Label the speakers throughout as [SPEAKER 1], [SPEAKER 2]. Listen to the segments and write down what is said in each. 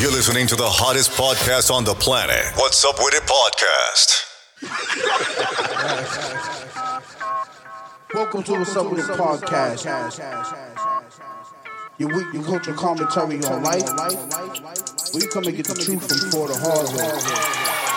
[SPEAKER 1] You're listening to the hottest podcast on the planet. What's Up With It Podcast.
[SPEAKER 2] Welcome to What's Up With It Podcast. Your weekly culture commentary on life. We come and get the truth from for the hard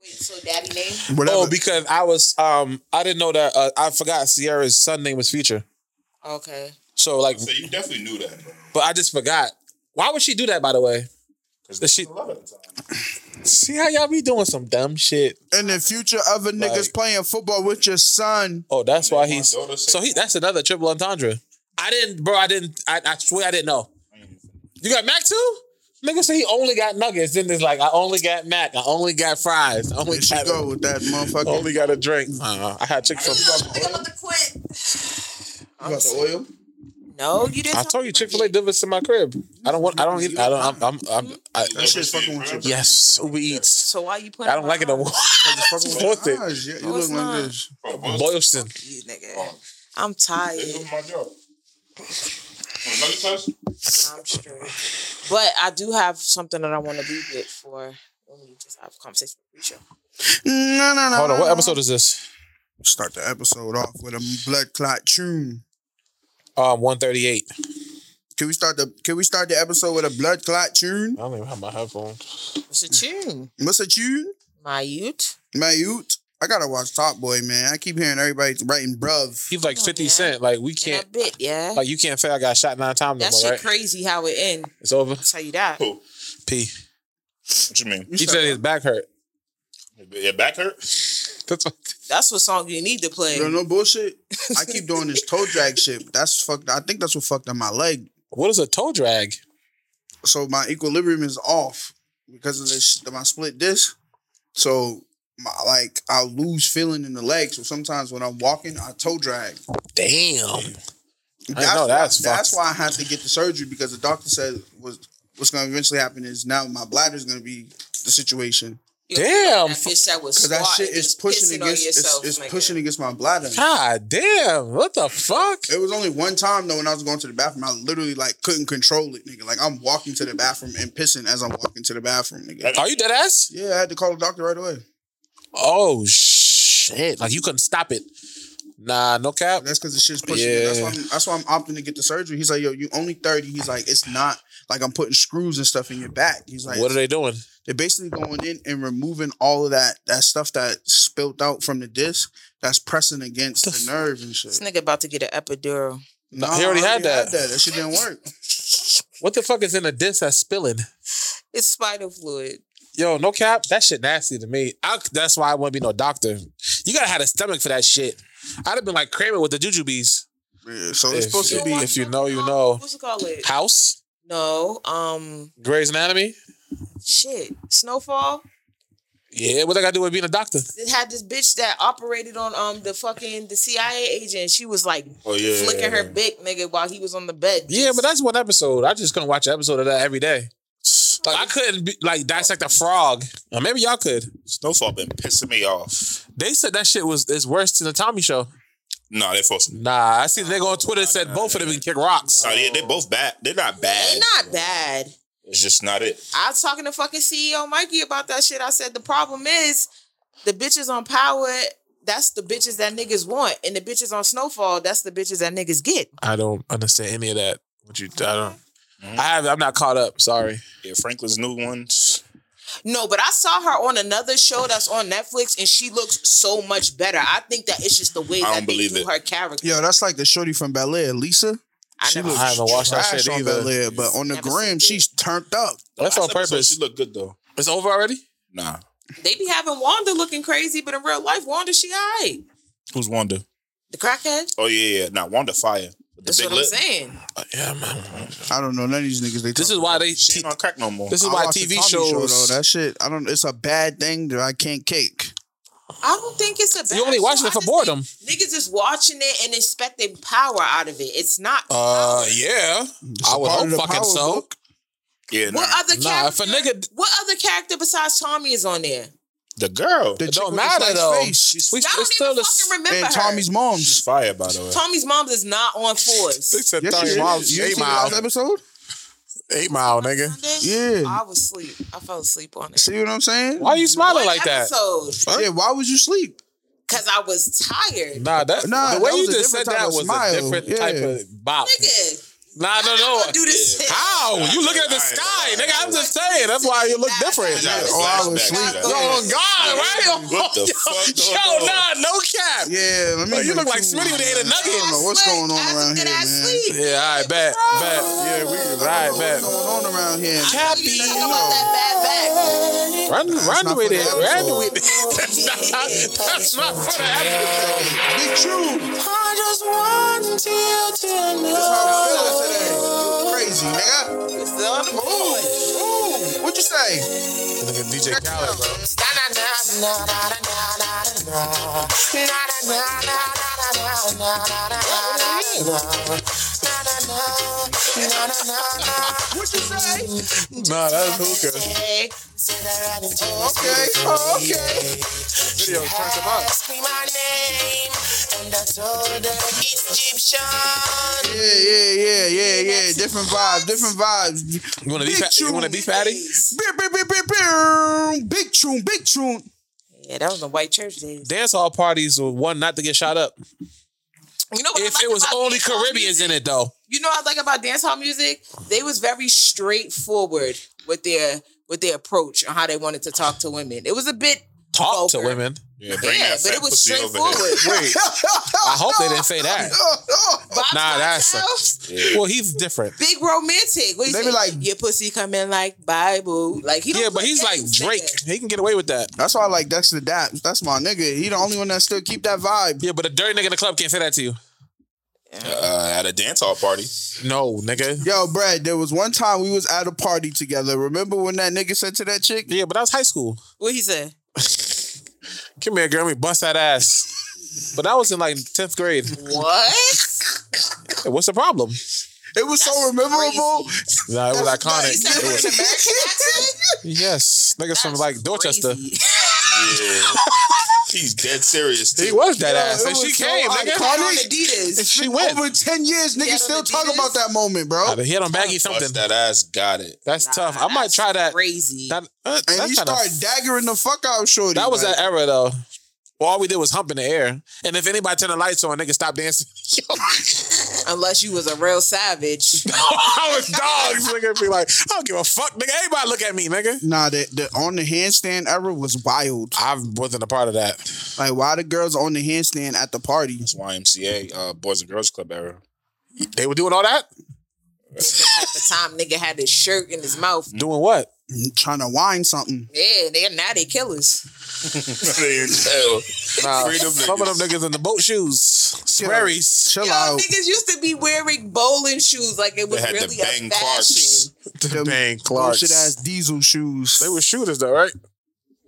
[SPEAKER 3] So daddy name?
[SPEAKER 2] Whatever.
[SPEAKER 4] Oh, because I was um I didn't know that uh, I forgot Sierra's son name was Future.
[SPEAKER 3] Okay.
[SPEAKER 4] So like,
[SPEAKER 5] So you definitely knew that, bro.
[SPEAKER 4] but I just forgot. Why would she do that? By the way, Does she see how y'all be doing some dumb shit.
[SPEAKER 2] And the future other niggas
[SPEAKER 4] Like-
[SPEAKER 2] playing football with your son.
[SPEAKER 4] Oh, that's why
[SPEAKER 5] my
[SPEAKER 4] he's
[SPEAKER 5] daughter said-
[SPEAKER 4] so he. That's another triple entendre. I didn't, bro. I didn't. I, I swear I didn't know. You got Mac too. Nigga say he only got nuggets. Then it's like I only got Mac. I only got fries. I only
[SPEAKER 2] There she
[SPEAKER 4] got
[SPEAKER 2] go with that motherfucker.
[SPEAKER 4] only got a drink. Uh, I had Chick Fil.
[SPEAKER 3] I think I'm about to quit.
[SPEAKER 4] Oh,
[SPEAKER 2] You got the oil?
[SPEAKER 3] No, you didn't.
[SPEAKER 4] I told you Chick Fil A delivers to my crib. I don't want. I don't eat. I don't. I'm. I'm. I'm I,
[SPEAKER 2] That shit's fucking with you.
[SPEAKER 4] yes, we eat.
[SPEAKER 3] So why you playing?
[SPEAKER 4] I don't like it no more. Fourth it.
[SPEAKER 2] Eyes, yeah, you
[SPEAKER 3] No,
[SPEAKER 2] look
[SPEAKER 3] Oh, it's not.
[SPEAKER 2] like this.
[SPEAKER 5] Bro, once-
[SPEAKER 4] Boylston.
[SPEAKER 3] You nigga. I'm tired.
[SPEAKER 5] This is my job. Another test?
[SPEAKER 3] I'm stressed. But I do have something that I want to leave it for when we just have a conversation with Preacher.
[SPEAKER 2] No, no, no.
[SPEAKER 4] Hold on.
[SPEAKER 2] no,
[SPEAKER 4] What
[SPEAKER 3] Um,
[SPEAKER 2] no.
[SPEAKER 4] episode is this?
[SPEAKER 2] Start the episode off with a blood clot tune.
[SPEAKER 4] Um, one thirty eight.
[SPEAKER 2] Can we start the Can we start the episode with a blood clot tune?
[SPEAKER 4] I don't even have my headphones.
[SPEAKER 3] It's a tune,
[SPEAKER 2] What's a tune?
[SPEAKER 3] my youth.
[SPEAKER 2] My youth. I gotta watch Top Boy, man. I keep hearing everybody writing bruv.
[SPEAKER 4] He's like
[SPEAKER 3] Come on,
[SPEAKER 4] fifty
[SPEAKER 3] man.
[SPEAKER 4] cent. Like we
[SPEAKER 3] Can't,
[SPEAKER 4] can't.
[SPEAKER 3] and a bit, yeah.
[SPEAKER 4] Like you can't say I got shot nine times no
[SPEAKER 3] that
[SPEAKER 4] more.
[SPEAKER 3] shit
[SPEAKER 4] Right?
[SPEAKER 3] crazy how it end.
[SPEAKER 4] It's over.
[SPEAKER 3] I'll tell you that.
[SPEAKER 5] Who?
[SPEAKER 4] P.
[SPEAKER 5] What you mean?
[SPEAKER 4] He said his back hurt.
[SPEAKER 5] Your back hurt?
[SPEAKER 4] That's what.
[SPEAKER 3] That's what song you need to play.
[SPEAKER 2] No, no bullshit. I keep doing this toe drag shit. That's fucked. I think that's what fucked up my leg.
[SPEAKER 4] What is a toe drag?
[SPEAKER 2] So my equilibrium is off because of this. My split disc. So my like I lose feeling in the leg. So sometimes when I'm walking, I toe drag.
[SPEAKER 4] Damn.
[SPEAKER 2] That's,
[SPEAKER 4] know, that's
[SPEAKER 2] why, that's
[SPEAKER 4] fucked.
[SPEAKER 2] why I had to get the surgery because the doctor said was what's going to eventually happen is now my bladder is going to be the situation
[SPEAKER 3] You know,
[SPEAKER 4] Damn.
[SPEAKER 3] That bitch that was
[SPEAKER 2] because that
[SPEAKER 3] squat
[SPEAKER 2] shit
[SPEAKER 3] and
[SPEAKER 2] is
[SPEAKER 3] just
[SPEAKER 2] pushing
[SPEAKER 3] pissing on
[SPEAKER 2] against it's-
[SPEAKER 3] yourself,
[SPEAKER 2] it's,
[SPEAKER 3] nigga.
[SPEAKER 2] pushing against my bladder.
[SPEAKER 4] God damn. What the fuck?
[SPEAKER 2] It was only one time though when I was going to the bathroom, I literally like couldn't control it, nigga. Like I'm walking to the bathroom and pissing as I'm walking to the bathroom, nigga.
[SPEAKER 4] Are you dead ass?
[SPEAKER 2] Yeah, I had to call the doctor right away.
[SPEAKER 4] Oh shit! Like you couldn't stop it. Nah, no cap.
[SPEAKER 2] That's because the shit's pushing. me. That's why I'm, that's why I'm opting to get the surgery. He's like, yo, you only thirty. He's like, it's not like I'm putting screws and stuff in your back. He's like,
[SPEAKER 4] What are they doing?
[SPEAKER 2] they're basically going in and removing all of that that stuff that spilled out from the disc that's pressing against the, nerve and shit.
[SPEAKER 3] This nigga about to get an epidural.
[SPEAKER 2] No,
[SPEAKER 4] he already
[SPEAKER 2] I
[SPEAKER 4] had that.
[SPEAKER 2] that. That shit didn't work.
[SPEAKER 4] What the fuck is in a disc that's spilling?
[SPEAKER 3] It's spinal fluid.
[SPEAKER 4] Yo, no cap. That shit nasty to me. I, that's why I wouldn't be no doctor. You gotta have a stomach for that shit. I'd have been like Kramer with the jujubes.
[SPEAKER 2] Yeah, so
[SPEAKER 4] If-
[SPEAKER 2] it's supposed to
[SPEAKER 4] if-
[SPEAKER 2] be.
[SPEAKER 4] if you know, you know.
[SPEAKER 3] What's it called? It?
[SPEAKER 4] House,
[SPEAKER 3] No, um,
[SPEAKER 4] Grey's Anatomy.
[SPEAKER 3] shit. Snowfall.
[SPEAKER 4] Yeah, what I gotta do with being a doctor?
[SPEAKER 3] It had this bitch that operated on um the fucking the CIA agent. She was like
[SPEAKER 5] Oh, yeah.
[SPEAKER 3] flicking her dick, nigga, while he was on the bed.
[SPEAKER 4] Yeah, but that's one episode. I just couldn't watch an episode of that every day. Like I couldn't be, like dissect a frog. Or maybe y'all could.
[SPEAKER 5] Snowfall been pissing me off.
[SPEAKER 4] They said that shit was is worse than the Tommy show.
[SPEAKER 5] No, they false. No,
[SPEAKER 4] Nah, I see the nigga on Twitter said both of them can kick rocks.
[SPEAKER 5] they, they both bad. They're not bad.
[SPEAKER 3] They not bad.
[SPEAKER 5] It's just not it.
[SPEAKER 3] I was talking to fucking CEO Mikey about that shit. I said the problem is the bitches on power. That's the bitches that niggas want, and the bitches on Snowfall. That's the bitches that niggas get.
[SPEAKER 4] I don't understand any of that. What you? I don't.
[SPEAKER 5] Mm-hmm.
[SPEAKER 4] I have. I'm not caught up. Sorry.
[SPEAKER 5] Yeah, Franklin's new ones.
[SPEAKER 3] No, but I saw her on another show that's on Netflix, and she looks so much better. I think that it's just the way
[SPEAKER 5] I
[SPEAKER 3] that
[SPEAKER 5] don't
[SPEAKER 3] they
[SPEAKER 5] believe
[SPEAKER 3] do
[SPEAKER 5] it.
[SPEAKER 3] her character.
[SPEAKER 2] Yo, that's like the shorty from Bel Air, Lisa.
[SPEAKER 3] I never.
[SPEAKER 4] I haven't watched that
[SPEAKER 2] Trash
[SPEAKER 4] shit
[SPEAKER 2] on
[SPEAKER 4] either.
[SPEAKER 2] Bel Air, but on the
[SPEAKER 3] Never seen
[SPEAKER 2] gram,
[SPEAKER 3] it.
[SPEAKER 2] she's turned up.
[SPEAKER 4] That's on
[SPEAKER 5] Last episode,
[SPEAKER 4] purpose.
[SPEAKER 5] She looked good though.
[SPEAKER 4] It's over already.
[SPEAKER 5] Nah,
[SPEAKER 3] they be having Wanda looking crazy, but in real life, Wanda she alright.
[SPEAKER 5] who's Wanda?
[SPEAKER 3] The crackhead.
[SPEAKER 5] Oh yeah, yeah. Nah, Wanda Fire. With the
[SPEAKER 3] That's
[SPEAKER 5] big
[SPEAKER 3] what
[SPEAKER 5] lip.
[SPEAKER 3] I'm saying.
[SPEAKER 2] Uh,
[SPEAKER 4] Yeah, man.
[SPEAKER 2] I don't know none of these niggas. They
[SPEAKER 4] This
[SPEAKER 2] talk
[SPEAKER 4] is why
[SPEAKER 2] about.
[SPEAKER 4] they.
[SPEAKER 5] She ain't on crack no more.
[SPEAKER 4] this is
[SPEAKER 2] I
[SPEAKER 4] why
[SPEAKER 2] watch the
[SPEAKER 4] TV
[SPEAKER 2] Tommy
[SPEAKER 4] shows.
[SPEAKER 2] though. That shit, I don't. It's a bad thing that I can't cake.
[SPEAKER 3] I don't think it's a bad
[SPEAKER 4] You only
[SPEAKER 3] show.
[SPEAKER 4] watching it
[SPEAKER 3] I
[SPEAKER 4] for
[SPEAKER 3] just
[SPEAKER 4] boredom.
[SPEAKER 3] think Niggas is watching it and expecting power out of it. It's not.
[SPEAKER 4] Uh, yeah. I would
[SPEAKER 2] part
[SPEAKER 4] hope
[SPEAKER 2] of the
[SPEAKER 4] fucking
[SPEAKER 2] power
[SPEAKER 4] so.
[SPEAKER 2] book.
[SPEAKER 5] Yeah, nah.
[SPEAKER 3] what other
[SPEAKER 4] Nah, if
[SPEAKER 3] character?
[SPEAKER 4] a nigga-
[SPEAKER 3] what other character besides Tommy is on there?
[SPEAKER 5] the girl.
[SPEAKER 2] The
[SPEAKER 5] The
[SPEAKER 4] It
[SPEAKER 2] chick
[SPEAKER 4] don't
[SPEAKER 2] with the
[SPEAKER 4] matter
[SPEAKER 2] sliced
[SPEAKER 4] though.
[SPEAKER 2] face. She's-
[SPEAKER 4] We-
[SPEAKER 3] Y'all don't
[SPEAKER 4] it's
[SPEAKER 3] even
[SPEAKER 4] still
[SPEAKER 3] fucking
[SPEAKER 4] the s-
[SPEAKER 3] remember
[SPEAKER 2] and
[SPEAKER 3] her.
[SPEAKER 2] Tommy's mom's.
[SPEAKER 5] fire, by the way.
[SPEAKER 3] Tommy's mom is not on
[SPEAKER 6] They
[SPEAKER 3] force.
[SPEAKER 6] said
[SPEAKER 2] Yes, she
[SPEAKER 6] Tommy
[SPEAKER 2] is.
[SPEAKER 6] Miles
[SPEAKER 2] You
[SPEAKER 6] is
[SPEAKER 2] ain't
[SPEAKER 6] eight
[SPEAKER 2] seen the
[SPEAKER 6] mile,
[SPEAKER 2] last episode.
[SPEAKER 6] eight mile, nigga.
[SPEAKER 2] Yeah.
[SPEAKER 3] I was asleep. I fell asleep on it.
[SPEAKER 2] See what I'm saying?
[SPEAKER 4] Why are you smiling like that?
[SPEAKER 3] Episode,
[SPEAKER 2] Yeah. Why would you sleep?
[SPEAKER 3] because I was tired.
[SPEAKER 4] Nah, that
[SPEAKER 2] Nah,
[SPEAKER 4] the way
[SPEAKER 2] that
[SPEAKER 4] you
[SPEAKER 2] was a
[SPEAKER 4] just said
[SPEAKER 2] different type
[SPEAKER 4] that
[SPEAKER 2] of
[SPEAKER 4] was
[SPEAKER 2] smile.
[SPEAKER 4] a different
[SPEAKER 2] Yeah.
[SPEAKER 4] type of bop.
[SPEAKER 3] Nigga,
[SPEAKER 4] Nah, no,
[SPEAKER 3] I'm
[SPEAKER 4] no.
[SPEAKER 3] not gonna do this shit.
[SPEAKER 4] How? You looking at the
[SPEAKER 5] All right,
[SPEAKER 4] sky,
[SPEAKER 5] all right,
[SPEAKER 4] nigga. I'm just
[SPEAKER 3] all right.
[SPEAKER 4] saying. That's why you look
[SPEAKER 3] Nah,
[SPEAKER 4] different.
[SPEAKER 3] nah,
[SPEAKER 5] Yeah,
[SPEAKER 3] nah,
[SPEAKER 5] the
[SPEAKER 2] Oh, I
[SPEAKER 5] flashback
[SPEAKER 2] was
[SPEAKER 5] to
[SPEAKER 2] sleep.
[SPEAKER 5] that.
[SPEAKER 4] Yo, on God, right? Oh,
[SPEAKER 5] What the
[SPEAKER 4] yo,
[SPEAKER 5] fuck
[SPEAKER 4] Yo,
[SPEAKER 5] going on?
[SPEAKER 4] nah, no cap.
[SPEAKER 2] Yeah. Let me.
[SPEAKER 4] Yo, Oh, you
[SPEAKER 2] make
[SPEAKER 4] look like
[SPEAKER 2] two-
[SPEAKER 4] Smitty when he ate a
[SPEAKER 3] I
[SPEAKER 2] don't know
[SPEAKER 4] nugget.
[SPEAKER 2] what's
[SPEAKER 3] slept.
[SPEAKER 2] going on
[SPEAKER 3] I was
[SPEAKER 2] around
[SPEAKER 3] good
[SPEAKER 2] here,
[SPEAKER 3] ass
[SPEAKER 2] man.
[SPEAKER 3] sleep.
[SPEAKER 4] Yeah, all right, bet, bet.
[SPEAKER 6] Yeah, we can.
[SPEAKER 4] Right,
[SPEAKER 2] What's
[SPEAKER 4] bet.
[SPEAKER 2] going on around here?
[SPEAKER 3] You
[SPEAKER 4] Happy.
[SPEAKER 3] talking about that
[SPEAKER 4] Run, run
[SPEAKER 2] not
[SPEAKER 4] with
[SPEAKER 2] for
[SPEAKER 4] it.
[SPEAKER 2] the
[SPEAKER 4] Run
[SPEAKER 2] episode.
[SPEAKER 4] with it. That's not, that's not for the episode.
[SPEAKER 2] Big True.
[SPEAKER 7] I just want you to
[SPEAKER 2] That's how
[SPEAKER 7] know.
[SPEAKER 2] I'm feeling today. You Crazy, nigga.
[SPEAKER 3] bad back? It's the other boy.
[SPEAKER 2] Ooh, ooh. What you say?
[SPEAKER 4] Nigga, DJ Khaled, bro.
[SPEAKER 2] What you say?
[SPEAKER 6] Nah, that's hookah.
[SPEAKER 3] Hey,
[SPEAKER 2] Oh, okay. Oh, okay.
[SPEAKER 6] Video turned them up.
[SPEAKER 7] Ask me my name, and I told her Egyptian.
[SPEAKER 2] Yeah, yeah, yeah, yeah, yeah. Different vibes. Different vibes.
[SPEAKER 4] You wanna be
[SPEAKER 2] Big
[SPEAKER 4] fat? You
[SPEAKER 2] True.
[SPEAKER 4] wanna be fatty?
[SPEAKER 2] Beer, beer, beer, beer, beer. Big True. Big True.
[SPEAKER 3] yeah, that was the white church days.
[SPEAKER 4] Dance hall parties were one not to get shot up.
[SPEAKER 3] You know what I
[SPEAKER 4] If
[SPEAKER 3] like
[SPEAKER 4] it was
[SPEAKER 3] about
[SPEAKER 4] only
[SPEAKER 3] dance hall
[SPEAKER 4] Caribbeans in it though.
[SPEAKER 3] you know what I like about dance hall music? They was very straightforward with their with their approach on how they wanted to talk to women. It was a bit
[SPEAKER 4] Talk to
[SPEAKER 3] vulgar.
[SPEAKER 4] women.
[SPEAKER 5] Yeah, bring
[SPEAKER 3] yeah,
[SPEAKER 5] that
[SPEAKER 3] but
[SPEAKER 5] fat
[SPEAKER 3] it was
[SPEAKER 5] pussy over here.
[SPEAKER 3] straightforward.
[SPEAKER 4] I hope they didn't say that.
[SPEAKER 3] Bob's
[SPEAKER 4] Nah, that's a-
[SPEAKER 3] Cartel,
[SPEAKER 4] Well, he's different.
[SPEAKER 3] big romantic. What he
[SPEAKER 2] They be
[SPEAKER 3] say?
[SPEAKER 2] like-
[SPEAKER 3] your pussy coming like Bible. Like he don't
[SPEAKER 4] Yeah, but
[SPEAKER 3] play
[SPEAKER 4] he's like
[SPEAKER 3] games,
[SPEAKER 4] Drake.
[SPEAKER 3] nigga.
[SPEAKER 4] He can get away with that.
[SPEAKER 2] That's why I like Dexter Daps. That's my nigga. He the only one that still keep that vibe.
[SPEAKER 4] Yeah, but a dirty nigga in the club can't say that to you.
[SPEAKER 5] Uh, at a dance hall party.
[SPEAKER 4] No, nigga.
[SPEAKER 2] Yo, Brad, there was one time we was at a party together. Remember when that nigga said to that chick?
[SPEAKER 4] Yeah, but that was high school.
[SPEAKER 3] What he said?
[SPEAKER 4] Come here, girl. Let me bust that ass. But that was in like tenth grade.
[SPEAKER 3] What?
[SPEAKER 4] Hey, What's the problem?
[SPEAKER 2] It was so
[SPEAKER 3] That's
[SPEAKER 2] memorable.
[SPEAKER 4] Nah, it was
[SPEAKER 2] He
[SPEAKER 4] iconic.
[SPEAKER 2] said
[SPEAKER 4] It was-
[SPEAKER 2] it was
[SPEAKER 4] yes, niggas from
[SPEAKER 3] That's
[SPEAKER 4] like Dorchester.
[SPEAKER 3] crazy.
[SPEAKER 5] Yeah. He's dead serious. Too.
[SPEAKER 4] He was that
[SPEAKER 2] Yo,
[SPEAKER 4] ass,
[SPEAKER 2] it
[SPEAKER 4] and she
[SPEAKER 2] was so
[SPEAKER 4] came. nigga.
[SPEAKER 2] iconic.
[SPEAKER 3] On Adidas.
[SPEAKER 4] She
[SPEAKER 2] Been
[SPEAKER 4] went.
[SPEAKER 2] over ten years. Niggas
[SPEAKER 3] on
[SPEAKER 2] still talk
[SPEAKER 3] Adidas?
[SPEAKER 2] about that moment, bro.
[SPEAKER 4] He had on baggy something.
[SPEAKER 5] Bust that ass got it.
[SPEAKER 4] That's
[SPEAKER 3] Nah,
[SPEAKER 4] tough. I might
[SPEAKER 3] that's
[SPEAKER 4] try that.
[SPEAKER 3] Crazy.
[SPEAKER 4] That, uh,
[SPEAKER 2] And
[SPEAKER 4] that's
[SPEAKER 2] he
[SPEAKER 4] kinda-
[SPEAKER 2] started daggering the fuck out, shorty.
[SPEAKER 4] that was
[SPEAKER 2] like,
[SPEAKER 4] that era though. Well, all we did was hump in the air, and if anybody turned the lights on, nigga stop dancing.
[SPEAKER 3] Unless you was a real savage.
[SPEAKER 4] I was dogs. Nigga be like, I don't give a fuck, nigga. Everybody look at me, nigga.
[SPEAKER 2] Nah, the, the on the handstand era was wild.
[SPEAKER 4] I wasn't a part of that.
[SPEAKER 2] Like, why the girls on the handstand at the party?
[SPEAKER 5] It's YMCA, uh, Boys and Girls Club era.
[SPEAKER 4] They were doing all that.
[SPEAKER 3] at the time, nigga had his shirt in his mouth.
[SPEAKER 4] Doing what?
[SPEAKER 2] Trying to wine something.
[SPEAKER 3] Yeah, they now they killers.
[SPEAKER 4] Nah,
[SPEAKER 5] Freedom
[SPEAKER 4] some of them niggas in the boat shoes, prairies.
[SPEAKER 2] Chill
[SPEAKER 3] Yo,
[SPEAKER 2] out.
[SPEAKER 3] niggas used to be wearing bowling shoes like it was
[SPEAKER 5] had the
[SPEAKER 3] really a fashion.
[SPEAKER 5] bang Clarks.
[SPEAKER 2] Them
[SPEAKER 4] Bang, Clarks.
[SPEAKER 2] bullshit ass diesel shoes.
[SPEAKER 4] They were shooters though, right?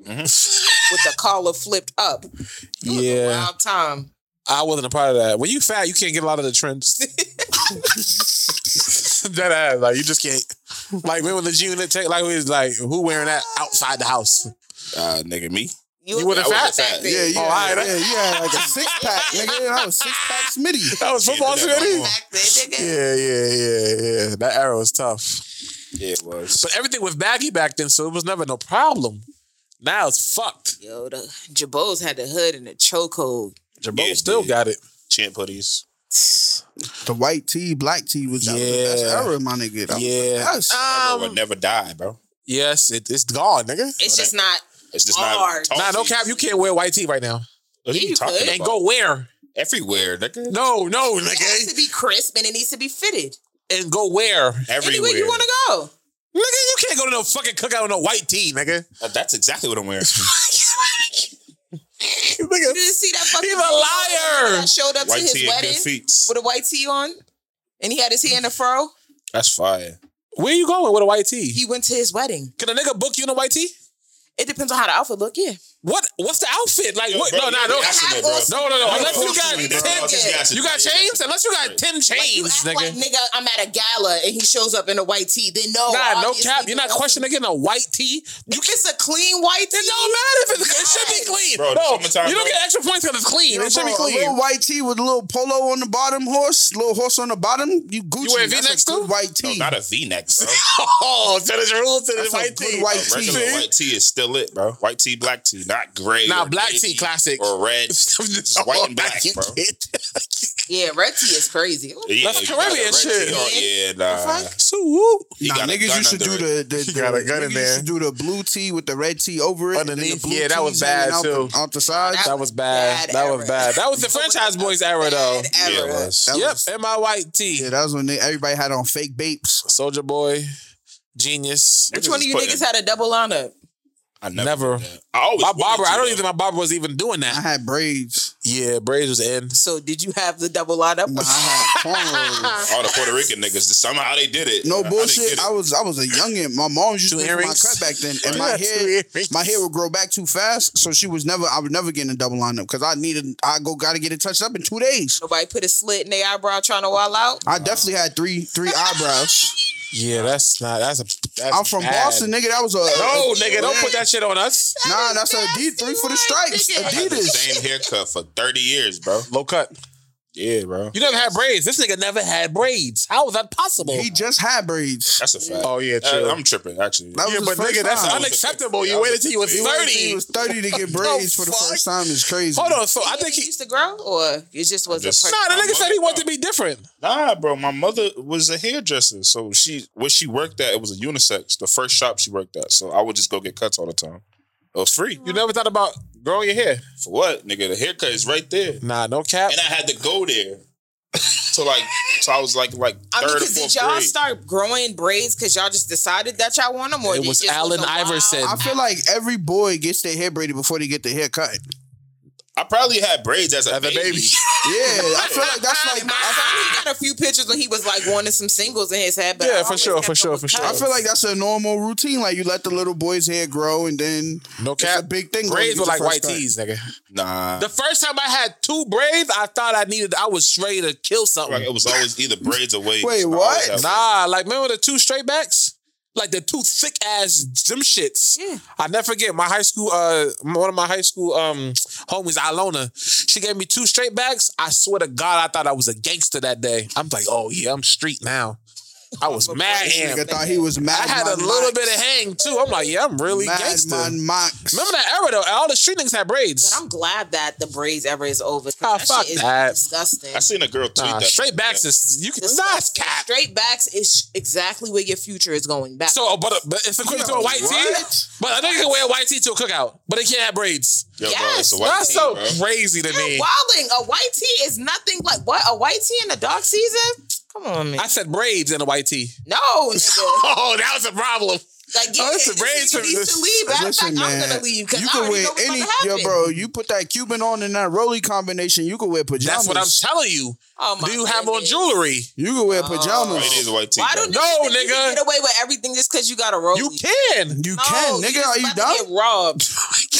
[SPEAKER 3] with the collar flipped up. It was a
[SPEAKER 4] Yeah,
[SPEAKER 3] wild time.
[SPEAKER 4] I wasn't a part of that. When you fat, you can't get a lot of the trends. that ass, like you just can't. Like when the G unit take, like we was like, who wearing that outside the house?
[SPEAKER 5] Uh, nigga, me.
[SPEAKER 4] You wasn't
[SPEAKER 5] I wasn't
[SPEAKER 4] fat?
[SPEAKER 5] fat.
[SPEAKER 2] yeah,
[SPEAKER 3] then.
[SPEAKER 2] yeah,
[SPEAKER 4] Oh, all right.
[SPEAKER 2] yeah, yeah, like a six pack, nigga. That was six pack Smitty.
[SPEAKER 4] That was football
[SPEAKER 5] Yeah, that
[SPEAKER 4] already.
[SPEAKER 5] was-
[SPEAKER 3] Back then, nigga.
[SPEAKER 4] Yeah, yeah, yeah, yeah. That era was tough.
[SPEAKER 5] Yeah, it was.
[SPEAKER 4] But everything was baggy back then, so it was never no problem. Now it's fucked.
[SPEAKER 3] Yo, the Jabos had the hood and the chokehold.
[SPEAKER 4] Jabot
[SPEAKER 5] Yeah,
[SPEAKER 4] still
[SPEAKER 5] dude.
[SPEAKER 4] got it.
[SPEAKER 5] Champ hoodies.
[SPEAKER 2] The white tee, black tee was that was the best
[SPEAKER 4] Yeah.
[SPEAKER 2] era, my nigga. That was the
[SPEAKER 4] Yeah.
[SPEAKER 2] best.
[SPEAKER 5] Um, would never die, bro.
[SPEAKER 4] Yes, it, it's gone, nigga.
[SPEAKER 3] It's just not.
[SPEAKER 5] It's just
[SPEAKER 3] hard.
[SPEAKER 5] not.
[SPEAKER 4] Nah, no cap. You can't wear white tee right now.
[SPEAKER 5] What are
[SPEAKER 3] Yeah,
[SPEAKER 5] you
[SPEAKER 3] you
[SPEAKER 5] talking
[SPEAKER 3] could.
[SPEAKER 5] about?
[SPEAKER 4] And go where?
[SPEAKER 5] everywhere, nigga.
[SPEAKER 4] No, no,
[SPEAKER 3] It needs to
[SPEAKER 4] nigga.
[SPEAKER 3] be crisp and it needs to be fitted.
[SPEAKER 4] And go where? Nigga,
[SPEAKER 3] Anywhere
[SPEAKER 5] Everywhere.
[SPEAKER 3] you want to go.
[SPEAKER 4] you can't go to no fucking cookout with no white tee, nigga.
[SPEAKER 5] Uh, that's exactly what I'm wearing.
[SPEAKER 3] You
[SPEAKER 4] nigga.
[SPEAKER 3] didn't see that fucking
[SPEAKER 4] He's a
[SPEAKER 3] video of
[SPEAKER 4] liar.
[SPEAKER 3] the guy That showed up
[SPEAKER 5] White
[SPEAKER 3] to his
[SPEAKER 5] tee and good
[SPEAKER 3] wedding
[SPEAKER 5] feet.
[SPEAKER 3] with a white tee on, and he had his hair in a fro.
[SPEAKER 5] That's fire.
[SPEAKER 4] Where you going with a white tee?
[SPEAKER 3] He went to his wedding.
[SPEAKER 4] Can a nigga book you in a white tee?
[SPEAKER 3] It depends on how the outfit look. Yeah.
[SPEAKER 4] What? What's the outfit? Like, what?
[SPEAKER 5] bro,
[SPEAKER 4] no, no,
[SPEAKER 5] you
[SPEAKER 4] no.
[SPEAKER 5] got some there, bro.
[SPEAKER 4] No, no, no. Unless you
[SPEAKER 5] Unfortunately,
[SPEAKER 4] got
[SPEAKER 5] bro, I just
[SPEAKER 4] ten,
[SPEAKER 5] got you.
[SPEAKER 4] you got
[SPEAKER 5] Yeah, yeah,
[SPEAKER 4] chains. Unless you got ten
[SPEAKER 3] Like, you
[SPEAKER 4] chains,
[SPEAKER 3] act
[SPEAKER 4] nigga.
[SPEAKER 3] like nigga, I'm at a gala and he shows up in a white tee. Then no,
[SPEAKER 4] Nah, no
[SPEAKER 3] obviously,
[SPEAKER 4] cap. You're not
[SPEAKER 3] that's a-
[SPEAKER 4] questioning getting a white tee.
[SPEAKER 3] If it's a clean white tee,
[SPEAKER 4] It don't matter if it's, it should be clean.
[SPEAKER 5] Bro, the
[SPEAKER 4] no,
[SPEAKER 5] summertime,
[SPEAKER 4] you don't
[SPEAKER 5] bro.
[SPEAKER 4] get extra points because it's clean.
[SPEAKER 2] Yo,
[SPEAKER 4] it should
[SPEAKER 2] bro,
[SPEAKER 4] be
[SPEAKER 2] A little
[SPEAKER 4] clean.
[SPEAKER 2] white tee with a little polo on the bottom, horse, little horse on the bottom. You Gucci.
[SPEAKER 4] wear
[SPEAKER 2] That's
[SPEAKER 4] V-necks
[SPEAKER 2] a good
[SPEAKER 4] too?
[SPEAKER 2] White tee.
[SPEAKER 5] Not a V-neck, bro.
[SPEAKER 4] Oh, so there's rules to this
[SPEAKER 2] That's a
[SPEAKER 4] white
[SPEAKER 2] good
[SPEAKER 4] tee.
[SPEAKER 2] white
[SPEAKER 5] A regular
[SPEAKER 2] tee.
[SPEAKER 5] white tee is still it, bro. White tee, black tee, not gray.
[SPEAKER 4] Nah,
[SPEAKER 5] or
[SPEAKER 4] black
[SPEAKER 5] navy
[SPEAKER 4] tee, classic.
[SPEAKER 5] or red. Just white and black,
[SPEAKER 4] You
[SPEAKER 5] bro.
[SPEAKER 4] get-
[SPEAKER 3] yeah, red tee is crazy. Ooh.
[SPEAKER 5] Yeah,
[SPEAKER 4] That's
[SPEAKER 5] you got a
[SPEAKER 4] Caribbean
[SPEAKER 5] red
[SPEAKER 4] shit.
[SPEAKER 5] tee on- Yeah, nah.
[SPEAKER 4] So woo.
[SPEAKER 5] You
[SPEAKER 2] Nah,
[SPEAKER 5] got a
[SPEAKER 2] niggas,
[SPEAKER 5] gun
[SPEAKER 2] you should do
[SPEAKER 5] under it.
[SPEAKER 2] the, the, the
[SPEAKER 6] got a gun
[SPEAKER 2] niggas
[SPEAKER 6] in there.
[SPEAKER 2] You should do the blue tee with the red tee over it. and then the
[SPEAKER 4] Underneath,
[SPEAKER 2] blue
[SPEAKER 4] yeah, that was
[SPEAKER 2] tees hanging
[SPEAKER 4] bad,
[SPEAKER 2] out the-
[SPEAKER 4] too.
[SPEAKER 2] Out the sides.
[SPEAKER 4] That was bad.
[SPEAKER 3] Bad
[SPEAKER 4] that was
[SPEAKER 3] era.
[SPEAKER 4] bad. That was the franchise boys era though.
[SPEAKER 3] Bad
[SPEAKER 5] Yeah,
[SPEAKER 3] era.
[SPEAKER 5] it was.
[SPEAKER 2] That
[SPEAKER 4] Yep,
[SPEAKER 2] was-
[SPEAKER 4] and my white tee.
[SPEAKER 2] yeah, that was when they, everybody had on fake vapes.
[SPEAKER 4] Soldier Boy, Genius.
[SPEAKER 3] Which one of you
[SPEAKER 5] Niggas is
[SPEAKER 3] niggas had a double lineup?
[SPEAKER 5] I
[SPEAKER 4] Never.
[SPEAKER 5] did that. I always
[SPEAKER 4] My
[SPEAKER 5] wanted
[SPEAKER 4] barber.
[SPEAKER 5] to,
[SPEAKER 4] I don't
[SPEAKER 5] though.
[SPEAKER 4] even think my barber was even doing
[SPEAKER 2] I
[SPEAKER 4] that.
[SPEAKER 2] had braids.
[SPEAKER 4] Yeah, braids was in.
[SPEAKER 3] So did you have the double lineup?
[SPEAKER 2] Nah, I had cornrows.
[SPEAKER 5] All the Puerto Rican niggas. Somehow they did it.
[SPEAKER 2] No
[SPEAKER 5] How they did
[SPEAKER 2] bullshit.
[SPEAKER 5] it.
[SPEAKER 2] I was I was a youngin. My mom used to
[SPEAKER 4] Two
[SPEAKER 2] do my
[SPEAKER 4] earrings?
[SPEAKER 2] cut back then, and my
[SPEAKER 4] Yeah, two
[SPEAKER 2] hair
[SPEAKER 4] earrings.
[SPEAKER 2] my hair would grow back too fast. So she was never I was never getting a double lineup because I needed I go got to get it touched up in two days.
[SPEAKER 3] Nobody put a slit in their eyebrow trying to wall out.
[SPEAKER 2] I definitely had three three eyebrows.
[SPEAKER 4] Yeah, that's not. That's a. That's
[SPEAKER 2] I'm from
[SPEAKER 4] bad.
[SPEAKER 2] Boston, nigga. That was a
[SPEAKER 4] No, nigga, don't put that shit on us.
[SPEAKER 2] Nah, that's a D three for the stripes.
[SPEAKER 5] I had the
[SPEAKER 2] Adidas.
[SPEAKER 5] same haircut for 30 years, bro.
[SPEAKER 4] Low cut.
[SPEAKER 5] Yeah, bro.
[SPEAKER 4] You never had braids. This nigga never had braids. How was that possible?
[SPEAKER 2] He just had braids.
[SPEAKER 5] That's a fact.
[SPEAKER 6] Oh, yeah,
[SPEAKER 5] Uh,
[SPEAKER 6] true.
[SPEAKER 5] I'm tripping, actually.
[SPEAKER 2] That
[SPEAKER 6] yeah,
[SPEAKER 2] was
[SPEAKER 6] but
[SPEAKER 2] his first
[SPEAKER 6] nigga, that's
[SPEAKER 2] time.
[SPEAKER 6] unacceptable.
[SPEAKER 5] Yeah,
[SPEAKER 6] You waited till you was
[SPEAKER 5] I was-
[SPEAKER 4] 30.
[SPEAKER 2] He was thirty to get braids for the
[SPEAKER 4] fuck?
[SPEAKER 2] first time. Is crazy.
[SPEAKER 4] Hold on. So I
[SPEAKER 3] You
[SPEAKER 4] think he.
[SPEAKER 3] used to grow, or it just was
[SPEAKER 5] just-
[SPEAKER 3] a
[SPEAKER 4] Nah, the
[SPEAKER 5] My
[SPEAKER 4] nigga said he
[SPEAKER 5] mother-
[SPEAKER 4] wanted to be different.
[SPEAKER 5] Nah, bro. My mother was a hairdresser, so she where she worked at it was a unisex. The first shop she worked at, so I would just go get cuts all the time. It was free.
[SPEAKER 4] You never thought about growing your hair.
[SPEAKER 5] For what, nigga? The haircut is right there, and
[SPEAKER 4] Nah, no cap.
[SPEAKER 5] I had to go there. So like, so I was like, like
[SPEAKER 3] I mean,
[SPEAKER 5] third or
[SPEAKER 3] because did
[SPEAKER 5] fourth
[SPEAKER 3] y'all
[SPEAKER 5] grade.
[SPEAKER 3] start growing braids because y'all just decided that y'all want them, or
[SPEAKER 4] It
[SPEAKER 3] did
[SPEAKER 4] was
[SPEAKER 3] just
[SPEAKER 4] Allen
[SPEAKER 3] a wild-
[SPEAKER 4] Iverson.
[SPEAKER 2] I feel like every boy gets their hair braided before they get their hair cut.
[SPEAKER 5] I probably had braids as a
[SPEAKER 6] As a
[SPEAKER 5] baby.
[SPEAKER 6] baby.
[SPEAKER 2] Yeah, I feel like that's like
[SPEAKER 3] my son, he got a few pictures when he was like wanting some singles in his head. But
[SPEAKER 4] Yeah,
[SPEAKER 3] I
[SPEAKER 4] for
[SPEAKER 3] always
[SPEAKER 4] sure,
[SPEAKER 3] kept
[SPEAKER 4] for
[SPEAKER 3] him
[SPEAKER 4] sure,
[SPEAKER 3] with
[SPEAKER 4] for sure.
[SPEAKER 2] I
[SPEAKER 3] cuts.
[SPEAKER 2] feel like that's a normal routine. Like you let the little boy's hair grow, and then
[SPEAKER 4] No
[SPEAKER 2] it's
[SPEAKER 4] cap.
[SPEAKER 2] a big thing. when you
[SPEAKER 4] Braids
[SPEAKER 2] get
[SPEAKER 4] were
[SPEAKER 2] your
[SPEAKER 4] like
[SPEAKER 2] first
[SPEAKER 4] white
[SPEAKER 2] cut.
[SPEAKER 4] tees, nigga.
[SPEAKER 5] Nah,
[SPEAKER 4] The first time I had two braids, I thought I needed. I was ready to kill
[SPEAKER 5] Like,
[SPEAKER 4] something.
[SPEAKER 5] it was always either braids or waves.
[SPEAKER 2] Wait,
[SPEAKER 5] I always
[SPEAKER 2] what?
[SPEAKER 5] had
[SPEAKER 4] Nah, like remember the two straight backs, like the two thick ass them shits.
[SPEAKER 3] Yeah.
[SPEAKER 4] I never forget my high school. Uh, one of my high school um homies, Ilona, she gave me two straight backs. I swear to God, I thought I was a gangster that day. I'm like, oh yeah, I'm street now. I was mad.
[SPEAKER 2] Nigga
[SPEAKER 4] Ham.
[SPEAKER 2] thought he was mad.
[SPEAKER 4] I had a
[SPEAKER 2] Mon Mox.
[SPEAKER 4] little bit of hang too. I'm like, yeah, I'm really
[SPEAKER 2] mad
[SPEAKER 4] gangster.
[SPEAKER 2] Mon Mox.
[SPEAKER 4] Remember that era though? All the street niggas had braids.
[SPEAKER 3] But I'm glad that the braids ever is over. 'cause
[SPEAKER 4] Ah,
[SPEAKER 3] that
[SPEAKER 4] fuck
[SPEAKER 3] shit is
[SPEAKER 4] that.
[SPEAKER 3] disgusting.
[SPEAKER 5] I seen a girl tweet
[SPEAKER 4] Nah,
[SPEAKER 5] that
[SPEAKER 4] straight backs is you can not cap.
[SPEAKER 3] Straight backs is exactly where your future is going back.
[SPEAKER 4] So, but, but it's equivalent to a white
[SPEAKER 2] What?
[SPEAKER 4] tee. But a nigga can wear a white tee to a cookout, but they can't have braids.
[SPEAKER 5] Yo, bro,
[SPEAKER 3] Yes,
[SPEAKER 5] it's a white
[SPEAKER 4] That's
[SPEAKER 5] tee,
[SPEAKER 4] so
[SPEAKER 5] bro.
[SPEAKER 4] crazy to me.
[SPEAKER 3] wilding. A white tee is nothing like what a white tee in the dog season. Come on, man.
[SPEAKER 4] I said braids and a white tee.
[SPEAKER 3] no, nigga.
[SPEAKER 4] Oh, that was a problem.
[SPEAKER 3] Like, yeah,
[SPEAKER 4] Oh, it's the
[SPEAKER 3] this
[SPEAKER 4] braids
[SPEAKER 3] nigga
[SPEAKER 4] from
[SPEAKER 3] needs
[SPEAKER 4] this-
[SPEAKER 3] to leave. Matter of
[SPEAKER 2] Listen,
[SPEAKER 3] fact,
[SPEAKER 2] man,
[SPEAKER 3] I'm gonna leave because
[SPEAKER 2] you
[SPEAKER 3] I
[SPEAKER 2] can
[SPEAKER 3] already
[SPEAKER 2] wear
[SPEAKER 3] know what's
[SPEAKER 2] any,
[SPEAKER 3] about to
[SPEAKER 2] yo,
[SPEAKER 3] happen.
[SPEAKER 2] bro. You put that Cuban on in that Rolly combination, you can wear pajamas.
[SPEAKER 4] That's what I'm telling you.
[SPEAKER 3] Oh my
[SPEAKER 4] Do you have on
[SPEAKER 3] goodness.
[SPEAKER 4] jewelry?
[SPEAKER 2] you can wear
[SPEAKER 5] Oh, it is
[SPEAKER 2] pajamas.
[SPEAKER 5] a white tee.
[SPEAKER 3] Why
[SPEAKER 5] bro.
[SPEAKER 3] don't
[SPEAKER 4] No,
[SPEAKER 3] niggas think you
[SPEAKER 4] nigga.
[SPEAKER 3] can get away with everything just because you got a roll?
[SPEAKER 4] You can.
[SPEAKER 2] You
[SPEAKER 3] Oh, No,
[SPEAKER 2] can, nigga.
[SPEAKER 3] just
[SPEAKER 2] Are you
[SPEAKER 3] about
[SPEAKER 2] dumb?
[SPEAKER 3] to get robbed.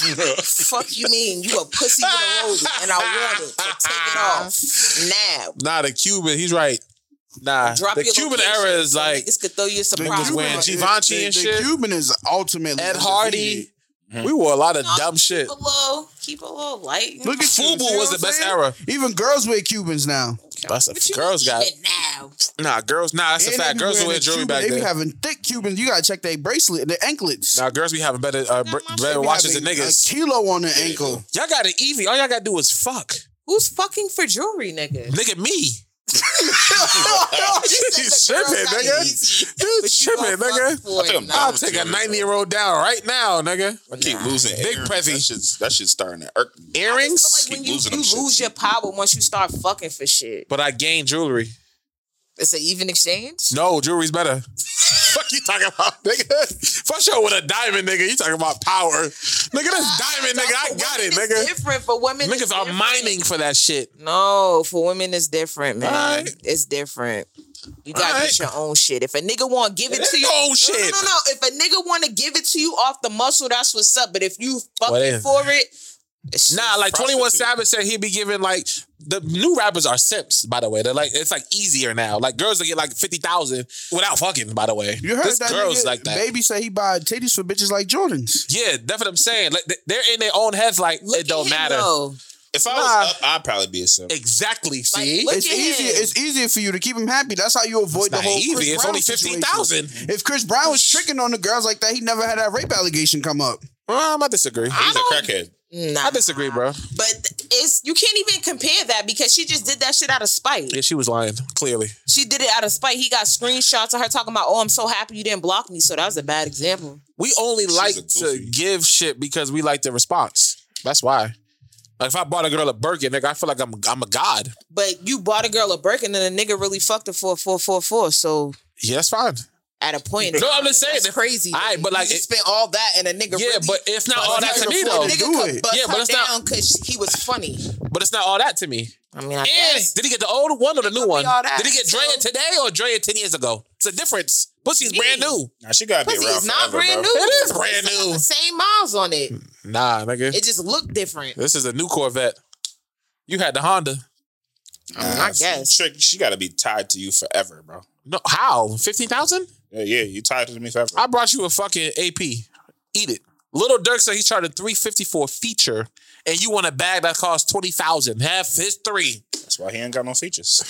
[SPEAKER 3] Fuck you mean you a pussy with a roly, and I want it. So take it off now.
[SPEAKER 4] Nah, the Cuban. He's right. Nah,
[SPEAKER 3] Drop
[SPEAKER 4] the
[SPEAKER 3] your
[SPEAKER 4] Cuban
[SPEAKER 3] location
[SPEAKER 4] era is
[SPEAKER 3] so
[SPEAKER 4] like
[SPEAKER 3] niggas could throw you a surprise.
[SPEAKER 4] was wearing
[SPEAKER 3] party.
[SPEAKER 2] is-
[SPEAKER 4] Givenchy
[SPEAKER 2] the-
[SPEAKER 4] and
[SPEAKER 2] the
[SPEAKER 4] shit.
[SPEAKER 2] Cuban is ultimately
[SPEAKER 4] Ed Hardy. We wore a lot of dumb shit.
[SPEAKER 3] Keep a little, keep a little light. you know?
[SPEAKER 2] Look at you,
[SPEAKER 4] Fubu
[SPEAKER 2] see
[SPEAKER 4] was
[SPEAKER 2] what
[SPEAKER 4] the
[SPEAKER 2] I'm
[SPEAKER 4] best
[SPEAKER 2] saying?
[SPEAKER 4] era.
[SPEAKER 2] Even girls wear Cubans now.
[SPEAKER 4] That's
[SPEAKER 3] What
[SPEAKER 4] a
[SPEAKER 3] you
[SPEAKER 4] girls
[SPEAKER 3] mean
[SPEAKER 4] got
[SPEAKER 3] even now.
[SPEAKER 4] nah girls. Nah, that's a
[SPEAKER 2] And they
[SPEAKER 4] fact.
[SPEAKER 2] be
[SPEAKER 4] Girls
[SPEAKER 2] wearing
[SPEAKER 4] wear
[SPEAKER 2] the
[SPEAKER 4] jewelry
[SPEAKER 2] Cuban-
[SPEAKER 4] back
[SPEAKER 2] They be
[SPEAKER 4] then.
[SPEAKER 2] having thick Cubans. You gotta check their bracelet, their anklets.
[SPEAKER 4] Nah, girls be having better uh, br- better
[SPEAKER 2] They be
[SPEAKER 4] watches than
[SPEAKER 2] having
[SPEAKER 4] niggas.
[SPEAKER 2] A kilo on the ankle.
[SPEAKER 4] Y'all got an Evie. All y'all gotta do is fuck.
[SPEAKER 3] Who's fucking for jewelry, nigga?
[SPEAKER 4] Look at me.
[SPEAKER 3] She's
[SPEAKER 4] tripping, nigga. You tripping, nigga.
[SPEAKER 5] think I'm
[SPEAKER 4] I'll
[SPEAKER 5] down
[SPEAKER 4] take
[SPEAKER 5] with
[SPEAKER 4] a
[SPEAKER 5] you,
[SPEAKER 4] 90 year old down right now, nigga.
[SPEAKER 5] I keep losing
[SPEAKER 4] Big
[SPEAKER 5] earrings.
[SPEAKER 4] Prezi.
[SPEAKER 5] That shit's, that shit's starting to irk me.
[SPEAKER 4] Earrings,
[SPEAKER 3] Like when
[SPEAKER 5] Keep
[SPEAKER 3] you,
[SPEAKER 5] losing
[SPEAKER 3] you
[SPEAKER 5] them shits.
[SPEAKER 3] lose your power once you start fucking for shit.
[SPEAKER 4] but I gained jewelry.
[SPEAKER 3] It's an even exchange.
[SPEAKER 4] No, jewelry's better. Fuck you talking about, nigga. For sure with a diamond, nigga. You talking about power. Nigga, this
[SPEAKER 3] Ah,
[SPEAKER 4] diamond, nigga. I
[SPEAKER 3] For women,
[SPEAKER 4] got it,
[SPEAKER 3] it's
[SPEAKER 4] nigga.
[SPEAKER 3] Different for women. it's
[SPEAKER 4] Niggas are
[SPEAKER 3] different.
[SPEAKER 4] mining for that shit.
[SPEAKER 3] No, for women it's different, man.
[SPEAKER 4] Alright.
[SPEAKER 3] It's different. You gotta
[SPEAKER 4] Alright.
[SPEAKER 3] get your own shit. If a nigga want to give it
[SPEAKER 4] That's
[SPEAKER 3] to you,
[SPEAKER 4] your own
[SPEAKER 3] no, No,
[SPEAKER 4] shit.
[SPEAKER 3] no, no. If a nigga want to give it to you off the muscle, that's what's up. But if you fucking
[SPEAKER 4] Well, then-
[SPEAKER 3] for it, it's
[SPEAKER 4] Nah, like Twenty One
[SPEAKER 5] prostitute.
[SPEAKER 4] Savage said, he'd be giving like the new rappers are simps. By the way, they're like it's like easier now. Like girls will get like fifty thousand without fucking. By the way,
[SPEAKER 2] You heard
[SPEAKER 4] this
[SPEAKER 2] that
[SPEAKER 4] girls
[SPEAKER 2] nigga,
[SPEAKER 4] like that.
[SPEAKER 2] Baby say he buy titties for bitches like Jordans.
[SPEAKER 4] Yeah, that's what I'm saying. Like th- they're in their own heads. Like
[SPEAKER 3] look
[SPEAKER 4] it
[SPEAKER 3] at
[SPEAKER 4] don't
[SPEAKER 3] him,
[SPEAKER 4] matter.
[SPEAKER 3] though.
[SPEAKER 5] If I
[SPEAKER 4] Nah.
[SPEAKER 5] was up, I'd probably be a simp.
[SPEAKER 4] Exactly.
[SPEAKER 3] Like,
[SPEAKER 4] See,
[SPEAKER 3] look
[SPEAKER 2] It's
[SPEAKER 3] at
[SPEAKER 2] easier.
[SPEAKER 3] him.
[SPEAKER 2] It's easier for you to keep him happy. That's how you avoid
[SPEAKER 4] It's
[SPEAKER 2] the
[SPEAKER 4] not
[SPEAKER 2] whole. Chris
[SPEAKER 4] easy. It's
[SPEAKER 2] Brown
[SPEAKER 4] only
[SPEAKER 2] situation.
[SPEAKER 4] 15,000.
[SPEAKER 2] If Chris Brown was tricking on the girls like that, he never had that rape allegation come up.
[SPEAKER 4] well, I'm gonna disagree.
[SPEAKER 3] Ah.
[SPEAKER 5] He's a crackhead.
[SPEAKER 3] Nah,
[SPEAKER 4] I disagree, bro.
[SPEAKER 3] But it's you can't even compare that because she just did that shit out of spite.
[SPEAKER 4] Yeah, she was lying clearly.
[SPEAKER 3] She did it out of spite. He got screenshots of her talking about, "Oh, I'm so happy you didn't block me." So that was a bad example.
[SPEAKER 4] We only like
[SPEAKER 5] a
[SPEAKER 4] to
[SPEAKER 5] goofy.
[SPEAKER 4] give shit because we like the response. That's why. Like if I bought a girl a Birkin, nigga, I feel like I'm I'm a god.
[SPEAKER 3] But you bought a girl a Birkin and a nigga really fucked her for a four four four. So
[SPEAKER 4] Yeah, that's fine.
[SPEAKER 3] at a point,
[SPEAKER 4] No, I'm just saying,
[SPEAKER 3] that's
[SPEAKER 4] if-
[SPEAKER 3] crazy.
[SPEAKER 4] all right, but, like,
[SPEAKER 3] you
[SPEAKER 4] it-
[SPEAKER 3] spent all that and a nigga.
[SPEAKER 4] Yeah,
[SPEAKER 3] really
[SPEAKER 4] but it's not all that to me
[SPEAKER 3] Nigga
[SPEAKER 4] though.
[SPEAKER 2] do
[SPEAKER 3] could
[SPEAKER 2] it.
[SPEAKER 3] bust
[SPEAKER 4] Yeah, but
[SPEAKER 3] her
[SPEAKER 4] it's not-
[SPEAKER 3] down because he was funny.
[SPEAKER 4] But it's not all that to me.
[SPEAKER 3] I mean, I
[SPEAKER 4] And
[SPEAKER 3] guess.
[SPEAKER 4] did he get the old one or the new
[SPEAKER 3] could be
[SPEAKER 4] one?
[SPEAKER 3] all that.
[SPEAKER 4] Did he get
[SPEAKER 3] So-
[SPEAKER 4] Drea today or Drea ten years ago? It's a difference. Pussy's
[SPEAKER 3] Yeah.
[SPEAKER 4] brand new.
[SPEAKER 5] Nah, she gotta be
[SPEAKER 3] Pussy
[SPEAKER 5] around
[SPEAKER 3] is not
[SPEAKER 5] forever,
[SPEAKER 3] brand
[SPEAKER 5] bro.
[SPEAKER 3] new.
[SPEAKER 4] It is brand
[SPEAKER 3] It's got
[SPEAKER 4] new.
[SPEAKER 3] The same miles on it.
[SPEAKER 4] Nah, nigga.
[SPEAKER 3] It just looked different.
[SPEAKER 4] this is a new Corvette. You had the Honda.
[SPEAKER 3] I, mean, I guess.
[SPEAKER 5] Trick, she gotta be tied to you forever, bro.
[SPEAKER 4] No, how? Fifteen thousand?
[SPEAKER 5] Yeah, yeah, you tied to me forever.
[SPEAKER 4] I brought you a fucking AP. Eat it. Little Dirk said he charted three fifty for a feature, and you want a bag that costs twenty thousand. Half his three.
[SPEAKER 5] That's why he ain't got no features.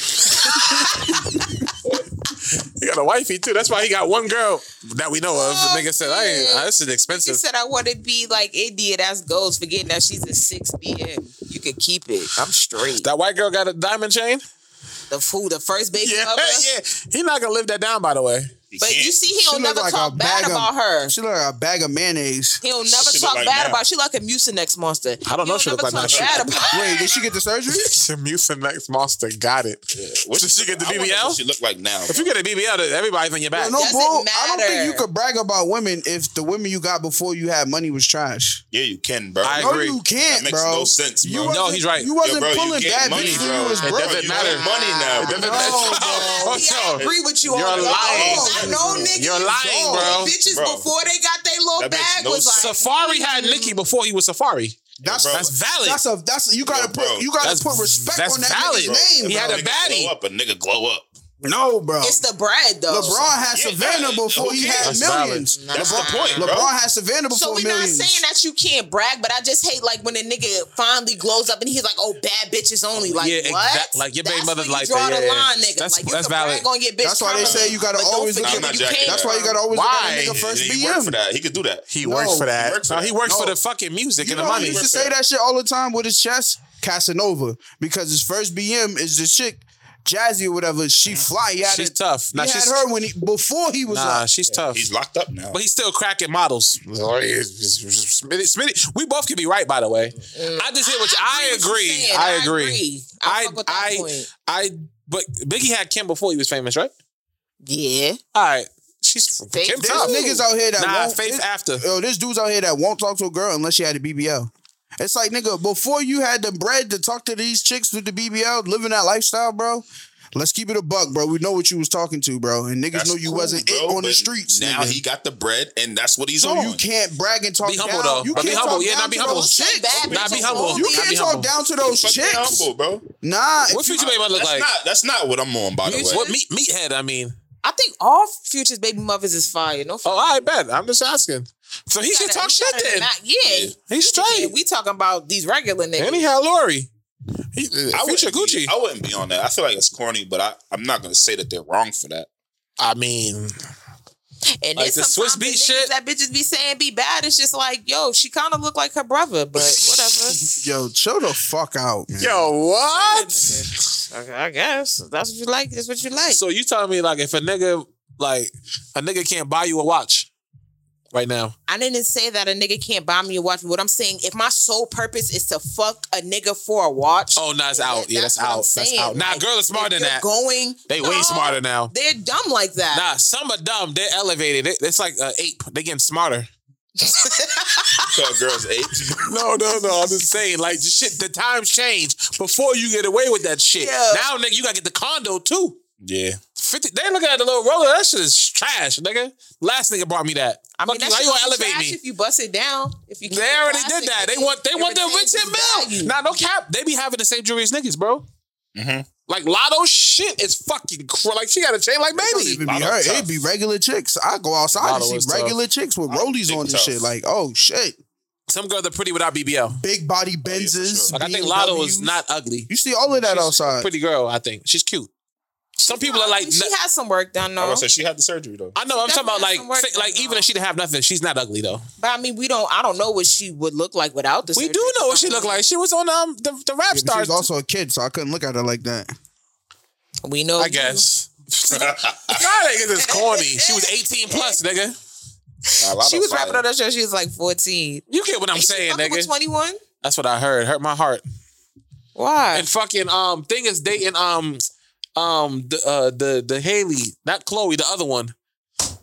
[SPEAKER 4] He got a wifey too. That's why he got one girl that we know of. The nigga said, "I ain't. uh, This is
[SPEAKER 3] She
[SPEAKER 4] expensive."
[SPEAKER 3] said I want to be like India. That's goals. Forgetting that she's a six BM. You could keep it. I'm straight.
[SPEAKER 4] That white girl got a diamond chain.
[SPEAKER 3] The food, the first baby
[SPEAKER 4] Yeah,
[SPEAKER 3] mother.
[SPEAKER 4] yeah. He not gonna live that down, by the way.
[SPEAKER 5] He
[SPEAKER 3] But
[SPEAKER 5] can't.
[SPEAKER 3] you see, he
[SPEAKER 2] look
[SPEAKER 3] don't never
[SPEAKER 2] like a
[SPEAKER 3] talk
[SPEAKER 2] bag
[SPEAKER 3] bad
[SPEAKER 2] of-
[SPEAKER 3] about her.
[SPEAKER 2] She look like a bag of mayonnaise.
[SPEAKER 3] He don't never
[SPEAKER 5] She look
[SPEAKER 3] talk
[SPEAKER 5] like
[SPEAKER 3] bad
[SPEAKER 5] that.
[SPEAKER 3] about. her. She like a Mucinex monster.
[SPEAKER 4] I don't know if she look like that. She-
[SPEAKER 3] bad about. her.
[SPEAKER 2] Wait, did she get the surgery?
[SPEAKER 4] Mucinex monster got it.
[SPEAKER 5] What
[SPEAKER 4] Did she get the
[SPEAKER 5] I wonder
[SPEAKER 4] BBL?
[SPEAKER 5] What she look like now.
[SPEAKER 4] If you get a BBL, then everybody's on your back.
[SPEAKER 2] No, no,
[SPEAKER 3] Doesn't
[SPEAKER 2] bro. I don't think
[SPEAKER 3] matter.
[SPEAKER 2] you could brag about women if the women you got before you had money was trash.
[SPEAKER 5] yeah, you can, bro.
[SPEAKER 4] I
[SPEAKER 2] No,
[SPEAKER 4] agree.
[SPEAKER 2] you can't,
[SPEAKER 5] That makes
[SPEAKER 2] bro.
[SPEAKER 5] no sense,
[SPEAKER 2] You
[SPEAKER 5] bro.
[SPEAKER 2] wasn't-
[SPEAKER 4] No, he's right.
[SPEAKER 2] You
[SPEAKER 4] Yo,
[SPEAKER 2] wasn't
[SPEAKER 5] bro, you
[SPEAKER 2] pulling
[SPEAKER 5] get
[SPEAKER 2] bad
[SPEAKER 5] money,
[SPEAKER 2] bitches
[SPEAKER 5] bro.
[SPEAKER 2] when you was
[SPEAKER 5] It
[SPEAKER 2] broke.
[SPEAKER 5] doesn't
[SPEAKER 4] You
[SPEAKER 5] matter.
[SPEAKER 4] got
[SPEAKER 5] money now,
[SPEAKER 4] It
[SPEAKER 5] bro.
[SPEAKER 4] doesn't-
[SPEAKER 2] No,
[SPEAKER 4] Oh,
[SPEAKER 2] bro.
[SPEAKER 3] See, I
[SPEAKER 4] no.
[SPEAKER 3] agree with you. on
[SPEAKER 4] You're
[SPEAKER 3] that.
[SPEAKER 4] lying.
[SPEAKER 3] I know niggas.
[SPEAKER 4] You're lying, bro.
[SPEAKER 3] Bitches
[SPEAKER 5] Bro.
[SPEAKER 3] before they got their little
[SPEAKER 5] That makes
[SPEAKER 3] bag
[SPEAKER 5] no
[SPEAKER 3] was like.
[SPEAKER 5] sense.
[SPEAKER 4] Safari had Nicki before he was Safari.
[SPEAKER 2] That's
[SPEAKER 5] bro.
[SPEAKER 4] That's valid.
[SPEAKER 2] That's a that's you gotta
[SPEAKER 5] Yo, bro.
[SPEAKER 2] put you gotta
[SPEAKER 4] That's-
[SPEAKER 2] put respect
[SPEAKER 4] that's
[SPEAKER 2] on that
[SPEAKER 4] valid.
[SPEAKER 2] nigga's name.
[SPEAKER 4] He
[SPEAKER 2] bro.
[SPEAKER 4] had a
[SPEAKER 5] Nigga
[SPEAKER 4] baddie.
[SPEAKER 5] Glow up, a nigga glow up.
[SPEAKER 2] no, bro.
[SPEAKER 3] It's the bread though.
[SPEAKER 2] LeBron had
[SPEAKER 5] Yeah,
[SPEAKER 2] Savannah
[SPEAKER 5] that-
[SPEAKER 2] before
[SPEAKER 5] who
[SPEAKER 2] he
[SPEAKER 5] cares?
[SPEAKER 2] had
[SPEAKER 4] That's
[SPEAKER 2] millions.
[SPEAKER 5] That's
[SPEAKER 3] Nah.
[SPEAKER 5] the point, bro.
[SPEAKER 2] LeBron had Savannah before
[SPEAKER 3] So we not
[SPEAKER 2] millions.
[SPEAKER 3] saying that you can't brag, but I just hate like when a nigga finally glows up and he's like, "Oh, bad bitches only." Like
[SPEAKER 4] Yeah,
[SPEAKER 3] what?
[SPEAKER 4] exact- like, your baby
[SPEAKER 3] That's
[SPEAKER 4] mother
[SPEAKER 3] when you
[SPEAKER 4] like
[SPEAKER 3] draw
[SPEAKER 4] that, yeah,
[SPEAKER 3] the
[SPEAKER 4] yeah.
[SPEAKER 3] line, nigga.
[SPEAKER 4] That's-
[SPEAKER 3] like you
[SPEAKER 4] that's
[SPEAKER 3] can brag
[SPEAKER 4] valid.
[SPEAKER 3] on your bitch.
[SPEAKER 2] That's why they
[SPEAKER 3] comma,
[SPEAKER 2] say you gotta
[SPEAKER 3] but don't
[SPEAKER 2] always look
[SPEAKER 3] forget
[SPEAKER 5] at-
[SPEAKER 3] that
[SPEAKER 5] I'm
[SPEAKER 3] you
[SPEAKER 5] not jacking
[SPEAKER 3] can't-
[SPEAKER 5] that.
[SPEAKER 2] That's why you gotta always
[SPEAKER 4] Why?
[SPEAKER 2] look at a nigga first
[SPEAKER 5] he worked for
[SPEAKER 2] BM.
[SPEAKER 5] that. He could do that.
[SPEAKER 6] He
[SPEAKER 2] No.
[SPEAKER 6] works for that.
[SPEAKER 5] worked for
[SPEAKER 4] No,
[SPEAKER 5] that.
[SPEAKER 4] he works for
[SPEAKER 2] No.
[SPEAKER 4] the fucking music
[SPEAKER 2] You
[SPEAKER 4] and the
[SPEAKER 2] know, he
[SPEAKER 4] money.
[SPEAKER 2] used to say that shit all the time with his chest, Casanova, because his first BM is this chick, Jazzy or whatever. She fly. He had
[SPEAKER 4] She's
[SPEAKER 2] it-
[SPEAKER 4] tough. Nah,
[SPEAKER 2] he had
[SPEAKER 4] she's-
[SPEAKER 2] her when he before he was
[SPEAKER 4] Nah,
[SPEAKER 2] like,
[SPEAKER 4] she's tough.
[SPEAKER 5] He's locked up now.
[SPEAKER 4] but he's still cracking models. Smitty, Smitty, we both could be right, by the way. I just hear what you,
[SPEAKER 3] Mm.
[SPEAKER 4] I,
[SPEAKER 3] what you're
[SPEAKER 4] agree.
[SPEAKER 3] saying.
[SPEAKER 4] I agree.
[SPEAKER 3] I,
[SPEAKER 4] I,
[SPEAKER 3] fuck with that
[SPEAKER 4] I,
[SPEAKER 3] point.
[SPEAKER 4] I, but Biggie had Kim before he was famous, right?
[SPEAKER 3] Yeah.
[SPEAKER 4] All right, she's
[SPEAKER 3] Faith
[SPEAKER 4] Kim
[SPEAKER 3] Faith
[SPEAKER 4] tough.
[SPEAKER 3] Ooh.
[SPEAKER 2] niggas out here that
[SPEAKER 4] Nah,
[SPEAKER 2] won't.
[SPEAKER 4] faith
[SPEAKER 2] this-
[SPEAKER 4] after.
[SPEAKER 2] yo, this dude's out here that won't talk to a girl unless she had a BBL. It's like nigga, before you had the bread to talk to these chicks with the BBL, living that lifestyle, bro. Let's keep it a buck, bro. We know what you was talking to, bro, and niggas
[SPEAKER 5] That's
[SPEAKER 2] know you
[SPEAKER 5] cool,
[SPEAKER 2] wasn't it
[SPEAKER 5] bro,
[SPEAKER 2] on the
[SPEAKER 5] but
[SPEAKER 2] streets.
[SPEAKER 5] Now
[SPEAKER 2] nigga.
[SPEAKER 5] he got the bread, and that's what he's
[SPEAKER 2] So
[SPEAKER 5] on.
[SPEAKER 2] you can't brag and talk
[SPEAKER 4] Be humble,
[SPEAKER 2] down.
[SPEAKER 4] though.
[SPEAKER 2] You
[SPEAKER 4] But be
[SPEAKER 2] can't
[SPEAKER 4] humble.
[SPEAKER 2] talk
[SPEAKER 4] Yeah,
[SPEAKER 2] down
[SPEAKER 4] not be
[SPEAKER 2] to
[SPEAKER 4] humble.
[SPEAKER 2] those
[SPEAKER 3] Say
[SPEAKER 2] chicks.
[SPEAKER 3] bad
[SPEAKER 4] Nah, be
[SPEAKER 3] bitches
[SPEAKER 4] humble.
[SPEAKER 3] only.
[SPEAKER 2] You
[SPEAKER 4] Nah,
[SPEAKER 2] can't
[SPEAKER 4] be
[SPEAKER 2] talk
[SPEAKER 4] humble.
[SPEAKER 2] down to those
[SPEAKER 5] Fuck
[SPEAKER 2] chicks.
[SPEAKER 5] that humble, bro.
[SPEAKER 2] Nah, if
[SPEAKER 4] What
[SPEAKER 2] you-
[SPEAKER 4] future baby mother look
[SPEAKER 5] That's
[SPEAKER 4] like?
[SPEAKER 5] not. That's not what I'm on, by the way.
[SPEAKER 4] What meat meathead? I mean.
[SPEAKER 3] I think all Future's baby mothers is fire. No,
[SPEAKER 4] Oh, I bet. I'm just asking. So he should
[SPEAKER 3] gotta-
[SPEAKER 4] talk
[SPEAKER 3] you
[SPEAKER 4] shit
[SPEAKER 3] gotta
[SPEAKER 4] then.
[SPEAKER 3] not- yeah.
[SPEAKER 4] He's
[SPEAKER 3] Yeah,
[SPEAKER 4] straight.
[SPEAKER 3] we talking about these regular niggas.
[SPEAKER 4] And he had Lori. He,
[SPEAKER 5] I wouldn't
[SPEAKER 4] future Gucci.
[SPEAKER 5] Be,
[SPEAKER 3] oh.
[SPEAKER 5] I wouldn't be on that. I feel like it's corny, but I, I'm not gonna say that they're wrong for that.
[SPEAKER 4] I mean,
[SPEAKER 3] And there's
[SPEAKER 4] Like the
[SPEAKER 3] sometimes
[SPEAKER 4] Swiss
[SPEAKER 3] the
[SPEAKER 4] Beat
[SPEAKER 3] niggas
[SPEAKER 4] shit.
[SPEAKER 3] that bitches be saying be bad. It's just like, yo, she kind of look like her brother, but whatever.
[SPEAKER 2] yo, chill the fuck out, man.
[SPEAKER 4] yo, what?
[SPEAKER 3] Okay, I guess that's what you like. That's what you like.
[SPEAKER 4] So you telling me like if a nigga like a nigga can't buy you a watch right now?
[SPEAKER 3] I didn't say that a nigga can't buy me a watch. What I'm saying, if my sole purpose is to fuck a nigga for a watch,
[SPEAKER 4] Oh, nah, it's out. Yeah, that's,
[SPEAKER 3] what I'm
[SPEAKER 4] out. That's
[SPEAKER 3] saying.
[SPEAKER 4] out. Nah,
[SPEAKER 3] Like,
[SPEAKER 4] girl is smarter
[SPEAKER 3] if you're
[SPEAKER 4] than that.
[SPEAKER 3] Going,
[SPEAKER 4] They
[SPEAKER 3] No,
[SPEAKER 4] way smarter now.
[SPEAKER 3] They're dumb like that.
[SPEAKER 4] Nah, some are dumb. They're elevated. It- It's like an ape. They getting smarter.
[SPEAKER 5] You call girls apes.
[SPEAKER 4] No, no, no. I'm just saying, like, the shit. The times change before you get away with that shit.
[SPEAKER 3] Yeah.
[SPEAKER 4] Now, nigga, you gotta get the condo too.
[SPEAKER 5] Yeah,
[SPEAKER 4] 50, they looking at the little roller. That shit is trash, nigga. Last nigga brought me that.
[SPEAKER 3] I mean,
[SPEAKER 4] Fuck you,
[SPEAKER 3] that
[SPEAKER 4] how
[SPEAKER 3] shit
[SPEAKER 4] you
[SPEAKER 3] gonna
[SPEAKER 4] gonna
[SPEAKER 3] be
[SPEAKER 4] elevate
[SPEAKER 3] trash
[SPEAKER 4] me?
[SPEAKER 3] If you bust it down, if you keep
[SPEAKER 4] They
[SPEAKER 3] it
[SPEAKER 4] already
[SPEAKER 3] classic,
[SPEAKER 4] did that. They
[SPEAKER 3] it-
[SPEAKER 4] want they
[SPEAKER 3] it
[SPEAKER 4] want their rich
[SPEAKER 3] retains
[SPEAKER 4] and
[SPEAKER 3] its
[SPEAKER 4] mill.
[SPEAKER 3] value.
[SPEAKER 4] Nah, no cap. They be having the same jewelry as niggas, bro.
[SPEAKER 2] Mm-hmm.
[SPEAKER 4] Like Lotto shit is fucking cr- like she got a chain like
[SPEAKER 2] It'd be
[SPEAKER 4] baby.
[SPEAKER 5] Lotto
[SPEAKER 2] her.
[SPEAKER 5] tough.
[SPEAKER 2] It'd be regular chicks. I go outside
[SPEAKER 4] Lotto
[SPEAKER 2] and
[SPEAKER 4] is
[SPEAKER 2] see
[SPEAKER 4] tough.
[SPEAKER 2] regular chicks with rollies
[SPEAKER 5] big
[SPEAKER 2] on and
[SPEAKER 5] tough.
[SPEAKER 2] shit. Like, oh shit,
[SPEAKER 4] Some girls are pretty without BBL.
[SPEAKER 2] big body
[SPEAKER 5] Oh, for
[SPEAKER 2] Benzes.
[SPEAKER 4] Like I think
[SPEAKER 2] BMWs.
[SPEAKER 4] Lotto is not ugly.
[SPEAKER 2] You see all of that
[SPEAKER 4] She's
[SPEAKER 2] outside.
[SPEAKER 4] a pretty girl, I think she's cute. Some people are like,
[SPEAKER 3] she
[SPEAKER 4] "Nah."
[SPEAKER 3] had some work done
[SPEAKER 5] I
[SPEAKER 3] though.
[SPEAKER 5] was gonna say she had the surgery though.
[SPEAKER 4] I know. I'm talking about
[SPEAKER 3] definitely
[SPEAKER 4] like,
[SPEAKER 3] some work
[SPEAKER 4] fi-
[SPEAKER 3] done
[SPEAKER 4] like even
[SPEAKER 3] now.
[SPEAKER 4] if she didn't have nothing, she's not ugly though.
[SPEAKER 3] But I mean, we don't. I don't know what she would look like without the.
[SPEAKER 4] We
[SPEAKER 3] surgery.
[SPEAKER 4] do know what she looked like. She was on um the, the
[SPEAKER 2] Yeah,
[SPEAKER 4] rap
[SPEAKER 2] but she
[SPEAKER 4] stars.
[SPEAKER 2] was also a kid, so I couldn't look at her like that.
[SPEAKER 3] We know.
[SPEAKER 4] I
[SPEAKER 3] you.
[SPEAKER 4] guess. God, niggas is corny. She was 18 plus, nigga.
[SPEAKER 5] Nah, a lot
[SPEAKER 3] She
[SPEAKER 5] of
[SPEAKER 3] was
[SPEAKER 5] fire.
[SPEAKER 3] rapping on that show. She was like fourteen.
[SPEAKER 4] You get what I'm saying, nigga.
[SPEAKER 3] Twenty one.
[SPEAKER 4] That's what I heard. Hurt my heart.
[SPEAKER 3] Why?
[SPEAKER 4] And fucking um thing is dating um um the uh the the Haley, not Chloe, the other one.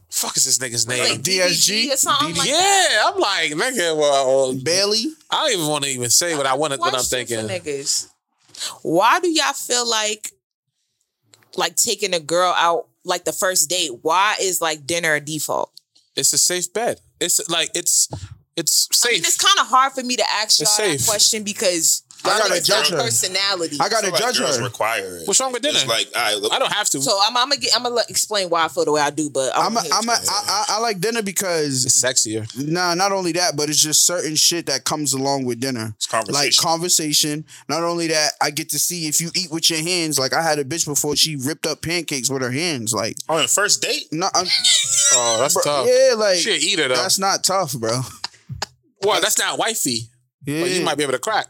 [SPEAKER 4] Fuck is this nigga's name?
[SPEAKER 3] Like
[SPEAKER 2] DSG?
[SPEAKER 3] DSG or something like that.
[SPEAKER 4] yeah, I'm like nigga. Well,
[SPEAKER 2] Bailey,
[SPEAKER 4] I don't even want to even say what I want to. What I'm
[SPEAKER 3] Question
[SPEAKER 4] thinking.
[SPEAKER 3] for niggas. Why do y'all feel like like taking a girl out like the first date? Why is like dinner a default?
[SPEAKER 4] It's a safe bet. It's like it's it's
[SPEAKER 3] I mean, it's
[SPEAKER 4] safe.
[SPEAKER 3] kind of hard for me to ask y'all
[SPEAKER 4] It's
[SPEAKER 3] that
[SPEAKER 4] safe.
[SPEAKER 3] question because
[SPEAKER 2] I
[SPEAKER 3] y'all
[SPEAKER 2] gotta
[SPEAKER 3] niggas
[SPEAKER 2] judge
[SPEAKER 3] got
[SPEAKER 2] her.
[SPEAKER 3] personality.
[SPEAKER 2] I gotta
[SPEAKER 5] I feel like
[SPEAKER 2] judge
[SPEAKER 5] girls
[SPEAKER 2] her.
[SPEAKER 5] require it.
[SPEAKER 4] What's wrong with dinner?
[SPEAKER 5] It's like, all right, look,
[SPEAKER 4] I don't have to.
[SPEAKER 3] So I'm, I'm gonna get, I'm gonna explain why I feel the way I do, but
[SPEAKER 2] I'm a,
[SPEAKER 3] gonna
[SPEAKER 2] I'm a, I, I, I like dinner because
[SPEAKER 4] it's sexier.
[SPEAKER 2] nah, not only that, but it's just certain shit that comes along with dinner.
[SPEAKER 5] it's conversation.
[SPEAKER 2] Like conversation. Not only that, I get to see if you eat with your hands. Like I had a bitch before she ripped up pancakes with her hands. Like
[SPEAKER 5] on a first date,
[SPEAKER 2] no, I'm,
[SPEAKER 4] Oh, that's tough.
[SPEAKER 2] yeah, like
[SPEAKER 4] She a eater though.
[SPEAKER 2] that's not tough, bro.
[SPEAKER 4] well, that's not wifey.
[SPEAKER 2] Yeah,
[SPEAKER 4] But you might be able to crack.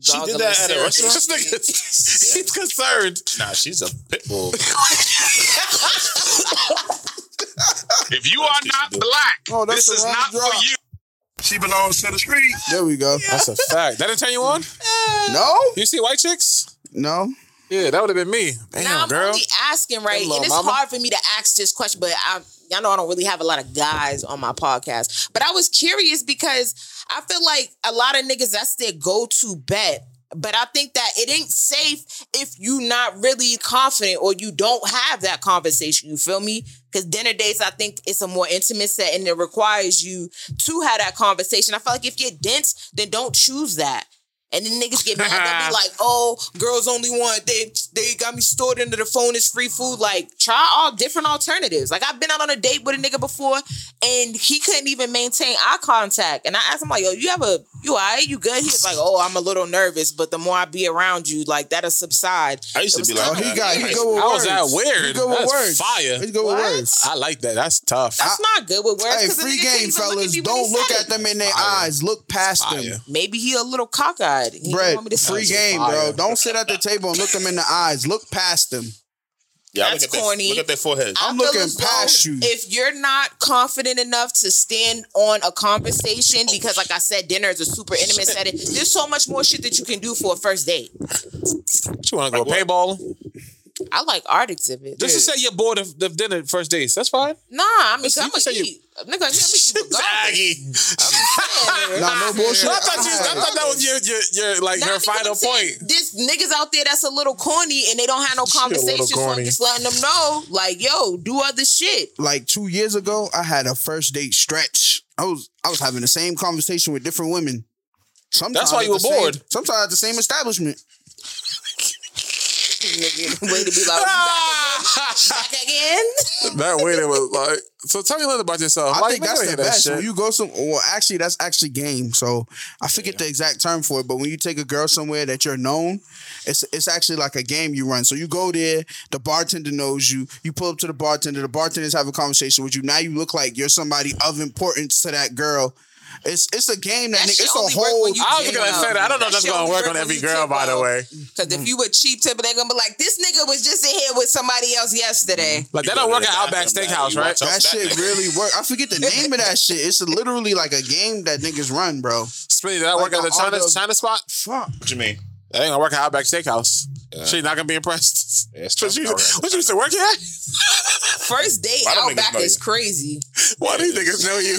[SPEAKER 5] she did that at a restaurant.
[SPEAKER 4] This nigga's he's concerned.
[SPEAKER 5] Nah, she's a pit bull.
[SPEAKER 8] If you are not black,
[SPEAKER 2] Oh,
[SPEAKER 8] this
[SPEAKER 2] that's the
[SPEAKER 8] is
[SPEAKER 2] wrong
[SPEAKER 8] not
[SPEAKER 2] drop.
[SPEAKER 8] for you. She belongs to the street.
[SPEAKER 2] there we go.
[SPEAKER 4] That's a fact. That didn't turn you on?
[SPEAKER 2] No,
[SPEAKER 4] You see white chicks?
[SPEAKER 2] no.
[SPEAKER 4] Yeah, that would have been me. Damn,
[SPEAKER 3] Now I'm
[SPEAKER 4] girl.
[SPEAKER 3] only asking, right?
[SPEAKER 4] Hello,
[SPEAKER 3] and it's
[SPEAKER 4] mama.
[SPEAKER 3] hard for me to ask this question, but I, y'all know I don't really have a lot of guys on my podcast. But I was curious because I feel like a lot of niggas that's their go to bet. But I think that it ain't safe if you not really confident or you don't have that conversation. You feel me? Because dinner dates, I think it's a more intimate set and it requires you to have that conversation. I feel like if you're dense, then don't choose that. And then niggas get mad at me like, oh, girls only want they they got me stored into the phone is free food. Like, try all different alternatives. Like I've been out on a date with a nigga before and he couldn't even maintain eye contact. And I asked him, like, yo, you have a you alright? You good? He was like, Oh, I'm a little nervous, but the more I be around you, like that'll subside.
[SPEAKER 5] I used to be like,
[SPEAKER 2] Oh, he
[SPEAKER 5] that.
[SPEAKER 2] got
[SPEAKER 5] I
[SPEAKER 2] he
[SPEAKER 5] used
[SPEAKER 2] go with
[SPEAKER 4] How is
[SPEAKER 2] words.
[SPEAKER 4] that weird?
[SPEAKER 2] He go with
[SPEAKER 4] That's
[SPEAKER 2] words.
[SPEAKER 4] fire.
[SPEAKER 2] He go with
[SPEAKER 3] What?
[SPEAKER 2] words.
[SPEAKER 4] I like that. That's tough.
[SPEAKER 3] That's not good with words.
[SPEAKER 2] Hey,
[SPEAKER 3] 'cause the
[SPEAKER 2] free
[SPEAKER 3] nigga couldn't
[SPEAKER 2] game,
[SPEAKER 3] even look at
[SPEAKER 2] fellas.
[SPEAKER 3] me when he
[SPEAKER 2] don't look
[SPEAKER 3] said
[SPEAKER 2] at
[SPEAKER 3] it.
[SPEAKER 2] them in their eyes. Look past them.
[SPEAKER 3] Maybe he a little cockeyed. He don't
[SPEAKER 2] Brett,
[SPEAKER 3] want me to
[SPEAKER 2] free
[SPEAKER 3] touch him.
[SPEAKER 2] game, bro.
[SPEAKER 4] Fire.
[SPEAKER 2] Don't sit at the table and look them in the eyes. Look past them.
[SPEAKER 5] yeah,
[SPEAKER 3] That's
[SPEAKER 5] look at
[SPEAKER 3] corny.
[SPEAKER 5] That, look at their forehead.
[SPEAKER 3] I
[SPEAKER 2] I'm
[SPEAKER 3] feel
[SPEAKER 2] looking
[SPEAKER 3] as though
[SPEAKER 2] past you.
[SPEAKER 3] If you're not confident enough to stand on a conversation,
[SPEAKER 4] Oh,
[SPEAKER 3] because like I said, dinner is a super intimate setting. There's so much more shit that you can do for a first date.
[SPEAKER 4] What you want to go paintballing?
[SPEAKER 3] I like art exhibits.
[SPEAKER 4] Just to say you're bored of, of dinner first days. That's fine.
[SPEAKER 3] nah, I mean,
[SPEAKER 4] Listen,
[SPEAKER 3] I'm
[SPEAKER 4] you can say
[SPEAKER 3] gonna
[SPEAKER 4] you-
[SPEAKER 3] eat. Nigga, I'm gonna eat regardless.
[SPEAKER 2] Nah, no bullshit.
[SPEAKER 4] I thought, you, I thought that was your, your, your like
[SPEAKER 3] Nah,
[SPEAKER 4] her
[SPEAKER 3] nigga, what
[SPEAKER 4] final
[SPEAKER 3] I'm saying,
[SPEAKER 4] point.
[SPEAKER 3] This niggas out there that's a little corny and they don't have no conversation. So I'm
[SPEAKER 4] corny.
[SPEAKER 3] just letting them know, like, yo, do other shit.
[SPEAKER 2] Like two years ago, I had a first date stretch. I was I was having the same conversation with different women. Sometimes
[SPEAKER 4] That's why
[SPEAKER 2] at
[SPEAKER 4] you were
[SPEAKER 2] the same-
[SPEAKER 4] bored.
[SPEAKER 2] sometimes at the same establishment.
[SPEAKER 3] Nigga, way to be like, you back again?
[SPEAKER 6] That way they was like. So tell me a little about yourself.
[SPEAKER 2] I
[SPEAKER 6] like,
[SPEAKER 2] think
[SPEAKER 6] man,
[SPEAKER 2] that's
[SPEAKER 6] I
[SPEAKER 2] the
[SPEAKER 6] hear that
[SPEAKER 2] best.
[SPEAKER 6] shit.
[SPEAKER 2] When you go some, well, actually, that's actually game. So I forget the exact term for it, but when you take a girl somewhere that you're known, it's it's actually like a game you run. So you go there, the bartender knows you. You pull up to the bartender, the bartender's having a conversation with you. Now you look like you're somebody of importance to that girl. It's it's a game that,
[SPEAKER 3] That
[SPEAKER 2] nigga,
[SPEAKER 3] shit
[SPEAKER 2] it's a
[SPEAKER 3] only work
[SPEAKER 2] whole.
[SPEAKER 3] when you
[SPEAKER 6] I was
[SPEAKER 3] tip
[SPEAKER 6] gonna
[SPEAKER 3] well.
[SPEAKER 6] say that. I don't know if that's
[SPEAKER 3] shit
[SPEAKER 6] gonna
[SPEAKER 3] only
[SPEAKER 6] work on
[SPEAKER 3] when
[SPEAKER 6] every
[SPEAKER 3] you
[SPEAKER 6] girl,
[SPEAKER 3] tip
[SPEAKER 6] by the
[SPEAKER 3] well.
[SPEAKER 6] way.
[SPEAKER 3] Because if you a cheap tipper, they're gonna be like, this nigga was just in here with somebody else yesterday.
[SPEAKER 4] Like, that don't
[SPEAKER 5] go to
[SPEAKER 4] work
[SPEAKER 5] the
[SPEAKER 4] at Outback
[SPEAKER 5] bathroom, man.
[SPEAKER 4] Steakhouse,
[SPEAKER 5] You
[SPEAKER 4] right?
[SPEAKER 5] watch out
[SPEAKER 2] That
[SPEAKER 5] for that
[SPEAKER 2] shit
[SPEAKER 5] nigga.
[SPEAKER 2] really work. I forget the name of that shit. It's literally like a game that niggas run, bro.
[SPEAKER 4] Spinny, did I
[SPEAKER 2] Like
[SPEAKER 4] work at the
[SPEAKER 2] all
[SPEAKER 4] China,
[SPEAKER 2] those-
[SPEAKER 4] China spot?
[SPEAKER 2] Fuck.
[SPEAKER 5] What you mean?
[SPEAKER 4] That ain't gonna work at Outback Steakhouse. She's not gonna be impressed.
[SPEAKER 5] Yeah, it's
[SPEAKER 4] What you,
[SPEAKER 5] tough. Alright.
[SPEAKER 4] what you used to work at?
[SPEAKER 3] First date
[SPEAKER 5] Why don't
[SPEAKER 3] out back
[SPEAKER 5] niggas know
[SPEAKER 3] is
[SPEAKER 5] you?
[SPEAKER 3] crazy.
[SPEAKER 4] Why these niggas know you?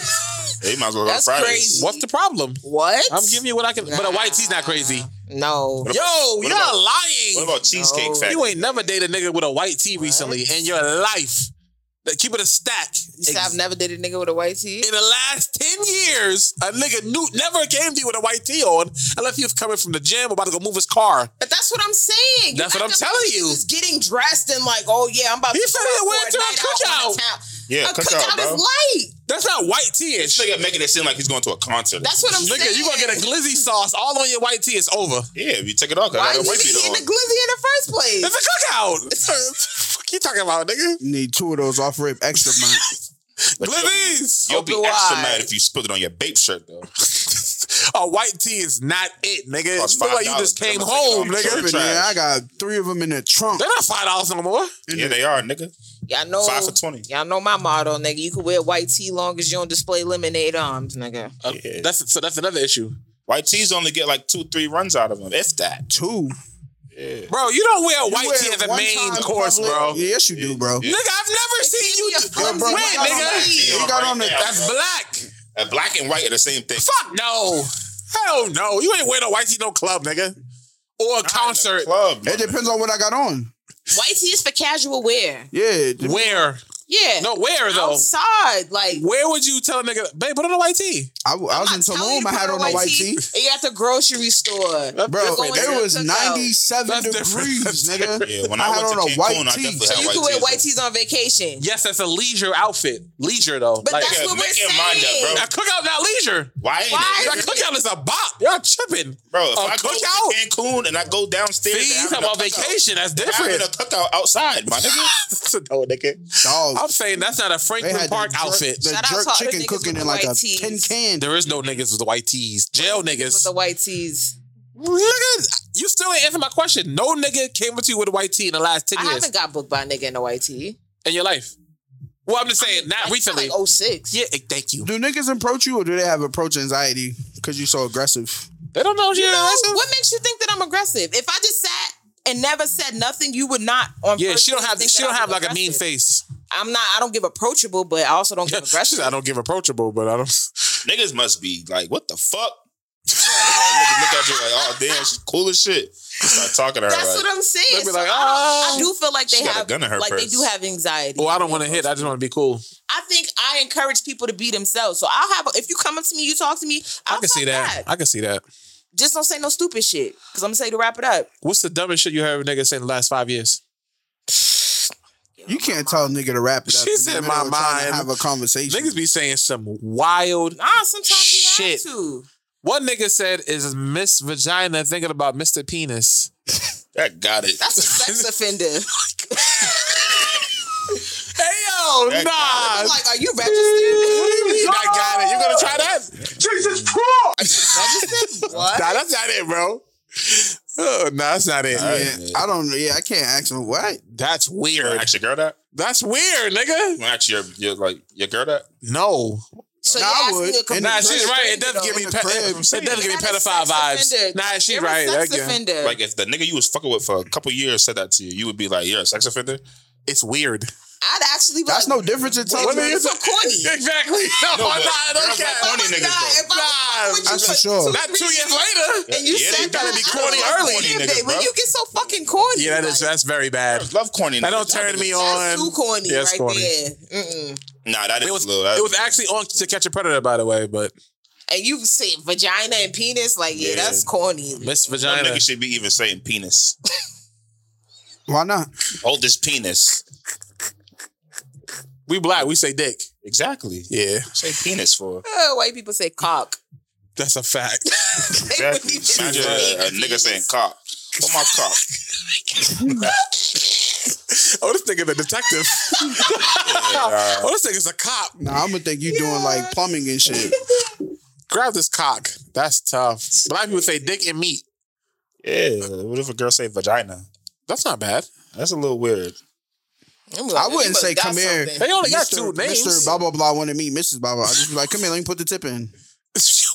[SPEAKER 5] They might as well go
[SPEAKER 3] That's
[SPEAKER 5] Fridays.
[SPEAKER 3] crazy.
[SPEAKER 4] What's the problem?
[SPEAKER 3] What?
[SPEAKER 4] I'm giving you what I can. But a white tee's not crazy.
[SPEAKER 3] No.
[SPEAKER 5] What
[SPEAKER 4] Yo,
[SPEAKER 5] what
[SPEAKER 4] you're
[SPEAKER 5] about-
[SPEAKER 4] lying.
[SPEAKER 5] What about Cheesecake
[SPEAKER 3] No.
[SPEAKER 5] Factory?
[SPEAKER 4] you ain't never dated a nigga with a white tee recently in your life. Like, Keep it a stack.
[SPEAKER 3] You said I've never dated a nigga with a white tee.
[SPEAKER 4] in the last 10 years, a nigga knew, never came to you with a white tee on unless he was coming from the gym about to go move his car.
[SPEAKER 3] But that's what I'm saying. You
[SPEAKER 4] That's what
[SPEAKER 3] act
[SPEAKER 4] I'm
[SPEAKER 3] like
[SPEAKER 4] telling
[SPEAKER 3] he
[SPEAKER 4] you.
[SPEAKER 3] was getting dressed and like, oh yeah, I'm about
[SPEAKER 4] He
[SPEAKER 3] to
[SPEAKER 4] said
[SPEAKER 3] go
[SPEAKER 4] he
[SPEAKER 3] out for
[SPEAKER 4] went to a
[SPEAKER 3] night out on the town.
[SPEAKER 5] Yeah,
[SPEAKER 3] a
[SPEAKER 5] cookout,
[SPEAKER 3] cookout
[SPEAKER 5] bro.
[SPEAKER 3] is light.
[SPEAKER 4] That's not white tee
[SPEAKER 5] This
[SPEAKER 4] ish.
[SPEAKER 5] nigga making it seem like he's going to a concert.
[SPEAKER 3] That's what I'm saying.
[SPEAKER 4] Nigga, you gonna get a glizzy sauce all on your white tee. It's over.
[SPEAKER 5] yeah, we take it off. 'cause
[SPEAKER 3] Why
[SPEAKER 5] I
[SPEAKER 3] you
[SPEAKER 5] got a white
[SPEAKER 3] even
[SPEAKER 5] beat
[SPEAKER 3] eating
[SPEAKER 5] on.
[SPEAKER 3] the glizzy in the first place?
[SPEAKER 4] It's a cookout. fuck you talking about, nigga?
[SPEAKER 2] Need two of those off rip extra month.
[SPEAKER 4] Glizzies.
[SPEAKER 5] You'll be
[SPEAKER 3] Open
[SPEAKER 5] extra
[SPEAKER 3] wide.
[SPEAKER 5] mad if you spilled it on your bape shirt though.
[SPEAKER 4] A white tee is not it, nigga.
[SPEAKER 5] Costs
[SPEAKER 4] It look like you
[SPEAKER 5] $5.
[SPEAKER 4] just came
[SPEAKER 5] I'ma take it
[SPEAKER 4] home,
[SPEAKER 5] off.
[SPEAKER 4] nigga.
[SPEAKER 5] Sure.
[SPEAKER 2] Tripping, yeah, I got three of them in the trunk.
[SPEAKER 4] They're not five dollars no more.
[SPEAKER 5] yeah, they are, nigga.
[SPEAKER 3] Y'all know
[SPEAKER 5] Five for 20.
[SPEAKER 3] Y'all know my motto, nigga. You can wear white tee long as you don't display lemonade arms, nigga.
[SPEAKER 4] Uh,
[SPEAKER 5] Yeah.
[SPEAKER 4] That's so. That's another issue,
[SPEAKER 5] White tees only get like two, three runs out of them, if that.
[SPEAKER 2] Two.
[SPEAKER 4] bro. You don't wear a white
[SPEAKER 2] You wear
[SPEAKER 4] tee as a
[SPEAKER 2] one
[SPEAKER 4] main
[SPEAKER 2] time
[SPEAKER 4] course,
[SPEAKER 2] public-
[SPEAKER 4] bro.
[SPEAKER 2] Yeah, yes, you do, bro.
[SPEAKER 5] Yeah.
[SPEAKER 4] Nigga, I've never seen you.
[SPEAKER 3] Give me a
[SPEAKER 2] Yeah, bro, you got on
[SPEAKER 3] flimsy
[SPEAKER 4] Wait, nigga.
[SPEAKER 2] that-
[SPEAKER 5] Yeah,
[SPEAKER 2] You got
[SPEAKER 5] right
[SPEAKER 2] on
[SPEAKER 5] now.
[SPEAKER 2] the
[SPEAKER 4] That's black.
[SPEAKER 5] Uh, black and white are the same thing.
[SPEAKER 4] Fuck no. Hell no. You ain't wearing a white tee no club, nigga. Or a concert.
[SPEAKER 5] club.
[SPEAKER 2] It depends on what I got on.
[SPEAKER 3] White tee is for casual wear.
[SPEAKER 2] Yeah. it dep-
[SPEAKER 4] Where?
[SPEAKER 3] Yeah.
[SPEAKER 4] No, where though?
[SPEAKER 3] Outside, like
[SPEAKER 4] Where would you tell a nigga, babe, put on a white tee?
[SPEAKER 2] I, w- I was in
[SPEAKER 3] I'm telling you
[SPEAKER 2] Tulum.
[SPEAKER 3] to
[SPEAKER 2] I had on
[SPEAKER 3] put
[SPEAKER 2] a white tee.
[SPEAKER 3] And you at the grocery store,
[SPEAKER 2] Bro,
[SPEAKER 3] You're going to
[SPEAKER 2] it
[SPEAKER 3] a
[SPEAKER 2] was
[SPEAKER 3] cookout.
[SPEAKER 2] 97
[SPEAKER 4] That's different.
[SPEAKER 2] degrees, nigga.
[SPEAKER 5] Yeah, when
[SPEAKER 2] I
[SPEAKER 5] I,
[SPEAKER 2] had
[SPEAKER 5] went
[SPEAKER 2] on
[SPEAKER 5] to
[SPEAKER 2] a
[SPEAKER 5] Cancun,
[SPEAKER 2] white
[SPEAKER 5] I
[SPEAKER 2] tee.
[SPEAKER 5] definitely
[SPEAKER 2] So
[SPEAKER 5] had
[SPEAKER 3] You
[SPEAKER 5] white
[SPEAKER 3] can wear
[SPEAKER 5] tees
[SPEAKER 3] white
[SPEAKER 5] on.
[SPEAKER 3] tees on vacation.
[SPEAKER 4] Yes, that's a leisure outfit. Leisure though.
[SPEAKER 3] But
[SPEAKER 4] like,
[SPEAKER 3] that's what
[SPEAKER 5] yeah,
[SPEAKER 3] we're
[SPEAKER 5] make your mind up,
[SPEAKER 3] saying.
[SPEAKER 5] bro.
[SPEAKER 4] a cookout not leisure.
[SPEAKER 5] Why? ain't
[SPEAKER 3] Why?
[SPEAKER 5] it?
[SPEAKER 4] That cookout is a bop. Y'all tripping.
[SPEAKER 5] Bro, if
[SPEAKER 4] A
[SPEAKER 5] I go
[SPEAKER 4] cookout?
[SPEAKER 5] to Cancun and I go downstairs,
[SPEAKER 4] See,
[SPEAKER 5] they're
[SPEAKER 4] you talking
[SPEAKER 5] having a
[SPEAKER 4] about
[SPEAKER 5] cookout.
[SPEAKER 4] vacation. That's
[SPEAKER 5] They're having
[SPEAKER 4] different.
[SPEAKER 5] a cookout outside, my nigga.
[SPEAKER 4] no, nigga.
[SPEAKER 2] Dog,
[SPEAKER 4] I'm saying that's not a
[SPEAKER 2] they
[SPEAKER 4] Franklin
[SPEAKER 2] had
[SPEAKER 4] Park
[SPEAKER 2] the jerk,
[SPEAKER 4] outfit.
[SPEAKER 2] The
[SPEAKER 3] Shout out
[SPEAKER 2] jerk
[SPEAKER 3] to all the
[SPEAKER 2] chicken
[SPEAKER 3] niggas
[SPEAKER 2] cooking
[SPEAKER 3] with
[SPEAKER 2] in
[SPEAKER 3] the
[SPEAKER 2] like a
[SPEAKER 3] white tees.
[SPEAKER 2] tin can.
[SPEAKER 4] There is no niggas with the white tees. Jail
[SPEAKER 3] with
[SPEAKER 4] niggas.
[SPEAKER 3] the white tees.
[SPEAKER 4] Nigga, you still ain't answering my question. No nigga came up to you with a white tee in the last 10
[SPEAKER 3] I
[SPEAKER 4] years
[SPEAKER 3] haven't got booked by a nigga in a white tee.
[SPEAKER 4] in your life. Well, I'm just saying, not
[SPEAKER 3] Like,
[SPEAKER 4] recently.
[SPEAKER 3] Like oh, 06.
[SPEAKER 4] yeah, eh, thank you.
[SPEAKER 2] Do niggas approach you or do they have approach anxiety because you so aggressive?
[SPEAKER 4] They don't know you.
[SPEAKER 3] You know, what makes you think that I'm aggressive? If I just sat and never said nothing, you would not. On
[SPEAKER 4] yeah,
[SPEAKER 3] first
[SPEAKER 4] she don't
[SPEAKER 3] glance
[SPEAKER 4] have
[SPEAKER 3] think
[SPEAKER 4] she
[SPEAKER 3] that
[SPEAKER 4] don't
[SPEAKER 3] I'm
[SPEAKER 4] have like a mean
[SPEAKER 3] aggressive.
[SPEAKER 4] face.
[SPEAKER 3] I'm not. I don't give approachable, but I also don't give
[SPEAKER 4] She
[SPEAKER 3] aggressive.
[SPEAKER 4] said, I don't give approachable, but I don't.
[SPEAKER 5] Niggas must be like, what the fuck? Niggas look at you like, oh damn, she's cool as shit. Start talking to her
[SPEAKER 3] That's
[SPEAKER 5] like,
[SPEAKER 3] what I'm saying.
[SPEAKER 4] They'll be
[SPEAKER 3] So
[SPEAKER 4] like,
[SPEAKER 3] I, don't- I
[SPEAKER 4] "Oh."
[SPEAKER 3] do feel like they
[SPEAKER 5] She got a
[SPEAKER 3] have,
[SPEAKER 5] gun in her
[SPEAKER 3] like they
[SPEAKER 5] purse.
[SPEAKER 3] do have anxiety.
[SPEAKER 4] Well, I don't want to hit. I just want to be cool.
[SPEAKER 3] I think I encourage people to be themselves. So I'll have. A, if you come up to me, you talk to me.
[SPEAKER 4] i
[SPEAKER 3] I'll
[SPEAKER 4] can see
[SPEAKER 3] talk
[SPEAKER 4] that.
[SPEAKER 3] back.
[SPEAKER 4] I can see that.
[SPEAKER 3] Just don't say no stupid shit. Cause I'm gonna say to wrap it up.
[SPEAKER 4] What's the dumbest shit you heard a nigga say in the last five years?
[SPEAKER 2] You can't tell a nigga to wrap it up.
[SPEAKER 4] She
[SPEAKER 2] in the
[SPEAKER 4] said
[SPEAKER 2] middle
[SPEAKER 4] my
[SPEAKER 2] of trying to
[SPEAKER 4] mind.
[SPEAKER 2] Have a conversation.
[SPEAKER 4] Niggas be saying some wild.
[SPEAKER 3] Nah,
[SPEAKER 4] Ah,
[SPEAKER 3] sometimes you
[SPEAKER 4] Shit.
[SPEAKER 3] have to.
[SPEAKER 4] One nigga said is Miss Vagina thinking about Mr. Penis.
[SPEAKER 5] that got it.
[SPEAKER 3] That's a sex offender.
[SPEAKER 4] Hey yo,
[SPEAKER 5] That got
[SPEAKER 4] nah.
[SPEAKER 3] like, are you registered?
[SPEAKER 4] I got it. You gonna try that?
[SPEAKER 3] registered? What?
[SPEAKER 4] Nah, that's not it, bro. Oh, nah, that's not it.
[SPEAKER 5] All right,
[SPEAKER 2] Yeah,
[SPEAKER 5] man.
[SPEAKER 2] I don't. Yeah, I can't ask him what.
[SPEAKER 4] That's weird.
[SPEAKER 5] Ask your girl that.
[SPEAKER 4] That's weird, nigga.
[SPEAKER 5] You wanna Ask your, your like your girl that.
[SPEAKER 4] No.
[SPEAKER 3] So
[SPEAKER 2] Nah, I
[SPEAKER 3] you're
[SPEAKER 2] would.
[SPEAKER 3] asking a complete
[SPEAKER 4] Nah, she's
[SPEAKER 3] stranger,
[SPEAKER 4] right. It does
[SPEAKER 3] though.
[SPEAKER 4] give me
[SPEAKER 2] In the
[SPEAKER 4] pe-
[SPEAKER 2] crib, I'm
[SPEAKER 4] it does
[SPEAKER 2] saying.
[SPEAKER 4] give me
[SPEAKER 3] You're not a
[SPEAKER 4] pedophile
[SPEAKER 3] sex
[SPEAKER 4] vibes.
[SPEAKER 3] offender.
[SPEAKER 4] Nah, she's
[SPEAKER 3] You're a
[SPEAKER 4] right.
[SPEAKER 3] sex
[SPEAKER 4] That girl-
[SPEAKER 3] offender.
[SPEAKER 5] Like if the nigga you was fucking with for a couple years said that to you, you would be like, you're a sex offender.
[SPEAKER 4] It's weird.
[SPEAKER 3] I'd actually. be
[SPEAKER 2] That's
[SPEAKER 3] like,
[SPEAKER 2] no difference in telling
[SPEAKER 4] What
[SPEAKER 2] me.
[SPEAKER 4] are you
[SPEAKER 3] so corny.
[SPEAKER 4] Exactly. No,
[SPEAKER 5] No,
[SPEAKER 4] nah,
[SPEAKER 5] but
[SPEAKER 4] I don't
[SPEAKER 5] girls
[SPEAKER 4] care.
[SPEAKER 5] like corny
[SPEAKER 3] Nah,
[SPEAKER 5] niggas
[SPEAKER 3] if I was
[SPEAKER 4] Nah,
[SPEAKER 2] that's
[SPEAKER 3] fucking with you
[SPEAKER 2] for sure.
[SPEAKER 4] Not two years later.
[SPEAKER 3] And you
[SPEAKER 5] Yeah,
[SPEAKER 3] said
[SPEAKER 5] they
[SPEAKER 3] that,
[SPEAKER 5] gotta be
[SPEAKER 3] I
[SPEAKER 5] corny
[SPEAKER 3] don't
[SPEAKER 5] early.
[SPEAKER 3] understand
[SPEAKER 5] Niggas,
[SPEAKER 3] it.
[SPEAKER 5] bro.
[SPEAKER 3] When you get so fucking corny,
[SPEAKER 4] Yeah, that is
[SPEAKER 3] like,
[SPEAKER 4] that's very bad.
[SPEAKER 5] though. Love corny.
[SPEAKER 4] That don't
[SPEAKER 5] niggas.
[SPEAKER 4] turn me
[SPEAKER 3] that's too
[SPEAKER 4] on.
[SPEAKER 3] corny
[SPEAKER 4] Yeah, it's
[SPEAKER 3] right
[SPEAKER 4] corny.
[SPEAKER 3] there. Mm-mm.
[SPEAKER 5] Nah, that is
[SPEAKER 4] It was
[SPEAKER 5] a little. That
[SPEAKER 4] it was actually on to catch a predator, by the way, but
[SPEAKER 3] And you say vagina and penis, like yeah,
[SPEAKER 5] Yeah.
[SPEAKER 3] that's corny.
[SPEAKER 4] Miss
[SPEAKER 5] Some
[SPEAKER 4] Vagina.
[SPEAKER 5] niggas should be even saying penis.
[SPEAKER 2] Why not?
[SPEAKER 5] Hold this penis.
[SPEAKER 4] We black, we say dick.
[SPEAKER 5] Exactly.
[SPEAKER 4] Yeah.
[SPEAKER 5] Say penis for.
[SPEAKER 3] Uh, white people say cock.
[SPEAKER 4] That's a fact.
[SPEAKER 3] They
[SPEAKER 5] Exactly.
[SPEAKER 3] wouldn't even
[SPEAKER 5] Imagine
[SPEAKER 3] say
[SPEAKER 5] a, a nigga
[SPEAKER 3] penis.
[SPEAKER 5] saying cop. What my cop?
[SPEAKER 4] oh, this nigga's a detective.
[SPEAKER 5] Yeah,
[SPEAKER 4] oh, this nigga's a cop.
[SPEAKER 2] Nah, I'm gonna think you doing like plumbing and shit.
[SPEAKER 4] Grab this cock. That's tough. Black people say dick and meat.
[SPEAKER 5] yeah. What if a girl say vagina?
[SPEAKER 4] That's not bad.
[SPEAKER 5] That's a little weird.
[SPEAKER 3] I'm like,
[SPEAKER 2] I wouldn't
[SPEAKER 3] you must
[SPEAKER 2] say
[SPEAKER 3] got
[SPEAKER 2] come here.
[SPEAKER 3] something.
[SPEAKER 4] They only got
[SPEAKER 2] Mr.
[SPEAKER 4] two names.
[SPEAKER 2] Mr. Blah blah blah wanted me, Mrs. Blah blah. I just be like, come here, let me put the tip in.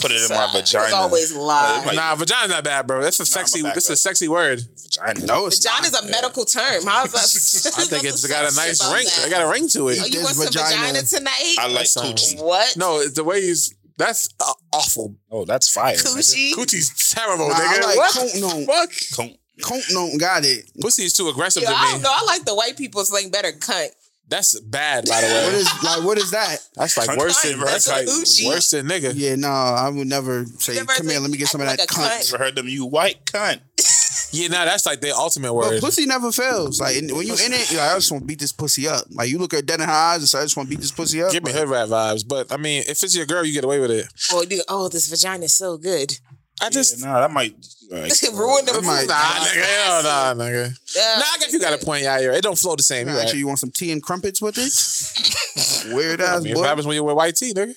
[SPEAKER 5] Put it in my
[SPEAKER 3] It's
[SPEAKER 5] vagina.
[SPEAKER 3] always lie.
[SPEAKER 5] Like-
[SPEAKER 4] nah, vagina's not bad, bro. That's a sexy.
[SPEAKER 5] back
[SPEAKER 4] That's a
[SPEAKER 5] up.
[SPEAKER 4] sexy word.
[SPEAKER 5] vagina.
[SPEAKER 2] No, it's
[SPEAKER 3] Vagina is a medical term. How's that?
[SPEAKER 4] I think it's
[SPEAKER 3] What's
[SPEAKER 4] got a
[SPEAKER 3] the
[SPEAKER 4] nice
[SPEAKER 3] about
[SPEAKER 4] ring.
[SPEAKER 3] that?
[SPEAKER 4] It got a ring to
[SPEAKER 3] Oh,
[SPEAKER 4] it.
[SPEAKER 3] you
[SPEAKER 2] There's
[SPEAKER 3] want some
[SPEAKER 2] vagina.
[SPEAKER 3] vagina tonight?
[SPEAKER 5] I like
[SPEAKER 4] That sounds-
[SPEAKER 5] coochie.
[SPEAKER 3] what?
[SPEAKER 4] No, it's the way he's
[SPEAKER 6] That's uh, awful.
[SPEAKER 5] Oh, that's fire.
[SPEAKER 3] Coochie.
[SPEAKER 6] Coochie's
[SPEAKER 4] Oh,
[SPEAKER 6] terrible,
[SPEAKER 2] Nah, I
[SPEAKER 6] nigga.
[SPEAKER 2] like
[SPEAKER 6] what?
[SPEAKER 2] Coke Note.
[SPEAKER 6] Fuck.
[SPEAKER 5] Coon.
[SPEAKER 2] Coke Note got it.
[SPEAKER 4] Pussy is too aggressive
[SPEAKER 3] Yo, I
[SPEAKER 4] to
[SPEAKER 3] don't
[SPEAKER 4] me.
[SPEAKER 3] know. I like the white people slang better. Cunt.
[SPEAKER 4] That's bad, by the
[SPEAKER 2] What
[SPEAKER 4] way.
[SPEAKER 2] is like? What is that?
[SPEAKER 4] That's like
[SPEAKER 5] Cunt.
[SPEAKER 4] worse than
[SPEAKER 5] Cunt.
[SPEAKER 4] that's like
[SPEAKER 3] Coochie.
[SPEAKER 4] worse than nigga.
[SPEAKER 2] Yeah, no, I would never say.
[SPEAKER 3] Never
[SPEAKER 2] Come here,
[SPEAKER 3] think
[SPEAKER 2] let me get some of
[SPEAKER 3] like
[SPEAKER 2] that
[SPEAKER 3] a
[SPEAKER 2] cunt.
[SPEAKER 3] cunt.
[SPEAKER 5] Never heard them. You white cunt.
[SPEAKER 4] Yeah, nah, that's like their ultimate
[SPEAKER 2] But
[SPEAKER 4] word.
[SPEAKER 2] pussy never fails. Like and when you in it, you're like I just want to beat this pussy up. Like you look her dead in her eyes and say, I just want to beat this pussy up.
[SPEAKER 4] Give me hood rat vibes, but I mean, if it's your girl, you get away with it.
[SPEAKER 3] Oh, dude. Oh, this vagina's so good.
[SPEAKER 4] I just
[SPEAKER 5] Yeah, nah, that might. Like,
[SPEAKER 3] Ruin the
[SPEAKER 2] That might-
[SPEAKER 3] food.
[SPEAKER 4] nah, nigga, hell nah, nigga.
[SPEAKER 3] Uh, Yeah.
[SPEAKER 4] Nah, I guess you got a point, yeah, yeah. It don't flow the same. You
[SPEAKER 2] Nah, actually,
[SPEAKER 4] right.
[SPEAKER 2] you want some tea and crumpets with it? Weird ass
[SPEAKER 4] I mean,
[SPEAKER 2] boy.
[SPEAKER 4] what happens when you wear white tee, nigga?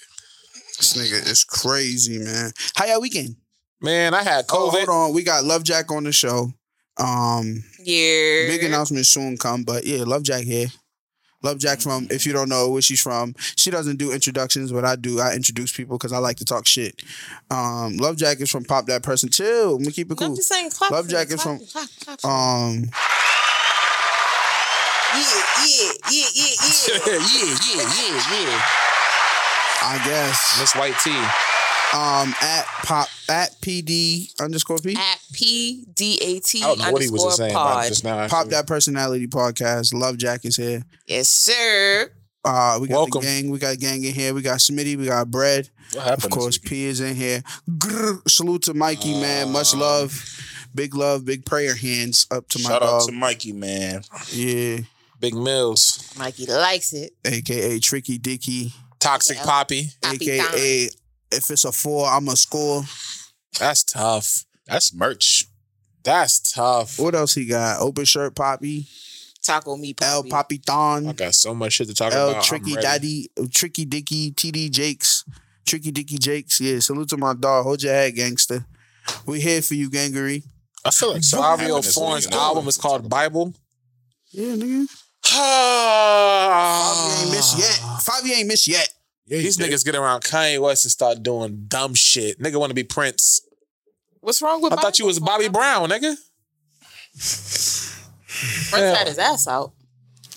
[SPEAKER 2] This nigga is crazy, man. How y'all weekend?
[SPEAKER 4] Man, I had
[SPEAKER 2] Oh,
[SPEAKER 4] COVID.
[SPEAKER 2] hold on. We got Love Jack on the show. Um,
[SPEAKER 3] Yeah.
[SPEAKER 2] big announcement soon come, but yeah, Love Jack here. Love Jack from, if you don't know where she's from, she doesn't do introductions, but I do. I introduce people because I like to talk shit. Um, Love Jack is from Pop That Person. Chill. I'm gonna keep it
[SPEAKER 3] No, I'm
[SPEAKER 2] cool.
[SPEAKER 3] just saying. Clap
[SPEAKER 2] Love
[SPEAKER 3] for
[SPEAKER 2] Jack
[SPEAKER 3] me,
[SPEAKER 2] is
[SPEAKER 3] clap,
[SPEAKER 2] from-
[SPEAKER 3] clap, clap.
[SPEAKER 2] Um,
[SPEAKER 3] Yeah, yeah, yeah, yeah, yeah.
[SPEAKER 4] yeah, yeah, yeah, yeah.
[SPEAKER 2] I guess.
[SPEAKER 4] Miss White T.
[SPEAKER 2] Um, at pop at PD underscore P.
[SPEAKER 3] At P D A T
[SPEAKER 4] I don't know what he was
[SPEAKER 3] underscore
[SPEAKER 4] just saying about
[SPEAKER 3] pod.
[SPEAKER 4] just now.
[SPEAKER 2] Pop
[SPEAKER 4] actually.
[SPEAKER 2] that personality podcast. Love Jack is here.
[SPEAKER 3] Yes, sir.
[SPEAKER 2] Uh, we got
[SPEAKER 4] Welcome.
[SPEAKER 2] the gang. We got gang in here. We got Smitty. We got Bread.
[SPEAKER 5] What happened?
[SPEAKER 2] Of course, P is in here. Grr, salute to Mikey, man. Much love. Big love. Big prayer hands up to my
[SPEAKER 5] Shout
[SPEAKER 2] dog.
[SPEAKER 5] out to Mikey, man.
[SPEAKER 2] yeah.
[SPEAKER 4] Big Mills,
[SPEAKER 3] Mikey likes it.
[SPEAKER 2] AKA Tricky Dicky.
[SPEAKER 4] Toxic
[SPEAKER 3] Yeah.
[SPEAKER 4] Poppy.
[SPEAKER 3] Poppy Don.
[SPEAKER 2] AKA if it's a four, I'm a score.
[SPEAKER 4] That's tough.
[SPEAKER 5] That's merch.
[SPEAKER 4] That's tough.
[SPEAKER 2] What else he got? Open shirt Poppy.
[SPEAKER 3] Taco me
[SPEAKER 2] El
[SPEAKER 3] Poppy.
[SPEAKER 2] Poppy Thon.
[SPEAKER 4] I got so much shit to talk
[SPEAKER 2] L
[SPEAKER 4] about. I'm
[SPEAKER 2] Tricky
[SPEAKER 4] ready.
[SPEAKER 2] Daddy, Tricky Dicky, TD Jakes, Tricky Dicky Jakes. Yeah, salute to my dog. Hold your head, gangster. We here for you, gangery.
[SPEAKER 5] I feel like something
[SPEAKER 4] Mario
[SPEAKER 5] happened this
[SPEAKER 4] Foreign's
[SPEAKER 5] week, you know?
[SPEAKER 4] album is called Bible.
[SPEAKER 2] Yeah, nigga. Five you ain't missed yet. Five you ain't missed yet.
[SPEAKER 5] Yeah,
[SPEAKER 4] These niggas get around Kanye West and start doing dumb shit. Nigga want to be Prince.
[SPEAKER 3] What's wrong with
[SPEAKER 4] I thought you was Bobby Brown, nigga.
[SPEAKER 3] Prince had his ass out.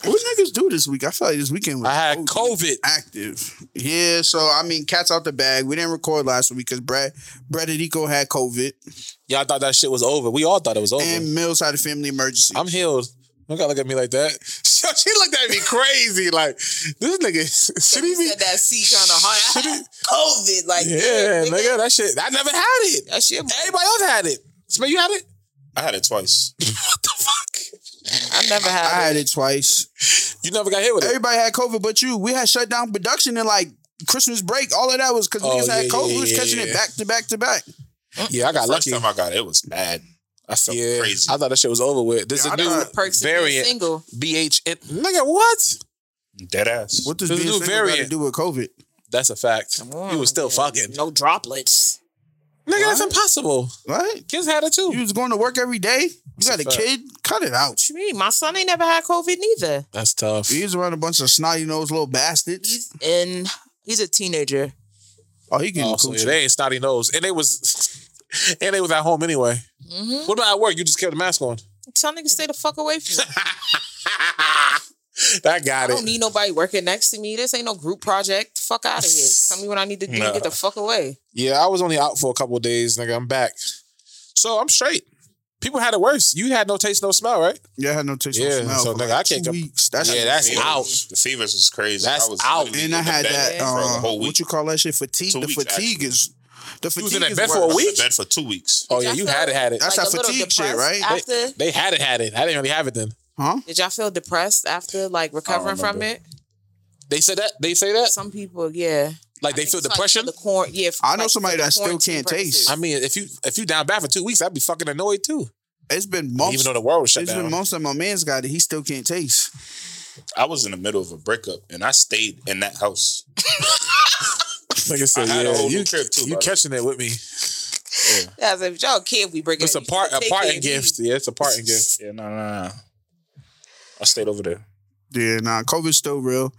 [SPEAKER 2] What niggas do this week? I feel like this weekend was
[SPEAKER 4] I had
[SPEAKER 5] Oh,
[SPEAKER 2] OD
[SPEAKER 4] COVID.
[SPEAKER 2] active. Yeah, so I mean, cats out the bag. We didn't record last week because Brad, Brad and Nico had COVID,
[SPEAKER 4] Y'all thought that shit was over. We all thought it was over.
[SPEAKER 2] and Mills had a family emergency.
[SPEAKER 4] I'm healed. Don't gotta look at me like that. She, she looked at me crazy. Like this nigga. Should he
[SPEAKER 3] He
[SPEAKER 4] be?
[SPEAKER 3] said that C kind of hard. I had COVID. Like,
[SPEAKER 4] Yeah, nigga. That shit. I never had it.
[SPEAKER 3] That shit.
[SPEAKER 4] Everybody else had it. Smell, you had it?
[SPEAKER 5] I had it twice.
[SPEAKER 4] What the fuck?
[SPEAKER 3] I never
[SPEAKER 2] I
[SPEAKER 3] had.
[SPEAKER 2] had it twice.
[SPEAKER 4] You never got hit with it.
[SPEAKER 2] Everybody had COVID, but you. We had shut down production and like Christmas break. All of that was because
[SPEAKER 4] Oh,
[SPEAKER 2] niggas had
[SPEAKER 4] yeah,
[SPEAKER 2] COVID.
[SPEAKER 4] yeah,
[SPEAKER 2] we was
[SPEAKER 4] yeah,
[SPEAKER 2] catching
[SPEAKER 4] yeah.
[SPEAKER 2] it back to back to back.
[SPEAKER 4] Yeah, I got
[SPEAKER 5] First
[SPEAKER 4] lucky.
[SPEAKER 5] time I got it, it was bad. I felt
[SPEAKER 4] yeah,
[SPEAKER 5] crazy.
[SPEAKER 4] I thought that shit was over with. There's
[SPEAKER 2] Yeah, I
[SPEAKER 4] a new
[SPEAKER 2] thought-
[SPEAKER 3] Perks variant.
[SPEAKER 4] variant.
[SPEAKER 3] single.
[SPEAKER 4] BH. nigga, what?
[SPEAKER 5] Dead ass.
[SPEAKER 2] What does
[SPEAKER 4] There's a
[SPEAKER 2] being
[SPEAKER 4] new
[SPEAKER 2] single got to
[SPEAKER 4] variant.
[SPEAKER 2] do with COVID?
[SPEAKER 4] That's a fact. You was still fucking.
[SPEAKER 3] No droplets.
[SPEAKER 4] Nigga, that's impossible.
[SPEAKER 2] What?
[SPEAKER 4] Kids had it too.
[SPEAKER 2] You was going to work every day. You got a
[SPEAKER 4] fact.
[SPEAKER 2] kid. Cut it out.
[SPEAKER 3] What you mean? My son ain't never had COVID neither.
[SPEAKER 4] That's tough.
[SPEAKER 2] He's around a bunch of snotty nosed little bastards.
[SPEAKER 3] He's in. He's a teenager.
[SPEAKER 2] Oh, he can
[SPEAKER 4] Oh, so yeah, they ain't snotty nose, and they was, and they was at home anyway.
[SPEAKER 3] Mm-hmm.
[SPEAKER 4] What about at work? You just kept the mask on.
[SPEAKER 3] Tell niggas stay the fuck away from me.
[SPEAKER 4] That got
[SPEAKER 3] I
[SPEAKER 4] it.
[SPEAKER 3] don't need nobody working next to me. This ain't no group project. Fuck out of here. Tell me what I need to do.
[SPEAKER 5] Nah.
[SPEAKER 3] Get the fuck away.
[SPEAKER 4] yeah, I was only out for a couple of days, nigga. I'm back, so I'm straight. People had it worse. You had no taste, no smell, right?
[SPEAKER 2] Yeah, I had no taste
[SPEAKER 4] Yeah,
[SPEAKER 2] no smell.
[SPEAKER 4] so
[SPEAKER 2] for
[SPEAKER 4] nigga,
[SPEAKER 2] like
[SPEAKER 4] I can't
[SPEAKER 2] two
[SPEAKER 4] com-
[SPEAKER 2] weeks. That's
[SPEAKER 4] Yeah, that's
[SPEAKER 5] Fevers.
[SPEAKER 4] out.
[SPEAKER 5] The fevers was crazy.
[SPEAKER 4] That's
[SPEAKER 5] I was
[SPEAKER 4] out.
[SPEAKER 5] literally
[SPEAKER 2] And I
[SPEAKER 5] in the
[SPEAKER 2] had that.
[SPEAKER 5] bed for a
[SPEAKER 2] Uh,
[SPEAKER 5] whole week.
[SPEAKER 2] what you call that shit? Fatigue.
[SPEAKER 5] Two
[SPEAKER 2] the
[SPEAKER 5] weeks,
[SPEAKER 2] fatigue
[SPEAKER 5] actually.
[SPEAKER 2] is. The fatigue
[SPEAKER 4] was in that
[SPEAKER 2] is
[SPEAKER 4] bed for a
[SPEAKER 2] worse.
[SPEAKER 5] I was
[SPEAKER 4] week?
[SPEAKER 5] in bed for two weeks.
[SPEAKER 4] Oh yeah, you had it, had it.
[SPEAKER 2] That's
[SPEAKER 3] a
[SPEAKER 2] that
[SPEAKER 3] little
[SPEAKER 2] fatigue shit,
[SPEAKER 3] depressed
[SPEAKER 2] right?
[SPEAKER 3] After
[SPEAKER 4] They had it, had it. I didn't really have it then.
[SPEAKER 2] Huh?
[SPEAKER 3] Did y'all feel depressed after like recovering from
[SPEAKER 5] remember.
[SPEAKER 3] it?
[SPEAKER 4] They said that. They say that.
[SPEAKER 3] Some people, yeah.
[SPEAKER 4] Like they
[SPEAKER 3] It's
[SPEAKER 4] feel
[SPEAKER 3] like
[SPEAKER 4] depression.
[SPEAKER 3] The corn, yeah.
[SPEAKER 2] I know
[SPEAKER 3] like,
[SPEAKER 2] somebody
[SPEAKER 3] for
[SPEAKER 2] that still
[SPEAKER 3] quarantine
[SPEAKER 2] can't
[SPEAKER 3] purposes.
[SPEAKER 2] taste.
[SPEAKER 4] I mean, if you if you down bad for two weeks, I'd be fucking annoyed too.
[SPEAKER 2] It's been months.
[SPEAKER 4] Even though the world was shut
[SPEAKER 2] It's
[SPEAKER 4] down.
[SPEAKER 2] been months that my man's got it. He still can't taste.
[SPEAKER 5] I was in the middle of a breakup and I stayed in that house.
[SPEAKER 4] Like I said,
[SPEAKER 5] I had a
[SPEAKER 4] yeah,
[SPEAKER 5] whole new
[SPEAKER 4] you,
[SPEAKER 5] trip, too,
[SPEAKER 4] you
[SPEAKER 5] by the way.
[SPEAKER 4] catching it with me.
[SPEAKER 3] Yeah, I was like, y'all can't be breaking.
[SPEAKER 4] It's a
[SPEAKER 3] these.
[SPEAKER 4] part a
[SPEAKER 3] Take care
[SPEAKER 4] parting
[SPEAKER 3] of
[SPEAKER 4] gift.
[SPEAKER 3] these.
[SPEAKER 4] Yeah, it's a parting gift.
[SPEAKER 5] Yeah, no, no, no. I stayed over there.
[SPEAKER 2] Yeah, nah. COVID's still real.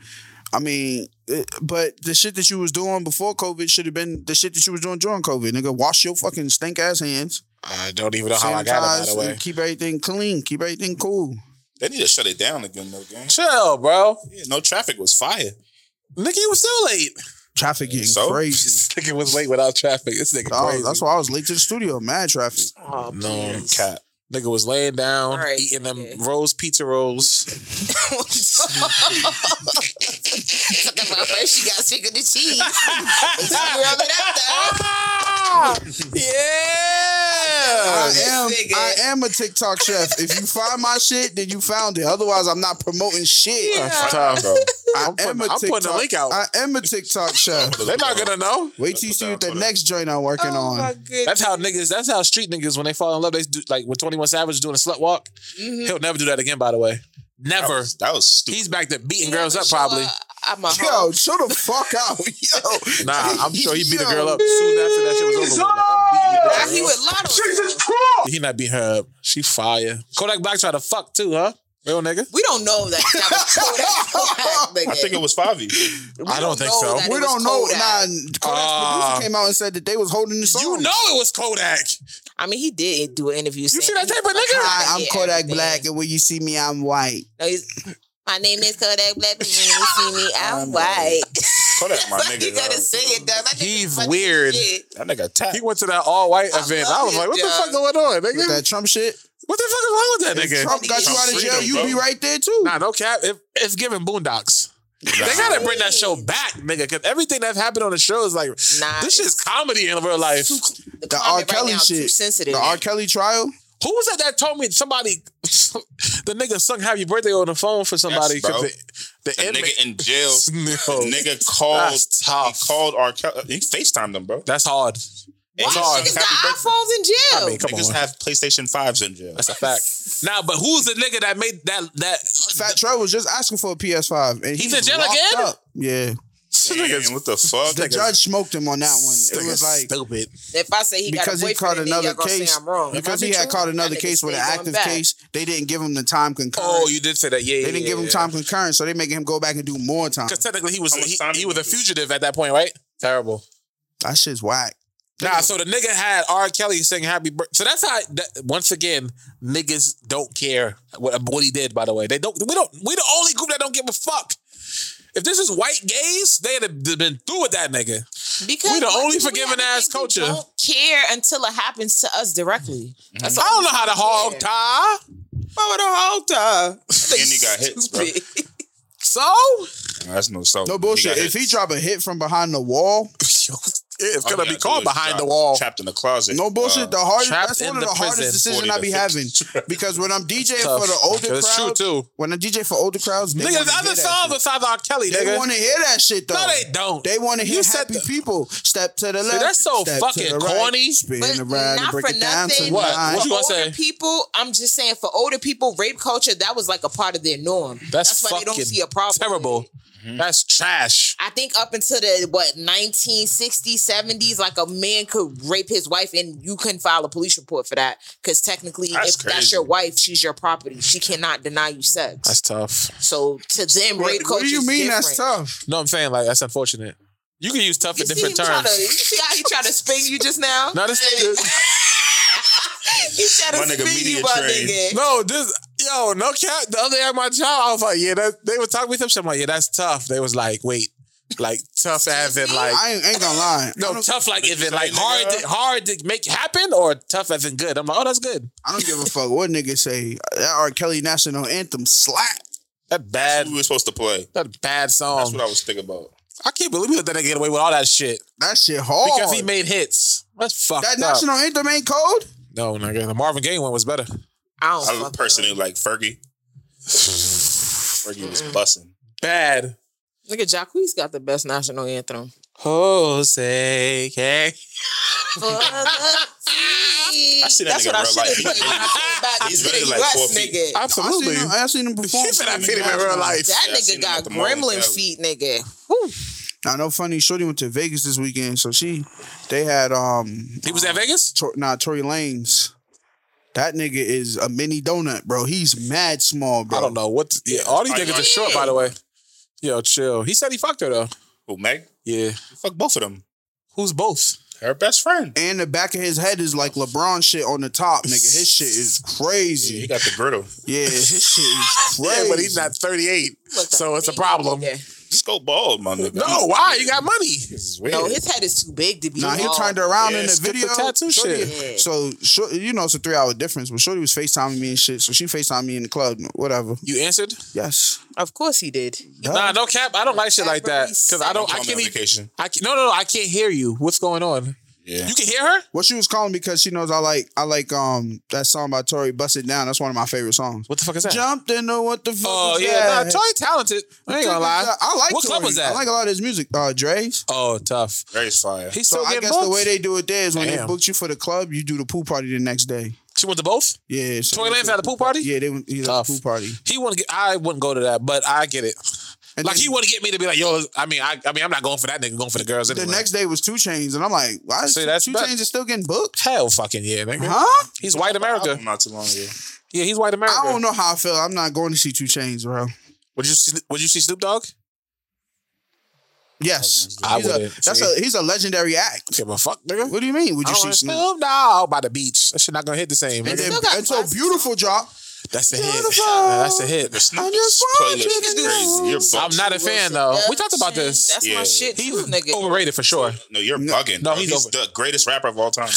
[SPEAKER 2] I mean, it, but the shit that you was doing before COVID should have been the shit that you was doing during COVID. Nigga, wash your fucking stink ass hands.
[SPEAKER 4] I don't even know how I got it. By the way,
[SPEAKER 2] and keep everything clean. Keep everything cool.
[SPEAKER 5] They need to shut it down again, though, gang.
[SPEAKER 4] chill, bro.
[SPEAKER 5] Yeah, no traffic was fire.
[SPEAKER 4] Nigga, you was still late.
[SPEAKER 2] Traffic getting
[SPEAKER 5] So?
[SPEAKER 2] crazy.
[SPEAKER 4] This nigga was late without traffic. This nigga
[SPEAKER 2] Dog,
[SPEAKER 4] crazy.
[SPEAKER 2] Oh, that's why I was late to the studio. Mad traffic.
[SPEAKER 3] Oh,
[SPEAKER 4] No cat. Nigga was laying down,
[SPEAKER 3] All right,
[SPEAKER 4] eating them
[SPEAKER 3] okay.
[SPEAKER 4] rolls, pizza rolls.
[SPEAKER 3] Talking about first, you gotta figure the cheese. It's roll it up, though.
[SPEAKER 2] I
[SPEAKER 4] yeah.
[SPEAKER 2] am,
[SPEAKER 3] Nigga.
[SPEAKER 2] I am a TikTok chef. If you find my shit, then you found it. Otherwise, I'm not promoting shit.
[SPEAKER 4] That's tough, bro.
[SPEAKER 2] I
[SPEAKER 4] I'm
[SPEAKER 2] am
[SPEAKER 4] putting-
[SPEAKER 2] a TikTok.
[SPEAKER 4] I'm putting the link out.
[SPEAKER 2] I am a TikTok chef.
[SPEAKER 4] They're not gonna know.
[SPEAKER 2] Wait till you see
[SPEAKER 5] down
[SPEAKER 2] what the
[SPEAKER 5] for that.
[SPEAKER 2] next joint I'm working
[SPEAKER 3] Oh, my
[SPEAKER 2] on.
[SPEAKER 3] goodness.
[SPEAKER 4] That's how niggas. That's how street niggas when they fall in love. They do like when Twenty One Savage doing a slut walk.
[SPEAKER 3] Mm-hmm.
[SPEAKER 4] He'll never do that again. By the way,
[SPEAKER 5] That
[SPEAKER 4] never.
[SPEAKER 5] was, that was stupid.
[SPEAKER 4] He's back to beating girls up probably.
[SPEAKER 3] uh, I'm a hoe.
[SPEAKER 2] Yo, chill the fuck out. Yo.
[SPEAKER 4] Nah, I'm sure he beat a girl
[SPEAKER 2] Yo.
[SPEAKER 4] up soon after that shit was over. with. Like, I'm beating
[SPEAKER 3] Nah,
[SPEAKER 4] your
[SPEAKER 3] he
[SPEAKER 4] girl
[SPEAKER 3] with Lotto.
[SPEAKER 4] up. He not beating her up. She fire. Kodak Black tried to fuck too, huh? Real nigga.
[SPEAKER 3] We don't know that. that was Kodak.
[SPEAKER 5] I think it was Favi.
[SPEAKER 4] I don't think
[SPEAKER 3] know
[SPEAKER 4] so.
[SPEAKER 3] that.
[SPEAKER 2] We
[SPEAKER 3] it was
[SPEAKER 2] don't know.
[SPEAKER 3] Kodak.
[SPEAKER 2] Nah, Kodak's
[SPEAKER 4] Ah.
[SPEAKER 2] producer came out and said that they was holding the song.
[SPEAKER 4] You know it was Kodak.
[SPEAKER 3] I mean, he did do an interview.
[SPEAKER 4] You see that tape of nigga?
[SPEAKER 2] Hi, I'm Kodak Black, and when you see me, I'm white.
[SPEAKER 3] No, he's, my name is Kodak Black. but When you see me, I'm white.
[SPEAKER 5] Kodak, my
[SPEAKER 3] Why you
[SPEAKER 5] nigga.
[SPEAKER 3] gotta
[SPEAKER 5] yo.
[SPEAKER 3] say it, though. That nigga
[SPEAKER 4] He's
[SPEAKER 3] is funny as
[SPEAKER 4] weird.
[SPEAKER 3] shit.
[SPEAKER 5] That nigga tapped.
[SPEAKER 4] He went to that all white
[SPEAKER 3] I
[SPEAKER 4] event.
[SPEAKER 3] love
[SPEAKER 4] I was
[SPEAKER 3] it,
[SPEAKER 4] like, what the
[SPEAKER 3] yo.
[SPEAKER 4] fuck going on,
[SPEAKER 2] With
[SPEAKER 4] nigga?
[SPEAKER 2] that Trump shit.
[SPEAKER 4] What the fuck is wrong with that nigga?
[SPEAKER 2] Trump got you
[SPEAKER 5] Trump
[SPEAKER 2] out of jail.
[SPEAKER 5] freedom,
[SPEAKER 2] You
[SPEAKER 5] bro.
[SPEAKER 2] be right there too.
[SPEAKER 4] Nah, no cap. If if given Boondocks, they gotta bring that show back, nigga. Cause everything that's happened on the show is like
[SPEAKER 3] Nah,
[SPEAKER 4] this shit's comedy in real life. Who
[SPEAKER 3] The,
[SPEAKER 2] The R.
[SPEAKER 3] comment right
[SPEAKER 2] Kelly
[SPEAKER 3] now is Too
[SPEAKER 2] shit.
[SPEAKER 3] sensitive.
[SPEAKER 2] The R. Kelly trial.
[SPEAKER 4] was it that told me somebody the nigga sung Happy Birthday on the phone for somebody?
[SPEAKER 5] Yes, bro.
[SPEAKER 4] 'cause the the
[SPEAKER 5] That
[SPEAKER 4] inmate.
[SPEAKER 5] nigga in jail.
[SPEAKER 4] No.
[SPEAKER 5] nigga called.
[SPEAKER 4] That's
[SPEAKER 5] He
[SPEAKER 4] tough.
[SPEAKER 5] called our. He FaceTimed them, bro.
[SPEAKER 4] That's hard.
[SPEAKER 5] And
[SPEAKER 3] Why
[SPEAKER 5] he
[SPEAKER 4] Sorry.
[SPEAKER 5] said,
[SPEAKER 3] niggas got
[SPEAKER 5] "Happy birthday."
[SPEAKER 3] iPhones in jail?
[SPEAKER 4] I mean, come
[SPEAKER 5] Niggas
[SPEAKER 4] on.
[SPEAKER 5] have PlayStation fives in jail.
[SPEAKER 4] That's a fact. Now, but who's the nigga that made that that
[SPEAKER 2] Fat Trey was just asking for a PS5, and he's,
[SPEAKER 4] He's in jail
[SPEAKER 2] locked
[SPEAKER 4] again?
[SPEAKER 2] Up. Yeah,
[SPEAKER 5] Damn, what the fuck?
[SPEAKER 2] the judge smoked him on that one. It was like
[SPEAKER 4] stupid?
[SPEAKER 3] if I say he got a
[SPEAKER 2] because he
[SPEAKER 3] boyfriend,
[SPEAKER 2] caught
[SPEAKER 3] then y'all
[SPEAKER 2] another
[SPEAKER 3] gonna
[SPEAKER 2] case
[SPEAKER 3] say I'm wrong.
[SPEAKER 2] because
[SPEAKER 4] Might
[SPEAKER 2] he
[SPEAKER 4] be
[SPEAKER 2] had
[SPEAKER 4] true.
[SPEAKER 2] caught another
[SPEAKER 3] That nigga
[SPEAKER 2] case with an
[SPEAKER 3] still going
[SPEAKER 2] active
[SPEAKER 3] back.
[SPEAKER 2] case. They didn't give him the time concurrent.
[SPEAKER 4] Oh, you did say that. Yeah,
[SPEAKER 2] they didn't give him time concurrent, so they make him go back and do more time.
[SPEAKER 4] Because technically, he was
[SPEAKER 5] How much
[SPEAKER 4] he,
[SPEAKER 5] time
[SPEAKER 4] he
[SPEAKER 5] you
[SPEAKER 4] was a
[SPEAKER 5] gonna do?
[SPEAKER 4] fugitive at that point, right? Terrible.
[SPEAKER 2] That shit's whack.
[SPEAKER 4] Nah, so the nigga had R. Kelly sing "Happy Birthday." So that's how. That, once again, niggas don't care what, what he did. By the way, they don't. We don't. We the only group that don't give a fuck. If this is white gays, they'd have been through with that nigga.
[SPEAKER 3] Because
[SPEAKER 4] We the
[SPEAKER 3] why
[SPEAKER 4] only
[SPEAKER 3] do we
[SPEAKER 4] forgiving
[SPEAKER 3] ever
[SPEAKER 4] ass
[SPEAKER 3] think we
[SPEAKER 4] culture.
[SPEAKER 3] Don't care until it happens to us directly. That's
[SPEAKER 4] I don't know how to hog tie.
[SPEAKER 3] Why would a whole time?
[SPEAKER 5] And he got hits, bro.
[SPEAKER 4] So
[SPEAKER 5] That's no soul.
[SPEAKER 2] No bullshit.
[SPEAKER 5] got
[SPEAKER 2] if he
[SPEAKER 5] hits.
[SPEAKER 2] drop a hit from behind the wall,
[SPEAKER 4] Oh, it's
[SPEAKER 5] All
[SPEAKER 4] gonna
[SPEAKER 5] he
[SPEAKER 4] be
[SPEAKER 5] gotta
[SPEAKER 4] called
[SPEAKER 5] do is
[SPEAKER 4] behind
[SPEAKER 5] drop-
[SPEAKER 4] the wall.
[SPEAKER 5] Trapped in the closet.
[SPEAKER 2] no bullshit.
[SPEAKER 5] Uh,
[SPEAKER 2] the hardest.
[SPEAKER 4] trapped
[SPEAKER 2] That's
[SPEAKER 4] in
[SPEAKER 2] one of the,
[SPEAKER 4] the
[SPEAKER 2] hardest
[SPEAKER 4] prison,
[SPEAKER 2] decisions
[SPEAKER 5] 40
[SPEAKER 2] I
[SPEAKER 5] to
[SPEAKER 2] be
[SPEAKER 5] 50.
[SPEAKER 2] having because when I'm DJing
[SPEAKER 4] Tough.
[SPEAKER 2] for the older crowd,
[SPEAKER 4] That's true too.
[SPEAKER 2] when I DJ for older crowds, they
[SPEAKER 4] Niggas,
[SPEAKER 2] wanna hear
[SPEAKER 4] other
[SPEAKER 2] that
[SPEAKER 4] songs
[SPEAKER 2] shit.
[SPEAKER 4] besides R. Kelly,
[SPEAKER 2] They
[SPEAKER 4] nigga.
[SPEAKER 2] want to hear that shit though.
[SPEAKER 4] no, they don't.
[SPEAKER 2] They want to hear
[SPEAKER 4] You said
[SPEAKER 2] happy
[SPEAKER 4] the-
[SPEAKER 2] people. Step to the left.
[SPEAKER 4] that's so
[SPEAKER 2] step to
[SPEAKER 4] fucking
[SPEAKER 2] the right,
[SPEAKER 4] corny.
[SPEAKER 2] Spin
[SPEAKER 3] But
[SPEAKER 2] around and
[SPEAKER 3] not
[SPEAKER 2] break
[SPEAKER 3] for
[SPEAKER 2] it down to
[SPEAKER 3] nothing.
[SPEAKER 4] What?
[SPEAKER 2] nine.
[SPEAKER 4] What you
[SPEAKER 3] For
[SPEAKER 4] gonna
[SPEAKER 3] older
[SPEAKER 4] say?
[SPEAKER 3] people, I'm just saying, for older people, rape culture that was like a part of their norm.
[SPEAKER 4] That's,
[SPEAKER 3] why they
[SPEAKER 4] fucking
[SPEAKER 3] don't see a problem. with
[SPEAKER 4] Terrible.
[SPEAKER 3] it.
[SPEAKER 4] That's trash.
[SPEAKER 3] I think up until the what 1960s, 70s, like a man could rape his wife and you couldn't file a police report for that because technically,
[SPEAKER 5] That's
[SPEAKER 3] if that's
[SPEAKER 5] crazy.
[SPEAKER 3] your wife, she's your property. She cannot deny you sex.
[SPEAKER 4] tough.
[SPEAKER 3] so to them, rape
[SPEAKER 2] What,
[SPEAKER 3] culture.
[SPEAKER 2] what do you
[SPEAKER 3] is
[SPEAKER 2] mean that's
[SPEAKER 3] different.
[SPEAKER 2] tough?
[SPEAKER 4] No, I'm saying like that's unfortunate. You can use tough
[SPEAKER 3] You
[SPEAKER 4] in
[SPEAKER 3] see,
[SPEAKER 4] different
[SPEAKER 3] him tryna- you
[SPEAKER 4] terms.
[SPEAKER 3] see how he tried to spin you just now?
[SPEAKER 4] No, this nigga.
[SPEAKER 3] He tried
[SPEAKER 5] My
[SPEAKER 3] to
[SPEAKER 5] nigga
[SPEAKER 3] spin you,
[SPEAKER 5] media
[SPEAKER 3] my
[SPEAKER 5] trained.
[SPEAKER 3] nigga.
[SPEAKER 4] No, this yo, no cap. The other day at my job, I was like, yeah, that, they were talking with him. I'm like, yeah, that's tough. They was like, wait, like tough as in like
[SPEAKER 2] I ain't, ain't gonna lie. I,
[SPEAKER 4] no
[SPEAKER 2] don't,
[SPEAKER 4] tough like is it
[SPEAKER 5] say,
[SPEAKER 4] like
[SPEAKER 5] nigga?
[SPEAKER 4] hard
[SPEAKER 2] uh,
[SPEAKER 4] to, hard to make happen or tough as in good? I'm like, oh, that's good.
[SPEAKER 2] I don't give a fuck what niggas say. That R. Kelly national anthem slap.
[SPEAKER 4] That bad.
[SPEAKER 5] we were supposed to play.
[SPEAKER 4] That bad
[SPEAKER 5] That's
[SPEAKER 4] song.
[SPEAKER 5] what I was thinking about.
[SPEAKER 4] I can't believe we let that nigga get away with all that shit
[SPEAKER 2] That shit hard.
[SPEAKER 4] because he made hits. That's fucked
[SPEAKER 2] that
[SPEAKER 4] up.
[SPEAKER 2] national anthem ain't cold.
[SPEAKER 4] No, nigga, the Marvin Gaye one was better.
[SPEAKER 3] I don't
[SPEAKER 5] I
[SPEAKER 3] fucking
[SPEAKER 5] personally
[SPEAKER 3] know.
[SPEAKER 5] like Fergie. Fergie
[SPEAKER 4] Mm.
[SPEAKER 5] was bussing.
[SPEAKER 4] Bad.
[SPEAKER 3] Look at Jacquees got the best national anthem.
[SPEAKER 4] Jose, okay.
[SPEAKER 3] I
[SPEAKER 5] seen that
[SPEAKER 3] That's what
[SPEAKER 5] nigga in
[SPEAKER 3] I
[SPEAKER 5] real
[SPEAKER 3] should have
[SPEAKER 5] life.
[SPEAKER 3] been when I came back
[SPEAKER 5] He's
[SPEAKER 3] to
[SPEAKER 5] really
[SPEAKER 3] the
[SPEAKER 5] like four
[SPEAKER 3] US,
[SPEAKER 5] feet.
[SPEAKER 3] nigga.
[SPEAKER 2] I
[SPEAKER 4] Absolutely.
[SPEAKER 2] seen him, I seen him perform.
[SPEAKER 4] He said I've
[SPEAKER 2] something.
[SPEAKER 4] seen him in real life.
[SPEAKER 3] That
[SPEAKER 5] Yeah, I seen
[SPEAKER 3] nigga
[SPEAKER 5] him
[SPEAKER 3] got
[SPEAKER 5] at the mall in
[SPEAKER 3] gremlin
[SPEAKER 5] Cali.
[SPEAKER 3] feet, nigga. Whew.
[SPEAKER 2] I know. Funny, Shorty went to Vegas this weekend, so she they had um
[SPEAKER 4] He was at Vegas?
[SPEAKER 2] Tor- nah, Tory Lanez. That nigga is a mini donut, bro. He's mad small, bro.
[SPEAKER 4] I don't know. What yeah, all these
[SPEAKER 5] I-
[SPEAKER 4] niggas
[SPEAKER 5] I-
[SPEAKER 4] are short, by the way. Yo, chill. He said he fucked her though.
[SPEAKER 5] Who, Meg?
[SPEAKER 4] Yeah.
[SPEAKER 5] Fuck both of them.
[SPEAKER 4] Who's both?
[SPEAKER 5] Her best friend.
[SPEAKER 2] And the back of his head is like LeBron shit on the top, nigga. His shit is
[SPEAKER 5] He
[SPEAKER 2] crazy.
[SPEAKER 5] got the griddle.
[SPEAKER 2] Yeah, his shit is crazy.
[SPEAKER 4] Yeah, but he's not 38.
[SPEAKER 3] Look,
[SPEAKER 4] So it's a
[SPEAKER 3] feet,
[SPEAKER 4] problem.
[SPEAKER 3] nigga.
[SPEAKER 5] Just go bald, my nigga.
[SPEAKER 4] No, why? You got money.
[SPEAKER 5] This is weird.
[SPEAKER 3] No, his head is too big to be.
[SPEAKER 2] Nah, he
[SPEAKER 3] bald.
[SPEAKER 2] turned around
[SPEAKER 5] Yeah,
[SPEAKER 2] in the
[SPEAKER 5] skip the
[SPEAKER 2] video.
[SPEAKER 4] tattoo
[SPEAKER 2] Shorty-
[SPEAKER 3] shit. Yeah.
[SPEAKER 2] So, shor- you know, it's a three hour difference, but Shorty was FaceTiming me and shit. So she FaceTimed me in the club, whatever.
[SPEAKER 4] You answered?
[SPEAKER 2] Yes.
[SPEAKER 3] Of course he did.
[SPEAKER 2] Duh.
[SPEAKER 4] Nah, no cap. I don't like shit like that because I don't. I
[SPEAKER 5] I'm
[SPEAKER 4] can't
[SPEAKER 5] on
[SPEAKER 4] even.
[SPEAKER 5] vacation.
[SPEAKER 4] I can, no, no, no. I can't hear you. What's going on?
[SPEAKER 5] Yeah.
[SPEAKER 4] You can hear her.
[SPEAKER 2] Well, she was calling because she knows I like I like um that song by Tori, "Bust It Down." That's one of my favorite songs.
[SPEAKER 4] What the fuck is that?
[SPEAKER 2] Jumped into what the fuck?
[SPEAKER 4] Oh
[SPEAKER 2] was
[SPEAKER 4] yeah,
[SPEAKER 2] that?
[SPEAKER 4] nah, Tori talented. I ain't gonna lie.
[SPEAKER 2] I like.
[SPEAKER 4] What club
[SPEAKER 2] Tory.
[SPEAKER 4] was that?
[SPEAKER 2] I like a lot of his music. Uh, Dre's.
[SPEAKER 4] oh, tough.
[SPEAKER 5] Very fire.
[SPEAKER 4] He's
[SPEAKER 2] So
[SPEAKER 4] still
[SPEAKER 2] I
[SPEAKER 4] getting
[SPEAKER 2] guess
[SPEAKER 4] booked.
[SPEAKER 2] the way they do it there is when they
[SPEAKER 4] Damn.
[SPEAKER 2] booked you for the club, you do the pool party the next day.
[SPEAKER 4] she went to both.
[SPEAKER 2] Yeah. So
[SPEAKER 4] Tory Lanez had a pool party.
[SPEAKER 2] Yeah, they went. He had a
[SPEAKER 4] Tough.
[SPEAKER 2] pool party.
[SPEAKER 4] He wouldn't. Get, I wouldn't go to that, but I get it.
[SPEAKER 2] And
[SPEAKER 4] like
[SPEAKER 2] then
[SPEAKER 4] he wouldn't get me to be like, yo. I mean, I, I mean, I'm not going for that nigga. Going for the girls
[SPEAKER 2] The
[SPEAKER 4] anyway.
[SPEAKER 2] next day was Two Chains, and I'm like, why is
[SPEAKER 4] See, that's
[SPEAKER 2] Two
[SPEAKER 4] bad.
[SPEAKER 2] Chains is still getting booked?
[SPEAKER 4] hell, fucking yeah, nigga.
[SPEAKER 2] Huh?
[SPEAKER 4] He's white America.
[SPEAKER 5] Not too long ago.
[SPEAKER 4] Yeah, he's white America.
[SPEAKER 2] I don't know how I feel. I'm not going to see Two Chains, bro.
[SPEAKER 4] Would you see, would you see Snoop Dogg?
[SPEAKER 2] Yes,
[SPEAKER 4] I
[SPEAKER 2] he's a,
[SPEAKER 4] wouldn't,
[SPEAKER 2] that's
[SPEAKER 4] see.
[SPEAKER 2] a he's a legendary act.
[SPEAKER 4] Give a fuck, nigga.
[SPEAKER 2] What do you mean? Would
[SPEAKER 4] I
[SPEAKER 2] you
[SPEAKER 4] don't
[SPEAKER 2] see
[SPEAKER 4] wanna
[SPEAKER 2] Snoop?
[SPEAKER 4] Snoop Dogg by the beach. That shit not gonna hit the same.
[SPEAKER 2] And
[SPEAKER 4] Nigga.
[SPEAKER 2] then
[SPEAKER 3] still got
[SPEAKER 2] until
[SPEAKER 3] glasses
[SPEAKER 2] beautiful drop.
[SPEAKER 4] That's a hit.
[SPEAKER 2] Beautiful.
[SPEAKER 4] That's a hit.
[SPEAKER 5] Snoop
[SPEAKER 2] just want
[SPEAKER 5] playlist
[SPEAKER 2] you
[SPEAKER 5] is
[SPEAKER 2] to
[SPEAKER 5] crazy.
[SPEAKER 2] know.
[SPEAKER 5] You're bugging.
[SPEAKER 4] I'm not a fan though. We talked about this.
[SPEAKER 3] That's my
[SPEAKER 5] Yeah.
[SPEAKER 3] shit too, nigga.
[SPEAKER 4] Overrated for sure.
[SPEAKER 5] No, you're
[SPEAKER 2] No,
[SPEAKER 5] bugging.
[SPEAKER 4] no,
[SPEAKER 5] No,
[SPEAKER 4] he's
[SPEAKER 5] he's,
[SPEAKER 4] over-
[SPEAKER 5] the greatest rapper of all time.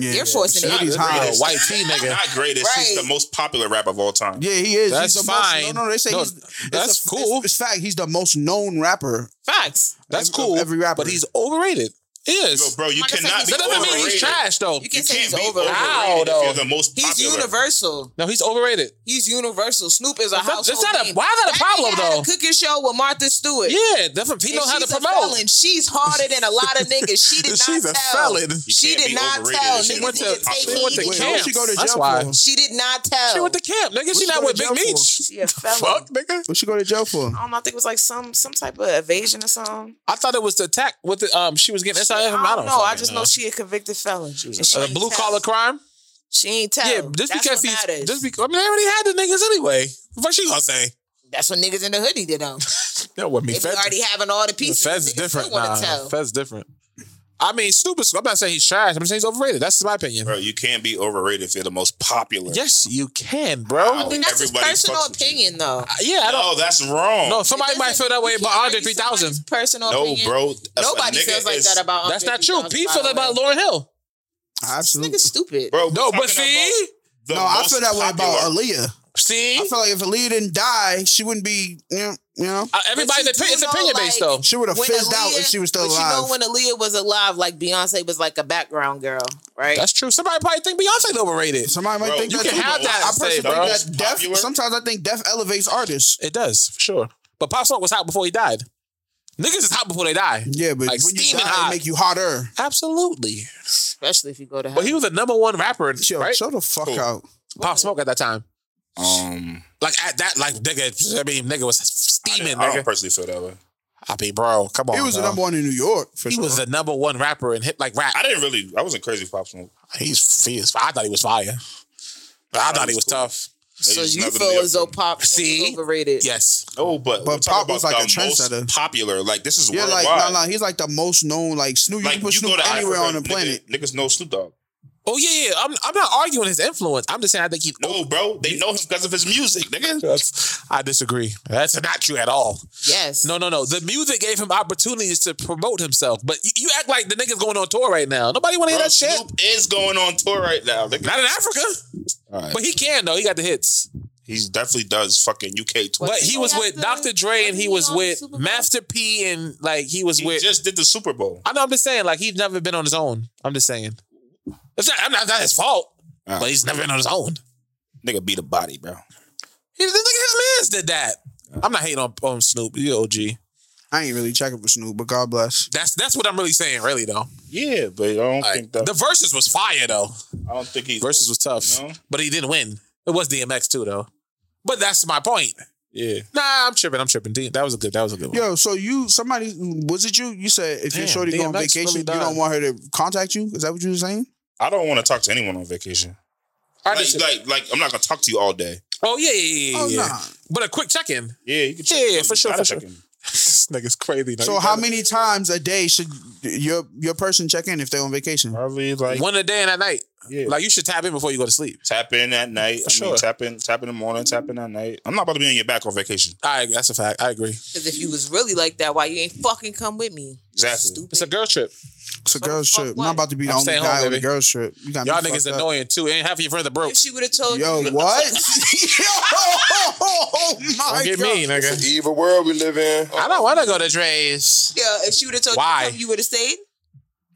[SPEAKER 2] Yeah,
[SPEAKER 3] You're forcing
[SPEAKER 2] Shorty's
[SPEAKER 3] it.
[SPEAKER 2] high.
[SPEAKER 4] Uh, white tee nigga.
[SPEAKER 5] Not greatest.
[SPEAKER 3] Right.
[SPEAKER 5] He's the most popular rapper of all time.
[SPEAKER 2] Yeah, he is.
[SPEAKER 4] That's
[SPEAKER 2] he's the
[SPEAKER 4] fine.
[SPEAKER 2] Most, no, no, they say
[SPEAKER 4] No,
[SPEAKER 2] he's. it's
[SPEAKER 4] that's
[SPEAKER 2] a-
[SPEAKER 4] cool.
[SPEAKER 2] It's, it's fact. He's the most known rapper.
[SPEAKER 3] Facts.
[SPEAKER 4] That's
[SPEAKER 2] Every-
[SPEAKER 4] cool.
[SPEAKER 2] every rapper.
[SPEAKER 4] but he's overrated. He
[SPEAKER 5] Yo,
[SPEAKER 4] is.
[SPEAKER 5] bro, you
[SPEAKER 3] Like I said,
[SPEAKER 5] cannot
[SPEAKER 3] he's-
[SPEAKER 5] be
[SPEAKER 4] that doesn't
[SPEAKER 5] overrated.
[SPEAKER 4] mean he's trash though.
[SPEAKER 3] You can
[SPEAKER 5] You
[SPEAKER 3] say
[SPEAKER 5] can't
[SPEAKER 3] he's
[SPEAKER 5] be
[SPEAKER 3] overrated.
[SPEAKER 5] overrated.
[SPEAKER 4] How,
[SPEAKER 5] if
[SPEAKER 4] though?
[SPEAKER 5] You're the most
[SPEAKER 3] He's
[SPEAKER 5] popular.
[SPEAKER 3] universal.
[SPEAKER 4] No, he's overrated.
[SPEAKER 3] He's universal. Snoop is a
[SPEAKER 4] That's not-
[SPEAKER 3] household
[SPEAKER 4] that's not a-
[SPEAKER 3] name.
[SPEAKER 4] why is that a problem,
[SPEAKER 3] nigga had
[SPEAKER 4] though?
[SPEAKER 3] A cooking show with Martha Stewart.
[SPEAKER 4] Yeah, definitely.
[SPEAKER 3] And
[SPEAKER 4] He knows how to
[SPEAKER 3] she's a
[SPEAKER 4] promote.
[SPEAKER 3] felon. She's harder than a lot of niggas. She did not
[SPEAKER 4] She's a
[SPEAKER 3] tell.
[SPEAKER 4] felon. You
[SPEAKER 3] She
[SPEAKER 5] can't
[SPEAKER 3] did
[SPEAKER 5] be
[SPEAKER 3] not
[SPEAKER 5] overrated.
[SPEAKER 3] tell.
[SPEAKER 5] She
[SPEAKER 3] Niggas
[SPEAKER 5] went
[SPEAKER 3] need
[SPEAKER 5] to-
[SPEAKER 3] to take
[SPEAKER 5] she
[SPEAKER 3] heat
[SPEAKER 5] went
[SPEAKER 2] Wait,
[SPEAKER 3] and
[SPEAKER 2] what
[SPEAKER 3] take
[SPEAKER 2] did
[SPEAKER 4] camp.
[SPEAKER 2] she go to jail
[SPEAKER 4] That's why.
[SPEAKER 2] for?
[SPEAKER 3] She did not tell.
[SPEAKER 4] She went to camp, nigga.
[SPEAKER 2] What
[SPEAKER 4] She
[SPEAKER 2] you
[SPEAKER 4] not
[SPEAKER 2] go
[SPEAKER 4] with
[SPEAKER 2] to
[SPEAKER 4] Big
[SPEAKER 2] jail
[SPEAKER 4] Meech.
[SPEAKER 3] She a felon.
[SPEAKER 4] Fuck, nigga.
[SPEAKER 2] What she go to jail for?
[SPEAKER 3] I don't know. I think it was like some some type of evasion or something.
[SPEAKER 4] I thought it was the attack with the um. She was getting inside.
[SPEAKER 3] I
[SPEAKER 4] him.
[SPEAKER 3] don't, know. I
[SPEAKER 4] fucking
[SPEAKER 3] just know she a convicted felon. She
[SPEAKER 4] A blue collar crime.
[SPEAKER 3] She ain't tell.
[SPEAKER 4] Yeah, just
[SPEAKER 3] That's
[SPEAKER 4] because
[SPEAKER 3] what
[SPEAKER 4] he's
[SPEAKER 3] matters.
[SPEAKER 4] just because I mean they already had the niggas anyway. What she gonna say?
[SPEAKER 3] That's what niggas in the hoodie did though.
[SPEAKER 4] That with me.
[SPEAKER 3] If you already having all the pieces,
[SPEAKER 4] Fez is
[SPEAKER 3] niggas
[SPEAKER 4] different.
[SPEAKER 3] still wanna
[SPEAKER 4] Nah,
[SPEAKER 3] tell.
[SPEAKER 4] Fez different. I mean, stupid. I'm not saying he's trash. I'm saying he's overrated. That's my opinion.
[SPEAKER 5] Bro, you can't be overrated if you're the most popular.
[SPEAKER 4] Yes, you can, bro.
[SPEAKER 3] I mean, that's his
[SPEAKER 5] Everybody
[SPEAKER 3] personal
[SPEAKER 5] fucks with you.
[SPEAKER 3] opinion though.
[SPEAKER 4] Yeah, I don't.
[SPEAKER 5] No, that's wrong.
[SPEAKER 4] No, somebody might feel that way
[SPEAKER 3] You
[SPEAKER 4] about
[SPEAKER 3] can't
[SPEAKER 4] Andre
[SPEAKER 3] argue
[SPEAKER 4] 3000.
[SPEAKER 3] somebody's Personal
[SPEAKER 5] No,
[SPEAKER 3] opinion.
[SPEAKER 5] bro. If a
[SPEAKER 3] Nobody
[SPEAKER 5] nigga
[SPEAKER 3] feels like
[SPEAKER 5] is-
[SPEAKER 3] that about.
[SPEAKER 4] That's
[SPEAKER 3] Andre
[SPEAKER 4] not true.
[SPEAKER 3] 3000,
[SPEAKER 4] P
[SPEAKER 3] by
[SPEAKER 4] feel
[SPEAKER 3] the
[SPEAKER 4] that about
[SPEAKER 3] way.
[SPEAKER 4] Lauren Hill.
[SPEAKER 2] Absolutely.
[SPEAKER 3] Nigga's stupid.
[SPEAKER 5] Bro,
[SPEAKER 4] No,
[SPEAKER 5] we're
[SPEAKER 4] but
[SPEAKER 5] talking
[SPEAKER 4] see,
[SPEAKER 5] about the
[SPEAKER 2] No, I
[SPEAKER 5] most
[SPEAKER 2] feel that way
[SPEAKER 5] popular.
[SPEAKER 2] about Aaliyah.
[SPEAKER 4] see,
[SPEAKER 2] I feel like if Aaliyah didn't die, she wouldn't be. You know, you know
[SPEAKER 4] Uh, everybody.
[SPEAKER 3] But you
[SPEAKER 4] It's
[SPEAKER 3] do know,
[SPEAKER 4] opinion based
[SPEAKER 3] like-
[SPEAKER 4] though.
[SPEAKER 2] she would have
[SPEAKER 3] When
[SPEAKER 2] fizzed out if she was still
[SPEAKER 3] but
[SPEAKER 2] alive.
[SPEAKER 3] you know when Aaliyah was alive, like Beyonce was like a background girl, right?
[SPEAKER 4] That's true. Somebody probably think Beyonce's overrated.
[SPEAKER 2] Somebody might
[SPEAKER 5] Bro,
[SPEAKER 2] think
[SPEAKER 5] you
[SPEAKER 2] that
[SPEAKER 5] can
[SPEAKER 2] too,
[SPEAKER 5] have
[SPEAKER 2] but
[SPEAKER 5] that
[SPEAKER 2] I
[SPEAKER 4] and
[SPEAKER 2] personally
[SPEAKER 4] say,
[SPEAKER 2] think
[SPEAKER 4] bro.
[SPEAKER 2] that death.
[SPEAKER 5] Popular?
[SPEAKER 2] Sometimes I think death elevates artists.
[SPEAKER 4] It does for sure. But Pop Smoke was hot before he died. Niggas is hot before they die.
[SPEAKER 2] Yeah, but
[SPEAKER 4] Like
[SPEAKER 2] when you
[SPEAKER 4] steaming
[SPEAKER 2] die,
[SPEAKER 4] hot.
[SPEAKER 2] it make you hotter.
[SPEAKER 4] Absolutely.
[SPEAKER 3] Especially if you go to hell.
[SPEAKER 4] But he was the number one rapper,
[SPEAKER 2] Yo,
[SPEAKER 4] right?
[SPEAKER 2] Show the fuck
[SPEAKER 5] Cool.
[SPEAKER 2] out.
[SPEAKER 4] Pop Smoke at that time.
[SPEAKER 5] Um,
[SPEAKER 4] Like at that, like nigga, I mean, nigga was steaming,
[SPEAKER 5] I don't
[SPEAKER 4] nigga.
[SPEAKER 5] personally feel that way.
[SPEAKER 4] I mean, bro, come on.
[SPEAKER 2] He was the
[SPEAKER 4] bro.
[SPEAKER 2] number one in New York. For
[SPEAKER 4] He
[SPEAKER 2] sure.
[SPEAKER 4] was the number one rapper in hip like rap.
[SPEAKER 5] I didn't really. I wasn't crazy for Pop Smoke.
[SPEAKER 4] He's he is, I thought he was fire. I thought he was tough.
[SPEAKER 3] so
[SPEAKER 5] He's
[SPEAKER 3] you
[SPEAKER 5] never
[SPEAKER 3] feel
[SPEAKER 5] been
[SPEAKER 3] as though
[SPEAKER 5] up-
[SPEAKER 3] Pop was
[SPEAKER 4] See?
[SPEAKER 3] overrated.
[SPEAKER 4] Yes,
[SPEAKER 5] No, but
[SPEAKER 2] But
[SPEAKER 5] we're talking
[SPEAKER 2] Pop was
[SPEAKER 5] about
[SPEAKER 2] like a
[SPEAKER 5] the most
[SPEAKER 2] trendsetter.
[SPEAKER 5] popular. Like this is
[SPEAKER 2] Yeah, like
[SPEAKER 5] worldwide.
[SPEAKER 2] no, no, he's like the most known. Like Snoop, you
[SPEAKER 5] Like
[SPEAKER 2] can put Snoop anywhere
[SPEAKER 5] Africa,
[SPEAKER 2] on the
[SPEAKER 5] nigga-
[SPEAKER 2] planet.
[SPEAKER 5] Niggas know Snoop Dogg.
[SPEAKER 4] Oh yeah, yeah. I'm I'm not arguing his influence. I'm just saying I think he.
[SPEAKER 5] No, bro, they know him because of his music, nigga.
[SPEAKER 4] That's- I disagree. That's not true at all.
[SPEAKER 3] Yes.
[SPEAKER 4] No, no, no. The music gave him opportunities to promote himself, but you, you act like the nigga's going on tour right now. Nobody want to hear
[SPEAKER 5] Bro,
[SPEAKER 4] that shit.
[SPEAKER 5] Snoop is going on tour right now. Nigga.
[SPEAKER 4] Not in Africa,
[SPEAKER 5] All right.
[SPEAKER 4] but he can though. He got the hits.
[SPEAKER 5] He definitely does fucking UK tour.
[SPEAKER 4] But he was with Dr. Dre and he was with Master P and like he was
[SPEAKER 5] He
[SPEAKER 4] with.
[SPEAKER 5] just did the Super Bowl.
[SPEAKER 4] I know. I'm just saying. Like he's never been on his own. I'm just saying. It's not. I'm not, not his fault.
[SPEAKER 5] Ah.
[SPEAKER 4] But he's never been on his own.
[SPEAKER 5] Nigga beat a body, bro.
[SPEAKER 4] He, the nigga, his mans did that. I'm not hating on, on Snoop. You OG.
[SPEAKER 2] I ain't really checking for Snoop, but God bless.
[SPEAKER 4] That's that's what I'm really saying. Really though.
[SPEAKER 5] Yeah, but I don't think that.
[SPEAKER 4] the verses was fire though.
[SPEAKER 5] I don't think he's
[SPEAKER 4] Verses was tough,
[SPEAKER 5] No.
[SPEAKER 4] but he didn't win. It was DMX too though. But that's my point.
[SPEAKER 5] Yeah,
[SPEAKER 4] Nah, I'm tripping. I'm tripping. D- That was a good. That was a good one.
[SPEAKER 2] Yo, so you somebody was it you? You said if your
[SPEAKER 4] Damn,
[SPEAKER 2] shorty go on
[SPEAKER 4] DMX
[SPEAKER 2] vacation,
[SPEAKER 4] really
[SPEAKER 2] you
[SPEAKER 4] died.
[SPEAKER 2] don't want her to contact you. Is that what you were saying?
[SPEAKER 5] I don't want to talk to anyone on vacation.
[SPEAKER 4] I
[SPEAKER 5] Like,
[SPEAKER 4] just-
[SPEAKER 5] like, like, I'm not gonna talk to you all day.
[SPEAKER 4] oh yeah, yeah, yeah, yeah.
[SPEAKER 2] Oh
[SPEAKER 4] yeah.
[SPEAKER 2] nah.
[SPEAKER 4] But a quick check in.
[SPEAKER 5] Yeah, you can.
[SPEAKER 4] Yeah,
[SPEAKER 5] in.
[SPEAKER 4] for sure,
[SPEAKER 5] gotta
[SPEAKER 4] for
[SPEAKER 5] check
[SPEAKER 4] sure.
[SPEAKER 5] in.
[SPEAKER 4] nigga's crazy. Now
[SPEAKER 2] So
[SPEAKER 4] you
[SPEAKER 2] how
[SPEAKER 4] gotta-
[SPEAKER 2] many times a day should your your person check in if they're on vacation?
[SPEAKER 5] Probably like
[SPEAKER 4] One a day and at night.
[SPEAKER 5] Yeah.
[SPEAKER 4] Like you should tap in before you go to sleep.
[SPEAKER 5] tap in at night. I
[SPEAKER 4] sure.
[SPEAKER 5] mean, tap in, tap in the morning, tap in at night. I'm not about to be on your back on vacation.
[SPEAKER 4] I that's a fact. I agree.
[SPEAKER 3] Because if you was really like that, why you ain't fucking come with me?
[SPEAKER 5] Exactly.
[SPEAKER 3] Stupid.
[SPEAKER 4] It's a girl trip.
[SPEAKER 2] It's a
[SPEAKER 3] What the
[SPEAKER 2] girls
[SPEAKER 3] fuck
[SPEAKER 2] trip. I'm
[SPEAKER 3] what?
[SPEAKER 2] not about to be the
[SPEAKER 4] I'm
[SPEAKER 2] only
[SPEAKER 4] staying home,
[SPEAKER 2] guy on a
[SPEAKER 4] baby.
[SPEAKER 2] girls trip. You got me
[SPEAKER 4] Y'all niggas
[SPEAKER 2] fucked up.
[SPEAKER 4] annoying too. Ain't half your friends are broke.
[SPEAKER 3] If she would have told
[SPEAKER 2] Yo,
[SPEAKER 3] you,
[SPEAKER 2] what? Yo, oh my
[SPEAKER 4] Don't get
[SPEAKER 2] God.
[SPEAKER 4] me, nigga.
[SPEAKER 9] Evil world we live in.
[SPEAKER 4] I don't want to go to Dre's.
[SPEAKER 3] Yeah, if she would have told
[SPEAKER 4] Why?
[SPEAKER 3] you, to come, you would have stayed.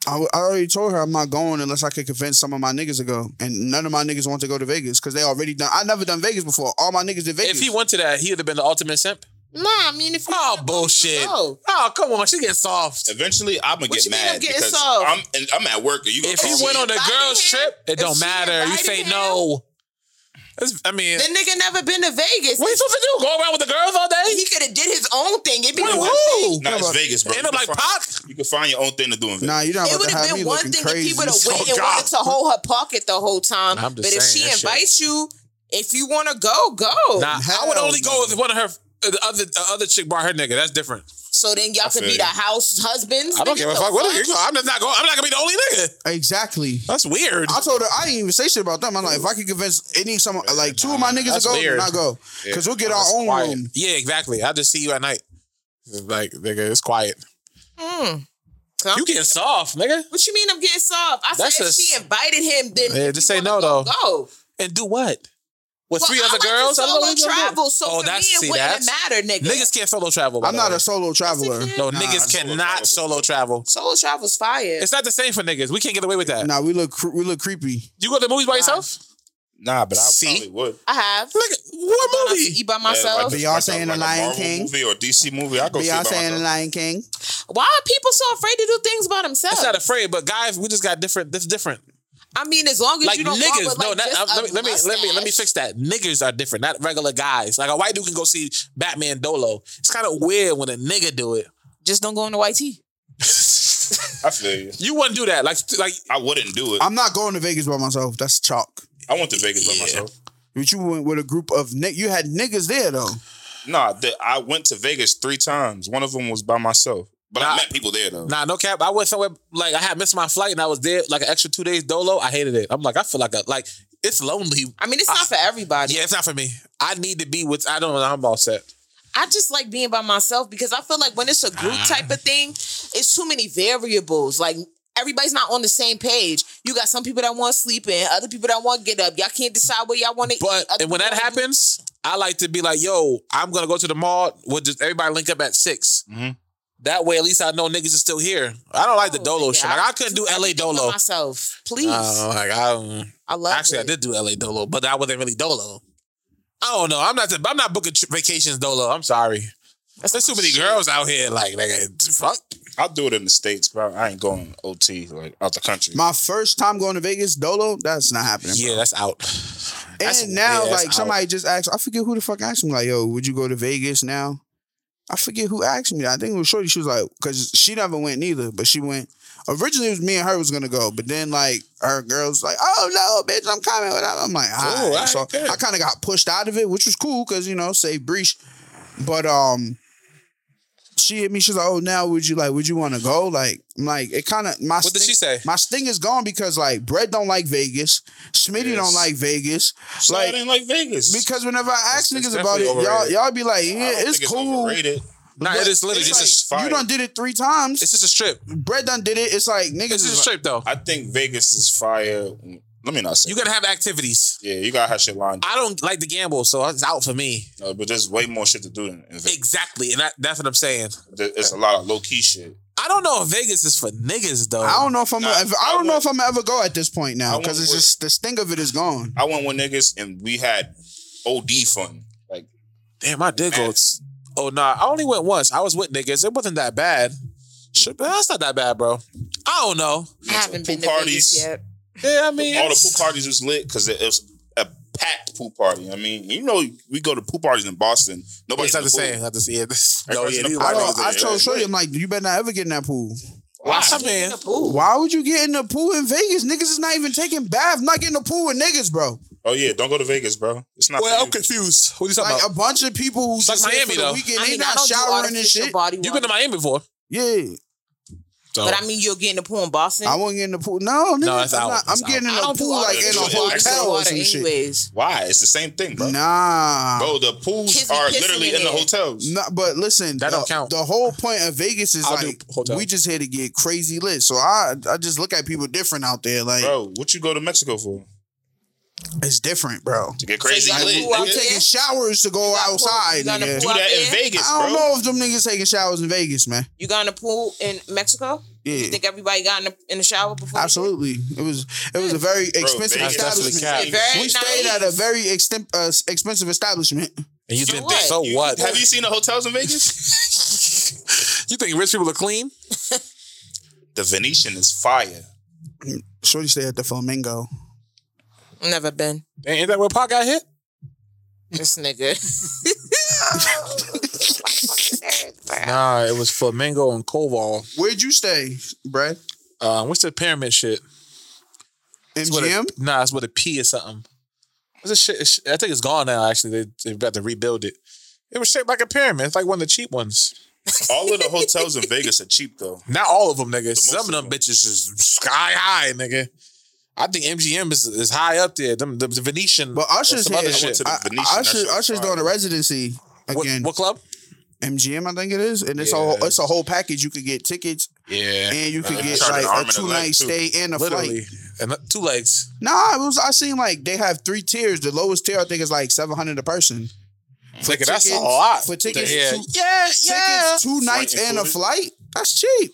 [SPEAKER 2] I, I already told her I'm not going unless I could convince some of my niggas to go, and none of my niggas want to go to Vegas because they already done. I never done Vegas before. All my niggas did Vegas.
[SPEAKER 4] If he went to that, he would have been the ultimate simp.
[SPEAKER 3] Nah, I mean, if you
[SPEAKER 4] Oh
[SPEAKER 3] wanna go, you
[SPEAKER 4] bullshit.
[SPEAKER 3] go.
[SPEAKER 4] Oh come on, she getting soft.
[SPEAKER 5] Eventually, I'm gonna get
[SPEAKER 3] you mean I'm
[SPEAKER 5] mad
[SPEAKER 3] getting
[SPEAKER 5] because
[SPEAKER 3] soft?
[SPEAKER 5] I'm and I'm at work. And you gonna
[SPEAKER 4] If he
[SPEAKER 5] call
[SPEAKER 4] went
[SPEAKER 5] me-
[SPEAKER 4] on the
[SPEAKER 3] invited
[SPEAKER 4] girls
[SPEAKER 3] him?
[SPEAKER 4] trip, it
[SPEAKER 3] If
[SPEAKER 4] don't
[SPEAKER 3] she
[SPEAKER 4] matter. You
[SPEAKER 3] invited
[SPEAKER 4] say
[SPEAKER 3] him?
[SPEAKER 4] no. It's- I mean,
[SPEAKER 3] The nigga never been to Vegas.
[SPEAKER 4] what are you supposed to do? Go around with the girls all
[SPEAKER 3] He
[SPEAKER 4] day?
[SPEAKER 3] could have did his own thing. It'd be
[SPEAKER 4] With
[SPEAKER 3] one
[SPEAKER 4] who?
[SPEAKER 5] Nah, it's Vegas, bro.
[SPEAKER 4] End up
[SPEAKER 5] You
[SPEAKER 4] like
[SPEAKER 5] can
[SPEAKER 4] Pac.
[SPEAKER 5] find- You can find your own thing to do in Vegas.
[SPEAKER 2] nah, you're not
[SPEAKER 3] It
[SPEAKER 2] about
[SPEAKER 3] would
[SPEAKER 2] to
[SPEAKER 3] have
[SPEAKER 2] have me
[SPEAKER 3] been one
[SPEAKER 2] looking
[SPEAKER 3] thing if
[SPEAKER 2] crazy.
[SPEAKER 3] he would have
[SPEAKER 2] So-
[SPEAKER 3] waited and wanted to hold her pocket the whole time.
[SPEAKER 4] I'm
[SPEAKER 3] But
[SPEAKER 4] just
[SPEAKER 3] if
[SPEAKER 4] saying,
[SPEAKER 3] she
[SPEAKER 4] that shit-
[SPEAKER 3] invites you, if you want to go, go.
[SPEAKER 4] Nah, I would
[SPEAKER 2] Hell
[SPEAKER 4] only go if one of her the other the other chick brought her nigga. That's different.
[SPEAKER 3] So then y'all could
[SPEAKER 5] feel
[SPEAKER 3] be
[SPEAKER 5] you.
[SPEAKER 3] the house husbands.
[SPEAKER 4] I don't
[SPEAKER 3] Nigga,
[SPEAKER 4] give a
[SPEAKER 3] the
[SPEAKER 4] fuck. What you go? I'm just not going. I'm not gonna be the only nigga.
[SPEAKER 2] Exactly.
[SPEAKER 4] That's weird.
[SPEAKER 2] I told her I didn't even say shit about them. I'm like, if I could convince any some like two of my niggas
[SPEAKER 4] that's
[SPEAKER 2] to go,
[SPEAKER 4] weird.
[SPEAKER 2] then I go because we'll get our
[SPEAKER 4] It's
[SPEAKER 2] own
[SPEAKER 4] quiet.
[SPEAKER 2] room.
[SPEAKER 4] Yeah, exactly. I just see you at night. It's Like nigga, it's quiet.
[SPEAKER 3] Hmm. Come.
[SPEAKER 4] You getting soft, nigga?
[SPEAKER 3] What you mean I'm getting soft? I
[SPEAKER 4] That's
[SPEAKER 3] said
[SPEAKER 4] a-
[SPEAKER 3] if she invited him, then
[SPEAKER 4] Yeah,
[SPEAKER 3] if
[SPEAKER 4] just
[SPEAKER 3] you
[SPEAKER 4] say
[SPEAKER 3] wanna go,
[SPEAKER 4] no, though.
[SPEAKER 3] Go.
[SPEAKER 4] And do what? With
[SPEAKER 3] Well,
[SPEAKER 4] three
[SPEAKER 3] I
[SPEAKER 4] other
[SPEAKER 3] like to
[SPEAKER 4] girls? I don't know
[SPEAKER 3] solo
[SPEAKER 4] what you Oh, gonna do.
[SPEAKER 3] travel, so for me, it wouldn't matter, nigga.
[SPEAKER 4] Niggas can't solo travel. by
[SPEAKER 2] I'm
[SPEAKER 4] the
[SPEAKER 2] not
[SPEAKER 4] way.
[SPEAKER 2] a solo traveler.
[SPEAKER 4] No,
[SPEAKER 2] Nah,
[SPEAKER 4] niggas
[SPEAKER 5] solo
[SPEAKER 4] cannot
[SPEAKER 5] travel.
[SPEAKER 4] solo travel.
[SPEAKER 3] Solo travel's fire.
[SPEAKER 4] It's not the same for niggas. We can't get away with that.
[SPEAKER 2] Nah, we look cre- we look creepy.
[SPEAKER 4] You go to the movies by yourself?
[SPEAKER 5] Nah, but I
[SPEAKER 4] See?
[SPEAKER 5] probably would.
[SPEAKER 3] I have.
[SPEAKER 4] Look, what
[SPEAKER 3] Gonna
[SPEAKER 4] movie?
[SPEAKER 3] eat by myself.
[SPEAKER 2] I do. Beyonce and the Lion
[SPEAKER 5] Marvel
[SPEAKER 2] King.
[SPEAKER 5] movie or DC movie. I go see it by
[SPEAKER 2] Beyonce and the
[SPEAKER 5] myself.
[SPEAKER 2] Lion King.
[SPEAKER 3] Why are people so afraid to do things by themselves?
[SPEAKER 4] It's not afraid, but guys, we just got different. That's different.
[SPEAKER 3] I mean, as long as
[SPEAKER 4] Like
[SPEAKER 3] you don't walk
[SPEAKER 4] niggas,
[SPEAKER 3] with,
[SPEAKER 4] no,
[SPEAKER 3] like,
[SPEAKER 4] not,
[SPEAKER 3] just
[SPEAKER 4] uh, let me
[SPEAKER 3] a
[SPEAKER 4] let me let me let me
[SPEAKER 3] mustache.
[SPEAKER 4] fix that. Niggas are different, not regular guys. Like a white dude can go see Batman Dolo. It's kind of weird when a nigga do it.
[SPEAKER 3] Just don't go in the white tee.
[SPEAKER 5] I feel you.
[SPEAKER 4] You wouldn't do that. Like like
[SPEAKER 5] I wouldn't do it.
[SPEAKER 2] I'm not going to Vegas by myself. That's chalk.
[SPEAKER 5] I went to Vegas by
[SPEAKER 4] Yeah.
[SPEAKER 5] myself.
[SPEAKER 2] But you went with a group of ni- you had niggas there though.
[SPEAKER 5] Nah, the, I went to Vegas three times. One of them was by myself, but
[SPEAKER 4] Nah.
[SPEAKER 5] I met people there though.
[SPEAKER 4] Nah, no cap. I went somewhere like I had missed my flight and I was there like an extra two days dolo. I hated it. I'm like, I feel like a like it's lonely.
[SPEAKER 3] I mean, it's not for everybody.
[SPEAKER 4] Yeah, it's not for me. I need to be with. I don't know. I'm all set.
[SPEAKER 3] I just like being by myself because I feel like when it's a group
[SPEAKER 4] Ah.
[SPEAKER 3] type of thing, it's too many variables. Like everybody's not on the same page. You got some people that want to sleep in, other people that want to get up. Y'all can't decide what y'all want to
[SPEAKER 4] But
[SPEAKER 3] eat. other
[SPEAKER 4] and when that
[SPEAKER 3] people wanna do-
[SPEAKER 4] happens, I like to be like, yo, I'm gonna go to the mall. We'll just everybody link up at 6
[SPEAKER 5] Mhm.
[SPEAKER 4] That way, at least I know niggas is still here. I don't like the
[SPEAKER 3] Oh,
[SPEAKER 4] dolo
[SPEAKER 3] nigga,
[SPEAKER 4] shit. Like I couldn't do
[SPEAKER 3] I
[SPEAKER 4] LA
[SPEAKER 3] can
[SPEAKER 4] dolo.
[SPEAKER 3] by myself. Please,
[SPEAKER 4] Uh, like I don't.
[SPEAKER 3] I love.
[SPEAKER 4] Actually, I
[SPEAKER 3] it.
[SPEAKER 4] did do LA Dolo, but I wasn't really Dolo. I don't know. I'm not. I'm not booking tri- vacations Dolo. I'm sorry. There's too many girls out here. Like, nigga, fuck.
[SPEAKER 5] I'll do it in the states, but I ain't going OT like out the country.
[SPEAKER 2] My first time going to Vegas, Dolo, that's not happening.
[SPEAKER 4] Yeah, that's out. That's-
[SPEAKER 2] and now,
[SPEAKER 4] yeah, that's
[SPEAKER 2] like
[SPEAKER 4] out.
[SPEAKER 2] somebody just asked, I forget who the fuck asked me, like, yo, would you go to Vegas now? I forget who asked me. I think it was Shorty. She was like, because she never went neither, but she went. Originally, it was me and her was gonna go, but then like her girls like, oh no, bitch, I'm coming. I'm like, all
[SPEAKER 4] Cool,
[SPEAKER 2] right. so
[SPEAKER 4] Oh, all right, good.
[SPEAKER 2] I kind of got pushed out of it, which was cool because you know, save breach. But um, she hit me. She's like, oh, now would you like? Would you want to go? Like, I'm like, it kind of my.
[SPEAKER 4] What did
[SPEAKER 2] sting-
[SPEAKER 4] she say?
[SPEAKER 2] My sting is gone because like, Brett don't like Vegas. Smitty
[SPEAKER 5] Yes.
[SPEAKER 2] don't like Vegas.
[SPEAKER 5] so I
[SPEAKER 2] like,
[SPEAKER 5] didn't like Vegas.
[SPEAKER 2] because whenever I ask
[SPEAKER 5] it's
[SPEAKER 2] niggas about it,
[SPEAKER 5] definitely
[SPEAKER 2] y'all
[SPEAKER 5] overrated.
[SPEAKER 2] y'all be like,
[SPEAKER 5] I
[SPEAKER 2] yeah,
[SPEAKER 5] don't think
[SPEAKER 2] it's cool.
[SPEAKER 5] Overrated.
[SPEAKER 4] Nah, it is literally
[SPEAKER 5] it's
[SPEAKER 4] just.
[SPEAKER 5] like-
[SPEAKER 4] a, sh-
[SPEAKER 5] fire.
[SPEAKER 2] You done did it three times.
[SPEAKER 4] it's just a strip.
[SPEAKER 2] Brett done did it. It's like niggas
[SPEAKER 4] It's
[SPEAKER 2] is
[SPEAKER 4] just a
[SPEAKER 2] like,
[SPEAKER 4] strip though.
[SPEAKER 5] I think Vegas is fire. Let me not say.
[SPEAKER 4] You gotta have activities.
[SPEAKER 5] yeah, you gotta have shit lined. up,
[SPEAKER 4] I don't like to gamble, so it's out for me.
[SPEAKER 5] uh, but there's way more shit to do than in Vegas.
[SPEAKER 4] Exactly, and that, that's what I'm saying.
[SPEAKER 5] There- It's a lot of low key shit.
[SPEAKER 4] I don't know if Vegas is for niggas though.
[SPEAKER 2] I don't know if I'm.
[SPEAKER 5] Nah,
[SPEAKER 2] ever, I don't
[SPEAKER 5] I
[SPEAKER 2] know
[SPEAKER 5] went-
[SPEAKER 2] if I'm gonna ever go at this point
[SPEAKER 5] I
[SPEAKER 2] now
[SPEAKER 5] went
[SPEAKER 2] because it's
[SPEAKER 5] with-
[SPEAKER 2] just the sting of it is gone.
[SPEAKER 5] I went with niggas and we had OD fun. Like
[SPEAKER 4] Damn, I did go.
[SPEAKER 5] Yes.
[SPEAKER 4] Oh nah, I only went once. I was with niggas. It wasn't that bad. Shit, That's not that bad, bro. I don't know.
[SPEAKER 3] I haven't been to
[SPEAKER 5] parties.
[SPEAKER 3] Vegas yet.
[SPEAKER 4] Yeah, I mean,
[SPEAKER 5] all the
[SPEAKER 4] it's-
[SPEAKER 5] pool parties was lit because it, it was a packed pool party. I mean, you know, we go to pool parties in Boston.
[SPEAKER 4] It's
[SPEAKER 5] Nobody's
[SPEAKER 4] not the
[SPEAKER 5] in
[SPEAKER 4] same.
[SPEAKER 5] pool.
[SPEAKER 4] Not the same. This,
[SPEAKER 5] That
[SPEAKER 4] no,
[SPEAKER 5] person's
[SPEAKER 4] yeah,
[SPEAKER 5] a
[SPEAKER 4] these
[SPEAKER 2] I,
[SPEAKER 4] white
[SPEAKER 5] party.
[SPEAKER 2] don't,
[SPEAKER 4] niggas.
[SPEAKER 5] was
[SPEAKER 2] I
[SPEAKER 5] there.
[SPEAKER 2] told Shorty, I'm like, you better not ever get in that pool.
[SPEAKER 4] Why, man?
[SPEAKER 3] The pool.
[SPEAKER 2] Why would you get in the pool in Vegas? Niggas is not even taking bath. I'm not getting a pool with niggas, bro.
[SPEAKER 5] Oh yeah, don't go to Vegas, bro. It's not.
[SPEAKER 4] Well,
[SPEAKER 5] for
[SPEAKER 4] I'm
[SPEAKER 5] you.
[SPEAKER 4] confused. What are you talking
[SPEAKER 2] Like a
[SPEAKER 4] about?
[SPEAKER 2] bunch of people who
[SPEAKER 4] It's like
[SPEAKER 2] just here
[SPEAKER 4] Miami,
[SPEAKER 2] for the
[SPEAKER 4] though.
[SPEAKER 2] weekend,
[SPEAKER 3] I
[SPEAKER 2] they
[SPEAKER 3] mean, I
[SPEAKER 2] not
[SPEAKER 3] don't do
[SPEAKER 2] showering and
[SPEAKER 3] artificial
[SPEAKER 2] shit.
[SPEAKER 3] body
[SPEAKER 4] You've
[SPEAKER 3] wash,
[SPEAKER 4] been to Miami before.
[SPEAKER 2] Yeah,
[SPEAKER 4] So.
[SPEAKER 3] but I mean, you'll get in the pool in Boston.
[SPEAKER 2] I won't get in the pool. No, nigga,
[SPEAKER 4] that's
[SPEAKER 2] I'm,
[SPEAKER 4] out.
[SPEAKER 2] not, I'm
[SPEAKER 4] That's
[SPEAKER 2] getting in
[SPEAKER 3] I
[SPEAKER 2] the
[SPEAKER 3] don't do
[SPEAKER 2] pool like in a
[SPEAKER 5] artificial water.
[SPEAKER 2] hotel or
[SPEAKER 3] water
[SPEAKER 2] some shit.
[SPEAKER 3] anyways.
[SPEAKER 5] Why? It's the same thing, bro.
[SPEAKER 2] Nah,
[SPEAKER 5] Bro, the pools
[SPEAKER 3] Kids be
[SPEAKER 5] are
[SPEAKER 3] pissing
[SPEAKER 5] literally
[SPEAKER 3] in
[SPEAKER 5] in the
[SPEAKER 3] there.
[SPEAKER 5] hotels.
[SPEAKER 2] No, but listen,
[SPEAKER 4] That
[SPEAKER 2] the,
[SPEAKER 4] don't count.
[SPEAKER 2] The whole point of Vegas is
[SPEAKER 4] I'll do
[SPEAKER 2] like
[SPEAKER 4] hotel.
[SPEAKER 2] we just here to get crazy lit. So I I just look at people different out there. Like
[SPEAKER 5] Bro, what you go to Mexico for?
[SPEAKER 2] it's different, bro.
[SPEAKER 5] To get
[SPEAKER 3] crazy you
[SPEAKER 5] crazy
[SPEAKER 3] got lit,
[SPEAKER 5] lit.
[SPEAKER 3] pool nigga. out
[SPEAKER 2] We're
[SPEAKER 3] there?
[SPEAKER 2] taking showers to go
[SPEAKER 3] got pool- you
[SPEAKER 2] outside,
[SPEAKER 3] got a
[SPEAKER 2] nigga.
[SPEAKER 5] Do
[SPEAKER 3] out
[SPEAKER 5] that in
[SPEAKER 3] there?
[SPEAKER 5] Vegas,
[SPEAKER 2] I don't
[SPEAKER 5] bro.
[SPEAKER 2] know if them niggas taking showers in Vegas, man.
[SPEAKER 3] You got in the pool in Mexico? You
[SPEAKER 2] Yeah,
[SPEAKER 3] think everybody got in the, in the shower before? they-
[SPEAKER 2] absolutely. It was it was a very expensive
[SPEAKER 5] Vegas is
[SPEAKER 2] establishment.
[SPEAKER 4] cap.
[SPEAKER 3] It's very
[SPEAKER 2] We
[SPEAKER 3] nice.
[SPEAKER 2] stayed at a very extem- uh, expensive establishment.
[SPEAKER 4] And you
[SPEAKER 3] So
[SPEAKER 4] think
[SPEAKER 3] what?
[SPEAKER 4] so what?
[SPEAKER 5] Have you seen the hotels in Vegas?
[SPEAKER 4] You think rich people are clean?
[SPEAKER 5] the Venetian is fire.
[SPEAKER 2] Shorty stayed at the Flamingo.
[SPEAKER 3] Never been.
[SPEAKER 4] Ain't that where Pac got hit?
[SPEAKER 3] This nigga.
[SPEAKER 4] Nah, it was Flamingo and Koval.
[SPEAKER 2] Where'd you stay, Brad?
[SPEAKER 4] Uh, what's the pyramid shit? It's with a-
[SPEAKER 2] MGM.
[SPEAKER 4] nah, it's with a P or something. What's this shit? it's- I think it's gone now. Actually, they they about to rebuild it. It was shaped like a pyramid. It's like one of the cheap ones.
[SPEAKER 5] All of the hotels in Vegas are cheap though.
[SPEAKER 4] Not all of them, nigga. Some of
[SPEAKER 5] of
[SPEAKER 4] them
[SPEAKER 5] them.
[SPEAKER 4] bitches is sky high, nigga. I think MGM is, is high up there. Them the, the Venetian.
[SPEAKER 2] But uh, Usher's
[SPEAKER 4] some other
[SPEAKER 2] here.
[SPEAKER 4] shit. I went
[SPEAKER 5] to the
[SPEAKER 2] I- I-
[SPEAKER 5] Venetian. That
[SPEAKER 2] Usher,
[SPEAKER 5] shit was
[SPEAKER 2] Usher's
[SPEAKER 5] fire.
[SPEAKER 2] doing a residency
[SPEAKER 4] what,
[SPEAKER 2] again.
[SPEAKER 4] what club?
[SPEAKER 2] MGM, I think it is, and it's a whole,
[SPEAKER 4] Yeah.
[SPEAKER 2] it's a whole package. You could get tickets,
[SPEAKER 4] Yeah,
[SPEAKER 2] and you could
[SPEAKER 5] they
[SPEAKER 2] get
[SPEAKER 5] charge an
[SPEAKER 2] like a
[SPEAKER 5] arm and a
[SPEAKER 2] two
[SPEAKER 5] leg,
[SPEAKER 2] night
[SPEAKER 5] too.
[SPEAKER 2] stay and a
[SPEAKER 4] literally,
[SPEAKER 2] flight.
[SPEAKER 4] and uh, two legs.
[SPEAKER 2] Nah, it was. I seen like they have three tiers. The lowest tier I think is like seven hundred a person.
[SPEAKER 4] Nigga, that's a
[SPEAKER 2] tickets-
[SPEAKER 4] lot
[SPEAKER 2] for tickets
[SPEAKER 4] Yeah,
[SPEAKER 2] to-
[SPEAKER 4] yeah, yeah.
[SPEAKER 2] Tickets, two nights and a
[SPEAKER 5] included.
[SPEAKER 2] flight. That's cheap.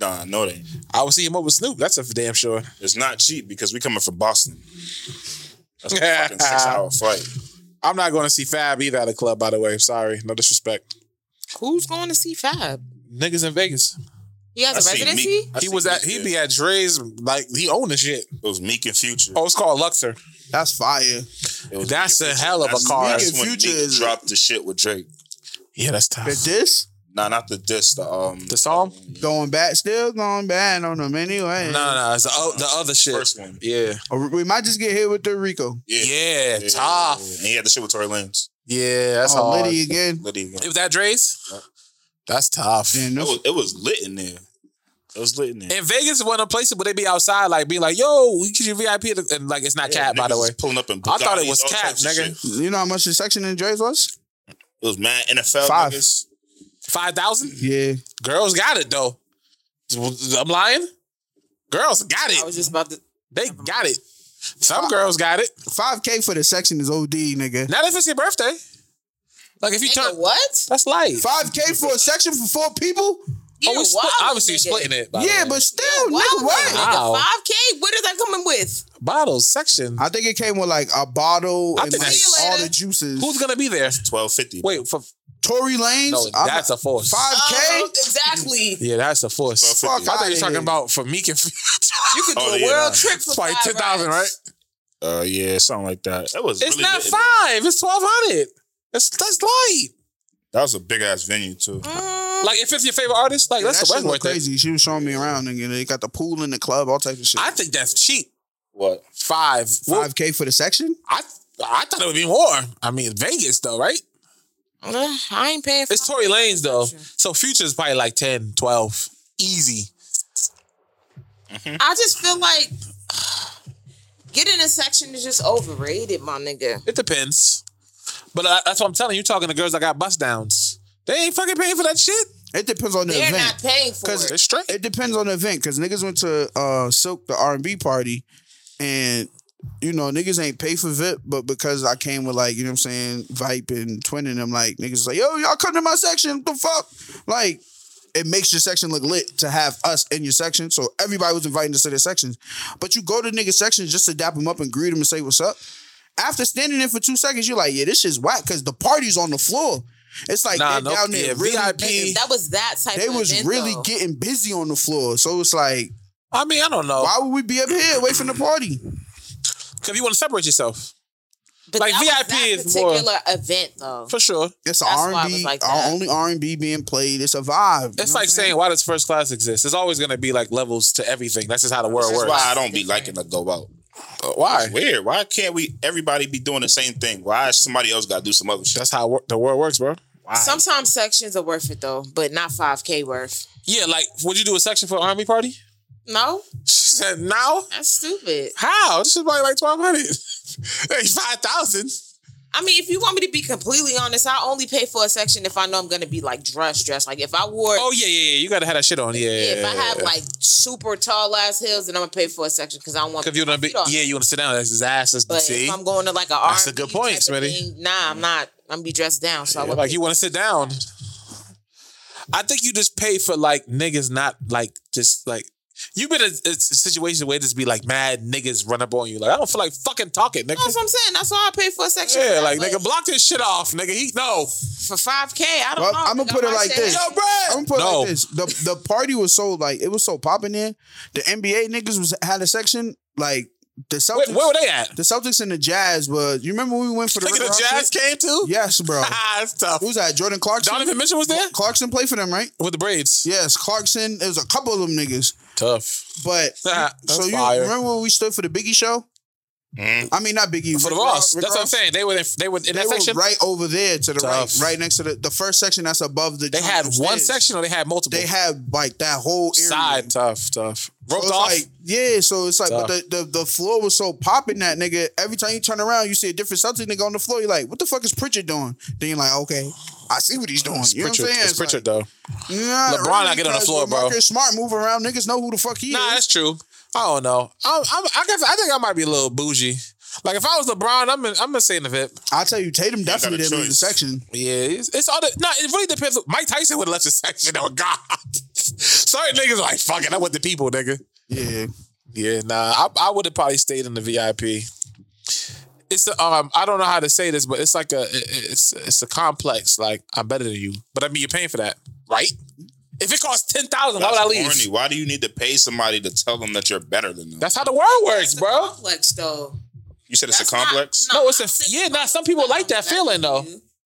[SPEAKER 5] Nah, no, they. ain't.
[SPEAKER 4] I would see him up with Snoop. That's a for damn sure.
[SPEAKER 5] It's not cheap because we coming from Boston. That's a fucking six hour flight.
[SPEAKER 4] I'm not going to see Fab either at a club. By the way, sorry, no disrespect.
[SPEAKER 3] Who's going to see Fab?
[SPEAKER 4] Niggas in Vegas.
[SPEAKER 3] He
[SPEAKER 5] I
[SPEAKER 3] has a
[SPEAKER 5] seen Meek.
[SPEAKER 3] residency?
[SPEAKER 5] I
[SPEAKER 4] he
[SPEAKER 5] seen
[SPEAKER 4] was at.
[SPEAKER 5] Meek
[SPEAKER 4] He'd
[SPEAKER 5] there.
[SPEAKER 4] be at Dre's. Like he owned the shit.
[SPEAKER 5] It was Meek and Future.
[SPEAKER 4] Oh, it's called Luxor.
[SPEAKER 2] That's fire.
[SPEAKER 5] It was
[SPEAKER 4] That's
[SPEAKER 5] Meek
[SPEAKER 4] a
[SPEAKER 5] and Future.
[SPEAKER 4] hell of a
[SPEAKER 5] That's-
[SPEAKER 4] car.
[SPEAKER 5] That's
[SPEAKER 2] Meek
[SPEAKER 5] when
[SPEAKER 2] and Future
[SPEAKER 5] Meek
[SPEAKER 2] is-
[SPEAKER 5] dropped the shit with Drake.
[SPEAKER 4] Yeah, that's tough.
[SPEAKER 2] The disc
[SPEAKER 5] Nah, not the diss. The um,
[SPEAKER 4] The song?
[SPEAKER 2] going back, still going bad on them anyway.
[SPEAKER 4] No, no, no. It's the, o- the other shit.
[SPEAKER 5] first one.
[SPEAKER 4] Yeah.
[SPEAKER 2] Or we might just get hit with the Rico.
[SPEAKER 5] Yeah,
[SPEAKER 4] yeah, tough.
[SPEAKER 5] And he had the shit with Tory Lanez.
[SPEAKER 4] Yeah, that's
[SPEAKER 2] Oh,
[SPEAKER 4] hard.
[SPEAKER 2] Liddy again.
[SPEAKER 5] Liddy again.
[SPEAKER 4] It was at Dre's. That's tough.
[SPEAKER 2] Damn,
[SPEAKER 5] It
[SPEAKER 2] them-
[SPEAKER 5] was, it was lit in there. It was lit in there.
[SPEAKER 4] And Vegas is one of the places where they be outside, like be like, "Yo, we get you VIP," and like it's not cat. By the
[SPEAKER 5] Niggas
[SPEAKER 4] way,
[SPEAKER 5] was pulling up in
[SPEAKER 4] I thought it
[SPEAKER 5] Bugattis,
[SPEAKER 4] was
[SPEAKER 5] all
[SPEAKER 4] cap,
[SPEAKER 5] types of
[SPEAKER 4] nigga.
[SPEAKER 5] shit.
[SPEAKER 2] you know how much the section in Dre's was?
[SPEAKER 5] It was mad NFL
[SPEAKER 2] Five.
[SPEAKER 5] niggas.
[SPEAKER 4] five thousand
[SPEAKER 2] Yeah,
[SPEAKER 4] girls got it though. I'm lying. Girls got
[SPEAKER 3] I
[SPEAKER 4] it.
[SPEAKER 3] was just about to.
[SPEAKER 4] They got it. Some girls got it.
[SPEAKER 2] five k for the section is OD, nigga.
[SPEAKER 4] Not if it's your birthday. Like if you
[SPEAKER 3] Nigga,
[SPEAKER 4] turn,
[SPEAKER 3] what?
[SPEAKER 4] that's light.
[SPEAKER 2] Five k for a section for four people?
[SPEAKER 3] You're
[SPEAKER 4] oh, we split,
[SPEAKER 3] wildin',
[SPEAKER 4] obviously
[SPEAKER 3] nigga.
[SPEAKER 4] splitting it. by the
[SPEAKER 2] Yeah,
[SPEAKER 4] way.
[SPEAKER 2] but still,
[SPEAKER 3] Wow,
[SPEAKER 2] nigga, what?
[SPEAKER 3] nigga,
[SPEAKER 4] Wow.
[SPEAKER 3] 5K? What is that coming with?
[SPEAKER 4] bottles section.
[SPEAKER 2] I think it came with like a bottle
[SPEAKER 4] I
[SPEAKER 2] and
[SPEAKER 4] think
[SPEAKER 2] like
[SPEAKER 4] that's-
[SPEAKER 2] all the juices.
[SPEAKER 4] Who's gonna be there?
[SPEAKER 5] 1250.
[SPEAKER 4] Wait for
[SPEAKER 2] Tory Lanez?
[SPEAKER 4] no.
[SPEAKER 2] I'm-
[SPEAKER 4] That's a force.
[SPEAKER 2] five
[SPEAKER 3] Oh,
[SPEAKER 2] k.
[SPEAKER 3] exactly.
[SPEAKER 4] Yeah, that's a force.
[SPEAKER 5] Fuck,
[SPEAKER 4] I thought you
[SPEAKER 2] outta
[SPEAKER 4] were talking
[SPEAKER 2] here.
[SPEAKER 4] about for Meek and
[SPEAKER 3] You could do
[SPEAKER 5] Oh,
[SPEAKER 3] a
[SPEAKER 5] yeah,
[SPEAKER 3] world
[SPEAKER 5] nah.
[SPEAKER 3] trip for
[SPEAKER 4] It's like
[SPEAKER 3] five
[SPEAKER 4] ten thousand, right?
[SPEAKER 3] racks.
[SPEAKER 5] Uh, yeah, something like that. That was
[SPEAKER 4] It's
[SPEAKER 5] really
[SPEAKER 4] not
[SPEAKER 5] lit in there.
[SPEAKER 4] five. It's twelve hundred. That's that's light.
[SPEAKER 5] That was a big ass venue too.
[SPEAKER 4] Like if it's your favorite artist, like that's
[SPEAKER 2] that
[SPEAKER 4] the
[SPEAKER 2] shit
[SPEAKER 4] way
[SPEAKER 2] look
[SPEAKER 4] worth it.
[SPEAKER 2] crazy. She was showing me around, nigga. They got the pool in the club, all types of shit.
[SPEAKER 4] I think that's cheap.
[SPEAKER 5] What?
[SPEAKER 4] Five. Well,
[SPEAKER 2] Five k for the section?
[SPEAKER 4] I I thought it would be more. I mean Vegas though, right?
[SPEAKER 3] Ugh, I ain't paying for
[SPEAKER 4] It's Tory Lanez though. So Future's probably like 10, 12. Easy.
[SPEAKER 3] I just feel like getting a section is just overrated, my nigga.
[SPEAKER 4] It depends. But uh, that's what I'm telling you. You're talking to girls that got bust downs. They ain't fucking paying for that shit.
[SPEAKER 2] It depends on the
[SPEAKER 3] They're
[SPEAKER 2] event.
[SPEAKER 3] not paying for
[SPEAKER 4] Cause
[SPEAKER 3] it.
[SPEAKER 4] it's straight.
[SPEAKER 2] It depends on the event because niggas went to uh, Silk the R and B party, and you know niggas ain't pay for VIP, but because I came with like you know what I'm saying Vipe and Twin and them like niggas was like yo y'all come to my section what the fuck like it makes your section look lit to have us in your section so everybody was inviting us to their sections, but you go to niggas sections just to dap them up and greet them and say what's up. After standing in for two seconds, you're like, yeah, this shit's whack because the party's on the floor. It's like
[SPEAKER 4] Nah,
[SPEAKER 2] they're
[SPEAKER 4] nope.
[SPEAKER 2] down there
[SPEAKER 4] Yeah,
[SPEAKER 2] really
[SPEAKER 4] VIP
[SPEAKER 2] getting-
[SPEAKER 3] that was that type.
[SPEAKER 2] they
[SPEAKER 3] of
[SPEAKER 2] was
[SPEAKER 3] event,
[SPEAKER 2] really
[SPEAKER 3] though.
[SPEAKER 2] getting busy on the floor. So it's like,
[SPEAKER 4] I mean, I don't know.
[SPEAKER 2] why would we be up here away from the party?
[SPEAKER 4] Cause you want to separate yourself
[SPEAKER 3] but
[SPEAKER 4] like,
[SPEAKER 3] that was
[SPEAKER 4] VIP
[SPEAKER 3] that
[SPEAKER 4] is more-
[SPEAKER 3] particular event though.
[SPEAKER 4] for sure.
[SPEAKER 2] It's
[SPEAKER 3] That's
[SPEAKER 2] R
[SPEAKER 3] why I
[SPEAKER 2] and
[SPEAKER 3] was
[SPEAKER 2] B,
[SPEAKER 3] like
[SPEAKER 2] our
[SPEAKER 3] that.
[SPEAKER 2] only R and B being played. It's a vibe. You
[SPEAKER 4] It's
[SPEAKER 2] know
[SPEAKER 4] like
[SPEAKER 2] what I'm
[SPEAKER 4] saying, why does first class exist? There's always going to be like levels to everything. That's just how the world
[SPEAKER 5] That's
[SPEAKER 4] works.
[SPEAKER 5] why I don't be liking to go out.
[SPEAKER 4] Why?
[SPEAKER 5] It's weird. Why can't we everybody be doing the same thing? Why is somebody else got to do some other shit?
[SPEAKER 4] That's how wor- the world works, bro.
[SPEAKER 5] Why?
[SPEAKER 3] Sometimes sections are worth it though, but not 5K worth.
[SPEAKER 4] Yeah, like, would you do a section for an army party?
[SPEAKER 3] No,
[SPEAKER 4] She said, no.
[SPEAKER 3] that's stupid.
[SPEAKER 4] How? This is probably like 1200 Hey, 5,000.
[SPEAKER 3] I mean, if you want me to be completely honest, I only pay for a section if I know I'm gonna be like dressed, dressed. Like if I wore,
[SPEAKER 4] Oh, yeah, yeah, yeah. You got to have that shit on. Yeah, yeah,
[SPEAKER 3] if I have
[SPEAKER 4] yeah.
[SPEAKER 3] like super tall ass heels, then I'm gonna pay for a section because I don't want.
[SPEAKER 4] Cause you
[SPEAKER 3] my
[SPEAKER 4] don't be,
[SPEAKER 3] feet on.
[SPEAKER 4] yeah, you want to sit down. That's his ass. That's the
[SPEAKER 3] But
[SPEAKER 4] see.
[SPEAKER 3] if I'm going to like a
[SPEAKER 4] That's a
[SPEAKER 3] R&B
[SPEAKER 4] good point,
[SPEAKER 3] type of
[SPEAKER 4] Smitty. Mm.
[SPEAKER 3] thing, Nah, I'm not. I'm gonna be dressed down, so I
[SPEAKER 4] Yeah,
[SPEAKER 3] would
[SPEAKER 4] like you want to sit down. I think you just pay for like niggas not like just like you been in a, a situation where just be like mad niggas run up on you like I don't feel like fucking talking nigga.
[SPEAKER 3] That's what I'm saying. That's why I pay for a section. for
[SPEAKER 4] Yeah,
[SPEAKER 3] that,
[SPEAKER 4] like
[SPEAKER 3] but
[SPEAKER 4] nigga block this shit off, nigga. He no.
[SPEAKER 3] for 5K, I don't
[SPEAKER 2] Well,
[SPEAKER 3] know.
[SPEAKER 2] I'ma
[SPEAKER 3] nigga.
[SPEAKER 2] put it
[SPEAKER 3] might
[SPEAKER 2] like
[SPEAKER 3] say,
[SPEAKER 2] this.
[SPEAKER 3] "Yo, bro,
[SPEAKER 2] I'm gonna put it
[SPEAKER 4] No.
[SPEAKER 2] like this: the the party was so like it was so popping in. The NBA niggas was had a section like the
[SPEAKER 4] Wait,
[SPEAKER 2] Celtics.
[SPEAKER 4] where were they at?
[SPEAKER 2] the Celtics and the Jazz was. You remember when we went for the, Red
[SPEAKER 4] Nigga, the
[SPEAKER 2] Rock
[SPEAKER 4] Jazz
[SPEAKER 2] shit?
[SPEAKER 4] came too.
[SPEAKER 2] Yes, bro.
[SPEAKER 4] ah, it's tough.
[SPEAKER 2] Who was that? Jordan Clarkson.
[SPEAKER 4] Donovan Mitchell was there
[SPEAKER 2] Clarkson played for them, right?
[SPEAKER 4] with the braids.
[SPEAKER 2] Yes, Clarkson. It was a couple of them niggas,
[SPEAKER 4] Tough.
[SPEAKER 2] but
[SPEAKER 4] That's
[SPEAKER 2] so you
[SPEAKER 4] fire. Mm.
[SPEAKER 2] remember when we stood for the Biggie show? I mean, not Biggie
[SPEAKER 4] for the
[SPEAKER 2] Rick
[SPEAKER 4] Ross.
[SPEAKER 2] Ross- Rick
[SPEAKER 4] That's what I'm
[SPEAKER 2] Ross.
[SPEAKER 4] saying. They were in, they were in
[SPEAKER 2] They
[SPEAKER 4] that
[SPEAKER 2] were
[SPEAKER 4] section.
[SPEAKER 2] right over there to the
[SPEAKER 4] Tough.
[SPEAKER 2] right, right next to the the first section that's above the.
[SPEAKER 4] They
[SPEAKER 2] joint
[SPEAKER 4] had one
[SPEAKER 2] upstairs.
[SPEAKER 4] section or they had multiple.
[SPEAKER 2] They had like that whole area.
[SPEAKER 4] side. Tough, tough.
[SPEAKER 2] So
[SPEAKER 4] Roped
[SPEAKER 2] it's
[SPEAKER 4] off.
[SPEAKER 2] like yeah, so it's like but
[SPEAKER 4] Tough.
[SPEAKER 2] the, the the floor was so popping that nigga. Every time you turn around, you see a different Celtic nigga on the floor. You're like, what the fuck is Pritchard doing? Then you're like, okay, I see what he's doing. you know
[SPEAKER 4] Pritchard,
[SPEAKER 2] what I'm saying?
[SPEAKER 4] it's
[SPEAKER 2] It's like,
[SPEAKER 4] Pritchard though.
[SPEAKER 2] Nah,
[SPEAKER 4] LeBron
[SPEAKER 2] really,
[SPEAKER 4] not getting on the
[SPEAKER 2] because
[SPEAKER 4] floor,
[SPEAKER 2] when
[SPEAKER 4] bro.
[SPEAKER 2] Marcus Smart move around. Niggas know who the fuck he
[SPEAKER 4] Nah,
[SPEAKER 2] is.
[SPEAKER 4] that's true. I don't know. I'm, I'm, I guess I think I might be a little bougie. Like if I was LeBron, I'm in, I'm gonna say in the VIP.
[SPEAKER 2] I'll tell you, Tatum definitely
[SPEAKER 5] got a
[SPEAKER 2] didn't leave the
[SPEAKER 5] choice.
[SPEAKER 2] section.
[SPEAKER 4] Yeah, it's, it's all the. No, it really depends. Mike Tyson would have left the section. Oh God, sorry niggas are like fuck it. I with the people, nigga.
[SPEAKER 2] Yeah,
[SPEAKER 4] Yeah, nah. I, I would have probably stayed in the VIP. It's a, um. I don't know how to say this, but it's like a. it- It's it's a complex. Like I'm better than you, but I mean you're paying for that, right? If it costs ten thousand, why would I leave?
[SPEAKER 5] Corny. Why do you need to pay somebody to tell them that you're better than them?
[SPEAKER 4] That's how the world works,
[SPEAKER 3] it's a
[SPEAKER 4] bro.
[SPEAKER 3] Complex though.
[SPEAKER 5] you said it's a
[SPEAKER 3] That's not-
[SPEAKER 5] complex?
[SPEAKER 4] No, it's a- yeah, nah, some people like that feeling, though.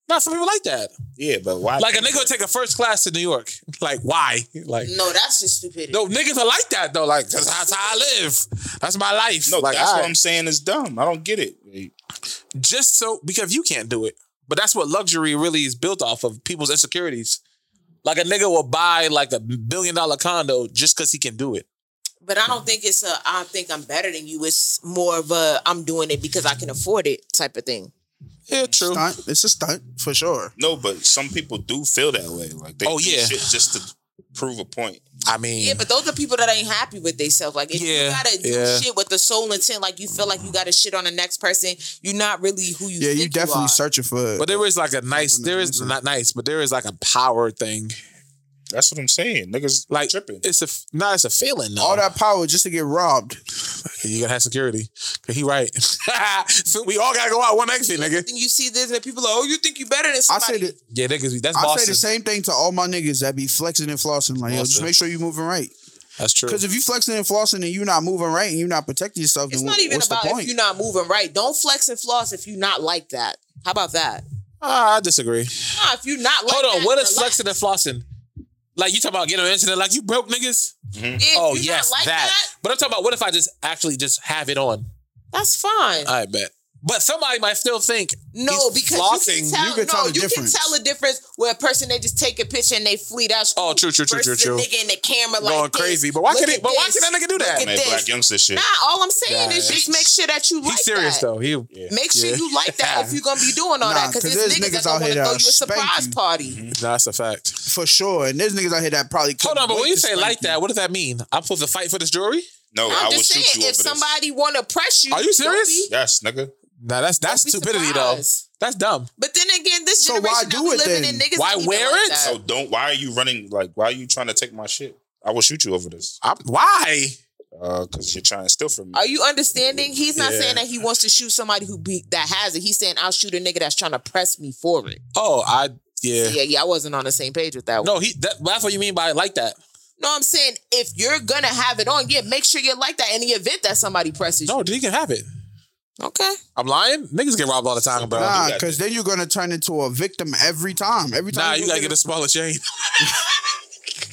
[SPEAKER 4] Nah, some people like that.
[SPEAKER 5] Yeah, but why?
[SPEAKER 4] Like a nigga would take a first class to New York. Like why? Like
[SPEAKER 3] No, that's just stupidity.
[SPEAKER 4] no niggas are like that though. Like that's how- that's how I live. That's my life.
[SPEAKER 5] No,
[SPEAKER 4] like
[SPEAKER 5] that's
[SPEAKER 4] all
[SPEAKER 5] what
[SPEAKER 4] right.
[SPEAKER 5] I'm saying is dumb. I don't get it.
[SPEAKER 4] just so because you can't do it. But that's what luxury really is built off of people's insecurities. Like a nigga will buy like a billion dollar condo just because he can do it.
[SPEAKER 3] But I don't
[SPEAKER 4] Mm-hmm.
[SPEAKER 3] think it's a I think I'm better than you. It's more of a I'm doing it because I can afford it type of thing.
[SPEAKER 4] Yeah, true.
[SPEAKER 2] stunt. It's a stunt for sure.
[SPEAKER 5] No, but some people do feel that way. Like they
[SPEAKER 4] Oh,
[SPEAKER 5] do
[SPEAKER 4] yeah.
[SPEAKER 5] shit just to prove a point.
[SPEAKER 4] I mean,
[SPEAKER 3] Yeah, but those are people that ain't happy with themselves. Like if you
[SPEAKER 4] Yeah,
[SPEAKER 3] gotta do
[SPEAKER 4] yeah.
[SPEAKER 3] shit with the sole intent, like you feel like you gotta shit on the next person, you're not really who you
[SPEAKER 2] Yeah,
[SPEAKER 3] think
[SPEAKER 2] you definitely
[SPEAKER 3] are.
[SPEAKER 2] searching for. it.
[SPEAKER 4] but there is like a nice. There is not nice, but there is like a power thing.
[SPEAKER 5] That's what I'm saying. Niggas
[SPEAKER 4] Like
[SPEAKER 5] tripping.
[SPEAKER 4] it's a not. It's a feeling. Though.
[SPEAKER 2] all that power just to get robbed.
[SPEAKER 4] You gotta have security. 'Cause He right. so we all gotta go out one exit, nigga.
[SPEAKER 3] And you see this and people are like, oh, you think you better than
[SPEAKER 2] I
[SPEAKER 3] somebody.
[SPEAKER 2] say the,
[SPEAKER 4] Yeah, niggas. That's
[SPEAKER 2] I say
[SPEAKER 4] Boston.
[SPEAKER 2] the same thing to all my niggas that be flexing and flossing. Like, yo, just
[SPEAKER 4] Boston.
[SPEAKER 2] make sure you moving right.
[SPEAKER 4] That's true.
[SPEAKER 2] Because if you flexing and flossing and you not moving right and you not protecting yourself,
[SPEAKER 3] It's
[SPEAKER 2] then
[SPEAKER 3] not
[SPEAKER 2] wh-
[SPEAKER 3] even
[SPEAKER 2] what's
[SPEAKER 3] about
[SPEAKER 2] the
[SPEAKER 3] if
[SPEAKER 2] point?
[SPEAKER 3] you're not moving right. Don't flex and floss if you're not like that. How about that?
[SPEAKER 4] Ah, I disagree.
[SPEAKER 3] Nah, if you're not like
[SPEAKER 4] Hold on.
[SPEAKER 3] that,
[SPEAKER 4] What is
[SPEAKER 3] relax.
[SPEAKER 4] flexing and flossing? Like you talking about getting on the internet? Like you broke niggas?
[SPEAKER 3] If
[SPEAKER 4] Oh
[SPEAKER 3] you're not
[SPEAKER 4] yes,
[SPEAKER 3] like
[SPEAKER 4] that. But I'm talking about what if I just actually just have it on?
[SPEAKER 3] That's fine.
[SPEAKER 4] I bet. But somebody might still think
[SPEAKER 3] No,
[SPEAKER 4] he's
[SPEAKER 3] because you can
[SPEAKER 4] flossing.
[SPEAKER 3] tell,
[SPEAKER 2] You can tell
[SPEAKER 3] no,
[SPEAKER 2] the
[SPEAKER 3] you
[SPEAKER 2] difference.
[SPEAKER 3] can tell a difference where a person they just take a picture and they flee. That's
[SPEAKER 4] Oh, true, true, true, true,
[SPEAKER 3] versus a
[SPEAKER 4] true.
[SPEAKER 3] nigga in the camera like
[SPEAKER 4] Going
[SPEAKER 3] this.
[SPEAKER 4] crazy. But why
[SPEAKER 3] Look
[SPEAKER 4] can
[SPEAKER 3] at
[SPEAKER 4] it- but why
[SPEAKER 3] this.
[SPEAKER 4] can that nigga do
[SPEAKER 3] Look
[SPEAKER 4] that?
[SPEAKER 3] at
[SPEAKER 5] Man,
[SPEAKER 3] this.
[SPEAKER 5] black youngster shit.
[SPEAKER 3] Nah, all I'm saying is
[SPEAKER 4] Nah.
[SPEAKER 3] just make sure that you like
[SPEAKER 4] he's serious
[SPEAKER 3] that.
[SPEAKER 4] though. He
[SPEAKER 3] Make sure
[SPEAKER 4] Yeah.
[SPEAKER 3] you like that if you're gonna be doing all
[SPEAKER 2] Nah,
[SPEAKER 3] that, because
[SPEAKER 2] 'cause
[SPEAKER 3] there's
[SPEAKER 2] there's
[SPEAKER 3] niggas,
[SPEAKER 2] niggas
[SPEAKER 3] that
[SPEAKER 2] out
[SPEAKER 3] want to
[SPEAKER 2] here
[SPEAKER 3] throw you
[SPEAKER 2] that'll
[SPEAKER 3] a
[SPEAKER 2] spank
[SPEAKER 3] surprise
[SPEAKER 2] you.
[SPEAKER 3] party.
[SPEAKER 5] Mm-hmm.
[SPEAKER 4] Nah, that's a fact.
[SPEAKER 2] For sure. And there's niggas out here that probably
[SPEAKER 4] Hold
[SPEAKER 2] couldn't
[SPEAKER 4] on, but
[SPEAKER 2] wait
[SPEAKER 4] when you
[SPEAKER 2] to
[SPEAKER 4] say
[SPEAKER 2] spank
[SPEAKER 4] like that, what does that mean? I'm supposed to fight for this jewelry?
[SPEAKER 5] No, i
[SPEAKER 3] I'm
[SPEAKER 5] would
[SPEAKER 3] just
[SPEAKER 5] shoot you
[SPEAKER 3] saying,
[SPEAKER 5] over
[SPEAKER 3] if
[SPEAKER 5] this.
[SPEAKER 3] somebody want to press you,
[SPEAKER 4] Are you
[SPEAKER 3] don't
[SPEAKER 4] serious?
[SPEAKER 3] be-
[SPEAKER 5] Yes, nigga.
[SPEAKER 4] Nah, that's that's
[SPEAKER 3] be
[SPEAKER 4] stupidity
[SPEAKER 3] surprised.
[SPEAKER 4] though. That's dumb.
[SPEAKER 3] But then again, this
[SPEAKER 2] So
[SPEAKER 3] generation
[SPEAKER 2] why
[SPEAKER 3] that
[SPEAKER 2] do
[SPEAKER 3] we
[SPEAKER 2] it
[SPEAKER 3] living
[SPEAKER 2] then?
[SPEAKER 3] in, niggas
[SPEAKER 4] Why
[SPEAKER 3] ain't even
[SPEAKER 4] wear
[SPEAKER 3] like
[SPEAKER 4] it?
[SPEAKER 3] that.
[SPEAKER 5] So don't. Why are you running? Like, why are you trying to take my shit? I will shoot you over this.
[SPEAKER 4] I'm, why?
[SPEAKER 5] Uh, because you're trying to steal from me.
[SPEAKER 3] Are you understanding? He's not
[SPEAKER 4] Yeah.
[SPEAKER 3] saying that he wants to shoot somebody who be that has it. He's saying I'll shoot a nigga that's trying to press me for it.
[SPEAKER 4] Oh, I yeah.
[SPEAKER 3] Yeah, yeah, I wasn't on the same page with that one. No,
[SPEAKER 4] No, he. That, that's what you mean by like that.
[SPEAKER 3] I'm saying if you're gonna have it on, yeah, make sure you're like that in the event that somebody presses
[SPEAKER 4] No, he can have it.
[SPEAKER 3] you. Okay.
[SPEAKER 4] I'm lying. Niggas get robbed all the time, bro. Nah,
[SPEAKER 2] Nah, because then you're gonna turn into a victim every time. Every time
[SPEAKER 4] you gotta get a smaller chain.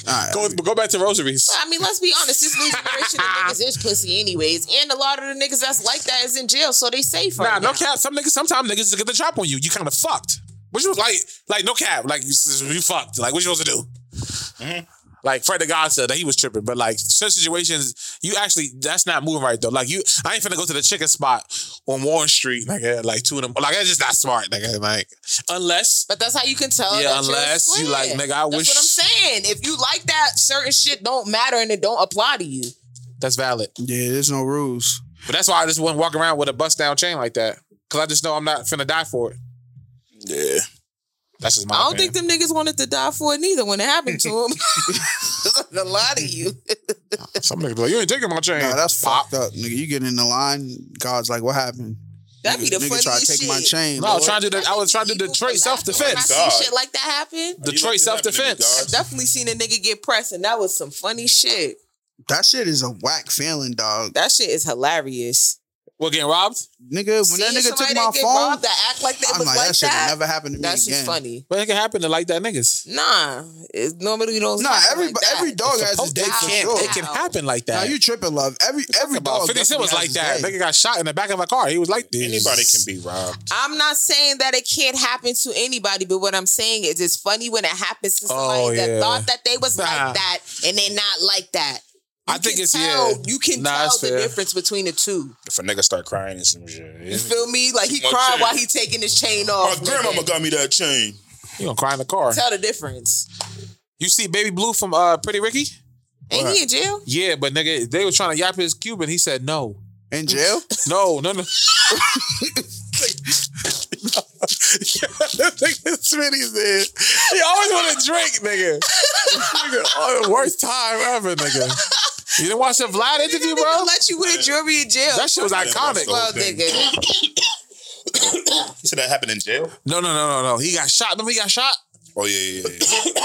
[SPEAKER 2] All right.
[SPEAKER 4] Go, go back to rosaries.
[SPEAKER 3] I mean, let's be honest. This new generation of niggas is pussy, anyways, and a lot of the niggas that's like that is in jail, so they safe.
[SPEAKER 4] Nah,
[SPEAKER 3] Right
[SPEAKER 4] no
[SPEAKER 3] now.
[SPEAKER 4] cap. Some niggas, sometimes niggas just get the drop on you. You kind of fucked. What you like? Like no cap. Like you, you fucked. Like what you supposed to do?
[SPEAKER 3] Mm-hmm.
[SPEAKER 4] Like Fred the God said that he was tripping, but like certain situations, you actually that's not moving right though. Like you, I ain't finna go to the chicken spot on Warren Street like at like two in the like that's just not smart. Nigga. Like unless
[SPEAKER 3] But that's how you can tell.
[SPEAKER 4] Yeah,
[SPEAKER 3] that you're
[SPEAKER 4] unless you
[SPEAKER 3] square.
[SPEAKER 4] like, nigga, I
[SPEAKER 3] That's
[SPEAKER 4] wish-
[SPEAKER 3] what I'm saying. If you like that, certain shit don't matter and it don't apply to you.
[SPEAKER 4] that's valid.
[SPEAKER 2] Yeah, there's no rules.
[SPEAKER 4] But that's why I just wouldn't walk around with a bust down chain like that because I just know I'm not finna die for it.
[SPEAKER 5] Yeah.
[SPEAKER 4] That's just my.
[SPEAKER 3] I don't
[SPEAKER 4] opinion.
[SPEAKER 3] think them niggas wanted to die for it neither when it happened to them. a lot of you.
[SPEAKER 4] some niggas be like you ain't taking my chain.
[SPEAKER 2] Nah, that's fucked up, nigga. You get in the line, God's like, what happened?
[SPEAKER 3] That'd be the
[SPEAKER 2] nigga try to
[SPEAKER 3] funniest
[SPEAKER 2] take
[SPEAKER 3] shit.
[SPEAKER 2] my chain. Oh
[SPEAKER 4] No, I
[SPEAKER 2] Lord.
[SPEAKER 4] was trying to do the, I was trying to do Detroit self defense.
[SPEAKER 3] When I
[SPEAKER 5] God.
[SPEAKER 3] see shit like that happen,
[SPEAKER 4] Detroit
[SPEAKER 5] You
[SPEAKER 4] self
[SPEAKER 5] looked it up in the
[SPEAKER 4] defense.
[SPEAKER 5] guard.
[SPEAKER 3] I've definitely seen a nigga get pressed, and that was some funny shit.
[SPEAKER 2] that shit is a whack feeling, dog.
[SPEAKER 3] That shit is hilarious.
[SPEAKER 4] We're getting robbed.
[SPEAKER 2] Nigga, when
[SPEAKER 3] Seeing
[SPEAKER 2] that nigga took
[SPEAKER 3] somebody that
[SPEAKER 2] my
[SPEAKER 3] get
[SPEAKER 2] phone,
[SPEAKER 3] robbed, that act like they
[SPEAKER 2] I'm
[SPEAKER 3] was
[SPEAKER 2] like,
[SPEAKER 3] like
[SPEAKER 2] that
[SPEAKER 3] that.
[SPEAKER 2] should have never happened to me
[SPEAKER 3] That's
[SPEAKER 2] again.
[SPEAKER 3] just funny.
[SPEAKER 4] But it can happen to like that niggas.
[SPEAKER 3] Nah, it normally don't.
[SPEAKER 2] Nah,
[SPEAKER 3] happen
[SPEAKER 2] every
[SPEAKER 3] like that.
[SPEAKER 2] every dog has his
[SPEAKER 4] Supposed-
[SPEAKER 2] day
[SPEAKER 4] it
[SPEAKER 2] for
[SPEAKER 4] can
[SPEAKER 2] sure.
[SPEAKER 4] it can happen like
[SPEAKER 2] Now
[SPEAKER 4] that.
[SPEAKER 2] you tripping, love. Every every
[SPEAKER 4] about
[SPEAKER 2] dog.
[SPEAKER 4] 50 Cent
[SPEAKER 2] definitely
[SPEAKER 4] was
[SPEAKER 2] has
[SPEAKER 4] like
[SPEAKER 2] his
[SPEAKER 4] that.
[SPEAKER 2] day.
[SPEAKER 4] Nigga got shot in the back of my car. He was like this.
[SPEAKER 5] Anybody can be robbed.
[SPEAKER 3] I'm not saying that it can't happen to anybody, but what I'm saying is it's funny when it happens to somebody
[SPEAKER 4] Oh, yeah.
[SPEAKER 3] that thought that they was
[SPEAKER 4] Nah.
[SPEAKER 3] like that and they're not like that.
[SPEAKER 4] I
[SPEAKER 3] You
[SPEAKER 4] think
[SPEAKER 3] can
[SPEAKER 4] it's
[SPEAKER 3] tell,
[SPEAKER 4] yeah.
[SPEAKER 3] You can
[SPEAKER 4] Nah,
[SPEAKER 3] tell
[SPEAKER 4] that's
[SPEAKER 3] the
[SPEAKER 4] fair.
[SPEAKER 3] difference between the two.
[SPEAKER 5] If a nigga start crying and some shit.
[SPEAKER 3] You feel me? Like he
[SPEAKER 5] Much
[SPEAKER 3] cried
[SPEAKER 5] shit.
[SPEAKER 3] while he taking his chain
[SPEAKER 5] My
[SPEAKER 3] off.
[SPEAKER 5] grandmama
[SPEAKER 3] Like,
[SPEAKER 5] got me that chain.
[SPEAKER 4] You gonna cry in the car.
[SPEAKER 3] Tell the difference.
[SPEAKER 4] You see Baby Blue from uh Pretty Ricky?
[SPEAKER 3] Ain't he in jail?
[SPEAKER 4] Yeah, but nigga, they were trying to yap his Cuban. He said no.
[SPEAKER 2] in jail.
[SPEAKER 4] No, no, no. That's what he said. He always want to drink, nigga. nigga oh, worst time ever, nigga. You didn't watch the Vlad interview,
[SPEAKER 3] They
[SPEAKER 4] bro?
[SPEAKER 3] gonna let you wear jewelry in jail.
[SPEAKER 4] That shit was iconic.
[SPEAKER 3] well, nigga.
[SPEAKER 5] You said that happened in jail?
[SPEAKER 4] No, no, no, no, no. He got shot. Remember he got shot?
[SPEAKER 5] Oh, yeah, yeah, yeah.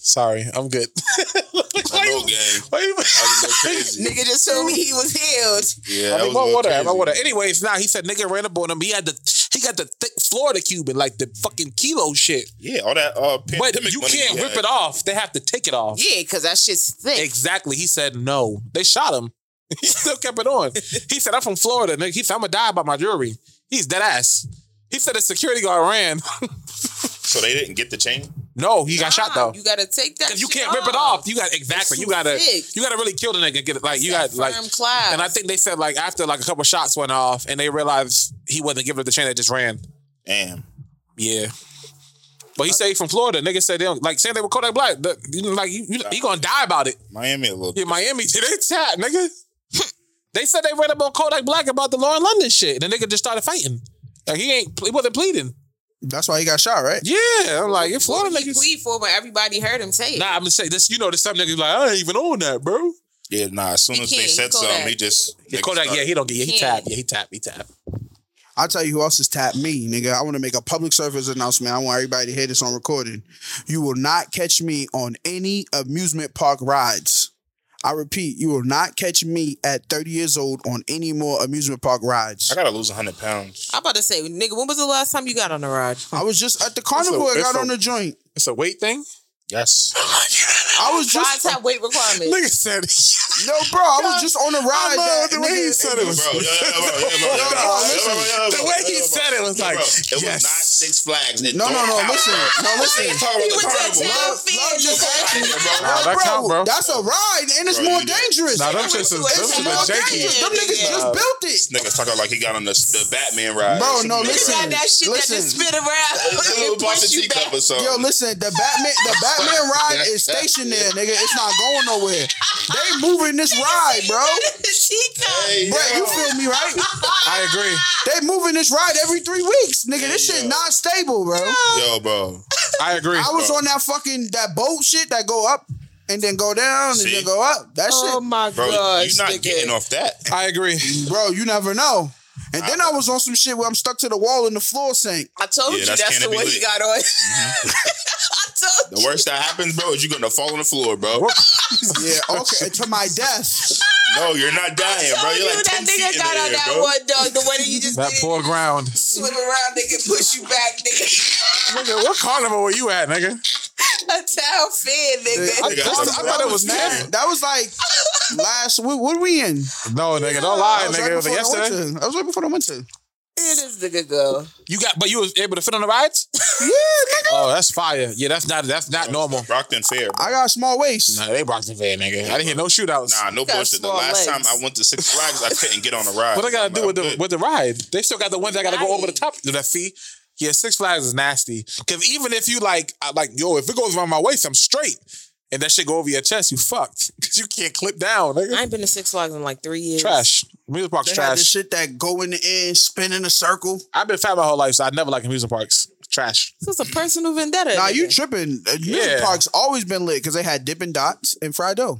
[SPEAKER 4] Sorry, I'm good.
[SPEAKER 5] I know, gang.
[SPEAKER 4] Why you-
[SPEAKER 5] I was a little crazy.
[SPEAKER 3] nigga just told me he was healed.
[SPEAKER 5] Yeah,
[SPEAKER 4] I
[SPEAKER 5] that
[SPEAKER 4] mean,
[SPEAKER 5] was a
[SPEAKER 4] my
[SPEAKER 5] little
[SPEAKER 4] water, my
[SPEAKER 5] crazy.
[SPEAKER 4] water. Anyways, now nah, he said nigga ran up on him. He had the he got the thick Florida Cuban, like the fucking kilo shit.
[SPEAKER 5] Yeah, all that uh, pandemic
[SPEAKER 4] But you
[SPEAKER 5] money
[SPEAKER 4] can't
[SPEAKER 5] he
[SPEAKER 4] rip
[SPEAKER 5] had.
[SPEAKER 4] it off. They have to take it off.
[SPEAKER 3] Yeah, because that shit's thick.
[SPEAKER 4] Exactly. He said no. They shot him. He still kept it on. He said, I'm from Florida. Nigga. He said, I'm gonna die about my jewelry. He's dead ass. He said a security guard ran.
[SPEAKER 5] So they didn't get the chain?
[SPEAKER 4] no, he got shot
[SPEAKER 3] Nah,
[SPEAKER 4] though.
[SPEAKER 3] Ah, You gotta take that.
[SPEAKER 4] 'Cause You
[SPEAKER 3] shit
[SPEAKER 4] can't rip it off. You got exactly.
[SPEAKER 3] It's
[SPEAKER 4] You
[SPEAKER 3] too
[SPEAKER 4] gotta
[SPEAKER 3] thick.
[SPEAKER 4] you gotta really kill the nigga. and Get it like you
[SPEAKER 3] That
[SPEAKER 4] got like
[SPEAKER 3] firm cloud.
[SPEAKER 4] And I think they said like after like a couple shots went off and they realized he wasn't giving her the chain that just ran.
[SPEAKER 5] Damn.
[SPEAKER 4] Yeah. But
[SPEAKER 3] Uh,
[SPEAKER 4] he said he's from Florida. Nigga said they don't like saying they were Kodak Black. The- you know, like you, you, he gonna die about it.
[SPEAKER 5] Miami a little.
[SPEAKER 4] Yeah, Miami did they chat, nigga. they said they read about Kodak Black about the law in London shit. And the nigga just started fighting. Like he ain't he wasn't pleading.
[SPEAKER 2] That's why he got shot, right?
[SPEAKER 4] Yeah. I'm like, in
[SPEAKER 3] What
[SPEAKER 4] Florida
[SPEAKER 3] did he
[SPEAKER 4] niggas.
[SPEAKER 3] plead for when everybody heard him say it?
[SPEAKER 4] Nah, I'm gonna say this, you know, there's some niggas like, I ain't even on that, bro.
[SPEAKER 5] Yeah, nah. As soon as
[SPEAKER 3] can't.
[SPEAKER 5] they
[SPEAKER 3] He
[SPEAKER 5] said
[SPEAKER 3] Kodak.
[SPEAKER 5] something, he just
[SPEAKER 4] Yeah,
[SPEAKER 5] nigga
[SPEAKER 4] Kodak, yeah,
[SPEAKER 5] started.
[SPEAKER 4] he don't get yeah, he
[SPEAKER 3] Yeah.
[SPEAKER 4] tap. Yeah, he tap, he tap.
[SPEAKER 2] I'll tell you who else has tapped me, nigga. I want to make a public service announcement. I want everybody to hear this on recording. You will not catch me on any amusement park rides. I repeat, you will not catch me at 30 years old on any more amusement park rides.
[SPEAKER 5] I gotta lose hundred pounds.
[SPEAKER 3] I'm about to say, nigga, when was the last time you got on a ride?
[SPEAKER 2] I was just at the carnival. I
[SPEAKER 5] it's
[SPEAKER 2] got
[SPEAKER 5] a-
[SPEAKER 2] on the joint.
[SPEAKER 4] It's a weight thing.
[SPEAKER 5] Yes.
[SPEAKER 2] I was
[SPEAKER 3] Rides
[SPEAKER 2] just,
[SPEAKER 3] have weight requirements.
[SPEAKER 4] Nigga said
[SPEAKER 2] no, bro. I was just on a ride.
[SPEAKER 4] love
[SPEAKER 2] that-
[SPEAKER 4] the way
[SPEAKER 2] nigga,
[SPEAKER 4] he said it was-
[SPEAKER 5] Bro, yeah, yeah, bro, yeah, bro, yeah, bro,
[SPEAKER 2] listen,
[SPEAKER 5] yeah, bro, yeah,
[SPEAKER 4] Oh, the
[SPEAKER 5] bro,
[SPEAKER 4] way
[SPEAKER 5] yeah,
[SPEAKER 4] he
[SPEAKER 5] bro.
[SPEAKER 4] said it was
[SPEAKER 5] Yeah,
[SPEAKER 4] like
[SPEAKER 5] bro, it
[SPEAKER 4] yes.
[SPEAKER 5] was not Six Flags. It
[SPEAKER 2] No, no,
[SPEAKER 5] don't
[SPEAKER 2] no.
[SPEAKER 5] count.
[SPEAKER 2] Listen, no, listen.
[SPEAKER 5] Talk about
[SPEAKER 3] He
[SPEAKER 5] the
[SPEAKER 3] went to a
[SPEAKER 5] carnival.
[SPEAKER 3] town
[SPEAKER 2] Love- love just
[SPEAKER 3] fair.
[SPEAKER 2] asked me-
[SPEAKER 4] Nah, that count, bro.
[SPEAKER 2] That's a ride, and it's
[SPEAKER 5] Bro,
[SPEAKER 2] more
[SPEAKER 5] you-
[SPEAKER 2] dangerous.
[SPEAKER 4] Nah, them
[SPEAKER 2] it's
[SPEAKER 4] shits is- them
[SPEAKER 2] more
[SPEAKER 4] shits is janky.
[SPEAKER 2] dangerous. Them niggas
[SPEAKER 3] Yeah.
[SPEAKER 2] just built it.
[SPEAKER 5] Niggas talking like he got on the, the Batman ride.
[SPEAKER 2] Bro,
[SPEAKER 5] Some
[SPEAKER 2] no,
[SPEAKER 5] nigga
[SPEAKER 2] listen.
[SPEAKER 5] ride.
[SPEAKER 3] Got that shit
[SPEAKER 2] Listen.
[SPEAKER 3] that just spit around
[SPEAKER 5] It's a little
[SPEAKER 3] and
[SPEAKER 5] Boston
[SPEAKER 3] push you
[SPEAKER 5] Tea
[SPEAKER 3] back.
[SPEAKER 5] Cup or something.
[SPEAKER 2] Yo, listen, the Batman, the Batman ride is stationed there, nigga. It's not going nowhere. They moving this ride, bro.
[SPEAKER 3] She
[SPEAKER 5] Hey,
[SPEAKER 2] Bro,
[SPEAKER 5] yo.
[SPEAKER 2] you feel me, right?
[SPEAKER 4] I agree.
[SPEAKER 2] They moving this ride every three weeks, nigga. This shit not stable, bro.
[SPEAKER 5] Yo, bro.
[SPEAKER 4] I agree.
[SPEAKER 2] I was on that fucking that boat shit that go up and then go down and
[SPEAKER 5] See?
[SPEAKER 2] then go up. That
[SPEAKER 3] Oh my
[SPEAKER 5] Bro,
[SPEAKER 3] god,
[SPEAKER 5] you're not getting off that.
[SPEAKER 4] I agree.
[SPEAKER 2] shit, bro, you never know. And then I was on some shit where I'm stuck to the wall in the floor sink.
[SPEAKER 3] I told
[SPEAKER 5] Yeah,
[SPEAKER 3] you
[SPEAKER 5] that's
[SPEAKER 3] that's, the
[SPEAKER 5] Canopy
[SPEAKER 3] way he
[SPEAKER 5] Lit. Mm-hmm.
[SPEAKER 3] got on. I told
[SPEAKER 5] The worst that happens, bro, is you're gonna fall on the floor, bro.
[SPEAKER 2] Yeah, okay, to my death.
[SPEAKER 5] No, you're not dying,
[SPEAKER 3] you,
[SPEAKER 5] bro. You're like
[SPEAKER 3] that
[SPEAKER 5] 10 feet
[SPEAKER 3] nigga
[SPEAKER 5] in
[SPEAKER 3] got
[SPEAKER 5] the
[SPEAKER 3] on
[SPEAKER 5] air,
[SPEAKER 3] that
[SPEAKER 5] bro.
[SPEAKER 3] one dog. The way that you just
[SPEAKER 4] That
[SPEAKER 3] did it,
[SPEAKER 4] poor ground.
[SPEAKER 3] swim around, nigga, push you back, nigga.
[SPEAKER 4] Nigga, what carnival were you at, nigga?
[SPEAKER 3] A town fair, nigga.
[SPEAKER 5] I thought- I thought it was
[SPEAKER 2] That that was like last. What, what are we in?
[SPEAKER 4] No, nigga, don't
[SPEAKER 2] That
[SPEAKER 4] lie,
[SPEAKER 2] was
[SPEAKER 4] nigga.
[SPEAKER 2] right
[SPEAKER 4] It was
[SPEAKER 2] before the
[SPEAKER 4] yesterday.
[SPEAKER 2] winter. That was right before the winter.
[SPEAKER 3] Here this nigga go.
[SPEAKER 4] You got, but you was able to fit on the rides.
[SPEAKER 2] Yeah, nigga.
[SPEAKER 4] Oh, that's fire. Yeah, that's not that's not normal.
[SPEAKER 5] Rockton Fair. bro.
[SPEAKER 2] I got a small waist.
[SPEAKER 4] Nah, they Brockton fan, nigga. I didn't hear no shootouts.
[SPEAKER 5] Nah, no
[SPEAKER 3] got
[SPEAKER 5] bullshit. The
[SPEAKER 3] small
[SPEAKER 5] last
[SPEAKER 3] legs.
[SPEAKER 5] time I went to Six Flags, I couldn't get on a ride.
[SPEAKER 4] What I gotta
[SPEAKER 5] I'm
[SPEAKER 4] do
[SPEAKER 5] like,
[SPEAKER 4] with
[SPEAKER 5] I'm
[SPEAKER 4] the
[SPEAKER 5] good.
[SPEAKER 4] with the ride? They still got the ones that gotta go
[SPEAKER 3] Right.
[SPEAKER 4] over the top. The fee. Yeah, Six Flags is nasty. Cause even if you like, I, like, yo, if it goes around my waist, I'm straight, and that shit go over your chest, you fucked. 'Cause you can't clip down,
[SPEAKER 3] I
[SPEAKER 4] nigga.
[SPEAKER 3] ain't been to Six Flags in like three years.
[SPEAKER 4] Trash. Music parks
[SPEAKER 2] They had this
[SPEAKER 4] trash.
[SPEAKER 2] shit that go in the air, spin in a circle.
[SPEAKER 4] I've been fat my whole life, so I never liked amusement parks. Trash.
[SPEAKER 3] This is a personal vendetta.
[SPEAKER 2] Nah,
[SPEAKER 3] nigga.
[SPEAKER 2] you tripping? Uh, Music
[SPEAKER 4] Yeah.
[SPEAKER 2] parks always been lit because they had dippin' dots and fried dough.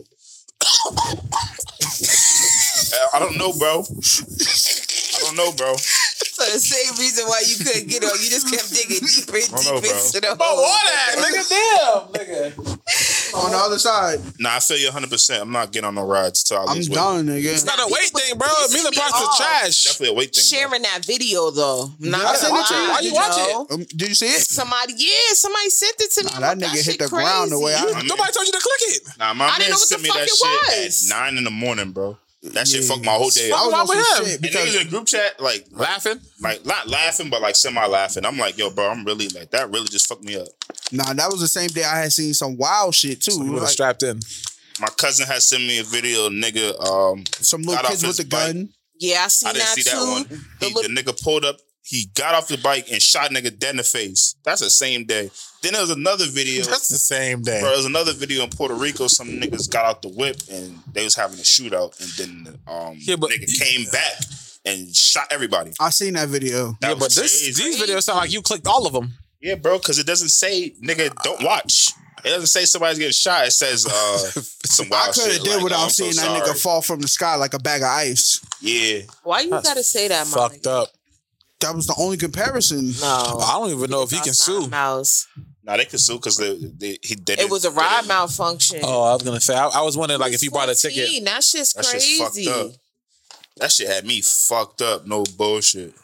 [SPEAKER 5] Uh, I don't know, bro. I don't know,
[SPEAKER 3] Oh,
[SPEAKER 5] bro.
[SPEAKER 3] For the same reason why you couldn't get on, you just kept digging deeper and
[SPEAKER 5] I don't
[SPEAKER 3] deeper
[SPEAKER 5] know,
[SPEAKER 3] into the hole.
[SPEAKER 4] Oh, nigga, damn, nigga.
[SPEAKER 2] On the other side,
[SPEAKER 5] Nah, I feel you 100. percent I'm not getting on no rides till I
[SPEAKER 2] I'm
[SPEAKER 5] lose weight.
[SPEAKER 2] done,
[SPEAKER 4] It's
[SPEAKER 2] nigga.
[SPEAKER 4] not a weight thing, bro.
[SPEAKER 3] Pisses
[SPEAKER 4] Amusement
[SPEAKER 3] me
[SPEAKER 4] parks
[SPEAKER 3] off.
[SPEAKER 4] is trash.
[SPEAKER 5] Definitely a weight thing. bro.
[SPEAKER 3] Sharing that video though. I'm Not
[SPEAKER 2] I sent
[SPEAKER 3] gonna
[SPEAKER 2] it to you.
[SPEAKER 3] lie,
[SPEAKER 2] Why
[SPEAKER 4] you watch it?
[SPEAKER 3] know?
[SPEAKER 2] Um, did you see it?
[SPEAKER 3] Somebody, yeah, somebody sent it to me.
[SPEAKER 2] Nah, that
[SPEAKER 3] I'm like,
[SPEAKER 2] nigga hit
[SPEAKER 3] shit
[SPEAKER 2] the ground the
[SPEAKER 3] crazy.
[SPEAKER 2] way I-
[SPEAKER 5] I mean,
[SPEAKER 4] Nobody told you to click it.
[SPEAKER 5] Nah, my
[SPEAKER 3] I didn't
[SPEAKER 5] man
[SPEAKER 3] know what the
[SPEAKER 5] sent me
[SPEAKER 3] fuck
[SPEAKER 5] that
[SPEAKER 3] it
[SPEAKER 5] shit
[SPEAKER 3] was.
[SPEAKER 5] at nine in the morning, bro. That shit fucked my whole day
[SPEAKER 2] I
[SPEAKER 5] up.
[SPEAKER 2] was
[SPEAKER 4] wrong
[SPEAKER 2] on
[SPEAKER 4] with
[SPEAKER 2] some
[SPEAKER 4] him?
[SPEAKER 2] shit
[SPEAKER 5] And
[SPEAKER 2] because
[SPEAKER 5] niggas in group chat, like,
[SPEAKER 4] Laughing.
[SPEAKER 5] like not laughing, but like semi laughing. I'm like, yo, bro, I'm really like that. Really just fucked me up.
[SPEAKER 2] nah, that was the same day I had seen some wild shit too.
[SPEAKER 4] You would have
[SPEAKER 2] Like,
[SPEAKER 4] strapped in.
[SPEAKER 5] My cousin had sent me a video, of nigga. Um,
[SPEAKER 2] some little
[SPEAKER 5] got off
[SPEAKER 2] kids with
[SPEAKER 5] his
[SPEAKER 2] a
[SPEAKER 5] bike.
[SPEAKER 2] gun.
[SPEAKER 3] Yeah, I seen
[SPEAKER 5] I didn't
[SPEAKER 3] that
[SPEAKER 5] see
[SPEAKER 3] too.
[SPEAKER 5] that one.
[SPEAKER 3] The
[SPEAKER 5] He,
[SPEAKER 3] look-
[SPEAKER 5] the nigga pulled up. He got off the bike and shot nigga dead in the face. That's the same day. Then there was another video.
[SPEAKER 4] That's the same day.
[SPEAKER 5] Bro, there was another video in Puerto Rico. Some niggas got out the whip and they was having a shootout, and then um,
[SPEAKER 4] Yeah, but-
[SPEAKER 5] nigga came back and shot everybody.
[SPEAKER 2] I seen that video.
[SPEAKER 5] That
[SPEAKER 4] yeah,
[SPEAKER 5] was
[SPEAKER 4] but this,
[SPEAKER 5] crazy.
[SPEAKER 4] these videos sound like you clicked all of them.
[SPEAKER 5] yeah, bro, because it doesn't say nigga don't watch. It doesn't say somebody's getting shot. It says uh, some wild
[SPEAKER 2] I could have
[SPEAKER 5] shit,
[SPEAKER 2] did
[SPEAKER 5] like, oh,
[SPEAKER 2] without
[SPEAKER 5] I'm so
[SPEAKER 2] seeing that
[SPEAKER 5] sorry.
[SPEAKER 2] nigga fall from the sky like a bag of ice.
[SPEAKER 5] Yeah,
[SPEAKER 3] Why you gotta say that, my
[SPEAKER 4] Fucked up.
[SPEAKER 2] That was the only comparison.
[SPEAKER 3] No.
[SPEAKER 4] I don't even know if he can sue.
[SPEAKER 3] Mouse.
[SPEAKER 5] nah, they could sue because they, they he did
[SPEAKER 3] It was a ride malfunction.
[SPEAKER 4] Oh, I was gonna say. I, I was wondering like if you bought a ticket.
[SPEAKER 3] 14, That shit's
[SPEAKER 5] That
[SPEAKER 3] crazy.
[SPEAKER 5] shit's fucked up. That shit had me fucked up. No bullshit.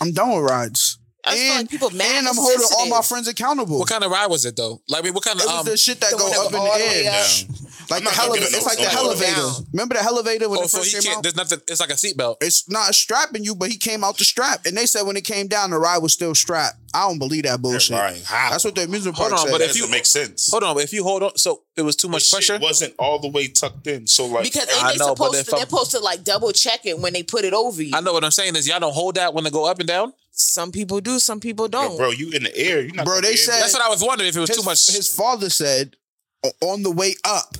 [SPEAKER 2] I'm done with rides.
[SPEAKER 3] I just feel like people mad
[SPEAKER 2] and
[SPEAKER 3] and
[SPEAKER 2] I'm holding all my
[SPEAKER 3] sensitive.
[SPEAKER 2] friends accountable.
[SPEAKER 4] What kind of ride was it though? Like, I mean, what kind
[SPEAKER 2] it
[SPEAKER 4] of
[SPEAKER 2] was
[SPEAKER 4] um?
[SPEAKER 2] the shit that
[SPEAKER 3] the
[SPEAKER 2] go
[SPEAKER 3] one that
[SPEAKER 2] up in the
[SPEAKER 3] go all the way
[SPEAKER 2] air.
[SPEAKER 3] up.
[SPEAKER 2] Like the
[SPEAKER 5] not gonna
[SPEAKER 2] heli-
[SPEAKER 5] get on
[SPEAKER 2] it's
[SPEAKER 5] no-
[SPEAKER 2] like the
[SPEAKER 5] don't go
[SPEAKER 2] elevator.
[SPEAKER 3] down.
[SPEAKER 2] Remember the elevator when
[SPEAKER 4] oh,
[SPEAKER 2] it
[SPEAKER 4] so
[SPEAKER 2] first came
[SPEAKER 4] he can't.
[SPEAKER 2] out?
[SPEAKER 4] There's nothing. It's like a seatbelt.
[SPEAKER 2] It's not strapping you, but he came out the strap. And they said when it came down, the ride was still strapped. I don't believe that bullshit.
[SPEAKER 5] They're lying. How?
[SPEAKER 2] That's what the amusement
[SPEAKER 4] Hold
[SPEAKER 2] park
[SPEAKER 4] on,
[SPEAKER 2] said.
[SPEAKER 4] but
[SPEAKER 5] That
[SPEAKER 4] if you-
[SPEAKER 5] doesn't make sense.
[SPEAKER 4] Hold on. If you hold on, so it was too much
[SPEAKER 5] Shit
[SPEAKER 4] pressure.
[SPEAKER 5] wasn't all the way tucked in. So like
[SPEAKER 3] Because
[SPEAKER 5] I-
[SPEAKER 3] ain't they
[SPEAKER 4] know, but
[SPEAKER 3] supposed
[SPEAKER 4] if
[SPEAKER 3] to, they're
[SPEAKER 4] I'm-
[SPEAKER 3] supposed to like double check it when they put it over you.
[SPEAKER 4] I know what I'm saying is y'all don't hold that when they go up and down.
[SPEAKER 3] Some people do, some people don't.
[SPEAKER 5] bro, you in the air. You not
[SPEAKER 2] Bro,
[SPEAKER 5] gonna
[SPEAKER 2] they
[SPEAKER 5] be able-
[SPEAKER 2] said-
[SPEAKER 4] That's what I was wondering if it was
[SPEAKER 2] his,
[SPEAKER 4] too much.
[SPEAKER 2] his father said o- on the way up,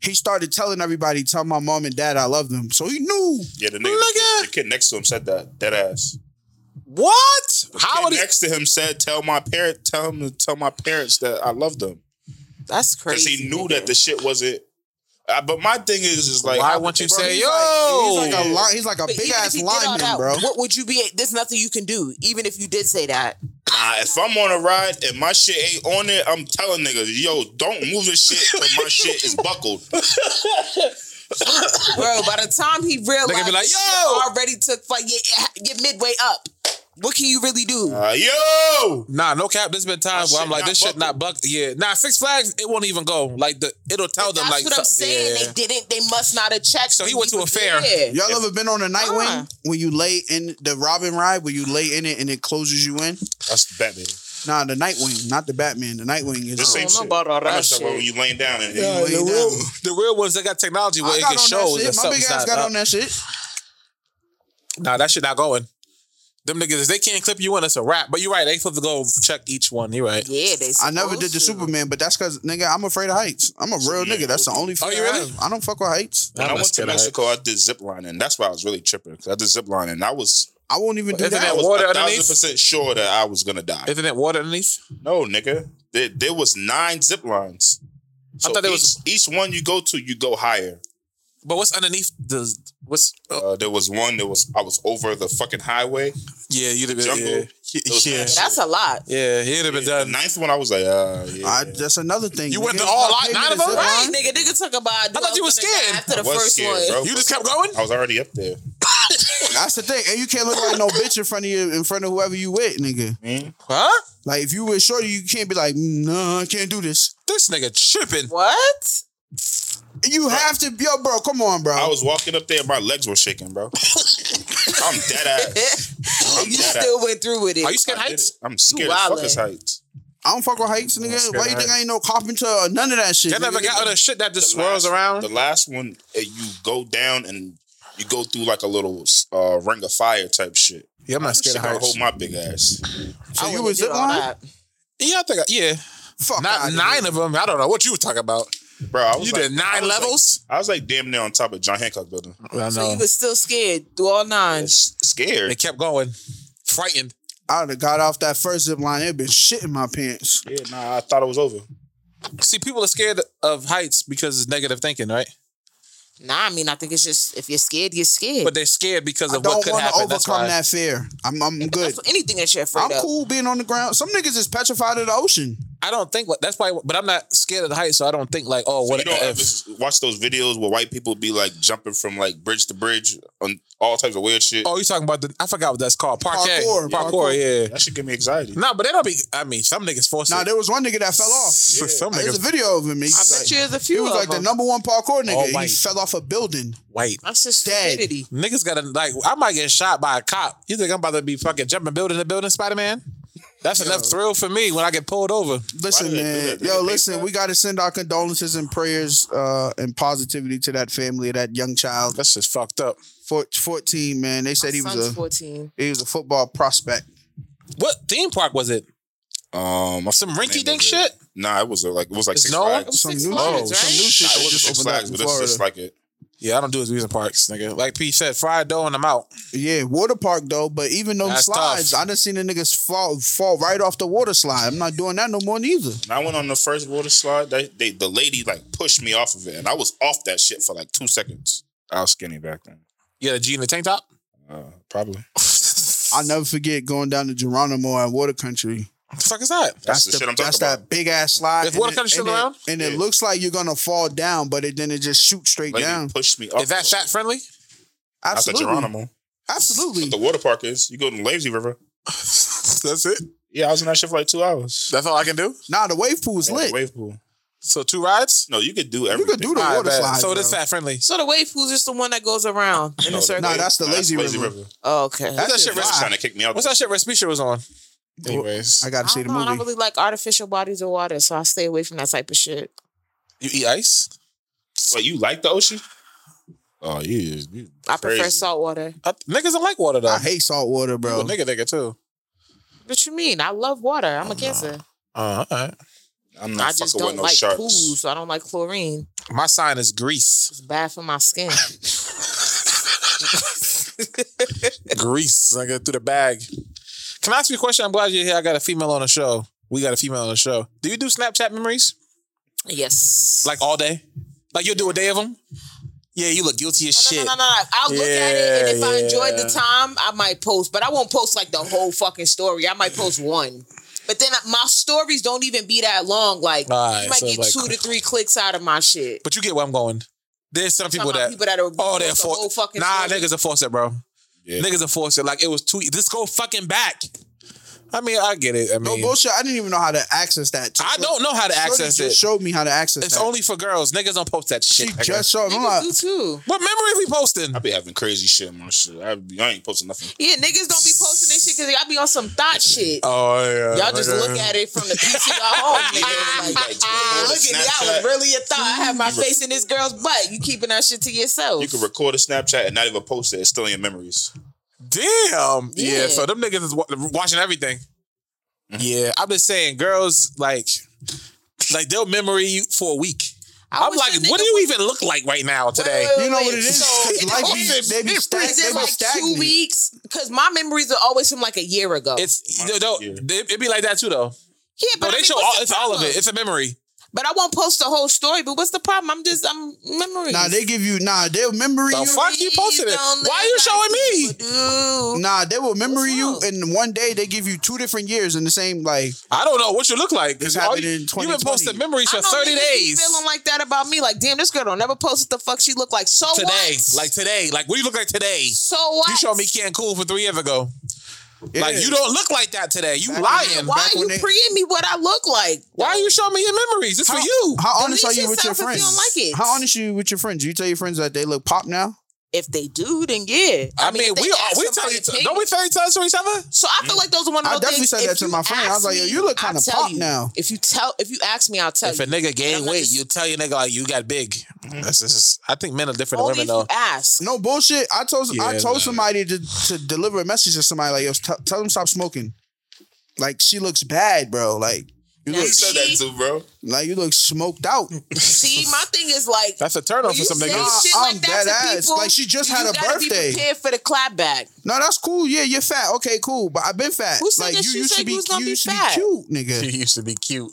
[SPEAKER 2] he started telling everybody, tell my mom and dad I love them. So he knew.
[SPEAKER 5] Yeah, the nigga, the
[SPEAKER 4] Nigga.
[SPEAKER 5] kid, the kid next to him said that. Dead ass.
[SPEAKER 4] what? How
[SPEAKER 5] How
[SPEAKER 4] would
[SPEAKER 5] kid
[SPEAKER 4] he?
[SPEAKER 5] next to him said, "Tell my parent, tell him to tell my parents that I love them,"
[SPEAKER 3] That's
[SPEAKER 5] because
[SPEAKER 3] crazy.
[SPEAKER 5] he knew
[SPEAKER 3] nigga.
[SPEAKER 5] that the shit wasn't. Uh, but my thing is, is like,
[SPEAKER 4] Why
[SPEAKER 5] how-
[SPEAKER 4] won't you
[SPEAKER 5] bro,
[SPEAKER 4] say
[SPEAKER 5] he's
[SPEAKER 4] yo?
[SPEAKER 2] He's like a, li- he's like a
[SPEAKER 3] But
[SPEAKER 2] big
[SPEAKER 3] even if
[SPEAKER 2] ass
[SPEAKER 3] he did all
[SPEAKER 2] lineman,
[SPEAKER 3] that,
[SPEAKER 2] bro.
[SPEAKER 3] What would you be? There's nothing you can do, even if you did say that.
[SPEAKER 5] Nah, if I'm on a ride and my shit ain't on it, I'm telling niggas, yo, don't move this shit till my shit is buckled.
[SPEAKER 3] Bro, by the time he realized,
[SPEAKER 4] They could be like,
[SPEAKER 3] you
[SPEAKER 4] "Yo!"
[SPEAKER 3] already took like you you're midway up. What can you really do?
[SPEAKER 5] Uh, yo,
[SPEAKER 4] Nah, no cap. There's been times where
[SPEAKER 5] My
[SPEAKER 4] I'm
[SPEAKER 5] shit
[SPEAKER 4] like,
[SPEAKER 5] not
[SPEAKER 4] this shit not buck. Yeah, nah, Six Flags, it won't even go. Like the, it'll tell them
[SPEAKER 3] That's
[SPEAKER 4] like.
[SPEAKER 3] what I'm
[SPEAKER 4] something.
[SPEAKER 3] saying. They
[SPEAKER 4] Yeah.
[SPEAKER 3] didn't. They must not have checked.
[SPEAKER 4] So he
[SPEAKER 3] when
[SPEAKER 4] went to a
[SPEAKER 3] was
[SPEAKER 4] fair.
[SPEAKER 3] there.
[SPEAKER 2] Y'all ever been on a night
[SPEAKER 3] Uh-uh.
[SPEAKER 2] wing when you lay in the Robin ride where you lay in it and it closes you in?
[SPEAKER 5] that's the Batman.
[SPEAKER 2] Nah, the night wing, not the Batman. The night wing is
[SPEAKER 5] This
[SPEAKER 3] don't
[SPEAKER 5] ain't
[SPEAKER 3] know
[SPEAKER 5] shit.
[SPEAKER 3] about all
[SPEAKER 5] I'm
[SPEAKER 3] that
[SPEAKER 5] just talking about
[SPEAKER 3] shit.
[SPEAKER 5] when you laying down and
[SPEAKER 2] Yeah,
[SPEAKER 5] you
[SPEAKER 2] yeah,
[SPEAKER 5] laying
[SPEAKER 2] well,
[SPEAKER 5] down.
[SPEAKER 4] The real ones that got technology where
[SPEAKER 2] I
[SPEAKER 4] it
[SPEAKER 2] got
[SPEAKER 4] can
[SPEAKER 2] on
[SPEAKER 4] show
[SPEAKER 2] that
[SPEAKER 4] that
[SPEAKER 2] shit. My big
[SPEAKER 4] something's
[SPEAKER 2] ass
[SPEAKER 4] not
[SPEAKER 2] got
[SPEAKER 4] up.
[SPEAKER 2] on that shit.
[SPEAKER 4] Nah, that shit not going. Them niggas, if they can't clip you in, it's a wrap. But you're right. They supposed to go check each one. You're right.
[SPEAKER 3] Yeah, they.
[SPEAKER 2] I never did the
[SPEAKER 3] supposed to.
[SPEAKER 2] Superman, but that's because nigga, I'm afraid of heights. I'm a real
[SPEAKER 5] yeah,
[SPEAKER 2] nigga. That's the
[SPEAKER 5] we'll do
[SPEAKER 2] only.
[SPEAKER 4] Oh, you
[SPEAKER 2] fear I
[SPEAKER 4] really?
[SPEAKER 2] have. I don't fuck with heights.
[SPEAKER 5] When I
[SPEAKER 4] I'm
[SPEAKER 5] went to
[SPEAKER 4] scared of heights.
[SPEAKER 5] Mexico, I did zip lining. That's why I was really tripping. 'cause I did zip lining. I was
[SPEAKER 2] I won't even do
[SPEAKER 4] Isn't
[SPEAKER 5] I
[SPEAKER 4] that
[SPEAKER 2] that.
[SPEAKER 5] was
[SPEAKER 4] water
[SPEAKER 5] a thousand
[SPEAKER 4] underneath?
[SPEAKER 5] percent sure that I was gonna die.
[SPEAKER 4] Isn't it water underneath?
[SPEAKER 5] No, nigga. There, there was nine zip lines. So
[SPEAKER 4] thought there
[SPEAKER 5] each,
[SPEAKER 4] was-
[SPEAKER 5] each one you go to, you go higher.
[SPEAKER 4] But what's underneath the what's? Oh,
[SPEAKER 5] Uh, there was one that was I was over the fucking highway.
[SPEAKER 4] yeah, you'd have been.
[SPEAKER 5] Jungle.
[SPEAKER 4] Yeah,
[SPEAKER 5] Those
[SPEAKER 4] yeah,
[SPEAKER 5] nasty-
[SPEAKER 3] That's a lot.
[SPEAKER 4] yeah. He'd have been
[SPEAKER 5] The
[SPEAKER 4] done.
[SPEAKER 5] ninth one, I was like, uh, yeah.
[SPEAKER 2] I, that's another thing.
[SPEAKER 4] You
[SPEAKER 2] nigga.
[SPEAKER 4] went to all
[SPEAKER 2] If I
[SPEAKER 4] out-
[SPEAKER 2] pay me
[SPEAKER 4] nine
[SPEAKER 2] to
[SPEAKER 4] of them?
[SPEAKER 2] zip
[SPEAKER 3] Right,
[SPEAKER 2] line-
[SPEAKER 3] nigga, nigga talk about.
[SPEAKER 4] I thought you was
[SPEAKER 3] gonna die
[SPEAKER 4] scared.
[SPEAKER 3] after
[SPEAKER 5] I
[SPEAKER 3] the
[SPEAKER 5] was
[SPEAKER 3] first
[SPEAKER 5] scared,
[SPEAKER 3] one.
[SPEAKER 5] bro.
[SPEAKER 4] You just kept going.
[SPEAKER 5] I was already up there.
[SPEAKER 4] That's
[SPEAKER 2] That's the thing, and you can't look like no bitch in front of you, in front of whoever you with, nigga.
[SPEAKER 4] Huh?
[SPEAKER 2] Like if you with shorty, you can't be like, no, I can't do this.
[SPEAKER 4] This nigga tripping.
[SPEAKER 3] What?
[SPEAKER 2] You have to, yo, bro, come on, bro.
[SPEAKER 5] I was walking up there and my legs were shaking, bro. I'm dead ass.
[SPEAKER 3] you
[SPEAKER 5] dead
[SPEAKER 3] still went through with it.
[SPEAKER 4] Are you scared of
[SPEAKER 5] I did it.
[SPEAKER 4] heights?
[SPEAKER 5] I'm scared
[SPEAKER 3] You
[SPEAKER 5] as fuck
[SPEAKER 3] wildin'.
[SPEAKER 5] as heights.
[SPEAKER 2] I don't fuck with heights, nigga.
[SPEAKER 5] scared
[SPEAKER 2] Why you
[SPEAKER 5] of
[SPEAKER 2] think I
[SPEAKER 5] heights.
[SPEAKER 2] ain't no carpenter or none of that shit?
[SPEAKER 4] Y'all never
[SPEAKER 2] nigga?
[SPEAKER 4] got other shit that
[SPEAKER 5] The
[SPEAKER 4] just swirls
[SPEAKER 5] last-
[SPEAKER 4] around?
[SPEAKER 5] The last one, uh, you go down and you go through like a little uh, ring of fire type shit.
[SPEAKER 4] Yeah, I'm not scared
[SPEAKER 5] Shit,
[SPEAKER 4] of
[SPEAKER 5] I hold
[SPEAKER 4] heights.
[SPEAKER 5] my big ass.
[SPEAKER 2] So
[SPEAKER 3] I
[SPEAKER 2] you
[SPEAKER 3] wouldn't
[SPEAKER 2] was
[SPEAKER 3] do
[SPEAKER 2] zip
[SPEAKER 3] all
[SPEAKER 2] line?
[SPEAKER 3] that.
[SPEAKER 4] Yeah, I think, I, yeah.
[SPEAKER 2] Fuck
[SPEAKER 4] Not
[SPEAKER 2] outta
[SPEAKER 4] nine
[SPEAKER 2] here.
[SPEAKER 4] of them. I don't know what you were talking about.
[SPEAKER 5] Bro, I was
[SPEAKER 4] You
[SPEAKER 5] like,
[SPEAKER 4] did
[SPEAKER 5] I
[SPEAKER 4] nine
[SPEAKER 5] was like-
[SPEAKER 4] levels?
[SPEAKER 5] I was like damn near on top of John Hancock building. I
[SPEAKER 4] I
[SPEAKER 3] So you was still scared through all nine.
[SPEAKER 5] was
[SPEAKER 4] They
[SPEAKER 5] scared.
[SPEAKER 4] kept going. Frightened.
[SPEAKER 2] I would have got off that first zip line. It'd been shit in my pants.
[SPEAKER 5] Yeah, nah, I thought it was over.
[SPEAKER 4] See, people are scared of heights because it's negative thinking, right?
[SPEAKER 3] Nah, I mean, I think it's just if you're scared, you're scared.
[SPEAKER 4] But they're scared because
[SPEAKER 2] I
[SPEAKER 4] of what
[SPEAKER 2] don't
[SPEAKER 4] could
[SPEAKER 2] want to
[SPEAKER 4] happen. That's why.
[SPEAKER 2] overcome that fear. I'm, I'm good.
[SPEAKER 3] That's what- anything that you're afraid
[SPEAKER 2] I'm
[SPEAKER 3] of.
[SPEAKER 2] cool being on the ground. Some niggas is petrified of the ocean.
[SPEAKER 4] I don't think what that's why. But I'm not scared of the heights, so I don't think like, oh, what
[SPEAKER 5] you know,
[SPEAKER 4] if?
[SPEAKER 5] ever watch those videos where white people be like jumping from like bridge to bridge on all types of weird shit.
[SPEAKER 4] Oh, you talking about the? I forgot what that's called. Parquet.
[SPEAKER 2] Parkour,
[SPEAKER 4] Parkour.
[SPEAKER 2] parkour.
[SPEAKER 4] yeah.
[SPEAKER 5] That should give me anxiety.
[SPEAKER 4] No, but they don't be. I mean, some niggas force
[SPEAKER 2] Now
[SPEAKER 4] it.
[SPEAKER 2] there was one nigga that fell off.
[SPEAKER 4] For some
[SPEAKER 2] There's a
[SPEAKER 4] niggas,
[SPEAKER 2] video of him. He,
[SPEAKER 3] I bet you there's a
[SPEAKER 2] he
[SPEAKER 3] few
[SPEAKER 2] was
[SPEAKER 3] of
[SPEAKER 2] like the
[SPEAKER 3] them.
[SPEAKER 2] number one parkour nigga.
[SPEAKER 4] All
[SPEAKER 2] he
[SPEAKER 4] white.
[SPEAKER 2] fell off a building.
[SPEAKER 4] white
[SPEAKER 3] That's just
[SPEAKER 2] Dead.
[SPEAKER 3] stupidity.
[SPEAKER 4] niggas gotta like. I might get shot by a cop. You think I'm about to be fucking jumping building to building, Spider Man? That's enough thrill for me when I get pulled over.
[SPEAKER 2] Listen,
[SPEAKER 5] did they do
[SPEAKER 2] man.
[SPEAKER 5] that? Did they
[SPEAKER 2] Yo,
[SPEAKER 5] pay
[SPEAKER 2] listen.
[SPEAKER 5] for it?
[SPEAKER 2] We got to send our condolences and prayers uh, and positivity to that family, that young child,
[SPEAKER 4] That's just fucked up.
[SPEAKER 2] Four- fourteen. Man, they said he
[SPEAKER 3] son's
[SPEAKER 2] was a
[SPEAKER 3] 14.
[SPEAKER 2] he was a football prospect.
[SPEAKER 4] What theme park was it?
[SPEAKER 5] Um,
[SPEAKER 4] Some rinky
[SPEAKER 5] name
[SPEAKER 4] dink
[SPEAKER 5] of it.
[SPEAKER 4] shit.
[SPEAKER 5] Nah, it was uh, like it was like
[SPEAKER 4] It's
[SPEAKER 5] six
[SPEAKER 4] no-
[SPEAKER 5] flags.
[SPEAKER 3] It was
[SPEAKER 2] Some
[SPEAKER 3] Six
[SPEAKER 2] new
[SPEAKER 3] Flags,
[SPEAKER 2] shit.
[SPEAKER 3] right?
[SPEAKER 2] Oh, Some new shit
[SPEAKER 5] Nah,
[SPEAKER 2] that
[SPEAKER 5] it wasn't
[SPEAKER 2] just
[SPEAKER 5] six
[SPEAKER 2] opened up
[SPEAKER 5] flags,
[SPEAKER 2] in
[SPEAKER 5] but it's
[SPEAKER 2] Florida.
[SPEAKER 5] just like it.
[SPEAKER 4] Yeah, I don't do his amusement parks, nigga. Like P said, fried dough and I'm out.
[SPEAKER 2] yeah, water park though. But even those
[SPEAKER 4] That's
[SPEAKER 2] slides,
[SPEAKER 4] tough.
[SPEAKER 2] I done seen the niggas fall fall right off the water slide. I'm not doing that no more neither.
[SPEAKER 5] And I went on the first water slide. They, they, the lady like pushed me off of it, and I was off that shit for like two seconds. I was skinny back then,
[SPEAKER 4] Yeah, the G in the tank top.
[SPEAKER 5] uh, probably.
[SPEAKER 2] I'll never forget going down to Geronimo at Water Country.
[SPEAKER 4] What the fuck is that?
[SPEAKER 5] That's, the, shit I'm
[SPEAKER 2] That's
[SPEAKER 5] talking about.
[SPEAKER 2] that big ass slide.
[SPEAKER 4] If
[SPEAKER 2] and
[SPEAKER 4] water
[SPEAKER 2] it-
[SPEAKER 4] comes
[SPEAKER 2] and
[SPEAKER 4] shooting
[SPEAKER 2] it-
[SPEAKER 4] around?
[SPEAKER 2] and it
[SPEAKER 5] Yeah.
[SPEAKER 2] looks like you're gonna fall down, but it then it just shoots straight
[SPEAKER 5] Lady
[SPEAKER 2] down.
[SPEAKER 5] pushed me off.
[SPEAKER 4] Is that fat friendly?
[SPEAKER 5] That's a
[SPEAKER 2] Absolutely,
[SPEAKER 5] Geronimo.
[SPEAKER 2] absolutely.
[SPEAKER 5] But the water park is. You go to the Lazy River.
[SPEAKER 4] That's it.
[SPEAKER 5] Yeah, I was in that shit for like two hours.
[SPEAKER 4] That's all I can do.
[SPEAKER 2] Nah, the wave pool is
[SPEAKER 5] Yeah,
[SPEAKER 2] lit.
[SPEAKER 5] Wave pool.
[SPEAKER 4] So two rides.
[SPEAKER 5] No, you could do
[SPEAKER 2] You
[SPEAKER 5] everything.
[SPEAKER 2] could do the
[SPEAKER 4] All right,
[SPEAKER 2] water
[SPEAKER 4] bet.
[SPEAKER 2] slide.
[SPEAKER 4] so it is
[SPEAKER 2] bro.
[SPEAKER 4] fat friendly.
[SPEAKER 3] So the wave pool's just the one that goes around in
[SPEAKER 5] No,
[SPEAKER 3] a
[SPEAKER 5] the
[SPEAKER 3] circle.
[SPEAKER 2] Nah, that's the lazy, river.
[SPEAKER 3] oh, okay.
[SPEAKER 2] That
[SPEAKER 4] that
[SPEAKER 2] shit
[SPEAKER 4] shit
[SPEAKER 5] They was
[SPEAKER 2] fire.
[SPEAKER 5] trying to kick me out.
[SPEAKER 4] What's that shit Respicia was on?
[SPEAKER 5] Anyways,
[SPEAKER 2] I gotta
[SPEAKER 3] I
[SPEAKER 2] see
[SPEAKER 3] don't
[SPEAKER 2] the
[SPEAKER 3] know. I don't
[SPEAKER 2] movie.
[SPEAKER 3] really like artificial bodies of water, so I stay away from that type of shit.
[SPEAKER 4] You eat ice?
[SPEAKER 5] wait, you like the ocean? Oh, yeah. you
[SPEAKER 3] I prefer
[SPEAKER 5] crazy.
[SPEAKER 3] salt water.
[SPEAKER 4] I, niggas don't like water though.
[SPEAKER 2] I hate salt water,
[SPEAKER 4] You a
[SPEAKER 2] bro.
[SPEAKER 4] nigga nigga too.
[SPEAKER 3] What you mean? I love water. I'm a cancer.
[SPEAKER 4] Uh, all right.
[SPEAKER 5] I'm
[SPEAKER 3] I
[SPEAKER 5] not
[SPEAKER 3] just
[SPEAKER 5] fucking with
[SPEAKER 3] don't
[SPEAKER 5] no
[SPEAKER 3] like
[SPEAKER 5] sharks.
[SPEAKER 3] pools. So I don't like chlorine.
[SPEAKER 4] My sign is grease.
[SPEAKER 3] It's bad for my skin.
[SPEAKER 4] grease. I go through the bag. Can I ask you a question? I'm glad you're here. I got a female on the show. We got a female on the show. Do you do Snapchat memories
[SPEAKER 3] yes.
[SPEAKER 4] like all day? Like you'll do a day of them? Yeah, you look guilty as
[SPEAKER 3] No,
[SPEAKER 4] shit.
[SPEAKER 3] no, no, no, no. I'll look at it, and if I
[SPEAKER 4] Yeah,
[SPEAKER 3] enjoyed the
[SPEAKER 4] yeah.
[SPEAKER 3] time, I might post, but I won't post like the whole fucking story. I might post one. But then my stories don't even be that long. Like
[SPEAKER 4] All right,
[SPEAKER 3] you might
[SPEAKER 4] so,
[SPEAKER 3] get
[SPEAKER 4] like-
[SPEAKER 3] two to three clicks out of my shit.
[SPEAKER 4] But you get where I'm going. There's some people
[SPEAKER 3] Talking
[SPEAKER 4] that,
[SPEAKER 3] about people that are
[SPEAKER 4] oh they're
[SPEAKER 3] post the whole
[SPEAKER 4] for
[SPEAKER 3] fucking
[SPEAKER 4] nah
[SPEAKER 3] story.
[SPEAKER 4] niggas are forced it, bro.
[SPEAKER 5] Yeah.
[SPEAKER 4] Niggas are forced it. Like it was two. Just go fucking back. I mean, I get it. I
[SPEAKER 2] No
[SPEAKER 4] mean,
[SPEAKER 2] Oh, bullshit. I didn't even know how to access that.
[SPEAKER 4] I don't know how to
[SPEAKER 2] Shorty
[SPEAKER 4] access
[SPEAKER 2] just
[SPEAKER 4] it.
[SPEAKER 2] showed me how to access.
[SPEAKER 4] It's
[SPEAKER 2] that.
[SPEAKER 4] only for girls. Niggas don't post that
[SPEAKER 2] she
[SPEAKER 4] shit. nigga.
[SPEAKER 2] just showed. me. I'm
[SPEAKER 3] Niggas
[SPEAKER 2] like,
[SPEAKER 3] do too.
[SPEAKER 4] what memory we posting?
[SPEAKER 5] I be having crazy shit on my shit. I, be, I ain't posting nothing.
[SPEAKER 3] Yeah, niggas don't be posting this shit because y'all be on some thought shit.
[SPEAKER 4] Oh yeah.
[SPEAKER 3] y'all just look at it from the PTR home, nigga. Like, ah,
[SPEAKER 5] record
[SPEAKER 3] look
[SPEAKER 5] a
[SPEAKER 3] at me, I was
[SPEAKER 5] Snapchat.
[SPEAKER 3] really a thought. I had my face in this girl's butt. You keeping that shit to yourself.
[SPEAKER 5] You can record a Snapchat and not even post it. It's still in your memories.
[SPEAKER 4] Damn. Yeah.
[SPEAKER 3] Yeah. Mm-hmm.
[SPEAKER 4] So them niggas is wa- watching everything. Yeah, I'm just saying, girls like, like they'll memory you for a week.
[SPEAKER 3] I
[SPEAKER 4] I'm
[SPEAKER 3] wish
[SPEAKER 4] like,
[SPEAKER 3] a nigga
[SPEAKER 4] what do you
[SPEAKER 3] would-
[SPEAKER 4] even look like right now today?
[SPEAKER 3] Wait, wait,
[SPEAKER 2] you know
[SPEAKER 3] wait,
[SPEAKER 2] what it is?
[SPEAKER 3] so-
[SPEAKER 2] Cause life be-
[SPEAKER 3] It's
[SPEAKER 2] they be stacked.
[SPEAKER 3] Is it
[SPEAKER 2] They be
[SPEAKER 3] like
[SPEAKER 2] stagnant.
[SPEAKER 3] two weeks? Because my memories are always from like a year ago.
[SPEAKER 4] It's you know, it'd be like that too though.
[SPEAKER 3] yeah, but
[SPEAKER 4] No,
[SPEAKER 3] I
[SPEAKER 4] they
[SPEAKER 3] mean,
[SPEAKER 4] show
[SPEAKER 3] what's
[SPEAKER 4] all.
[SPEAKER 3] the
[SPEAKER 4] It's all of
[SPEAKER 3] problem?
[SPEAKER 4] it. It's a memory.
[SPEAKER 3] But I won't post the whole story. But what's the problem? I'm just I'm memories.
[SPEAKER 2] Nah, they give you nah, they'll memory
[SPEAKER 4] The
[SPEAKER 2] you.
[SPEAKER 4] fuck you posted it?
[SPEAKER 3] Don't
[SPEAKER 4] Why you
[SPEAKER 3] live
[SPEAKER 4] showing
[SPEAKER 3] like
[SPEAKER 4] me? Mm,
[SPEAKER 3] people do.
[SPEAKER 2] Nah, they will memory you
[SPEAKER 3] What's up?
[SPEAKER 2] and one day they give you two different years in the same like
[SPEAKER 4] I don't know what you look like.
[SPEAKER 2] This
[SPEAKER 4] All
[SPEAKER 2] happened
[SPEAKER 4] you,
[SPEAKER 2] in
[SPEAKER 4] you've been
[SPEAKER 2] 2020.
[SPEAKER 4] posting memories
[SPEAKER 3] I
[SPEAKER 4] for
[SPEAKER 3] know
[SPEAKER 4] thirty
[SPEAKER 3] niggas be
[SPEAKER 4] days.
[SPEAKER 3] Feeling like that about me, like damn, this girl don't never post what the fuck she look like. So
[SPEAKER 4] today,
[SPEAKER 3] what?
[SPEAKER 4] like today, like what do you look like today?
[SPEAKER 3] so what?
[SPEAKER 4] You showed me Cancun from three years ago. Like
[SPEAKER 2] Yeah.
[SPEAKER 4] you don't look like that today. You
[SPEAKER 2] Back
[SPEAKER 4] lying.
[SPEAKER 3] Why
[SPEAKER 2] back
[SPEAKER 3] are
[SPEAKER 2] when
[SPEAKER 3] you
[SPEAKER 2] they-
[SPEAKER 3] pre me what I look like?
[SPEAKER 4] Why are you showing me your memories? It's for you.
[SPEAKER 2] How honest are
[SPEAKER 3] Delete
[SPEAKER 2] you with your
[SPEAKER 3] yourself if
[SPEAKER 2] friends?
[SPEAKER 3] you don't like it.
[SPEAKER 2] How honest are you with your friends? Do you tell your friends that they look pop now?
[SPEAKER 3] If they do, then yeah.
[SPEAKER 4] I, mean,
[SPEAKER 3] if they
[SPEAKER 4] we are,
[SPEAKER 3] ask
[SPEAKER 4] we
[SPEAKER 3] for
[SPEAKER 4] tell
[SPEAKER 3] my
[SPEAKER 4] you,
[SPEAKER 3] opinion-
[SPEAKER 4] don't we tell you tell us to each other?
[SPEAKER 3] So I feel like those are one of
[SPEAKER 2] Mm. I
[SPEAKER 3] those
[SPEAKER 2] definitely
[SPEAKER 3] things,
[SPEAKER 2] said that
[SPEAKER 3] if
[SPEAKER 2] to
[SPEAKER 3] you
[SPEAKER 2] my friend. I was
[SPEAKER 3] ask
[SPEAKER 2] like, yo,
[SPEAKER 3] me,
[SPEAKER 2] you look
[SPEAKER 3] I'll
[SPEAKER 2] kinda
[SPEAKER 3] tell
[SPEAKER 2] pop
[SPEAKER 3] you.
[SPEAKER 2] now.
[SPEAKER 3] If you tell, if you ask me, I'll tell
[SPEAKER 4] If
[SPEAKER 3] you.
[SPEAKER 4] a nigga
[SPEAKER 3] I'm
[SPEAKER 4] gain
[SPEAKER 3] not
[SPEAKER 4] weight,
[SPEAKER 3] just-
[SPEAKER 4] you tell your nigga like you got big.
[SPEAKER 2] Mm-hmm.
[SPEAKER 4] That's this is. I think men are different
[SPEAKER 3] Only
[SPEAKER 4] than women
[SPEAKER 3] if
[SPEAKER 4] though.
[SPEAKER 3] you ask.
[SPEAKER 2] No bullshit. I told I
[SPEAKER 4] Yeah,
[SPEAKER 2] told
[SPEAKER 4] nah.
[SPEAKER 2] somebody to, to deliver a message to somebody like yo, t- tell them stop smoking. Like she looks bad, bro. Like you
[SPEAKER 3] Now,
[SPEAKER 2] look
[SPEAKER 5] said that too, bro.
[SPEAKER 2] like you look smoked out.
[SPEAKER 3] See, my thing is like
[SPEAKER 4] That's a turn off
[SPEAKER 3] when
[SPEAKER 4] for
[SPEAKER 3] you
[SPEAKER 4] some
[SPEAKER 3] say
[SPEAKER 4] niggas.
[SPEAKER 3] shit
[SPEAKER 2] I'm
[SPEAKER 3] like that
[SPEAKER 2] dead
[SPEAKER 3] to
[SPEAKER 2] ass.
[SPEAKER 3] people.
[SPEAKER 2] Like, she just
[SPEAKER 3] you
[SPEAKER 2] had a
[SPEAKER 3] gotta
[SPEAKER 2] birthday.
[SPEAKER 3] Be prepared for the clapback.
[SPEAKER 2] No, that's cool. Yeah, you're fat. Okay, cool. But I've been fat.
[SPEAKER 3] Who said
[SPEAKER 2] like
[SPEAKER 3] that
[SPEAKER 2] you
[SPEAKER 3] she
[SPEAKER 2] used to
[SPEAKER 3] said
[SPEAKER 2] be
[SPEAKER 3] you was gonna
[SPEAKER 2] you
[SPEAKER 3] be
[SPEAKER 2] used
[SPEAKER 3] fat?
[SPEAKER 2] to be cute,
[SPEAKER 4] She
[SPEAKER 2] nigga.
[SPEAKER 4] used to be cute.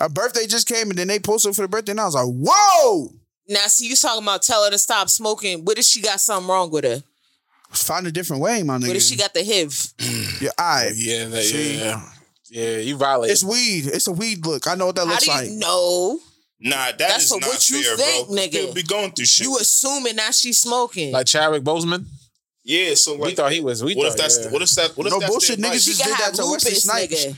[SPEAKER 2] Her birthday just came and then they posted for the birthday and I was like, whoa.
[SPEAKER 3] Now, see, you talking about tell her to stop smoking. What if she got something wrong with her?
[SPEAKER 2] Find a different way, my nigga.
[SPEAKER 3] What if she got the HIV?
[SPEAKER 2] your eye?
[SPEAKER 4] Oh, Yeah, that,
[SPEAKER 2] See?
[SPEAKER 4] yeah, yeah. You violated.
[SPEAKER 2] It's weed. It's a weed look. I know what that
[SPEAKER 3] How
[SPEAKER 2] looks
[SPEAKER 3] do you
[SPEAKER 2] like.
[SPEAKER 3] know?
[SPEAKER 5] Nah, that
[SPEAKER 3] That's
[SPEAKER 5] is
[SPEAKER 3] for
[SPEAKER 5] not
[SPEAKER 3] what you
[SPEAKER 5] fair,
[SPEAKER 3] think,
[SPEAKER 5] bro.
[SPEAKER 3] nigga.
[SPEAKER 5] People be going through shit.
[SPEAKER 3] You assuming that she's smoking.
[SPEAKER 4] like Chadwick Boseman.
[SPEAKER 5] yeah, so
[SPEAKER 4] We
[SPEAKER 5] like,
[SPEAKER 4] thought he was. We
[SPEAKER 5] what
[SPEAKER 4] thought,
[SPEAKER 5] if that's
[SPEAKER 4] yeah.
[SPEAKER 5] what if that what if
[SPEAKER 2] No
[SPEAKER 5] that's
[SPEAKER 2] bullshit,
[SPEAKER 5] their
[SPEAKER 2] niggas
[SPEAKER 5] advice?
[SPEAKER 3] she
[SPEAKER 2] just
[SPEAKER 3] could
[SPEAKER 2] did
[SPEAKER 3] have
[SPEAKER 2] that to Wesley
[SPEAKER 3] lupus,
[SPEAKER 2] Snipes.
[SPEAKER 3] nigga.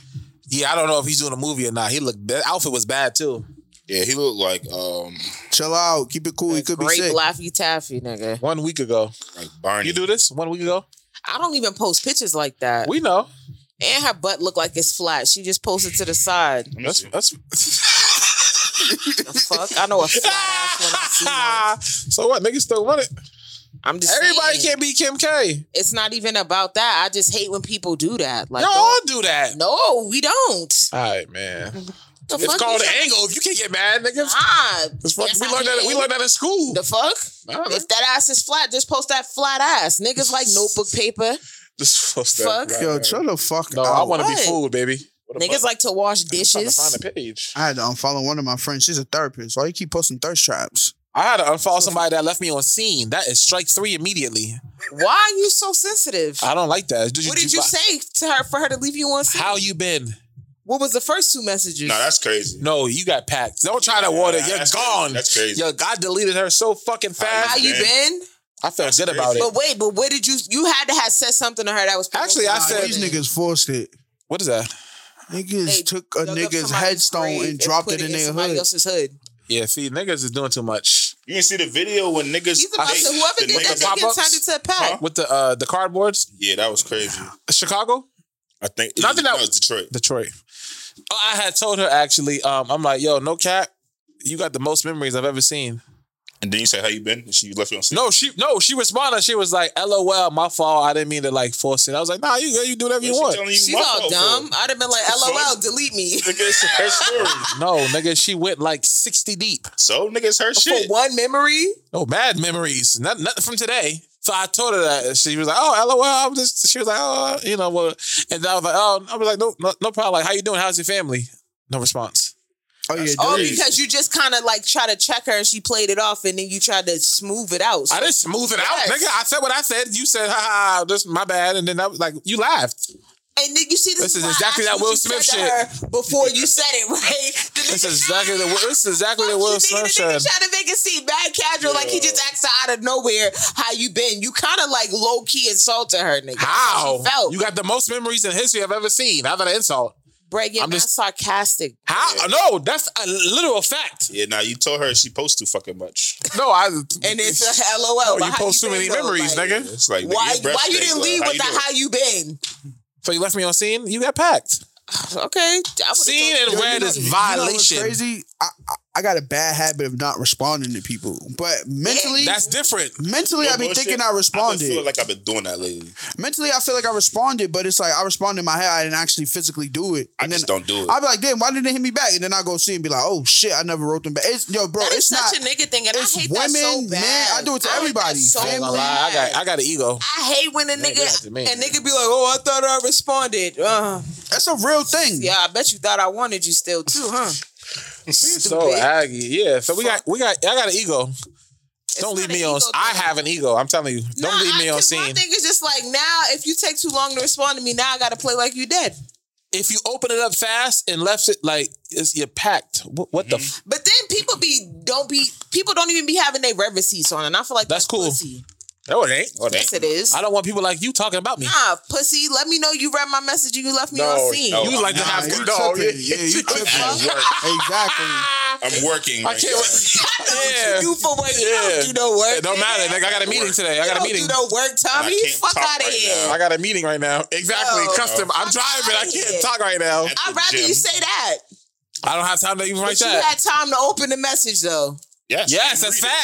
[SPEAKER 4] Yeah, I don't know if he's doing a movie or not. He looked. That outfit was bad too.
[SPEAKER 5] Yeah, he looked like um
[SPEAKER 2] Chill out. Keep it cool. You could be
[SPEAKER 3] Great
[SPEAKER 2] sick.
[SPEAKER 3] Laffy Taffy, nigga.
[SPEAKER 4] One week ago.
[SPEAKER 5] like Barney.
[SPEAKER 4] You do this one week ago.
[SPEAKER 3] I don't even post pictures like that.
[SPEAKER 4] We know.
[SPEAKER 3] and her butt look like it's flat. She just posted to the side.
[SPEAKER 5] Let me
[SPEAKER 4] That's
[SPEAKER 5] see.
[SPEAKER 4] that's.
[SPEAKER 3] The fuck, I know a flat ass when I see one.
[SPEAKER 4] so what? Niggas still want it.
[SPEAKER 3] I'm just
[SPEAKER 4] Everybody
[SPEAKER 3] saying.
[SPEAKER 4] can't be Kim K.
[SPEAKER 3] It's not even about that. I just hate when people do that. Like,
[SPEAKER 4] Y'all all
[SPEAKER 3] don't-
[SPEAKER 4] do that.
[SPEAKER 3] no, we don't.
[SPEAKER 4] All right, man.
[SPEAKER 3] The
[SPEAKER 4] It's
[SPEAKER 3] fuck
[SPEAKER 4] called
[SPEAKER 3] you
[SPEAKER 4] an
[SPEAKER 3] tryna-
[SPEAKER 4] angle. If you can't get mad, niggas.
[SPEAKER 3] Ah,
[SPEAKER 4] It's fuck-
[SPEAKER 3] yes,
[SPEAKER 4] we
[SPEAKER 3] I
[SPEAKER 4] learned that.
[SPEAKER 3] can.
[SPEAKER 4] We learned that Uh-huh. in school.
[SPEAKER 3] The fuck?
[SPEAKER 4] I don't know.
[SPEAKER 3] If that ass is flat, just post that flat ass. Niggas like notebook paper.
[SPEAKER 4] This post
[SPEAKER 3] Fuck.
[SPEAKER 2] Yo, chill the fuck
[SPEAKER 4] No,
[SPEAKER 2] out.
[SPEAKER 4] I want to be
[SPEAKER 3] What?
[SPEAKER 4] fooled, baby. What
[SPEAKER 3] Niggas like to wash
[SPEAKER 4] I'm trying to find
[SPEAKER 3] dishes.
[SPEAKER 4] a page.
[SPEAKER 2] I had to unfollow one of my friends. She's a therapist. Why you keep posting thirst traps?
[SPEAKER 4] I had to unfollow somebody that left me on scene. That is strike three immediately.
[SPEAKER 3] Why are you so sensitive?
[SPEAKER 4] I don't like that.
[SPEAKER 3] What did you say to her for her to leave you on scene?
[SPEAKER 4] How you been?
[SPEAKER 3] What was the first two messages?
[SPEAKER 5] Nah, that's crazy.
[SPEAKER 4] No, you got packed. Don't try to water.
[SPEAKER 5] Yeah,
[SPEAKER 4] You're
[SPEAKER 5] that's crazy.
[SPEAKER 4] gone.
[SPEAKER 5] That's crazy.
[SPEAKER 4] Yo, God deleted her so fucking
[SPEAKER 5] How
[SPEAKER 3] How
[SPEAKER 4] fast.
[SPEAKER 3] you
[SPEAKER 5] Damn.
[SPEAKER 3] been?
[SPEAKER 4] I felt good about it.
[SPEAKER 3] But wait, but what did you? You had to have said something to her that was
[SPEAKER 4] Actually, I
[SPEAKER 3] provoking.
[SPEAKER 4] said-
[SPEAKER 2] These niggas forced it.
[SPEAKER 4] What is that?
[SPEAKER 2] Niggas
[SPEAKER 3] They
[SPEAKER 2] took a
[SPEAKER 3] dug up
[SPEAKER 2] nigga's
[SPEAKER 3] somebody's
[SPEAKER 2] headstone
[SPEAKER 3] grave
[SPEAKER 2] and dropped
[SPEAKER 3] put
[SPEAKER 2] it in
[SPEAKER 3] in
[SPEAKER 2] their
[SPEAKER 3] somebody
[SPEAKER 2] hood.
[SPEAKER 3] else's hood.
[SPEAKER 4] Yeah, see, niggas is doing too much
[SPEAKER 5] You didn't see the video when niggas
[SPEAKER 3] He's about
[SPEAKER 5] they-
[SPEAKER 3] to, whoever
[SPEAKER 5] the
[SPEAKER 3] did that
[SPEAKER 5] niggas-
[SPEAKER 4] pop
[SPEAKER 3] nigga
[SPEAKER 4] ups?
[SPEAKER 3] turned into a pack.
[SPEAKER 4] with the uh the cardboards.
[SPEAKER 5] Yeah, that was crazy.
[SPEAKER 4] Chicago,
[SPEAKER 5] I think
[SPEAKER 4] Not that I-
[SPEAKER 5] was Detroit.
[SPEAKER 4] Detroit. Oh, I had told her actually. Um, I'm like, yo, no cap. You got the most memories I've ever seen.
[SPEAKER 5] And then you say how you been? And she left you on scene.
[SPEAKER 4] No, she no, she responded. She was like, "LOL, my fault. I didn't mean to like force it." I was like, "Nah, you good. You do whatever
[SPEAKER 5] What
[SPEAKER 4] you
[SPEAKER 5] she
[SPEAKER 4] want."
[SPEAKER 5] telling you
[SPEAKER 3] She's
[SPEAKER 5] my
[SPEAKER 3] all
[SPEAKER 5] fault
[SPEAKER 3] dumb. I'd have been like,
[SPEAKER 5] Fuck.
[SPEAKER 3] LOL, delete me.
[SPEAKER 5] For? Nigga, it's her story.
[SPEAKER 4] No, nigga, she went like sixty deep.
[SPEAKER 5] So nigga, it's her
[SPEAKER 3] For
[SPEAKER 5] shit.
[SPEAKER 3] one memory,
[SPEAKER 4] No Oh, bad memories. Not, nothing from today. So I told her that she was like, "Oh, LOL." I'm just. She was like, "Oh, you know." Well, and then I was like, "Oh," I was like, "No, no, no problem. Like, how you doing? How's your family?" No response.
[SPEAKER 2] Oh yeah,
[SPEAKER 5] Oh,
[SPEAKER 3] all
[SPEAKER 2] dude.
[SPEAKER 5] Crazy.
[SPEAKER 3] because you just kind of like try to check her and she played it off, and then you tried to smooth it out. So
[SPEAKER 4] I didn't smooth it
[SPEAKER 3] Yes.
[SPEAKER 4] out, nigga. I said what I said. You said, "Ha ha, this my bad," and then I was like, "You laughed."
[SPEAKER 3] And then you see, this,
[SPEAKER 4] This is
[SPEAKER 3] why I
[SPEAKER 4] exactly
[SPEAKER 3] asked what
[SPEAKER 4] that Will
[SPEAKER 3] you
[SPEAKER 4] Smith
[SPEAKER 3] said to her Before you said it, right? The
[SPEAKER 4] This
[SPEAKER 3] nigga-
[SPEAKER 4] is exactly the. This is exactly the
[SPEAKER 3] Fuck
[SPEAKER 4] Will
[SPEAKER 3] you, nigga. The
[SPEAKER 4] Smith
[SPEAKER 3] nigga
[SPEAKER 4] said.
[SPEAKER 3] trying to make it seem bad casual, like he just asked her out of nowhere, "How you been?" You kind of like low key insulted her, nigga.
[SPEAKER 4] How?
[SPEAKER 3] She felt.
[SPEAKER 4] You got the most memories in history I've ever seen. How about an insult?
[SPEAKER 3] Break it.
[SPEAKER 4] I'm
[SPEAKER 3] I'm
[SPEAKER 4] just-
[SPEAKER 3] just sarcastic.
[SPEAKER 4] How? No, that's a literal fact.
[SPEAKER 5] Yeah, now you told her she posts too fucking much.
[SPEAKER 4] No, I.
[SPEAKER 3] And it's a LOL.
[SPEAKER 4] Oh,
[SPEAKER 3] but
[SPEAKER 4] you
[SPEAKER 3] how
[SPEAKER 4] post too
[SPEAKER 3] been,
[SPEAKER 4] many
[SPEAKER 3] though?
[SPEAKER 4] memories,
[SPEAKER 3] Like,
[SPEAKER 4] nigga.
[SPEAKER 5] It's like nigga,
[SPEAKER 3] Why?
[SPEAKER 5] your
[SPEAKER 3] Why you
[SPEAKER 5] birthday,
[SPEAKER 3] didn't
[SPEAKER 5] like,
[SPEAKER 3] leave
[SPEAKER 5] how
[SPEAKER 3] with the
[SPEAKER 5] you doing?
[SPEAKER 3] how you been?
[SPEAKER 4] So you left me on scene. You got packed.
[SPEAKER 3] Okay, I would've
[SPEAKER 4] Scene
[SPEAKER 3] told
[SPEAKER 4] and
[SPEAKER 3] you.
[SPEAKER 4] where
[SPEAKER 2] You know-
[SPEAKER 4] this
[SPEAKER 2] you know what's
[SPEAKER 4] violation.
[SPEAKER 2] crazy. I, I I got a bad habit of not responding to people, but mentally,
[SPEAKER 4] That's different.
[SPEAKER 2] mentally,
[SPEAKER 5] No
[SPEAKER 2] I be
[SPEAKER 5] bullshit.
[SPEAKER 2] thinking I
[SPEAKER 5] I feel
[SPEAKER 2] responded.
[SPEAKER 5] like I've been doing that lately.
[SPEAKER 2] mentally, I feel like I responded, but it's like I responded in my head. I didn't actually physically do it.
[SPEAKER 5] I
[SPEAKER 2] And
[SPEAKER 5] just
[SPEAKER 2] then
[SPEAKER 5] don't do it.
[SPEAKER 2] I be like, damn, why didn't they hit me back? And then I go see and be like, oh shit, I never wrote them back. It's, yo, bro,
[SPEAKER 3] That is
[SPEAKER 2] it's not.
[SPEAKER 3] such a nigga thing, and I
[SPEAKER 2] it's
[SPEAKER 3] hate that so
[SPEAKER 2] women,
[SPEAKER 3] bad.
[SPEAKER 2] man. I do it to
[SPEAKER 3] hate that
[SPEAKER 2] everybody.
[SPEAKER 3] so
[SPEAKER 4] I ain't gonna
[SPEAKER 3] bad.
[SPEAKER 4] lie. I got. I got an ego.
[SPEAKER 3] I hate when a
[SPEAKER 4] do that
[SPEAKER 3] nigga
[SPEAKER 4] to
[SPEAKER 3] a
[SPEAKER 4] me.
[SPEAKER 3] nigga be like, "Oh, I thought I responded." Uh,
[SPEAKER 2] That's a real thing.
[SPEAKER 3] yeah, I bet you thought I wanted you still too, huh?
[SPEAKER 4] so aggy. Yeah. So we got we got I got an ego. don't leave
[SPEAKER 3] not
[SPEAKER 4] me
[SPEAKER 3] an
[SPEAKER 4] on.
[SPEAKER 3] ego
[SPEAKER 4] I
[SPEAKER 3] thing.
[SPEAKER 4] have an ego. I'm telling you. don't
[SPEAKER 3] Nah,
[SPEAKER 4] leave me
[SPEAKER 3] I-
[SPEAKER 4] on
[SPEAKER 3] 'cause My
[SPEAKER 4] scene.
[SPEAKER 3] thing is just like now, if you take too long to respond to me, now I gotta play like you dead.
[SPEAKER 4] if you open it up fast and left it like it's, you're packed. What, what the? F-
[SPEAKER 3] But then people be don't be people don't even be having their reverend seats on, and I feel like that's,
[SPEAKER 4] That's cool.
[SPEAKER 3] Pussy.
[SPEAKER 4] no, it ain't.
[SPEAKER 5] Oh,
[SPEAKER 3] Yes, it is.
[SPEAKER 4] I don't want people like you talking about me.
[SPEAKER 3] Nah, pussy. Let me know you read my message and you left me on scene.
[SPEAKER 5] no.
[SPEAKER 4] You like to
[SPEAKER 2] Nah,
[SPEAKER 4] have
[SPEAKER 2] you
[SPEAKER 4] no.
[SPEAKER 2] tripping. Yeah, you tripping.
[SPEAKER 5] work.
[SPEAKER 2] exactly.
[SPEAKER 5] I'm working.
[SPEAKER 4] I
[SPEAKER 5] Right
[SPEAKER 4] can't.
[SPEAKER 5] now.
[SPEAKER 4] yeah.
[SPEAKER 3] You for what? You
[SPEAKER 4] Yeah.
[SPEAKER 3] don't do no work.
[SPEAKER 4] It don't matter. Nigga, I got a meeting today. I
[SPEAKER 3] You
[SPEAKER 4] got a
[SPEAKER 3] don't
[SPEAKER 4] meeting.
[SPEAKER 3] Do no work, Tommy.
[SPEAKER 5] I can't
[SPEAKER 3] Fuck
[SPEAKER 5] talk
[SPEAKER 3] out of
[SPEAKER 5] right
[SPEAKER 3] here.
[SPEAKER 5] now.
[SPEAKER 4] I got a meeting right now. Exactly.
[SPEAKER 3] No.
[SPEAKER 4] Custom. I'm
[SPEAKER 3] Fuck
[SPEAKER 4] driving. I
[SPEAKER 3] outta
[SPEAKER 4] can't
[SPEAKER 3] here.
[SPEAKER 4] talk right now.
[SPEAKER 5] At the
[SPEAKER 3] I'd rather
[SPEAKER 5] gym.
[SPEAKER 3] you say that.
[SPEAKER 4] I don't have time to even
[SPEAKER 3] But
[SPEAKER 4] write
[SPEAKER 3] you
[SPEAKER 4] that.
[SPEAKER 3] had time to open the message though.
[SPEAKER 4] Yes,
[SPEAKER 5] Yes, you
[SPEAKER 4] that's
[SPEAKER 5] read it.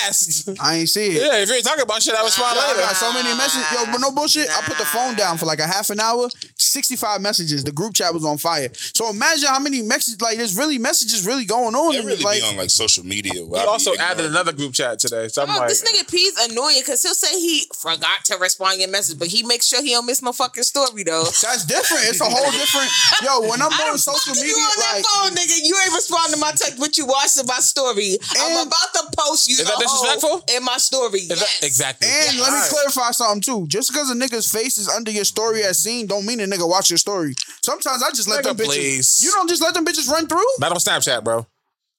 [SPEAKER 4] fast.
[SPEAKER 2] I ain't see it.
[SPEAKER 4] Yeah, if you ain't talking about shit, I respond
[SPEAKER 2] Yo, I
[SPEAKER 4] later.
[SPEAKER 2] got so many messages. Yo, but no bullshit. I put the phone down for like a half an hour. Sixty-five messages. The group chat was on fire. So imagine how many messages. Like there's really messages really going on.
[SPEAKER 5] It
[SPEAKER 2] in
[SPEAKER 5] really
[SPEAKER 2] like,
[SPEAKER 5] be on like social media.
[SPEAKER 4] We also added another group chat today. So I'm
[SPEAKER 3] Bro,
[SPEAKER 4] like,
[SPEAKER 3] Oh, this nigga P's annoying because he'll say he forgot to respond to your message, but he makes sure he don't miss my fucking story though.
[SPEAKER 2] that's different. It's a whole different. Yo, when I'm on social
[SPEAKER 3] Fucking
[SPEAKER 2] media,
[SPEAKER 3] you on
[SPEAKER 2] like
[SPEAKER 3] that phone, nigga. You ain't responding to my text, but you watching my story. I'm
[SPEAKER 2] And-
[SPEAKER 3] about to post you.
[SPEAKER 4] Is
[SPEAKER 3] the
[SPEAKER 4] that disrespectful?
[SPEAKER 3] hoe In my story.
[SPEAKER 4] Is that-
[SPEAKER 3] yes.
[SPEAKER 4] exactly.
[SPEAKER 2] And let me
[SPEAKER 4] Alright.
[SPEAKER 2] clarify something too. Just because a nigga's face is under your story as seen, don't mean a nigga watch your story. Sometimes I just let
[SPEAKER 4] Nigga,
[SPEAKER 2] them bitches.
[SPEAKER 4] please.
[SPEAKER 2] You don't just let them bitches run through.
[SPEAKER 4] Not on Snapchat, bro.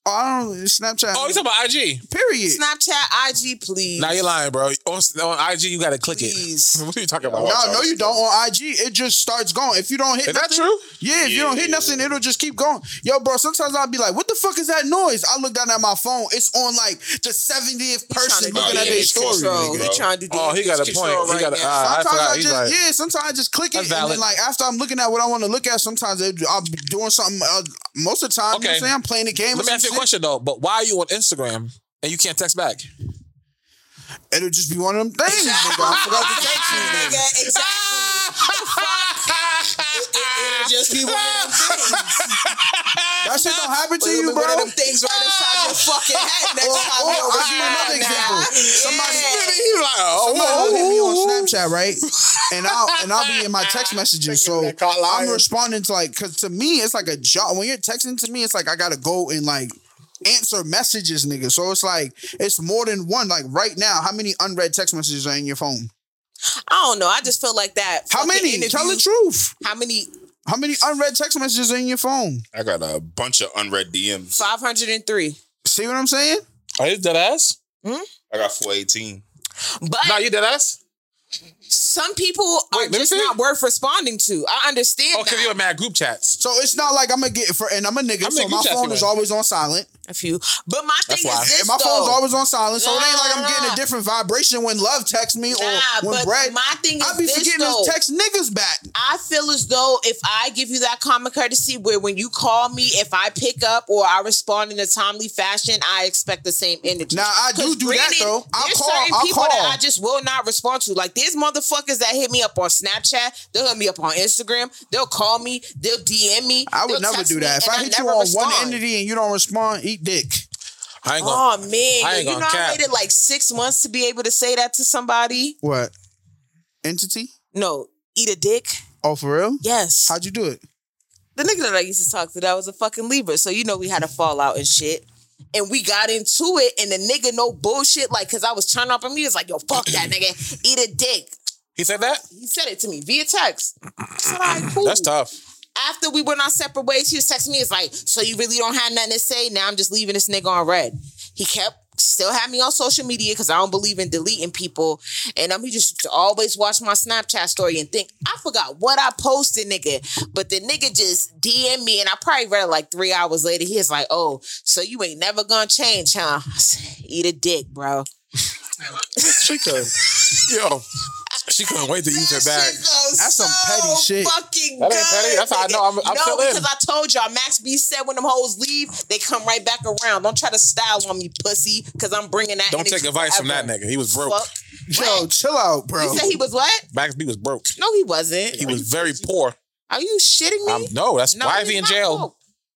[SPEAKER 2] Oh, I don't Snapchat.
[SPEAKER 4] Oh, you talking about IG?
[SPEAKER 2] period.
[SPEAKER 3] Snapchat, IG, please.
[SPEAKER 4] Now you're lying, bro. On, on IG, you gotta click
[SPEAKER 3] Please.
[SPEAKER 4] it. What are you talking about?
[SPEAKER 5] Watch
[SPEAKER 2] no,
[SPEAKER 5] out.
[SPEAKER 2] no, you don't on IG. It just starts going. If you don't hit
[SPEAKER 4] Is that
[SPEAKER 2] nothing-
[SPEAKER 4] true?
[SPEAKER 2] Yeah, if you don't hit
[SPEAKER 5] Yeah.
[SPEAKER 2] nothing, it'll just keep going. Yo, bro, sometimes I'll be like, what the fuck is that noise? I look down at my phone. It's on like the 70th person
[SPEAKER 3] Trying to
[SPEAKER 2] looking
[SPEAKER 5] do
[SPEAKER 2] at
[SPEAKER 5] damage
[SPEAKER 2] their story.
[SPEAKER 5] control.
[SPEAKER 2] nigga.
[SPEAKER 5] nigga.
[SPEAKER 3] trying to do
[SPEAKER 4] Oh, he got a
[SPEAKER 3] damage
[SPEAKER 4] point.
[SPEAKER 3] control
[SPEAKER 4] He got a-
[SPEAKER 3] now.
[SPEAKER 4] uh, I
[SPEAKER 2] Sometimes
[SPEAKER 4] forgot.
[SPEAKER 2] I,
[SPEAKER 4] He's
[SPEAKER 2] just
[SPEAKER 4] like-
[SPEAKER 2] yeah. Sometimes I just click it,
[SPEAKER 4] That's
[SPEAKER 2] and then
[SPEAKER 4] valid.
[SPEAKER 2] like after I'm looking at what I want to look at, sometimes it, I'll be doing something. Uh, most of the time, you know what
[SPEAKER 4] Okay.
[SPEAKER 2] I'm saying I'm playing the game. or
[SPEAKER 4] Let me
[SPEAKER 2] some
[SPEAKER 4] ask you a
[SPEAKER 2] shit.
[SPEAKER 4] question though. But why are you on Instagram and you can't text back?
[SPEAKER 2] It'll just be one of them things. nigga. I forgot to text you.
[SPEAKER 3] Exactly,
[SPEAKER 2] nigga.
[SPEAKER 3] nigga. Exactly. It- it- It'll just be one of them things.
[SPEAKER 2] That shit don't happen to
[SPEAKER 3] It'll
[SPEAKER 2] you,
[SPEAKER 3] be
[SPEAKER 2] bro.
[SPEAKER 3] One of them things right inside your fucking head next
[SPEAKER 2] Or-
[SPEAKER 3] time
[SPEAKER 2] or
[SPEAKER 3] you're
[SPEAKER 2] I'll give you another example. Somebody-
[SPEAKER 4] He's like, oh,
[SPEAKER 2] Somebody will hit me on
[SPEAKER 3] Oh.
[SPEAKER 2] Snapchat, right? And I'll and I'll be in my text messages. So I'm responding to like, cause to me it's like a job. When you're texting to me, it's like I gotta go and like answer messages, nigga. So it's like it's more than one. Like right now, how many unread text messages are in your phone?
[SPEAKER 3] I don't know. I just feel like that.
[SPEAKER 2] How
[SPEAKER 3] fucking
[SPEAKER 2] many?
[SPEAKER 3] interview-
[SPEAKER 2] Tell the truth.
[SPEAKER 3] How many?
[SPEAKER 2] How many unread text messages are in your phone?
[SPEAKER 5] I got a bunch of unread DMs.
[SPEAKER 3] Five hundred and three.
[SPEAKER 2] See what I'm saying?
[SPEAKER 4] Are you dead ass?
[SPEAKER 5] I got 418.
[SPEAKER 3] But
[SPEAKER 4] No, you dead ass?
[SPEAKER 3] some people
[SPEAKER 4] Wait,
[SPEAKER 3] are
[SPEAKER 4] let me
[SPEAKER 3] just
[SPEAKER 4] see.
[SPEAKER 3] not worth responding to. I understand.
[SPEAKER 4] Oh, because
[SPEAKER 3] that.
[SPEAKER 4] you're mad group chats.
[SPEAKER 2] So it's not like I'm gonna get for and I'm a nigga,
[SPEAKER 4] I'm
[SPEAKER 2] so
[SPEAKER 4] a
[SPEAKER 2] my
[SPEAKER 4] group chat
[SPEAKER 2] phone is
[SPEAKER 4] female.
[SPEAKER 2] always on silent.
[SPEAKER 3] a few. But my thing
[SPEAKER 4] why.
[SPEAKER 3] is this
[SPEAKER 2] And my
[SPEAKER 3] though.
[SPEAKER 2] phone's always on silent, so it ain't like
[SPEAKER 3] Nah,
[SPEAKER 2] I'm getting
[SPEAKER 3] nah.
[SPEAKER 2] a different vibration when love texts me or
[SPEAKER 3] nah,
[SPEAKER 2] when
[SPEAKER 3] but
[SPEAKER 2] Brad.
[SPEAKER 3] my thing is
[SPEAKER 2] I be
[SPEAKER 3] this
[SPEAKER 2] forgetting
[SPEAKER 3] though.
[SPEAKER 2] to text niggas back.
[SPEAKER 3] I feel as though if I give you that common courtesy where when you call me, if I pick up or I respond in a timely fashion, I expect the same energy.
[SPEAKER 2] Now I do
[SPEAKER 3] 'Cause
[SPEAKER 2] do that
[SPEAKER 3] granted,
[SPEAKER 2] though. I
[SPEAKER 3] there's
[SPEAKER 2] call.
[SPEAKER 3] certain
[SPEAKER 2] I
[SPEAKER 3] people
[SPEAKER 2] call.
[SPEAKER 3] that I just will not respond to. Like there's motherfuckers that hit me up on Snapchat, they'll hit me up on Instagram, they'll call me, they'll DM me.
[SPEAKER 2] I would
[SPEAKER 3] they'll
[SPEAKER 2] never
[SPEAKER 3] text
[SPEAKER 2] do
[SPEAKER 3] me,
[SPEAKER 2] that. If
[SPEAKER 3] and
[SPEAKER 2] I hit
[SPEAKER 3] never
[SPEAKER 2] you on one
[SPEAKER 3] respond.
[SPEAKER 2] entity and you don't respond, eat dick.
[SPEAKER 4] I ain't gonna.
[SPEAKER 3] Oh man, you
[SPEAKER 4] gonna
[SPEAKER 3] know I
[SPEAKER 4] cap.
[SPEAKER 3] waited like six months to be able to say that to somebody.
[SPEAKER 2] What? Entity?
[SPEAKER 3] No, eat a dick.
[SPEAKER 2] Oh, for real?
[SPEAKER 3] Yes.
[SPEAKER 2] How'd you do it?
[SPEAKER 3] the nigga that I used to talk to that was a fucking Libra. So you know we had a fallout and shit. And we got into it, and the nigga no bullshit, like cause I was turning up on me. It's like, yo, fuck that nigga. Eat a dick.
[SPEAKER 4] He said that?
[SPEAKER 3] He said it to me via text. I said, all right, cool.
[SPEAKER 4] That's tough.
[SPEAKER 3] After we went our separate ways, he was texting me. It's like, so you really don't have nothing to say. Now I'm just leaving this nigga on red. He kept still had me on social media because I don't believe in deleting people. And I'm he just always watch my Snapchat story and think, I forgot what I posted, nigga. But the nigga just DM me and I probably read it like three hours later. He was like, Oh, so you ain't never gonna change, huh? I said, Eat a dick, bro.
[SPEAKER 4] She could. Yo. She couldn't wait to use her
[SPEAKER 3] That
[SPEAKER 4] back.
[SPEAKER 3] shit goes
[SPEAKER 2] That's some
[SPEAKER 3] so
[SPEAKER 2] petty shit.
[SPEAKER 3] Fucking
[SPEAKER 4] That ain't
[SPEAKER 3] good,
[SPEAKER 4] petty. That's how I
[SPEAKER 3] nigga.
[SPEAKER 4] know I'm- I'm
[SPEAKER 3] no,
[SPEAKER 4] still in.
[SPEAKER 3] because I told y'all, Max B said when them hoes leave, they come right back around. Don't try to style on me, pussy, because I'm bringing that.
[SPEAKER 4] Don't take advice from that nigga. He was broke.
[SPEAKER 3] Fuck.
[SPEAKER 2] Yo, chill out, bro.
[SPEAKER 3] You said he was what?
[SPEAKER 4] Max B was broke.
[SPEAKER 3] No, he wasn't.
[SPEAKER 4] He was very poor.
[SPEAKER 3] Are you shitting me?
[SPEAKER 4] Um, no, that's
[SPEAKER 3] No,
[SPEAKER 4] why is he
[SPEAKER 3] he's
[SPEAKER 4] in
[SPEAKER 3] not
[SPEAKER 4] jail?
[SPEAKER 3] broke.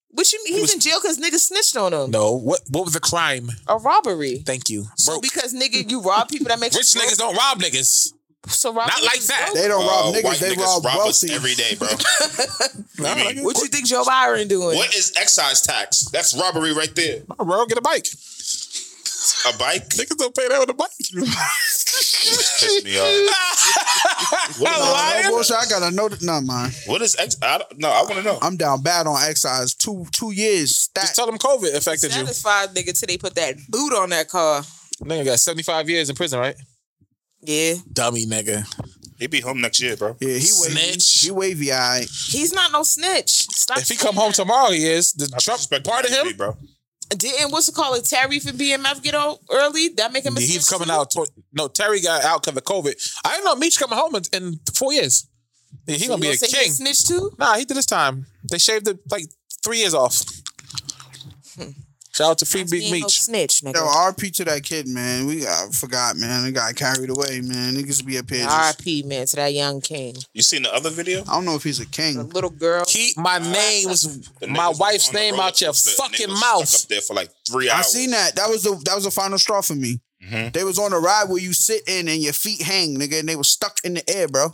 [SPEAKER 3] What you mean? He's in jail because niggas snitched on him.
[SPEAKER 4] No. What what was the crime?
[SPEAKER 3] A robbery.
[SPEAKER 4] Thank you.
[SPEAKER 3] So
[SPEAKER 4] Broke.
[SPEAKER 3] because nigga, you rob people that make
[SPEAKER 4] Rich niggas don't rob niggas.
[SPEAKER 3] So Robin
[SPEAKER 4] Not like
[SPEAKER 3] Williams
[SPEAKER 4] that.
[SPEAKER 3] dope.
[SPEAKER 2] They don't rob
[SPEAKER 5] Uh,
[SPEAKER 2] niggas, they rob
[SPEAKER 5] rob us
[SPEAKER 2] wealthy.
[SPEAKER 5] every day, bro. I mean,
[SPEAKER 3] What you think Joe Byron doing?
[SPEAKER 5] what is excise tax? That's robbery right there.
[SPEAKER 4] Bro, get a bike.
[SPEAKER 5] A bike?
[SPEAKER 4] Niggas don't pay that with a bike.
[SPEAKER 5] Just pissed me off.
[SPEAKER 2] Nah, no
[SPEAKER 4] Lying?
[SPEAKER 2] bullshit. I gotta know that. Nah, man.
[SPEAKER 5] What is ex? I don't, no, I want to know.
[SPEAKER 2] I'm down bad on excise. Two two years
[SPEAKER 4] Just
[SPEAKER 2] stacked.
[SPEAKER 4] tell them COVID affected you.
[SPEAKER 3] Satisfied nigga till they put that boot on that car.
[SPEAKER 4] Nigga got 75 years in prison, right?
[SPEAKER 3] Yeah,
[SPEAKER 4] Dummy nigga.
[SPEAKER 5] He be home next year, bro.
[SPEAKER 2] Yeah, he wavy.
[SPEAKER 4] Snitch.
[SPEAKER 2] He wavy. All right.
[SPEAKER 3] he's not no snitch. Stop
[SPEAKER 4] If he
[SPEAKER 3] saying
[SPEAKER 4] come home
[SPEAKER 3] that.
[SPEAKER 4] tomorrow, he is. The
[SPEAKER 5] I
[SPEAKER 4] Trump
[SPEAKER 5] disrespect
[SPEAKER 4] part of
[SPEAKER 5] the
[SPEAKER 4] him,
[SPEAKER 5] NBA, bro.
[SPEAKER 3] didn't what's it called? Terry for BMF get out early. That make him. A
[SPEAKER 4] Yeah, he's
[SPEAKER 3] snitch,
[SPEAKER 4] coming
[SPEAKER 3] too?
[SPEAKER 4] out. Tw- no, Terry got out because of COVID. I didn't know Meach coming home in, in four years. Yeah, he
[SPEAKER 3] You
[SPEAKER 4] gonna be a
[SPEAKER 3] say he
[SPEAKER 4] king.
[SPEAKER 3] Snitch too.
[SPEAKER 4] Nah, he did his time. They shaved it like three years off. Shout out to Free Big
[SPEAKER 3] He ain't no
[SPEAKER 4] Meach.
[SPEAKER 3] snitch, nigga.
[SPEAKER 2] Yo, RP to that kid, man. We got forgot, man. It got carried away, man. Niggas be up here. Just,
[SPEAKER 3] R.I.P. Man to that young king.
[SPEAKER 5] You seen the other video?
[SPEAKER 2] I don't know if he's a
[SPEAKER 3] The
[SPEAKER 2] king.
[SPEAKER 3] little girl.
[SPEAKER 4] Keep my name was
[SPEAKER 5] The
[SPEAKER 4] my
[SPEAKER 5] niggas was
[SPEAKER 4] wife's
[SPEAKER 5] on the
[SPEAKER 4] name
[SPEAKER 5] roller
[SPEAKER 4] out your
[SPEAKER 5] coaster. The
[SPEAKER 4] fucking
[SPEAKER 5] niggas was stuck
[SPEAKER 4] mouth.
[SPEAKER 5] Up there for like three
[SPEAKER 2] I
[SPEAKER 5] hours.
[SPEAKER 2] seen that. That was the that was the final straw for me. They was on a ride where you sit in and your feet hang, nigga, and they was stuck in the air, bro.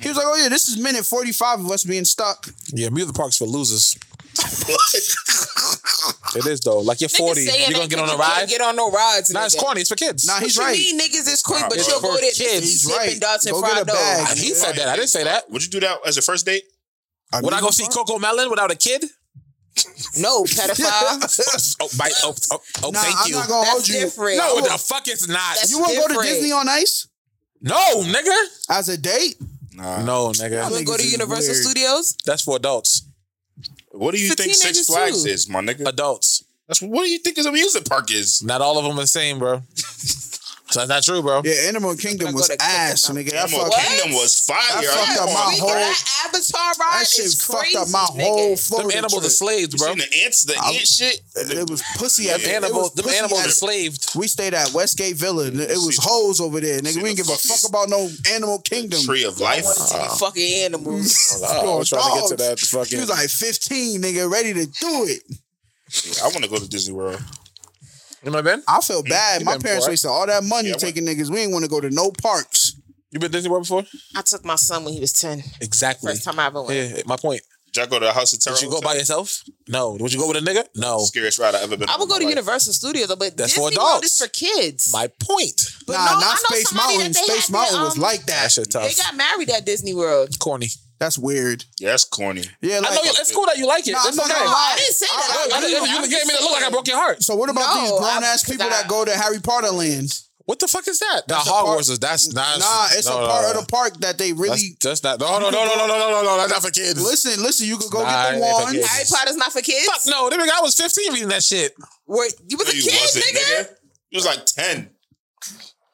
[SPEAKER 2] He was like, "Oh yeah, this is minute forty five of us being stuck."
[SPEAKER 4] Yeah, Music Park's for losers. it is though. Like you're 40,
[SPEAKER 3] Niggas saying that
[SPEAKER 4] you're gonna get on
[SPEAKER 3] niggas
[SPEAKER 4] a
[SPEAKER 3] can't
[SPEAKER 4] ride.
[SPEAKER 3] Get on no rides.
[SPEAKER 4] Nah, it's
[SPEAKER 3] nigga.
[SPEAKER 4] corny. It's for kids.
[SPEAKER 2] Nah, he's
[SPEAKER 3] what
[SPEAKER 2] right.
[SPEAKER 3] you mean niggas is quick, but
[SPEAKER 5] Nah,
[SPEAKER 3] you'll
[SPEAKER 4] bro.
[SPEAKER 3] go there
[SPEAKER 4] Kids,
[SPEAKER 3] to
[SPEAKER 4] he's
[SPEAKER 3] see
[SPEAKER 2] right.
[SPEAKER 3] Dippin' Dots and
[SPEAKER 2] Go get a
[SPEAKER 3] fried
[SPEAKER 2] bag.
[SPEAKER 3] dough.
[SPEAKER 4] he said that. I didn't say that.
[SPEAKER 5] Would you do that as a first date?
[SPEAKER 4] Would I go see Coco Melon without a kid?
[SPEAKER 3] No, pedophile.
[SPEAKER 4] Oh, by, oh, oh, oh
[SPEAKER 2] Nah,
[SPEAKER 4] thank
[SPEAKER 2] I'm
[SPEAKER 4] you.
[SPEAKER 2] not gonna hold
[SPEAKER 3] That's
[SPEAKER 2] you.
[SPEAKER 3] different.
[SPEAKER 4] no, what the fuck it's not.
[SPEAKER 3] That's-
[SPEAKER 2] You want to go to
[SPEAKER 3] different.
[SPEAKER 2] Disney on Ice
[SPEAKER 4] no, nigga.
[SPEAKER 2] as a date?
[SPEAKER 5] Nah.
[SPEAKER 4] No,
[SPEAKER 3] I'm
[SPEAKER 4] nigga.
[SPEAKER 3] gonna go to
[SPEAKER 2] Niggas is
[SPEAKER 3] Universal
[SPEAKER 2] weird.
[SPEAKER 3] Studios.
[SPEAKER 4] That's for adults.
[SPEAKER 5] What do you
[SPEAKER 3] For
[SPEAKER 5] think Six
[SPEAKER 3] teenagers,
[SPEAKER 5] Flags
[SPEAKER 3] too.
[SPEAKER 5] is, my nigga?
[SPEAKER 4] Adults.
[SPEAKER 5] That's what do you think is a music park is?
[SPEAKER 4] Not all of them are the same, bro. So that's not true, bro.
[SPEAKER 2] Yeah, Animal Kingdom
[SPEAKER 3] gonna
[SPEAKER 2] was
[SPEAKER 3] go to
[SPEAKER 2] ass,
[SPEAKER 3] Kingdom
[SPEAKER 2] nigga. That
[SPEAKER 5] Animal
[SPEAKER 2] fucking
[SPEAKER 5] Kingdom was fire.
[SPEAKER 2] That fucked up
[SPEAKER 5] Come
[SPEAKER 2] my
[SPEAKER 5] on,
[SPEAKER 3] We-
[SPEAKER 2] whole-
[SPEAKER 3] That Avatar ride
[SPEAKER 2] that shit
[SPEAKER 3] is
[SPEAKER 2] fucked
[SPEAKER 3] crazy,
[SPEAKER 2] up my
[SPEAKER 3] nigga.
[SPEAKER 2] whole
[SPEAKER 4] Them
[SPEAKER 2] Florida
[SPEAKER 4] animals
[SPEAKER 2] trip.
[SPEAKER 4] enslaved,
[SPEAKER 5] You
[SPEAKER 4] bro.
[SPEAKER 5] seen the ants, the ant shit.
[SPEAKER 2] It was pussy at
[SPEAKER 5] Yeah.
[SPEAKER 2] it was
[SPEAKER 4] Animals, them
[SPEAKER 2] pussy
[SPEAKER 4] animals
[SPEAKER 2] at-
[SPEAKER 4] enslaved.
[SPEAKER 2] We stayed at Westgate Villa. It was
[SPEAKER 5] See-
[SPEAKER 2] hoes over there, nigga.
[SPEAKER 5] see
[SPEAKER 2] We didn't give
[SPEAKER 5] the
[SPEAKER 2] a fuck
[SPEAKER 5] fucking-
[SPEAKER 2] about no Animal Kingdom.
[SPEAKER 5] Tree of life.
[SPEAKER 3] You fucking animals.
[SPEAKER 4] I was Oh, trying to get to that
[SPEAKER 2] Dogs.
[SPEAKER 4] fucking.
[SPEAKER 2] He was like 15, nigga, ready to do it.
[SPEAKER 5] Yeah, I want to go to Disney World.
[SPEAKER 4] you know been?
[SPEAKER 2] I feel bad.
[SPEAKER 4] You
[SPEAKER 2] My
[SPEAKER 4] been
[SPEAKER 2] parents
[SPEAKER 4] poor.
[SPEAKER 2] wasted all that money
[SPEAKER 5] Yeah, I
[SPEAKER 2] taking niggas. We ain't want to go to no parks.
[SPEAKER 4] You been to Disney World before?
[SPEAKER 3] I took my son when he was ten.
[SPEAKER 4] Exactly.
[SPEAKER 3] First time I ever went.
[SPEAKER 4] Yeah, my point.
[SPEAKER 5] Did y'all go to the House of Terror?
[SPEAKER 4] Did you go
[SPEAKER 5] Hotel?
[SPEAKER 4] by yourself? No. Would you go with a nigga? No.
[SPEAKER 5] Scariest ride I ever been.
[SPEAKER 3] I
[SPEAKER 5] on
[SPEAKER 3] would
[SPEAKER 5] in
[SPEAKER 3] go to
[SPEAKER 5] my life.
[SPEAKER 3] Universal Studios, though, but
[SPEAKER 4] That's
[SPEAKER 3] Disney
[SPEAKER 4] for
[SPEAKER 3] World is
[SPEAKER 4] adults.
[SPEAKER 3] for kids.
[SPEAKER 4] My point.
[SPEAKER 3] but
[SPEAKER 2] nah,
[SPEAKER 3] no,
[SPEAKER 2] not
[SPEAKER 3] I know
[SPEAKER 2] Space
[SPEAKER 3] somebody that
[SPEAKER 2] Mountain.
[SPEAKER 3] they
[SPEAKER 2] Space
[SPEAKER 3] had
[SPEAKER 2] Mountain
[SPEAKER 3] that,
[SPEAKER 2] was
[SPEAKER 3] um,
[SPEAKER 2] like
[SPEAKER 4] That
[SPEAKER 2] that.
[SPEAKER 4] shit tough.
[SPEAKER 3] They got married at Disney World.
[SPEAKER 4] corny.
[SPEAKER 2] That's weird.
[SPEAKER 5] Yeah, that's corny.
[SPEAKER 2] Yeah,
[SPEAKER 4] I
[SPEAKER 2] like,
[SPEAKER 4] know. you- It's cool that you like it.
[SPEAKER 2] Nah,
[SPEAKER 4] it's
[SPEAKER 2] I'm
[SPEAKER 4] okay.
[SPEAKER 2] not gonna lie.
[SPEAKER 3] I didn't say that.
[SPEAKER 4] I,
[SPEAKER 3] I,
[SPEAKER 4] I,
[SPEAKER 3] I,
[SPEAKER 4] you
[SPEAKER 3] I'm
[SPEAKER 4] you
[SPEAKER 3] just
[SPEAKER 4] gave me the look like I
[SPEAKER 3] saying.
[SPEAKER 4] broke your heart.
[SPEAKER 2] so what about
[SPEAKER 3] No,
[SPEAKER 2] these grown ass
[SPEAKER 3] I'm-
[SPEAKER 2] people that go to Harry Potter land?
[SPEAKER 4] What the fuck is that? Nah,
[SPEAKER 2] That's a part-
[SPEAKER 4] Hogwarts is that's not.
[SPEAKER 2] Nah, it's
[SPEAKER 4] no,
[SPEAKER 2] a
[SPEAKER 4] no,
[SPEAKER 2] part
[SPEAKER 4] no.
[SPEAKER 2] of the E park that they really
[SPEAKER 4] That's, that's not. No, no, no, no, no, no, no, no, no. That's not for kids.
[SPEAKER 2] listen. Listen, you could go
[SPEAKER 4] Nah,
[SPEAKER 2] get the
[SPEAKER 4] it ain't for
[SPEAKER 2] wand.
[SPEAKER 4] kids.
[SPEAKER 3] Harry Potter's not for kids.
[SPEAKER 4] Fuck no, nigga, I was 15 reading that shit.
[SPEAKER 3] Wait, you was
[SPEAKER 5] No,
[SPEAKER 3] a
[SPEAKER 5] you
[SPEAKER 3] kid,
[SPEAKER 5] wasn't,
[SPEAKER 3] nigga.
[SPEAKER 5] You was like ten.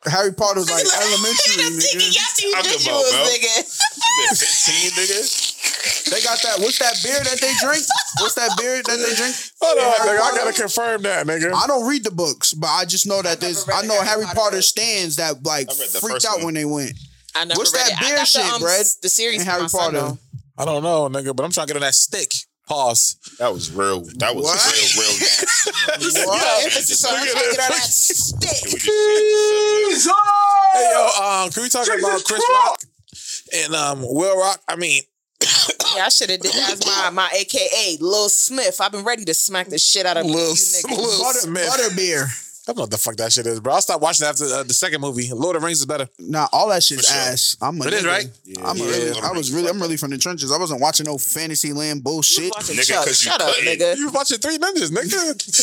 [SPEAKER 2] Harry Potter's like
[SPEAKER 3] Nigga, like,
[SPEAKER 2] elementary.
[SPEAKER 3] nigga,
[SPEAKER 2] nigga.
[SPEAKER 3] nigga, yes, you
[SPEAKER 5] Talk
[SPEAKER 3] did, you
[SPEAKER 5] about,
[SPEAKER 3] was,
[SPEAKER 5] bro.
[SPEAKER 3] nigga.
[SPEAKER 5] You been Fifteen, nigga.
[SPEAKER 2] They got that. What's that beer that they drink? What's that beer that they drink?
[SPEAKER 4] Hold
[SPEAKER 2] on, nigga, I gotta
[SPEAKER 4] confirm that, nigga.
[SPEAKER 2] I don't read the books, but I just know that there's.
[SPEAKER 3] never read
[SPEAKER 2] I
[SPEAKER 3] a
[SPEAKER 2] know
[SPEAKER 3] Harry
[SPEAKER 2] Harry
[SPEAKER 3] Potter
[SPEAKER 2] Potter
[SPEAKER 3] book.
[SPEAKER 2] stands that like
[SPEAKER 5] I read the
[SPEAKER 2] freaked
[SPEAKER 5] first
[SPEAKER 2] out
[SPEAKER 5] one.
[SPEAKER 2] when they went.
[SPEAKER 3] I never
[SPEAKER 2] What's
[SPEAKER 3] read
[SPEAKER 2] that
[SPEAKER 3] it. I
[SPEAKER 2] beer
[SPEAKER 3] got the,
[SPEAKER 2] shit,
[SPEAKER 3] um,
[SPEAKER 2] Brad?
[SPEAKER 3] s- The series
[SPEAKER 2] And
[SPEAKER 3] for my
[SPEAKER 2] Harry
[SPEAKER 3] son,
[SPEAKER 2] Potter.
[SPEAKER 3] though.
[SPEAKER 4] I don't know, nigga, but I'm trying to get on that stick. Pause.
[SPEAKER 5] That was real. That was
[SPEAKER 2] What?
[SPEAKER 5] real, real nasty.
[SPEAKER 3] Yo,
[SPEAKER 5] Yo,
[SPEAKER 3] emphasis on
[SPEAKER 5] look
[SPEAKER 3] I'm
[SPEAKER 5] at
[SPEAKER 3] trying to
[SPEAKER 5] that.
[SPEAKER 3] get on that stick.
[SPEAKER 5] Can we just change the subject?
[SPEAKER 4] Hey, yo, um, can we talk about Chris Rock and um Will Rock? I mean,
[SPEAKER 3] Yeah, I should have did that as my, my AKA Lil Smith. I've been ready to smack the shit out of
[SPEAKER 4] Lil
[SPEAKER 3] you niggas.
[SPEAKER 4] Lil
[SPEAKER 2] Butter,
[SPEAKER 4] Smith.
[SPEAKER 2] butter beer.
[SPEAKER 4] I don't know what the fuck that shit is, bro. I'll stop watching after uh, the second movie. Lord of the Rings is better.
[SPEAKER 2] Nah, all that shit's
[SPEAKER 5] For sure.
[SPEAKER 2] ass. I'm a
[SPEAKER 4] It is,
[SPEAKER 2] nigga.
[SPEAKER 4] right?
[SPEAKER 2] I'm a
[SPEAKER 5] Yeah.
[SPEAKER 2] really, I was really. I'm really from the trenches. I wasn't watching no fantasy land bullshit.
[SPEAKER 3] Fucking
[SPEAKER 5] Nigga,
[SPEAKER 3] Chuck,
[SPEAKER 5] 'cause you
[SPEAKER 3] shut up,
[SPEAKER 5] couldn't.
[SPEAKER 3] nigga.
[SPEAKER 4] You was watching Three Ninjas, nigga.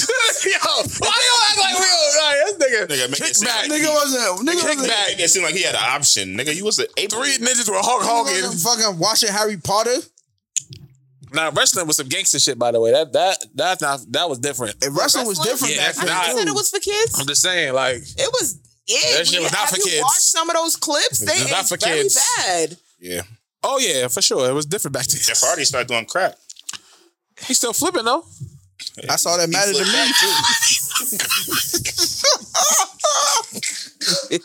[SPEAKER 4] yo, why you act like Will? Like, this nigga,
[SPEAKER 5] Nigga, make it seem
[SPEAKER 4] kickback.
[SPEAKER 5] like-
[SPEAKER 2] Nigga wasn't. Nigga
[SPEAKER 4] Kick
[SPEAKER 2] wasn't.
[SPEAKER 4] back.
[SPEAKER 5] Nigga, It seemed like he had an option, nigga. You was an ape.
[SPEAKER 4] Three Ninjas were Hulk
[SPEAKER 2] nigga
[SPEAKER 4] Hogan.
[SPEAKER 2] wasn't fucking watching Harry Potter.
[SPEAKER 4] Now wrestling was some gangster shit, by the way. That that that's not that was different.
[SPEAKER 2] And wrestling was
[SPEAKER 3] Wrestling?
[SPEAKER 2] different
[SPEAKER 4] Yeah,
[SPEAKER 2] back
[SPEAKER 4] that's
[SPEAKER 2] then.
[SPEAKER 4] not-
[SPEAKER 3] I
[SPEAKER 4] Nah.
[SPEAKER 3] said it was for kids.
[SPEAKER 4] I'm just saying, like
[SPEAKER 3] It was. Yeah,
[SPEAKER 4] That shit
[SPEAKER 3] we-
[SPEAKER 4] was not
[SPEAKER 3] have
[SPEAKER 4] for
[SPEAKER 3] you
[SPEAKER 4] kids.
[SPEAKER 3] watched some of those clips? They
[SPEAKER 4] was not
[SPEAKER 3] ain't
[SPEAKER 4] for
[SPEAKER 3] very
[SPEAKER 4] kids.
[SPEAKER 3] bad.
[SPEAKER 5] Yeah.
[SPEAKER 4] Oh yeah, for sure. It was different back then.
[SPEAKER 5] Jeff Hardy started doing crack.
[SPEAKER 4] He's still flipping though.
[SPEAKER 2] I saw that matter to me. Oh,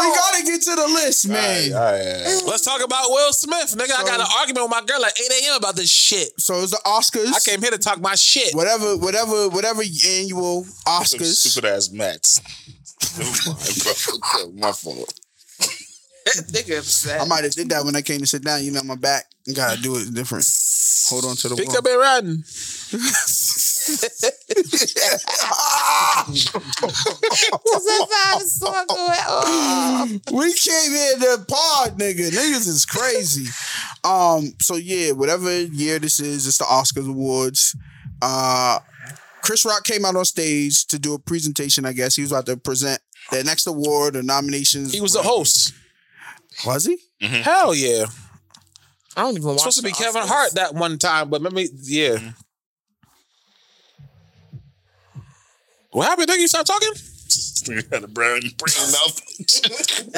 [SPEAKER 2] we gotta get to the list, man.
[SPEAKER 4] Let's talk about Will Smith, nigga. I got an argument with my girl at 8 a.m. about this shit.
[SPEAKER 2] So it's the Oscars.
[SPEAKER 4] I came here to talk my shit.
[SPEAKER 2] Whatever, whatever, whatever annual
[SPEAKER 5] Some
[SPEAKER 2] Oscars.
[SPEAKER 5] stupid ass mats. Never mind, bro. Okay, My fault.
[SPEAKER 3] Nigga upset.
[SPEAKER 2] I might have did that when I came to sit down. You know, my back You gotta do it different. Hold on to the
[SPEAKER 4] Pick
[SPEAKER 2] wall.
[SPEAKER 4] up and run.
[SPEAKER 3] Does that sound so good? Oh.
[SPEAKER 2] we came in the pod, nigga. Niggas is crazy. Um, so yeah, whatever year this is, it's the Oscars awards. Uh, Chris Rock came out on stage to do a presentation. I guess he was about to present the next award or nominations.
[SPEAKER 4] He was the host.
[SPEAKER 2] Was he?
[SPEAKER 4] Hell yeah.
[SPEAKER 3] I don't even watch.
[SPEAKER 4] Supposed to be
[SPEAKER 3] the
[SPEAKER 4] Kevin
[SPEAKER 3] Oscars.
[SPEAKER 4] Hart that one time, but remember, yeah. What happened? Nigga, you stop talking?
[SPEAKER 5] had a brown brain mouth.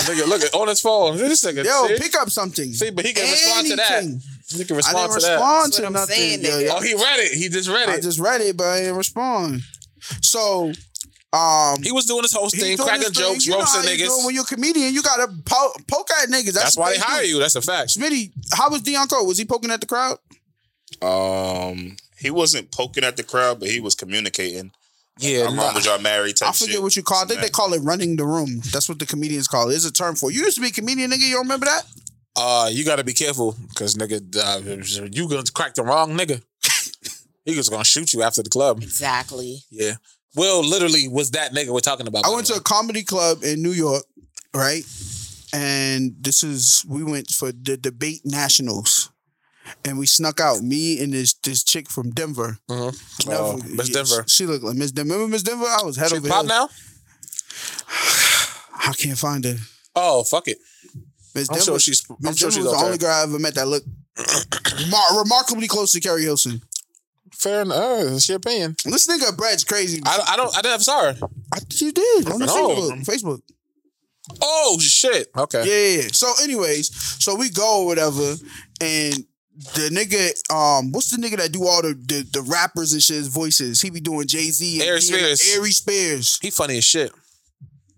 [SPEAKER 4] Nigga, look at on his phone. This nigga.
[SPEAKER 2] Yo,
[SPEAKER 4] see?
[SPEAKER 2] pick up something.
[SPEAKER 4] See, but he can respond to that.
[SPEAKER 2] Anything.
[SPEAKER 4] He can
[SPEAKER 2] I
[SPEAKER 4] respond
[SPEAKER 2] didn't
[SPEAKER 4] to that.
[SPEAKER 2] respond
[SPEAKER 3] That's
[SPEAKER 2] to
[SPEAKER 3] what I'm
[SPEAKER 2] nothing.
[SPEAKER 3] saying,
[SPEAKER 2] yo,
[SPEAKER 3] nigga.
[SPEAKER 2] yo.
[SPEAKER 4] Oh, he read it. He just read
[SPEAKER 2] I
[SPEAKER 4] it.
[SPEAKER 2] just read it, but I didn't respond. So, um,
[SPEAKER 4] he was doing his host
[SPEAKER 2] he
[SPEAKER 4] thing,
[SPEAKER 2] doing his
[SPEAKER 4] cracking
[SPEAKER 2] thing.
[SPEAKER 4] jokes,
[SPEAKER 2] You know
[SPEAKER 4] roasting
[SPEAKER 2] how you doing
[SPEAKER 4] niggas.
[SPEAKER 2] When you're a comedian, you gotta po- poke at niggas. That's,
[SPEAKER 4] That's why they
[SPEAKER 2] what
[SPEAKER 4] hire
[SPEAKER 2] do.
[SPEAKER 4] you. That's a fact.
[SPEAKER 2] Smitty, how was Deion Cole? Was he poking at the crowd?
[SPEAKER 5] Um, he wasn't poking at the crowd, but he was communicating.
[SPEAKER 4] Yeah.
[SPEAKER 5] I'm wrong with y'all married type
[SPEAKER 2] I forget
[SPEAKER 5] shit.
[SPEAKER 2] what you call. it. I think they
[SPEAKER 5] Something
[SPEAKER 2] call it running the room. That's what the comedians call it. There's a term for it. You used to be a comedian, nigga. You don't remember that?
[SPEAKER 4] Uh, you gotta be careful, cause nigga, uh, you gonna crack the wrong nigga. he was gonna shoot you after the club.
[SPEAKER 3] Exactly.
[SPEAKER 4] Yeah. Will literally was that nigga we're talking about.
[SPEAKER 2] I went to a comedy club in New York, right? And this is we went for the debate nationals, and we snuck out. Me and this this chick from Denver.
[SPEAKER 4] Mm-hmm.
[SPEAKER 2] Never-
[SPEAKER 4] Miss
[SPEAKER 2] yeah,
[SPEAKER 4] Denver.
[SPEAKER 2] She looked like Miss Denver. Remember Miss Denver? I was head
[SPEAKER 4] She
[SPEAKER 2] over
[SPEAKER 4] pop
[SPEAKER 2] heels.
[SPEAKER 4] now?
[SPEAKER 2] I can't find her.
[SPEAKER 4] Oh fuck it.
[SPEAKER 2] Miss
[SPEAKER 4] I'm
[SPEAKER 2] Denver.
[SPEAKER 4] sure she's.
[SPEAKER 2] Miss
[SPEAKER 4] I'm sure
[SPEAKER 2] Denver
[SPEAKER 4] she's
[SPEAKER 2] was the
[SPEAKER 4] okay.
[SPEAKER 2] only girl I ever met that looked remar- remarkably close to Carrie Hilson.
[SPEAKER 4] Fair enough. Uh, it's your opinion.
[SPEAKER 2] This nigga Brad's crazy.
[SPEAKER 4] I, I don't. I never saw her.
[SPEAKER 2] I, you did on the
[SPEAKER 4] No.
[SPEAKER 2] Facebook. Facebook.
[SPEAKER 4] Oh shit. Okay.
[SPEAKER 2] Yeah, yeah, yeah. So, anyways, so we go or whatever, and the nigga, um, what's the nigga that do all the the, the rappers and shit's voices? He be doing Jay Z and
[SPEAKER 4] Aries Spears.
[SPEAKER 2] Airy Spears.
[SPEAKER 4] He funny as shit.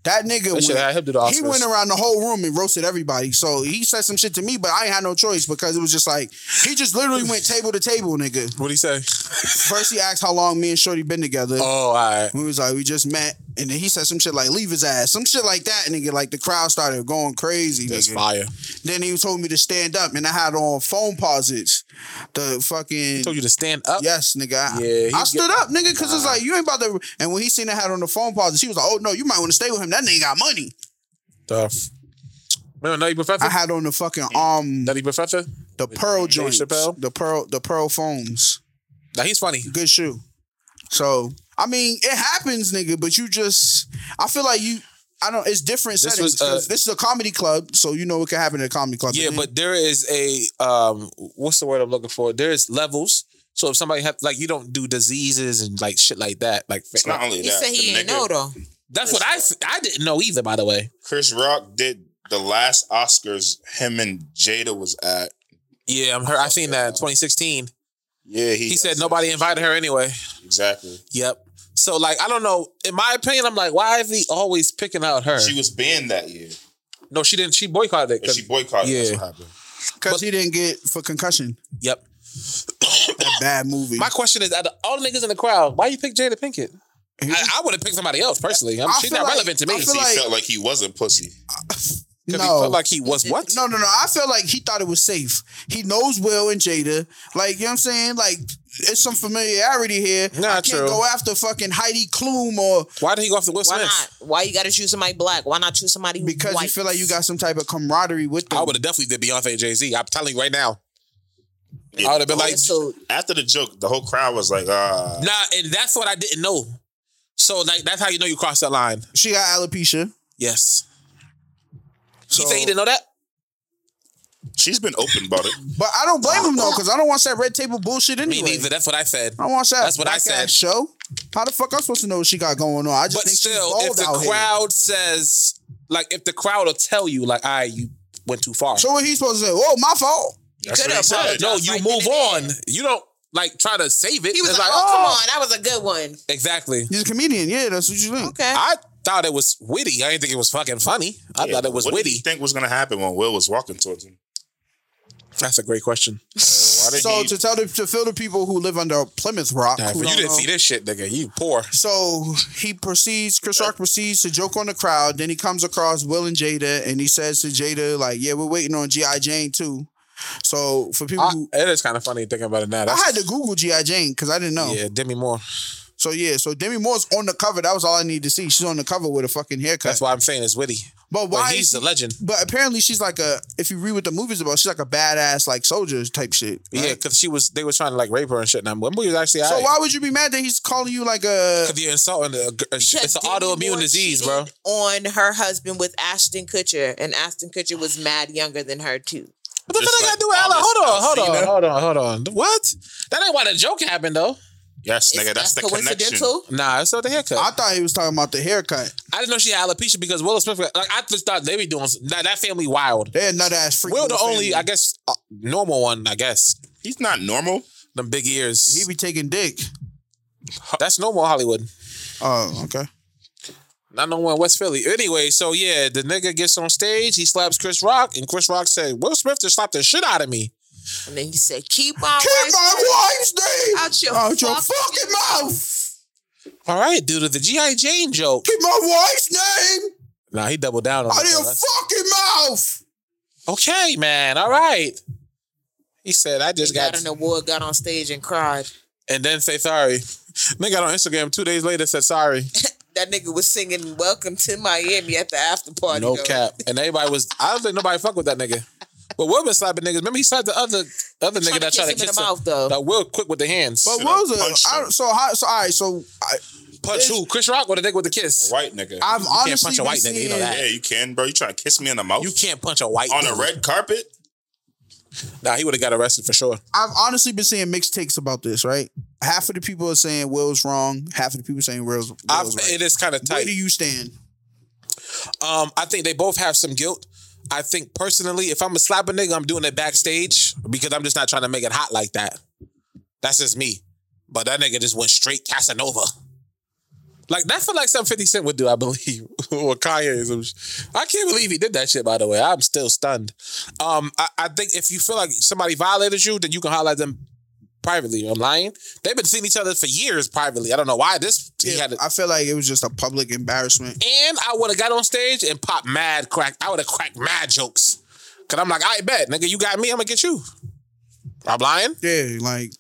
[SPEAKER 2] That nigga,
[SPEAKER 4] They
[SPEAKER 2] went-
[SPEAKER 4] should have had him do the Oscars.
[SPEAKER 2] he went around the whole room and roasted everybody. So he said some shit to me, but I ain't had no choice because it was just like he just literally went table to table, nigga.
[SPEAKER 4] What'd he say?
[SPEAKER 2] First he asked how long me and Shorty been together.
[SPEAKER 4] Oh, all right.
[SPEAKER 2] We was like, we just met, and then he said some shit like "leave his ass," some shit like that, and nigga, like the crowd started going crazy.
[SPEAKER 4] That's
[SPEAKER 2] nigga.
[SPEAKER 4] fire.
[SPEAKER 2] Then he told me to stand up, and I had on phone posits. The fucking
[SPEAKER 4] Told you to stand up.
[SPEAKER 2] yes, nigga. I-
[SPEAKER 4] Yeah, he
[SPEAKER 2] I stood
[SPEAKER 4] get-
[SPEAKER 2] up, nigga, because it's like you ain't about to. And when he seen I had on the phone posits, he was like, "Oh no, you might want to stay with him. That nigga got money."
[SPEAKER 4] Tough. Remember Nutty Professor?
[SPEAKER 2] I had on the fucking um
[SPEAKER 4] Nutty Professor?
[SPEAKER 2] the pearl
[SPEAKER 4] Dave
[SPEAKER 2] joints,
[SPEAKER 4] Chappelle?
[SPEAKER 2] the pearl the pearl phones,
[SPEAKER 4] Nah, he's funny.
[SPEAKER 2] good shoe. So I mean, it happens, nigga. But you just, I feel like you. I don't. It's different
[SPEAKER 4] This
[SPEAKER 2] settings.
[SPEAKER 4] was, uh,
[SPEAKER 2] 'cause this is a comedy club, so you know it can happen at a comedy club.
[SPEAKER 4] Yeah,
[SPEAKER 2] And then-
[SPEAKER 4] but there is a um what's the word I'm looking for? There's levels. So if somebody have like you don't do diseases and like shit like that, like
[SPEAKER 5] It's not only
[SPEAKER 3] He
[SPEAKER 5] that.
[SPEAKER 3] said he
[SPEAKER 5] the
[SPEAKER 3] didn't
[SPEAKER 5] nigga,
[SPEAKER 3] know though.
[SPEAKER 4] that's what I s- I didn't know either. By the way,
[SPEAKER 5] Chris Rock did the last Oscars. Him and Jada was at.
[SPEAKER 4] yeah, I'm her. I seen that in 2016.
[SPEAKER 5] Yeah, he,
[SPEAKER 4] He said nobody invited her anyway.
[SPEAKER 5] Exactly.
[SPEAKER 4] Yep. So like I don't know. In my opinion, I'm like, why is he always picking out her?
[SPEAKER 5] She was banned that year,
[SPEAKER 4] no, she didn't. She boycotted it.
[SPEAKER 5] but
[SPEAKER 4] 'cause-
[SPEAKER 5] she boycotted. That's
[SPEAKER 4] yeah.
[SPEAKER 5] what happened.
[SPEAKER 2] because he didn't get for concussion,
[SPEAKER 4] yep.
[SPEAKER 2] that bad movie.
[SPEAKER 4] My question is, out of all the niggas in the crowd, why you pick Jada Pinkett? I, I would have picked somebody else personally. I'm,
[SPEAKER 2] I
[SPEAKER 4] she's
[SPEAKER 2] feel
[SPEAKER 4] not
[SPEAKER 2] like-
[SPEAKER 4] relevant to me.
[SPEAKER 2] I feel
[SPEAKER 5] He
[SPEAKER 2] Like-
[SPEAKER 5] felt like he wasn't pussy.
[SPEAKER 4] Because
[SPEAKER 2] no.
[SPEAKER 4] he felt like he was what?
[SPEAKER 2] No, no, no. I feel like he thought it was safe. He knows Will and Jada. Like, you know what I'm saying? Like, it's some familiarity here.
[SPEAKER 4] Nah,
[SPEAKER 2] I can't
[SPEAKER 4] true.
[SPEAKER 2] go after fucking Heidi Klum or
[SPEAKER 4] Why did he go off the Will
[SPEAKER 3] Why
[SPEAKER 4] Smith?
[SPEAKER 3] not? Why you got to choose somebody black? Why not choose somebody who's
[SPEAKER 2] because you
[SPEAKER 3] white?
[SPEAKER 2] feel like you got some type of camaraderie with them.
[SPEAKER 4] I would have definitely did Beyonce and Jay Z. I'm telling you right now.
[SPEAKER 5] Yeah.
[SPEAKER 4] I would have been like,
[SPEAKER 3] Yeah, so
[SPEAKER 5] After the joke, the whole crowd was like, ah.
[SPEAKER 4] nah, and that's what I didn't know. So like that's how you know you crossed that line.
[SPEAKER 2] she got alopecia.
[SPEAKER 4] Yes.
[SPEAKER 2] So,
[SPEAKER 4] he said he didn't know that.
[SPEAKER 5] She's been open about it.
[SPEAKER 2] but I don't blame him though, because I don't watch that red table bullshit
[SPEAKER 4] Me
[SPEAKER 2] anyway.
[SPEAKER 4] neither. That's what I said.
[SPEAKER 2] I don't watch that.
[SPEAKER 4] That's what I
[SPEAKER 2] whack-ass
[SPEAKER 4] said.
[SPEAKER 2] Show. How the fuck I'm supposed to know what she got going on? I just
[SPEAKER 4] But
[SPEAKER 2] think
[SPEAKER 4] still,
[SPEAKER 2] she's
[SPEAKER 4] if
[SPEAKER 2] bald
[SPEAKER 4] the
[SPEAKER 2] out here.
[SPEAKER 4] crowd says, like, if the crowd will tell you, like, I you went too far.
[SPEAKER 2] So what he supposed to say? Oh, my fault.
[SPEAKER 3] you
[SPEAKER 5] That's
[SPEAKER 3] could
[SPEAKER 5] what he
[SPEAKER 3] have
[SPEAKER 5] said.
[SPEAKER 3] apologized.
[SPEAKER 4] no, you
[SPEAKER 3] right
[SPEAKER 4] move
[SPEAKER 3] then
[SPEAKER 4] on.
[SPEAKER 3] and there.
[SPEAKER 4] You don't like try to save it.
[SPEAKER 3] He was
[SPEAKER 4] It's
[SPEAKER 3] like, "Oh, come on, that was a good one."
[SPEAKER 4] Exactly.
[SPEAKER 2] He's a comedian. Yeah, that's what you think.
[SPEAKER 3] Okay.
[SPEAKER 4] I thought it was witty. I didn't think it was fucking funny. I
[SPEAKER 5] Yeah,
[SPEAKER 4] thought it was
[SPEAKER 5] what did you
[SPEAKER 4] witty.
[SPEAKER 5] think was going to happen when Will was walking towards him?
[SPEAKER 4] That's a great question.
[SPEAKER 5] I didn't
[SPEAKER 2] So
[SPEAKER 5] hear you.
[SPEAKER 2] to tell the, to fill the people who live under Plymouth Rock,
[SPEAKER 4] Nah,
[SPEAKER 2] who
[SPEAKER 4] but you
[SPEAKER 2] don't
[SPEAKER 4] didn't
[SPEAKER 2] know-
[SPEAKER 4] see this shit, nigga. You poor.
[SPEAKER 2] So he proceeds, Chris Rock proceeds to joke on the crowd. Then he comes across Will and Jada and he says to Jada, like, yeah, we're waiting on G.I. Jane too. So for people
[SPEAKER 4] I-
[SPEAKER 2] who
[SPEAKER 4] it is kind of funny thinking about it now.
[SPEAKER 2] I
[SPEAKER 4] That's,
[SPEAKER 2] had to Google G.I. Jane because I didn't know.
[SPEAKER 4] Yeah, Demi Moore.
[SPEAKER 2] So yeah, so Demi Moore's on the cover. That was all I need to see. She's on the cover with a fucking haircut.
[SPEAKER 4] That's why I'm saying it's witty.
[SPEAKER 2] but why
[SPEAKER 4] But he's
[SPEAKER 2] is
[SPEAKER 4] the
[SPEAKER 2] he-
[SPEAKER 4] legend.
[SPEAKER 2] But apparently she's like a if you read what the movie's about, she's like a badass like soldier type shit.
[SPEAKER 4] Yeah,
[SPEAKER 2] right?
[SPEAKER 4] because she was they were trying to like rape her and shit. And I'm was actually
[SPEAKER 2] So
[SPEAKER 4] alright.
[SPEAKER 2] why would you be mad that he's calling you like a
[SPEAKER 4] 'Cause you're insulting a, gr- a sh-
[SPEAKER 3] Because
[SPEAKER 4] it's an
[SPEAKER 3] Demi
[SPEAKER 4] autoimmune
[SPEAKER 3] Moore
[SPEAKER 4] disease,
[SPEAKER 3] cheated
[SPEAKER 4] bro.
[SPEAKER 3] On her husband with Ashton Kutcher, and Ashton Kutcher was mad younger than her too.
[SPEAKER 4] What the fuck
[SPEAKER 5] Just
[SPEAKER 4] I
[SPEAKER 5] like
[SPEAKER 4] gotta do with Alan? Hold on, hold on,
[SPEAKER 5] Alcina.
[SPEAKER 4] hold on, hold on. What? That ain't why the joke happened though.
[SPEAKER 5] Yes, nigga, that's the connection.
[SPEAKER 4] Nah, it's not the haircut.
[SPEAKER 2] I thought he was talking about the haircut.
[SPEAKER 4] I didn't know she had alopecia because Willow Smith. Like I just thought they be doing that. That family wild.
[SPEAKER 2] They're nut ass freak.
[SPEAKER 4] Will the
[SPEAKER 2] little
[SPEAKER 4] only,
[SPEAKER 2] family.
[SPEAKER 4] I guess, uh, normal one. I guess
[SPEAKER 5] He's not normal.
[SPEAKER 4] them big
[SPEAKER 2] he
[SPEAKER 4] ears.
[SPEAKER 2] be taking dick.
[SPEAKER 4] That's normal Hollywood.
[SPEAKER 2] Oh, okay.
[SPEAKER 4] Not no one in West Philly. Anyway, so yeah, the nigga gets on stage. He slaps Chris Rock, and Chris Rock said, "Will Smith just slapped the shit out of me."
[SPEAKER 3] And then he said, "Keep my
[SPEAKER 2] Keep
[SPEAKER 3] wife's
[SPEAKER 2] my wife's name
[SPEAKER 3] out your,
[SPEAKER 2] out your
[SPEAKER 3] fucking
[SPEAKER 2] fucking mouth.
[SPEAKER 4] All right, due to the GI Jane joke.
[SPEAKER 2] Keep my wife's name
[SPEAKER 4] Nah, he doubled down on
[SPEAKER 2] out
[SPEAKER 4] it. though.
[SPEAKER 2] your
[SPEAKER 4] That's-
[SPEAKER 2] fucking mouth.
[SPEAKER 4] Okay, man. All right. He said, "I just
[SPEAKER 3] He got
[SPEAKER 4] got."
[SPEAKER 3] an award, got on stage and cried.
[SPEAKER 4] and then say sorry. Nigga got on Instagram two days later said sorry.
[SPEAKER 3] That nigga was singing "Welcome to Miami" at the after party.
[SPEAKER 4] No
[SPEAKER 3] though.
[SPEAKER 4] cap. And everybody was I don't think nobody fuck with that nigga. But Will been slapping niggas. Remember he slapped the other other nigga
[SPEAKER 3] Tryna
[SPEAKER 4] that
[SPEAKER 3] kiss
[SPEAKER 4] tried to
[SPEAKER 3] him in
[SPEAKER 4] kiss
[SPEAKER 3] the
[SPEAKER 4] him.
[SPEAKER 3] mouth, though.
[SPEAKER 4] Like Will quick with the hands.
[SPEAKER 2] But
[SPEAKER 5] Should've
[SPEAKER 2] Will's
[SPEAKER 5] punched
[SPEAKER 2] a, I,
[SPEAKER 5] him.
[SPEAKER 2] so how, so all right, so I,
[SPEAKER 4] punch who? Chris Rock or the nigga with the kiss?
[SPEAKER 5] White nigga.
[SPEAKER 2] I've honestly
[SPEAKER 4] punch a
[SPEAKER 2] been
[SPEAKER 4] white nigga, you know
[SPEAKER 2] seeing-
[SPEAKER 4] that.
[SPEAKER 5] yeah, you can, bro. You trying to kiss me in the mouth
[SPEAKER 4] You can't punch a white
[SPEAKER 5] on a
[SPEAKER 4] dude.
[SPEAKER 5] red carpet?
[SPEAKER 4] Nah, he would have got arrested for sure.
[SPEAKER 2] I've honestly been seeing mixed takes about this. Right, half of the people are saying Will's wrong, half of the people saying Will's, Will's
[SPEAKER 4] I've,
[SPEAKER 2] right.
[SPEAKER 4] It is kind of
[SPEAKER 2] Where
[SPEAKER 4] tight.
[SPEAKER 2] do you stand?
[SPEAKER 4] Um, I think they both have some guilt. I think personally, if I'm a slap a nigga, I'm doing it backstage because I'm just not trying to make it hot like that. That's just me. But that nigga just went straight Casanova. Like that's feel like something 50 Cent would do, I believe. or Kanye. or some sh- I can't believe he did that shit, by the way. I'm still stunned. Um, I, I think if you feel like somebody violated you, then you can holler at them privately. I'm lying. They've been seeing each other for years privately. I don't know why this he had a-
[SPEAKER 2] I feel like it was just a public embarrassment.
[SPEAKER 4] and I would have got on stage and popped mad crack. I would have cracked mad jokes. Cause I'm like, I bet, nigga, you got me, I'm gonna get you. I'm lying.
[SPEAKER 2] Yeah, like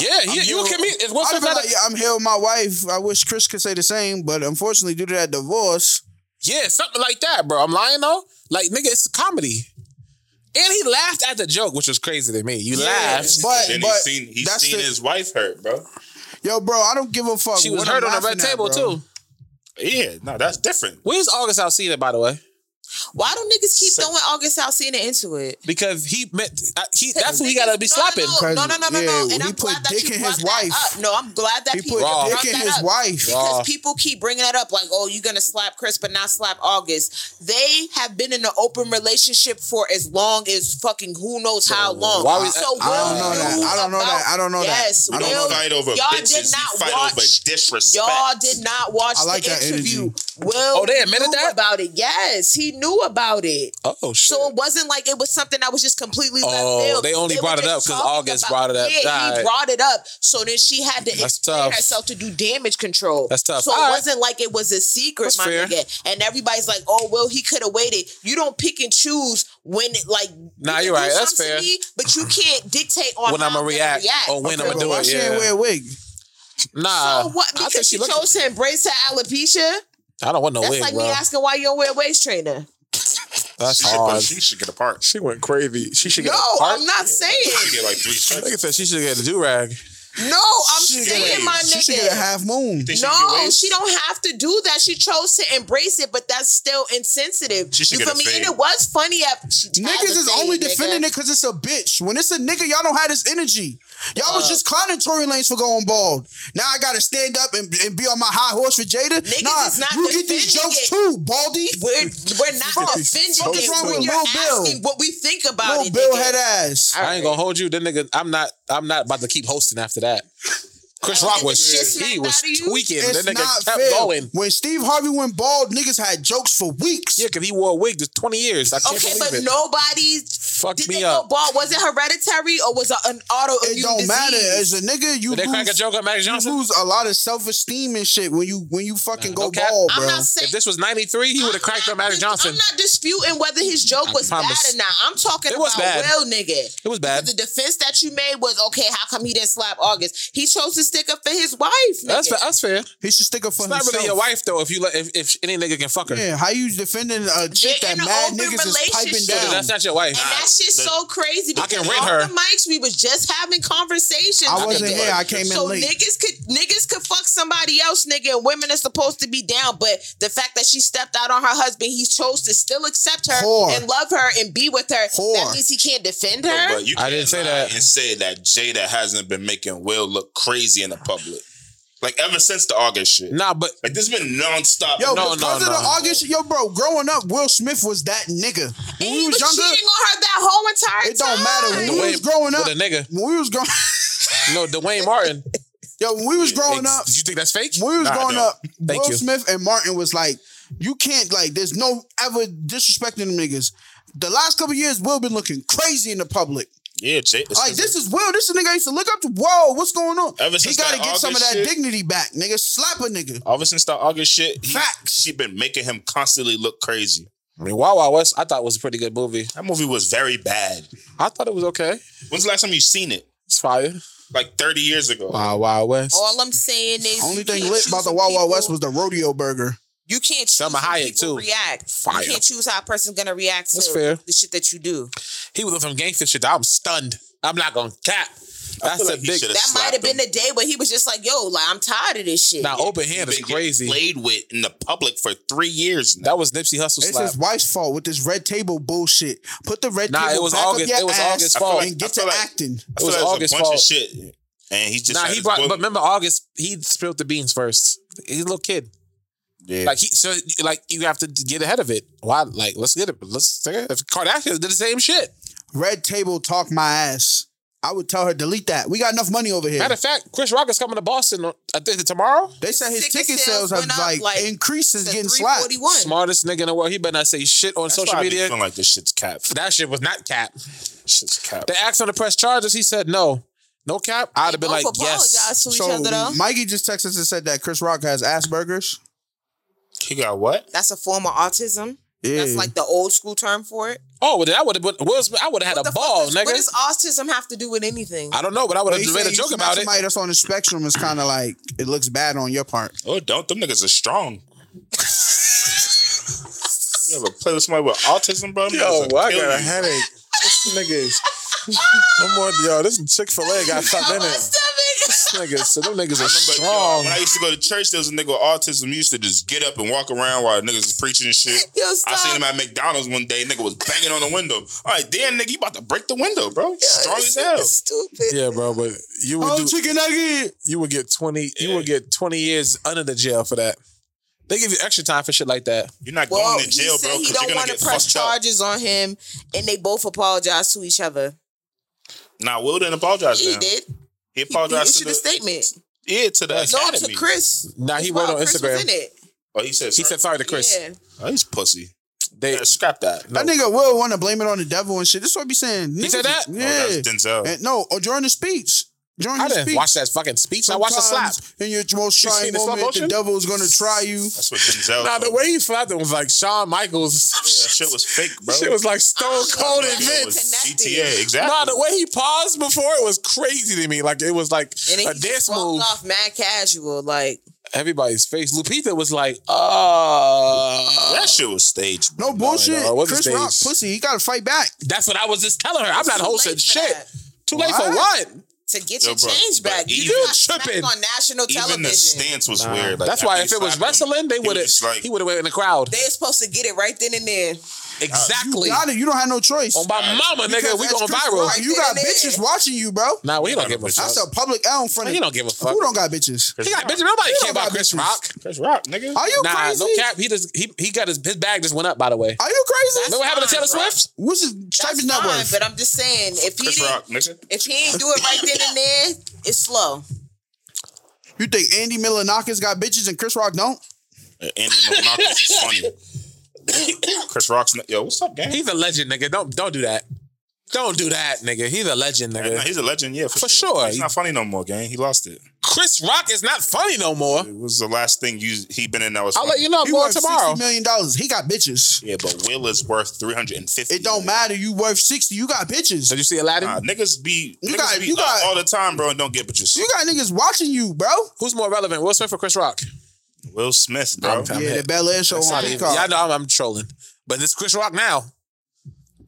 [SPEAKER 4] Yeah, he, you a
[SPEAKER 2] healed-
[SPEAKER 4] comedian. Is
[SPEAKER 2] I'd
[SPEAKER 4] Will
[SPEAKER 2] have
[SPEAKER 4] Smith
[SPEAKER 2] been
[SPEAKER 4] not
[SPEAKER 2] like,
[SPEAKER 4] a-
[SPEAKER 2] yeah, I'm here with my wife. I wish Chris could say the same, but unfortunately, due to that divorce,
[SPEAKER 4] yeah, something like that, bro. I'm lying though. Like, nigga, it's comedy. And he laughed at the joke, which was crazy to me. You laughed.
[SPEAKER 2] But
[SPEAKER 5] Then
[SPEAKER 2] but
[SPEAKER 5] he's seen he's
[SPEAKER 2] that's
[SPEAKER 5] seen
[SPEAKER 2] the-
[SPEAKER 5] his wife hurt, bro.
[SPEAKER 2] yo, bro, I don't give a fuck.
[SPEAKER 4] She was
[SPEAKER 2] what I'm
[SPEAKER 4] hurt on the
[SPEAKER 2] laughing
[SPEAKER 4] red
[SPEAKER 2] at,
[SPEAKER 4] table
[SPEAKER 2] bro.
[SPEAKER 4] too.
[SPEAKER 5] Yeah, no, that's different.
[SPEAKER 4] Where's August Alsina, by the way?
[SPEAKER 3] Why do niggas keep throwing August Alsina into it?
[SPEAKER 4] Because he meant I- he. That's who he
[SPEAKER 3] Niggas-
[SPEAKER 4] gotta be
[SPEAKER 3] no,
[SPEAKER 4] slapping.
[SPEAKER 3] No, no, no, no, no. no.
[SPEAKER 2] Yeah,
[SPEAKER 3] And
[SPEAKER 2] he
[SPEAKER 3] I'm
[SPEAKER 2] put
[SPEAKER 3] glad that
[SPEAKER 2] dick
[SPEAKER 3] you
[SPEAKER 2] in
[SPEAKER 3] brought
[SPEAKER 2] his
[SPEAKER 3] that
[SPEAKER 2] wife.
[SPEAKER 3] up. No, I'm glad that
[SPEAKER 2] He
[SPEAKER 3] people
[SPEAKER 2] put
[SPEAKER 4] Raw.
[SPEAKER 3] brought
[SPEAKER 2] dick in
[SPEAKER 3] that
[SPEAKER 2] his
[SPEAKER 3] up.
[SPEAKER 2] wife.
[SPEAKER 4] Raw.
[SPEAKER 3] Because people keep bringing that up, like, oh, you're gonna slap Chris but not slap August. They have been in an open relationship for as long as fucking who knows how long.
[SPEAKER 4] why was-
[SPEAKER 3] so
[SPEAKER 4] I- I don't
[SPEAKER 3] Will
[SPEAKER 4] know that.
[SPEAKER 3] knew
[SPEAKER 2] I don't know that.
[SPEAKER 3] about-
[SPEAKER 2] I don't know that.
[SPEAKER 3] Yes,
[SPEAKER 2] I don't
[SPEAKER 3] Will-
[SPEAKER 5] Don't fight over
[SPEAKER 3] y'all
[SPEAKER 5] bitches.
[SPEAKER 3] did not
[SPEAKER 5] you fight
[SPEAKER 3] watch.
[SPEAKER 5] over disrespect.
[SPEAKER 3] Y'all did not watch
[SPEAKER 2] I like
[SPEAKER 3] the
[SPEAKER 2] that
[SPEAKER 3] interview.
[SPEAKER 2] energy.
[SPEAKER 3] Will
[SPEAKER 4] Oh, they admitted
[SPEAKER 3] knew
[SPEAKER 4] that?
[SPEAKER 3] about it. Yes, he knew about it.
[SPEAKER 4] Oh shit.
[SPEAKER 3] So it wasn't like it was something that was just completely left
[SPEAKER 4] Oh,
[SPEAKER 3] field.
[SPEAKER 4] they only
[SPEAKER 3] were
[SPEAKER 4] brought it
[SPEAKER 3] just
[SPEAKER 4] up 'cause
[SPEAKER 3] talking
[SPEAKER 4] August brought it up.
[SPEAKER 3] Yeah, he
[SPEAKER 4] Alright.
[SPEAKER 3] brought it up. So then she had to
[SPEAKER 4] That's
[SPEAKER 3] explain
[SPEAKER 4] tough.
[SPEAKER 3] herself to do damage control.
[SPEAKER 4] That's tough.
[SPEAKER 3] So it
[SPEAKER 4] Alright.
[SPEAKER 3] wasn't like it was a secret,
[SPEAKER 4] That's
[SPEAKER 3] my
[SPEAKER 4] fair.
[SPEAKER 3] nigga. And everybody's like, "Oh, well, he could have waited." You don't pick and choose when, it, like, you
[SPEAKER 4] Nah,
[SPEAKER 3] can
[SPEAKER 4] you're
[SPEAKER 3] do
[SPEAKER 4] right. That's
[SPEAKER 3] something to
[SPEAKER 4] fair.
[SPEAKER 3] me, but you can't dictate on
[SPEAKER 4] When
[SPEAKER 3] how
[SPEAKER 4] I'ma
[SPEAKER 3] I'm gonna
[SPEAKER 4] react or when
[SPEAKER 2] Yeah,
[SPEAKER 4] I'ma
[SPEAKER 2] but
[SPEAKER 4] do
[SPEAKER 2] why
[SPEAKER 4] it,
[SPEAKER 2] she
[SPEAKER 4] yeah.
[SPEAKER 2] ain't wear a wig?
[SPEAKER 4] nah.
[SPEAKER 3] so Oh, what?
[SPEAKER 4] I think
[SPEAKER 3] Because
[SPEAKER 4] she
[SPEAKER 3] you
[SPEAKER 4] looked-
[SPEAKER 3] chose to embrace her
[SPEAKER 4] Oh,
[SPEAKER 3] alopecia.
[SPEAKER 4] I don't want no
[SPEAKER 3] That's
[SPEAKER 4] wig,
[SPEAKER 3] like
[SPEAKER 4] bro.
[SPEAKER 3] me asking why you don't wear a waist trainer.
[SPEAKER 4] That's
[SPEAKER 5] Shit, bro,
[SPEAKER 4] hard.
[SPEAKER 5] she should get a part.
[SPEAKER 4] She went crazy. She should
[SPEAKER 3] No,
[SPEAKER 4] get a part.
[SPEAKER 3] I'm not
[SPEAKER 5] She
[SPEAKER 3] saying.
[SPEAKER 5] get like three
[SPEAKER 4] Nigga
[SPEAKER 5] strikes.
[SPEAKER 4] said she should get a do rag.
[SPEAKER 3] No, I'm
[SPEAKER 2] She
[SPEAKER 3] saying,
[SPEAKER 5] get-
[SPEAKER 3] my nigga.
[SPEAKER 2] She should get a half moon.
[SPEAKER 5] Think she can get
[SPEAKER 3] No,
[SPEAKER 5] waves?
[SPEAKER 3] she don't have to do that. She chose to embrace it, but that's still insensitive.
[SPEAKER 5] She should
[SPEAKER 3] you feel
[SPEAKER 5] get a
[SPEAKER 3] me?
[SPEAKER 5] fade.
[SPEAKER 3] And it was funny at
[SPEAKER 2] Niggas is only defending it because it's a bitch. When it's a nigga, y'all don't have this energy. Y'all was just clowning Tory Lanez for going bald. Now I gotta stand up and, and be on my high horse for Jada.
[SPEAKER 3] Niggas
[SPEAKER 2] nah,
[SPEAKER 3] is not
[SPEAKER 2] you get these
[SPEAKER 3] defending
[SPEAKER 2] jokes
[SPEAKER 3] it.
[SPEAKER 2] too, baldy.
[SPEAKER 3] We're we're not defending
[SPEAKER 2] What's
[SPEAKER 3] it.
[SPEAKER 2] wrong
[SPEAKER 3] We're
[SPEAKER 2] with
[SPEAKER 3] you're
[SPEAKER 2] Lil Bill?
[SPEAKER 3] asking what we think about
[SPEAKER 2] Little
[SPEAKER 3] it.
[SPEAKER 2] Bill
[SPEAKER 3] nigga.
[SPEAKER 2] head ass.
[SPEAKER 3] All
[SPEAKER 4] I ain't
[SPEAKER 3] right.
[SPEAKER 4] gonna hold you. That nigga, I'm not. I'm not about to keep hosting after that. Chris
[SPEAKER 3] I don't
[SPEAKER 4] Rock
[SPEAKER 3] give a shit
[SPEAKER 4] was
[SPEAKER 3] smacked
[SPEAKER 4] he was
[SPEAKER 3] out of you.
[SPEAKER 4] tweaking.
[SPEAKER 2] It's
[SPEAKER 4] That nigga
[SPEAKER 2] not
[SPEAKER 4] kept
[SPEAKER 2] fair.
[SPEAKER 4] going.
[SPEAKER 2] When Steve Harvey went bald, niggas had jokes for weeks.
[SPEAKER 4] Yeah, because he wore a wig for 20 years. I can't
[SPEAKER 3] Okay,
[SPEAKER 4] believe
[SPEAKER 3] but
[SPEAKER 4] it.
[SPEAKER 3] nobody
[SPEAKER 4] Fuck
[SPEAKER 3] did
[SPEAKER 4] me
[SPEAKER 3] they
[SPEAKER 4] up.
[SPEAKER 3] go bald? Was it hereditary or was it an autoimmune
[SPEAKER 2] It don't
[SPEAKER 3] disease?
[SPEAKER 2] matter. As a nigga, you
[SPEAKER 4] Did they crack a
[SPEAKER 2] lose,
[SPEAKER 4] joke on Magic
[SPEAKER 2] you
[SPEAKER 4] Johnson?
[SPEAKER 2] lose a lot of self esteem and shit when you when you fucking go
[SPEAKER 4] no cap.
[SPEAKER 2] bald,
[SPEAKER 3] I'm
[SPEAKER 2] bro.
[SPEAKER 3] not saying
[SPEAKER 4] If this was 93, he would have cracked on Magic Johnson.
[SPEAKER 3] I'm not disputing whether his joke was bad
[SPEAKER 4] promise.
[SPEAKER 3] or not. I'm talking
[SPEAKER 4] It was
[SPEAKER 3] about
[SPEAKER 4] bad.
[SPEAKER 3] well, nigga.
[SPEAKER 4] It was bad.
[SPEAKER 3] The defense that you made was okay. How come he didn't slap August? He chose to stick up for his wife. Nigga.
[SPEAKER 4] That's, fa- that's fair. It's
[SPEAKER 2] he should stick up for
[SPEAKER 4] not
[SPEAKER 2] himself.
[SPEAKER 4] really your wife, though, if you let, if, if any nigga can fuck her.
[SPEAKER 2] Yeah, how you defending a chick that
[SPEAKER 3] They're in an
[SPEAKER 2] mad
[SPEAKER 3] open
[SPEAKER 2] niggas is piping
[SPEAKER 3] relationship.
[SPEAKER 2] down?
[SPEAKER 4] That's not your wife.
[SPEAKER 3] and that shit's so crazy
[SPEAKER 4] I can
[SPEAKER 3] because
[SPEAKER 4] rent
[SPEAKER 3] off
[SPEAKER 4] her.
[SPEAKER 3] the mics we was just having conversations.
[SPEAKER 2] I wasn't
[SPEAKER 3] nigga.
[SPEAKER 2] here. I came in
[SPEAKER 3] so
[SPEAKER 2] late.
[SPEAKER 3] niggas could niggas could fuck somebody else, nigga, and women are supposed to be down. But the fact that she stepped out on her husband, he chose to still accept her
[SPEAKER 2] Whore.
[SPEAKER 3] and love her and be with her.
[SPEAKER 2] Whore.
[SPEAKER 3] That means he can't defend her.
[SPEAKER 5] But you
[SPEAKER 4] I didn't
[SPEAKER 5] can't
[SPEAKER 4] say
[SPEAKER 5] lie
[SPEAKER 4] that.
[SPEAKER 5] And say that Jada hasn't been making Will look crazy in the public. Like ever since the August shit.
[SPEAKER 4] Nah, but
[SPEAKER 5] Like this has been nonstop.
[SPEAKER 2] Yo,
[SPEAKER 4] No,
[SPEAKER 2] because
[SPEAKER 4] no,
[SPEAKER 2] of the
[SPEAKER 4] no.
[SPEAKER 2] August, yo, bro, growing up, Will Smith was that nigga. When
[SPEAKER 3] And
[SPEAKER 2] we
[SPEAKER 3] he
[SPEAKER 2] was
[SPEAKER 3] was
[SPEAKER 2] younger,
[SPEAKER 3] cheating on her that whole entire
[SPEAKER 2] it don't matter. When
[SPEAKER 3] time.
[SPEAKER 2] we
[SPEAKER 4] Wait,
[SPEAKER 2] was growing up,
[SPEAKER 4] with a nigga.
[SPEAKER 2] when we was growing,
[SPEAKER 4] No, Dwayne Martin.
[SPEAKER 2] yo, when we was growing
[SPEAKER 4] Ex-
[SPEAKER 2] up,
[SPEAKER 4] Did you think that's fake?
[SPEAKER 2] when we was
[SPEAKER 5] Nah, I
[SPEAKER 2] growing
[SPEAKER 5] don't.
[SPEAKER 2] up,
[SPEAKER 4] Thank
[SPEAKER 2] Will
[SPEAKER 4] you.
[SPEAKER 2] Smith and Martin was like, you can't like, there's no ever disrespecting them niggas. The last couple years, Will been looking crazy in the public.
[SPEAKER 5] Yeah, Jada.
[SPEAKER 2] Like this is Will. This is a nigga I used to look up to. Whoa, what's going on?
[SPEAKER 5] Ever
[SPEAKER 2] he
[SPEAKER 5] since
[SPEAKER 2] got to
[SPEAKER 5] that
[SPEAKER 2] get some of
[SPEAKER 5] August
[SPEAKER 2] that
[SPEAKER 5] shit-
[SPEAKER 2] dignity back, nigga. Slap a nigga.
[SPEAKER 5] ever since that August shit, he,
[SPEAKER 2] Facts.
[SPEAKER 5] she been making him constantly look crazy.
[SPEAKER 4] I mean, Wow Wow West, I thought was a pretty good movie.
[SPEAKER 5] That movie was very bad.
[SPEAKER 4] I thought it was okay.
[SPEAKER 5] When's the last time you seen it?
[SPEAKER 4] It's fire.
[SPEAKER 5] Like 30 years ago.
[SPEAKER 4] Wow Wow West.
[SPEAKER 3] All I'm saying is,
[SPEAKER 2] Only
[SPEAKER 3] you
[SPEAKER 2] thing
[SPEAKER 3] can't
[SPEAKER 2] lit about
[SPEAKER 3] choose
[SPEAKER 2] the Wild Wild
[SPEAKER 3] people-
[SPEAKER 2] West was the rodeo burger.
[SPEAKER 3] you can't choose
[SPEAKER 4] Selma
[SPEAKER 3] how
[SPEAKER 4] Hayek,
[SPEAKER 3] people
[SPEAKER 4] too.
[SPEAKER 3] React.
[SPEAKER 4] Fire.
[SPEAKER 3] You can't choose how a person's gonna react to
[SPEAKER 4] That's fair.
[SPEAKER 3] the shit that you do.
[SPEAKER 4] He was on some gangster shit. that I'm stunned. I'm not gonna cap. That's
[SPEAKER 5] feel
[SPEAKER 4] a
[SPEAKER 5] like he
[SPEAKER 4] big.
[SPEAKER 5] should've-
[SPEAKER 3] That
[SPEAKER 5] slapped
[SPEAKER 3] might have been
[SPEAKER 5] him.
[SPEAKER 3] the day where he was just like, "Yo, like I'm tired of this shit."
[SPEAKER 4] Now open hand
[SPEAKER 5] He's
[SPEAKER 4] is
[SPEAKER 5] been getting
[SPEAKER 4] crazy.
[SPEAKER 5] Played with in the public for three years now.
[SPEAKER 4] That was Nipsey Hustle
[SPEAKER 2] It's
[SPEAKER 4] slap.
[SPEAKER 2] his wife's fault with this red table bullshit. Put the red
[SPEAKER 4] Nah,
[SPEAKER 2] table
[SPEAKER 4] it was
[SPEAKER 2] back
[SPEAKER 4] August-
[SPEAKER 2] up your
[SPEAKER 4] it was
[SPEAKER 2] ass
[SPEAKER 4] August'
[SPEAKER 5] fault.
[SPEAKER 2] and
[SPEAKER 5] I
[SPEAKER 2] get to
[SPEAKER 5] feel like-
[SPEAKER 2] acting.
[SPEAKER 5] I
[SPEAKER 4] it was
[SPEAKER 5] feel like there's
[SPEAKER 4] August'
[SPEAKER 5] a bunch
[SPEAKER 4] fault.
[SPEAKER 5] of shit. And he just
[SPEAKER 4] Nah,
[SPEAKER 5] had
[SPEAKER 4] he
[SPEAKER 5] his
[SPEAKER 4] brought.
[SPEAKER 5] boy-
[SPEAKER 4] But remember August, he spilled the beans first. He's a little kid.
[SPEAKER 5] Yeah.
[SPEAKER 4] Like he, so like you have to get ahead of it. Why? Like let's get it. Let's if Kardashian did the same shit.
[SPEAKER 2] Red table talk my ass. I would tell her delete that. We got enough money over here.
[SPEAKER 4] Matter of fact, Chris Rock is coming to Boston. on- I think tomorrow.
[SPEAKER 2] they said his
[SPEAKER 3] Ticket
[SPEAKER 2] ticket
[SPEAKER 3] sales
[SPEAKER 2] sales have
[SPEAKER 3] went up,
[SPEAKER 2] like,
[SPEAKER 3] like,
[SPEAKER 2] increased since
[SPEAKER 3] It's at
[SPEAKER 2] getting slapped.
[SPEAKER 3] 341.
[SPEAKER 4] Smartest nigga in the world. He better not say shit on
[SPEAKER 5] That's
[SPEAKER 4] social
[SPEAKER 5] why I be
[SPEAKER 4] media.
[SPEAKER 5] feeling like this shit's cap.
[SPEAKER 4] that shit was not cap.
[SPEAKER 5] Shit's cap.
[SPEAKER 4] They asked him to press charges. He said no. No cap. I'd have been
[SPEAKER 3] Both
[SPEAKER 4] like, yes.
[SPEAKER 3] apologized to each
[SPEAKER 2] So
[SPEAKER 3] other though.
[SPEAKER 2] Mikey just texted us and said that Chris Rock has Asperger's.
[SPEAKER 5] He got what?
[SPEAKER 3] That's a form of autism.
[SPEAKER 2] Yeah.
[SPEAKER 3] That's like the old school term for it.
[SPEAKER 4] Oh, well, then I would have. Will Smith, I would have had
[SPEAKER 3] What
[SPEAKER 4] a
[SPEAKER 3] the fuck
[SPEAKER 4] ball,
[SPEAKER 3] does-
[SPEAKER 4] nigga.
[SPEAKER 3] What does autism have to do with anything?
[SPEAKER 4] I don't know, but I would
[SPEAKER 2] He
[SPEAKER 4] have
[SPEAKER 2] said
[SPEAKER 4] made a
[SPEAKER 2] he
[SPEAKER 4] joke
[SPEAKER 2] smacked
[SPEAKER 4] about it.
[SPEAKER 2] Somebody that's on the spectrum is kind of like it looks bad on your part.
[SPEAKER 5] Oh, don't. Them niggas are strong. you ever play with somebody with autism, bro? Them niggas will kill you.
[SPEAKER 4] headache. This nigga is. No more, yo. This Chick Fil A got something
[SPEAKER 3] Oh, my stomach.
[SPEAKER 4] Niggas, so them niggas are
[SPEAKER 5] But, yo, when I used to go to church, there was a nigga with autism. He used to just get up and walk around while niggas was preaching and shit.
[SPEAKER 3] Yo,
[SPEAKER 5] I
[SPEAKER 3] stop.
[SPEAKER 5] seen him at McDonald's one day. Nigga was banging on the window. All right, damn, nigga, you about to break the window, bro. Strong as hell.
[SPEAKER 3] Stupid.
[SPEAKER 4] Yeah, bro, but you would do,
[SPEAKER 2] chicken nugget.
[SPEAKER 4] you would get twenty you would get twenty years under the jail for that. They give you extra time for shit like that.
[SPEAKER 5] You're not
[SPEAKER 3] Well,
[SPEAKER 5] going to jail,
[SPEAKER 3] he said
[SPEAKER 5] bro,
[SPEAKER 3] he
[SPEAKER 5] because you're
[SPEAKER 3] don't
[SPEAKER 5] going
[SPEAKER 3] want
[SPEAKER 5] to
[SPEAKER 3] to
[SPEAKER 5] get
[SPEAKER 3] press
[SPEAKER 5] fucked up.
[SPEAKER 3] charges on him, and they both apologize to each other.
[SPEAKER 5] Nah, Will didn't apologize to
[SPEAKER 3] He
[SPEAKER 5] him.
[SPEAKER 3] did.
[SPEAKER 5] He
[SPEAKER 3] He, he
[SPEAKER 5] apologized
[SPEAKER 3] issued a
[SPEAKER 5] to the,
[SPEAKER 3] statement.
[SPEAKER 5] yeah, to the
[SPEAKER 3] No,
[SPEAKER 5] academy.
[SPEAKER 3] to Chris.
[SPEAKER 4] Nah, he
[SPEAKER 3] As
[SPEAKER 4] wrote
[SPEAKER 3] well,
[SPEAKER 4] on
[SPEAKER 3] Chris was in
[SPEAKER 4] Instagram.
[SPEAKER 3] it.
[SPEAKER 5] Oh, he said,
[SPEAKER 4] He said sorry to Chris.
[SPEAKER 3] Yeah.
[SPEAKER 5] oh, he's pussy.
[SPEAKER 4] They
[SPEAKER 5] Yeah, scrap that.
[SPEAKER 2] That nigga will want to blame it on the devil and shit. This is what I be saying. Niggas
[SPEAKER 4] said that?
[SPEAKER 2] is-
[SPEAKER 5] Oh, that was
[SPEAKER 2] Yeah.
[SPEAKER 5] Denzel.
[SPEAKER 2] And no, or during the speech. During
[SPEAKER 4] I
[SPEAKER 2] his
[SPEAKER 4] didn't
[SPEAKER 2] speech.
[SPEAKER 4] watch that fucking speech. I watched the slap.
[SPEAKER 2] Sometimes In your most
[SPEAKER 4] You
[SPEAKER 2] trying
[SPEAKER 4] seen the slow
[SPEAKER 2] moment, the
[SPEAKER 4] motion?
[SPEAKER 2] devil is gonna try you.
[SPEAKER 5] That's what Denzel.
[SPEAKER 4] Nah, the
[SPEAKER 5] told
[SPEAKER 4] way
[SPEAKER 5] me.
[SPEAKER 4] he slapped him was like Shawn Michaels.
[SPEAKER 5] yeah, that shit was fake, bro.
[SPEAKER 4] Shit was like
[SPEAKER 5] Oh,
[SPEAKER 4] Stone Cold
[SPEAKER 3] That
[SPEAKER 5] That shit
[SPEAKER 4] admit.
[SPEAKER 5] was
[SPEAKER 3] Connected.
[SPEAKER 5] GTA exactly.
[SPEAKER 4] Nah, the way he paused before it was crazy to me. Like it was like
[SPEAKER 3] And then
[SPEAKER 4] a
[SPEAKER 3] he just
[SPEAKER 4] dance
[SPEAKER 3] walked
[SPEAKER 4] move.
[SPEAKER 3] off mad casual, like
[SPEAKER 4] Everybody's face. Lupita was like, uh
[SPEAKER 5] that shit was staged. bro.
[SPEAKER 2] No bullshit.
[SPEAKER 4] no, it wasn't
[SPEAKER 2] Chris Rock,
[SPEAKER 4] staged.
[SPEAKER 2] pussy. He gotta fight back.
[SPEAKER 4] That's what I was just telling her. I'm not
[SPEAKER 3] too
[SPEAKER 4] hosting
[SPEAKER 3] late for
[SPEAKER 4] shit.
[SPEAKER 3] that.
[SPEAKER 4] Too late for
[SPEAKER 2] What?
[SPEAKER 4] what?
[SPEAKER 3] to get
[SPEAKER 5] Yo,
[SPEAKER 3] your
[SPEAKER 5] bro,
[SPEAKER 3] change
[SPEAKER 5] but
[SPEAKER 3] back. You
[SPEAKER 5] even-
[SPEAKER 3] got smacked
[SPEAKER 4] tripping.
[SPEAKER 3] on national
[SPEAKER 5] Even the
[SPEAKER 3] television.
[SPEAKER 5] stance was weird. Like,
[SPEAKER 4] That's why if
[SPEAKER 5] after
[SPEAKER 4] it
[SPEAKER 5] he
[SPEAKER 4] was
[SPEAKER 5] slapped him,
[SPEAKER 4] wrestling, they
[SPEAKER 5] he
[SPEAKER 4] would have
[SPEAKER 5] was just like,
[SPEAKER 4] he would have went in the crowd.
[SPEAKER 3] They're supposed to get it right then and there.
[SPEAKER 4] exactly.
[SPEAKER 2] Gotta, you don't have no choice.
[SPEAKER 4] On Oh, my mama, nigga,
[SPEAKER 2] Because
[SPEAKER 4] we
[SPEAKER 2] that's
[SPEAKER 4] going
[SPEAKER 2] Chris
[SPEAKER 4] viral.
[SPEAKER 2] Rock. You got
[SPEAKER 3] Yeah.
[SPEAKER 2] bitches watching you, bro.
[SPEAKER 4] Nah, we don't give a fuck.
[SPEAKER 2] That's a public L in front of
[SPEAKER 4] He don't give a fuck.
[SPEAKER 2] Who don't got bitches?
[SPEAKER 4] He got bitch. Nobody
[SPEAKER 2] don't
[SPEAKER 4] care about
[SPEAKER 2] got
[SPEAKER 4] Chris
[SPEAKER 2] bitches.
[SPEAKER 4] Rock.
[SPEAKER 5] Chris Rock, nigga.
[SPEAKER 2] Are you
[SPEAKER 4] Nah,
[SPEAKER 2] crazy?
[SPEAKER 4] no cap. He just he he got his his bag just went up. By the way,
[SPEAKER 2] Are you crazy?
[SPEAKER 4] remember what happened to Taylor
[SPEAKER 3] fine, bro.
[SPEAKER 4] Swift?
[SPEAKER 2] What's his type
[SPEAKER 3] That's
[SPEAKER 2] his net
[SPEAKER 3] fine,
[SPEAKER 2] worth?
[SPEAKER 3] but I'm just saying, if he
[SPEAKER 5] Chris
[SPEAKER 3] didn't,
[SPEAKER 5] Rock, nigga.
[SPEAKER 3] if he ain't do it right then and there, it's slow.
[SPEAKER 2] You think Andy Milanakis got bitches and Chris Rock don't?
[SPEAKER 5] And Andy Milonakis is funny. Chris Rock's not, yo, what's up, gang?
[SPEAKER 4] He's a legend, nigga. Don't don't do that. Don't do that, nigga. He's a legend,
[SPEAKER 5] Nah,
[SPEAKER 4] nigga.
[SPEAKER 5] he's a legend, yeah, for,
[SPEAKER 4] For
[SPEAKER 5] sure.
[SPEAKER 4] sure.
[SPEAKER 5] He's not funny no more, gang. He lost it.
[SPEAKER 4] Chris Rock is not funny no more.
[SPEAKER 5] It was the last thing you he been in that was.
[SPEAKER 4] I'll let
[SPEAKER 5] funny.
[SPEAKER 4] you know
[SPEAKER 2] He
[SPEAKER 4] more
[SPEAKER 2] worth
[SPEAKER 4] tomorrow.
[SPEAKER 2] sixty million dollars. He got bitches.
[SPEAKER 5] Yeah, but Will is worth three hundred and fifty.
[SPEAKER 2] It don't matter. You worth sixty. You got bitches.
[SPEAKER 4] Did you see Aladdin?
[SPEAKER 5] Nah, niggas be
[SPEAKER 2] You
[SPEAKER 5] niggas
[SPEAKER 2] got-
[SPEAKER 5] be
[SPEAKER 2] you
[SPEAKER 5] up
[SPEAKER 2] got-
[SPEAKER 5] all the time, bro, and don't get bitches.
[SPEAKER 2] You got niggas watching you, bro.
[SPEAKER 4] Who's more relevant, Will Smith or Chris Rock?
[SPEAKER 5] Will Smith, bro.
[SPEAKER 4] I'm- I'm-
[SPEAKER 2] yeah, the Bel Air show
[SPEAKER 4] It's
[SPEAKER 2] on
[SPEAKER 4] not even-
[SPEAKER 2] Peacock.
[SPEAKER 4] Yeah, I know I'm, I'm trolling, but it's Chris Rock now.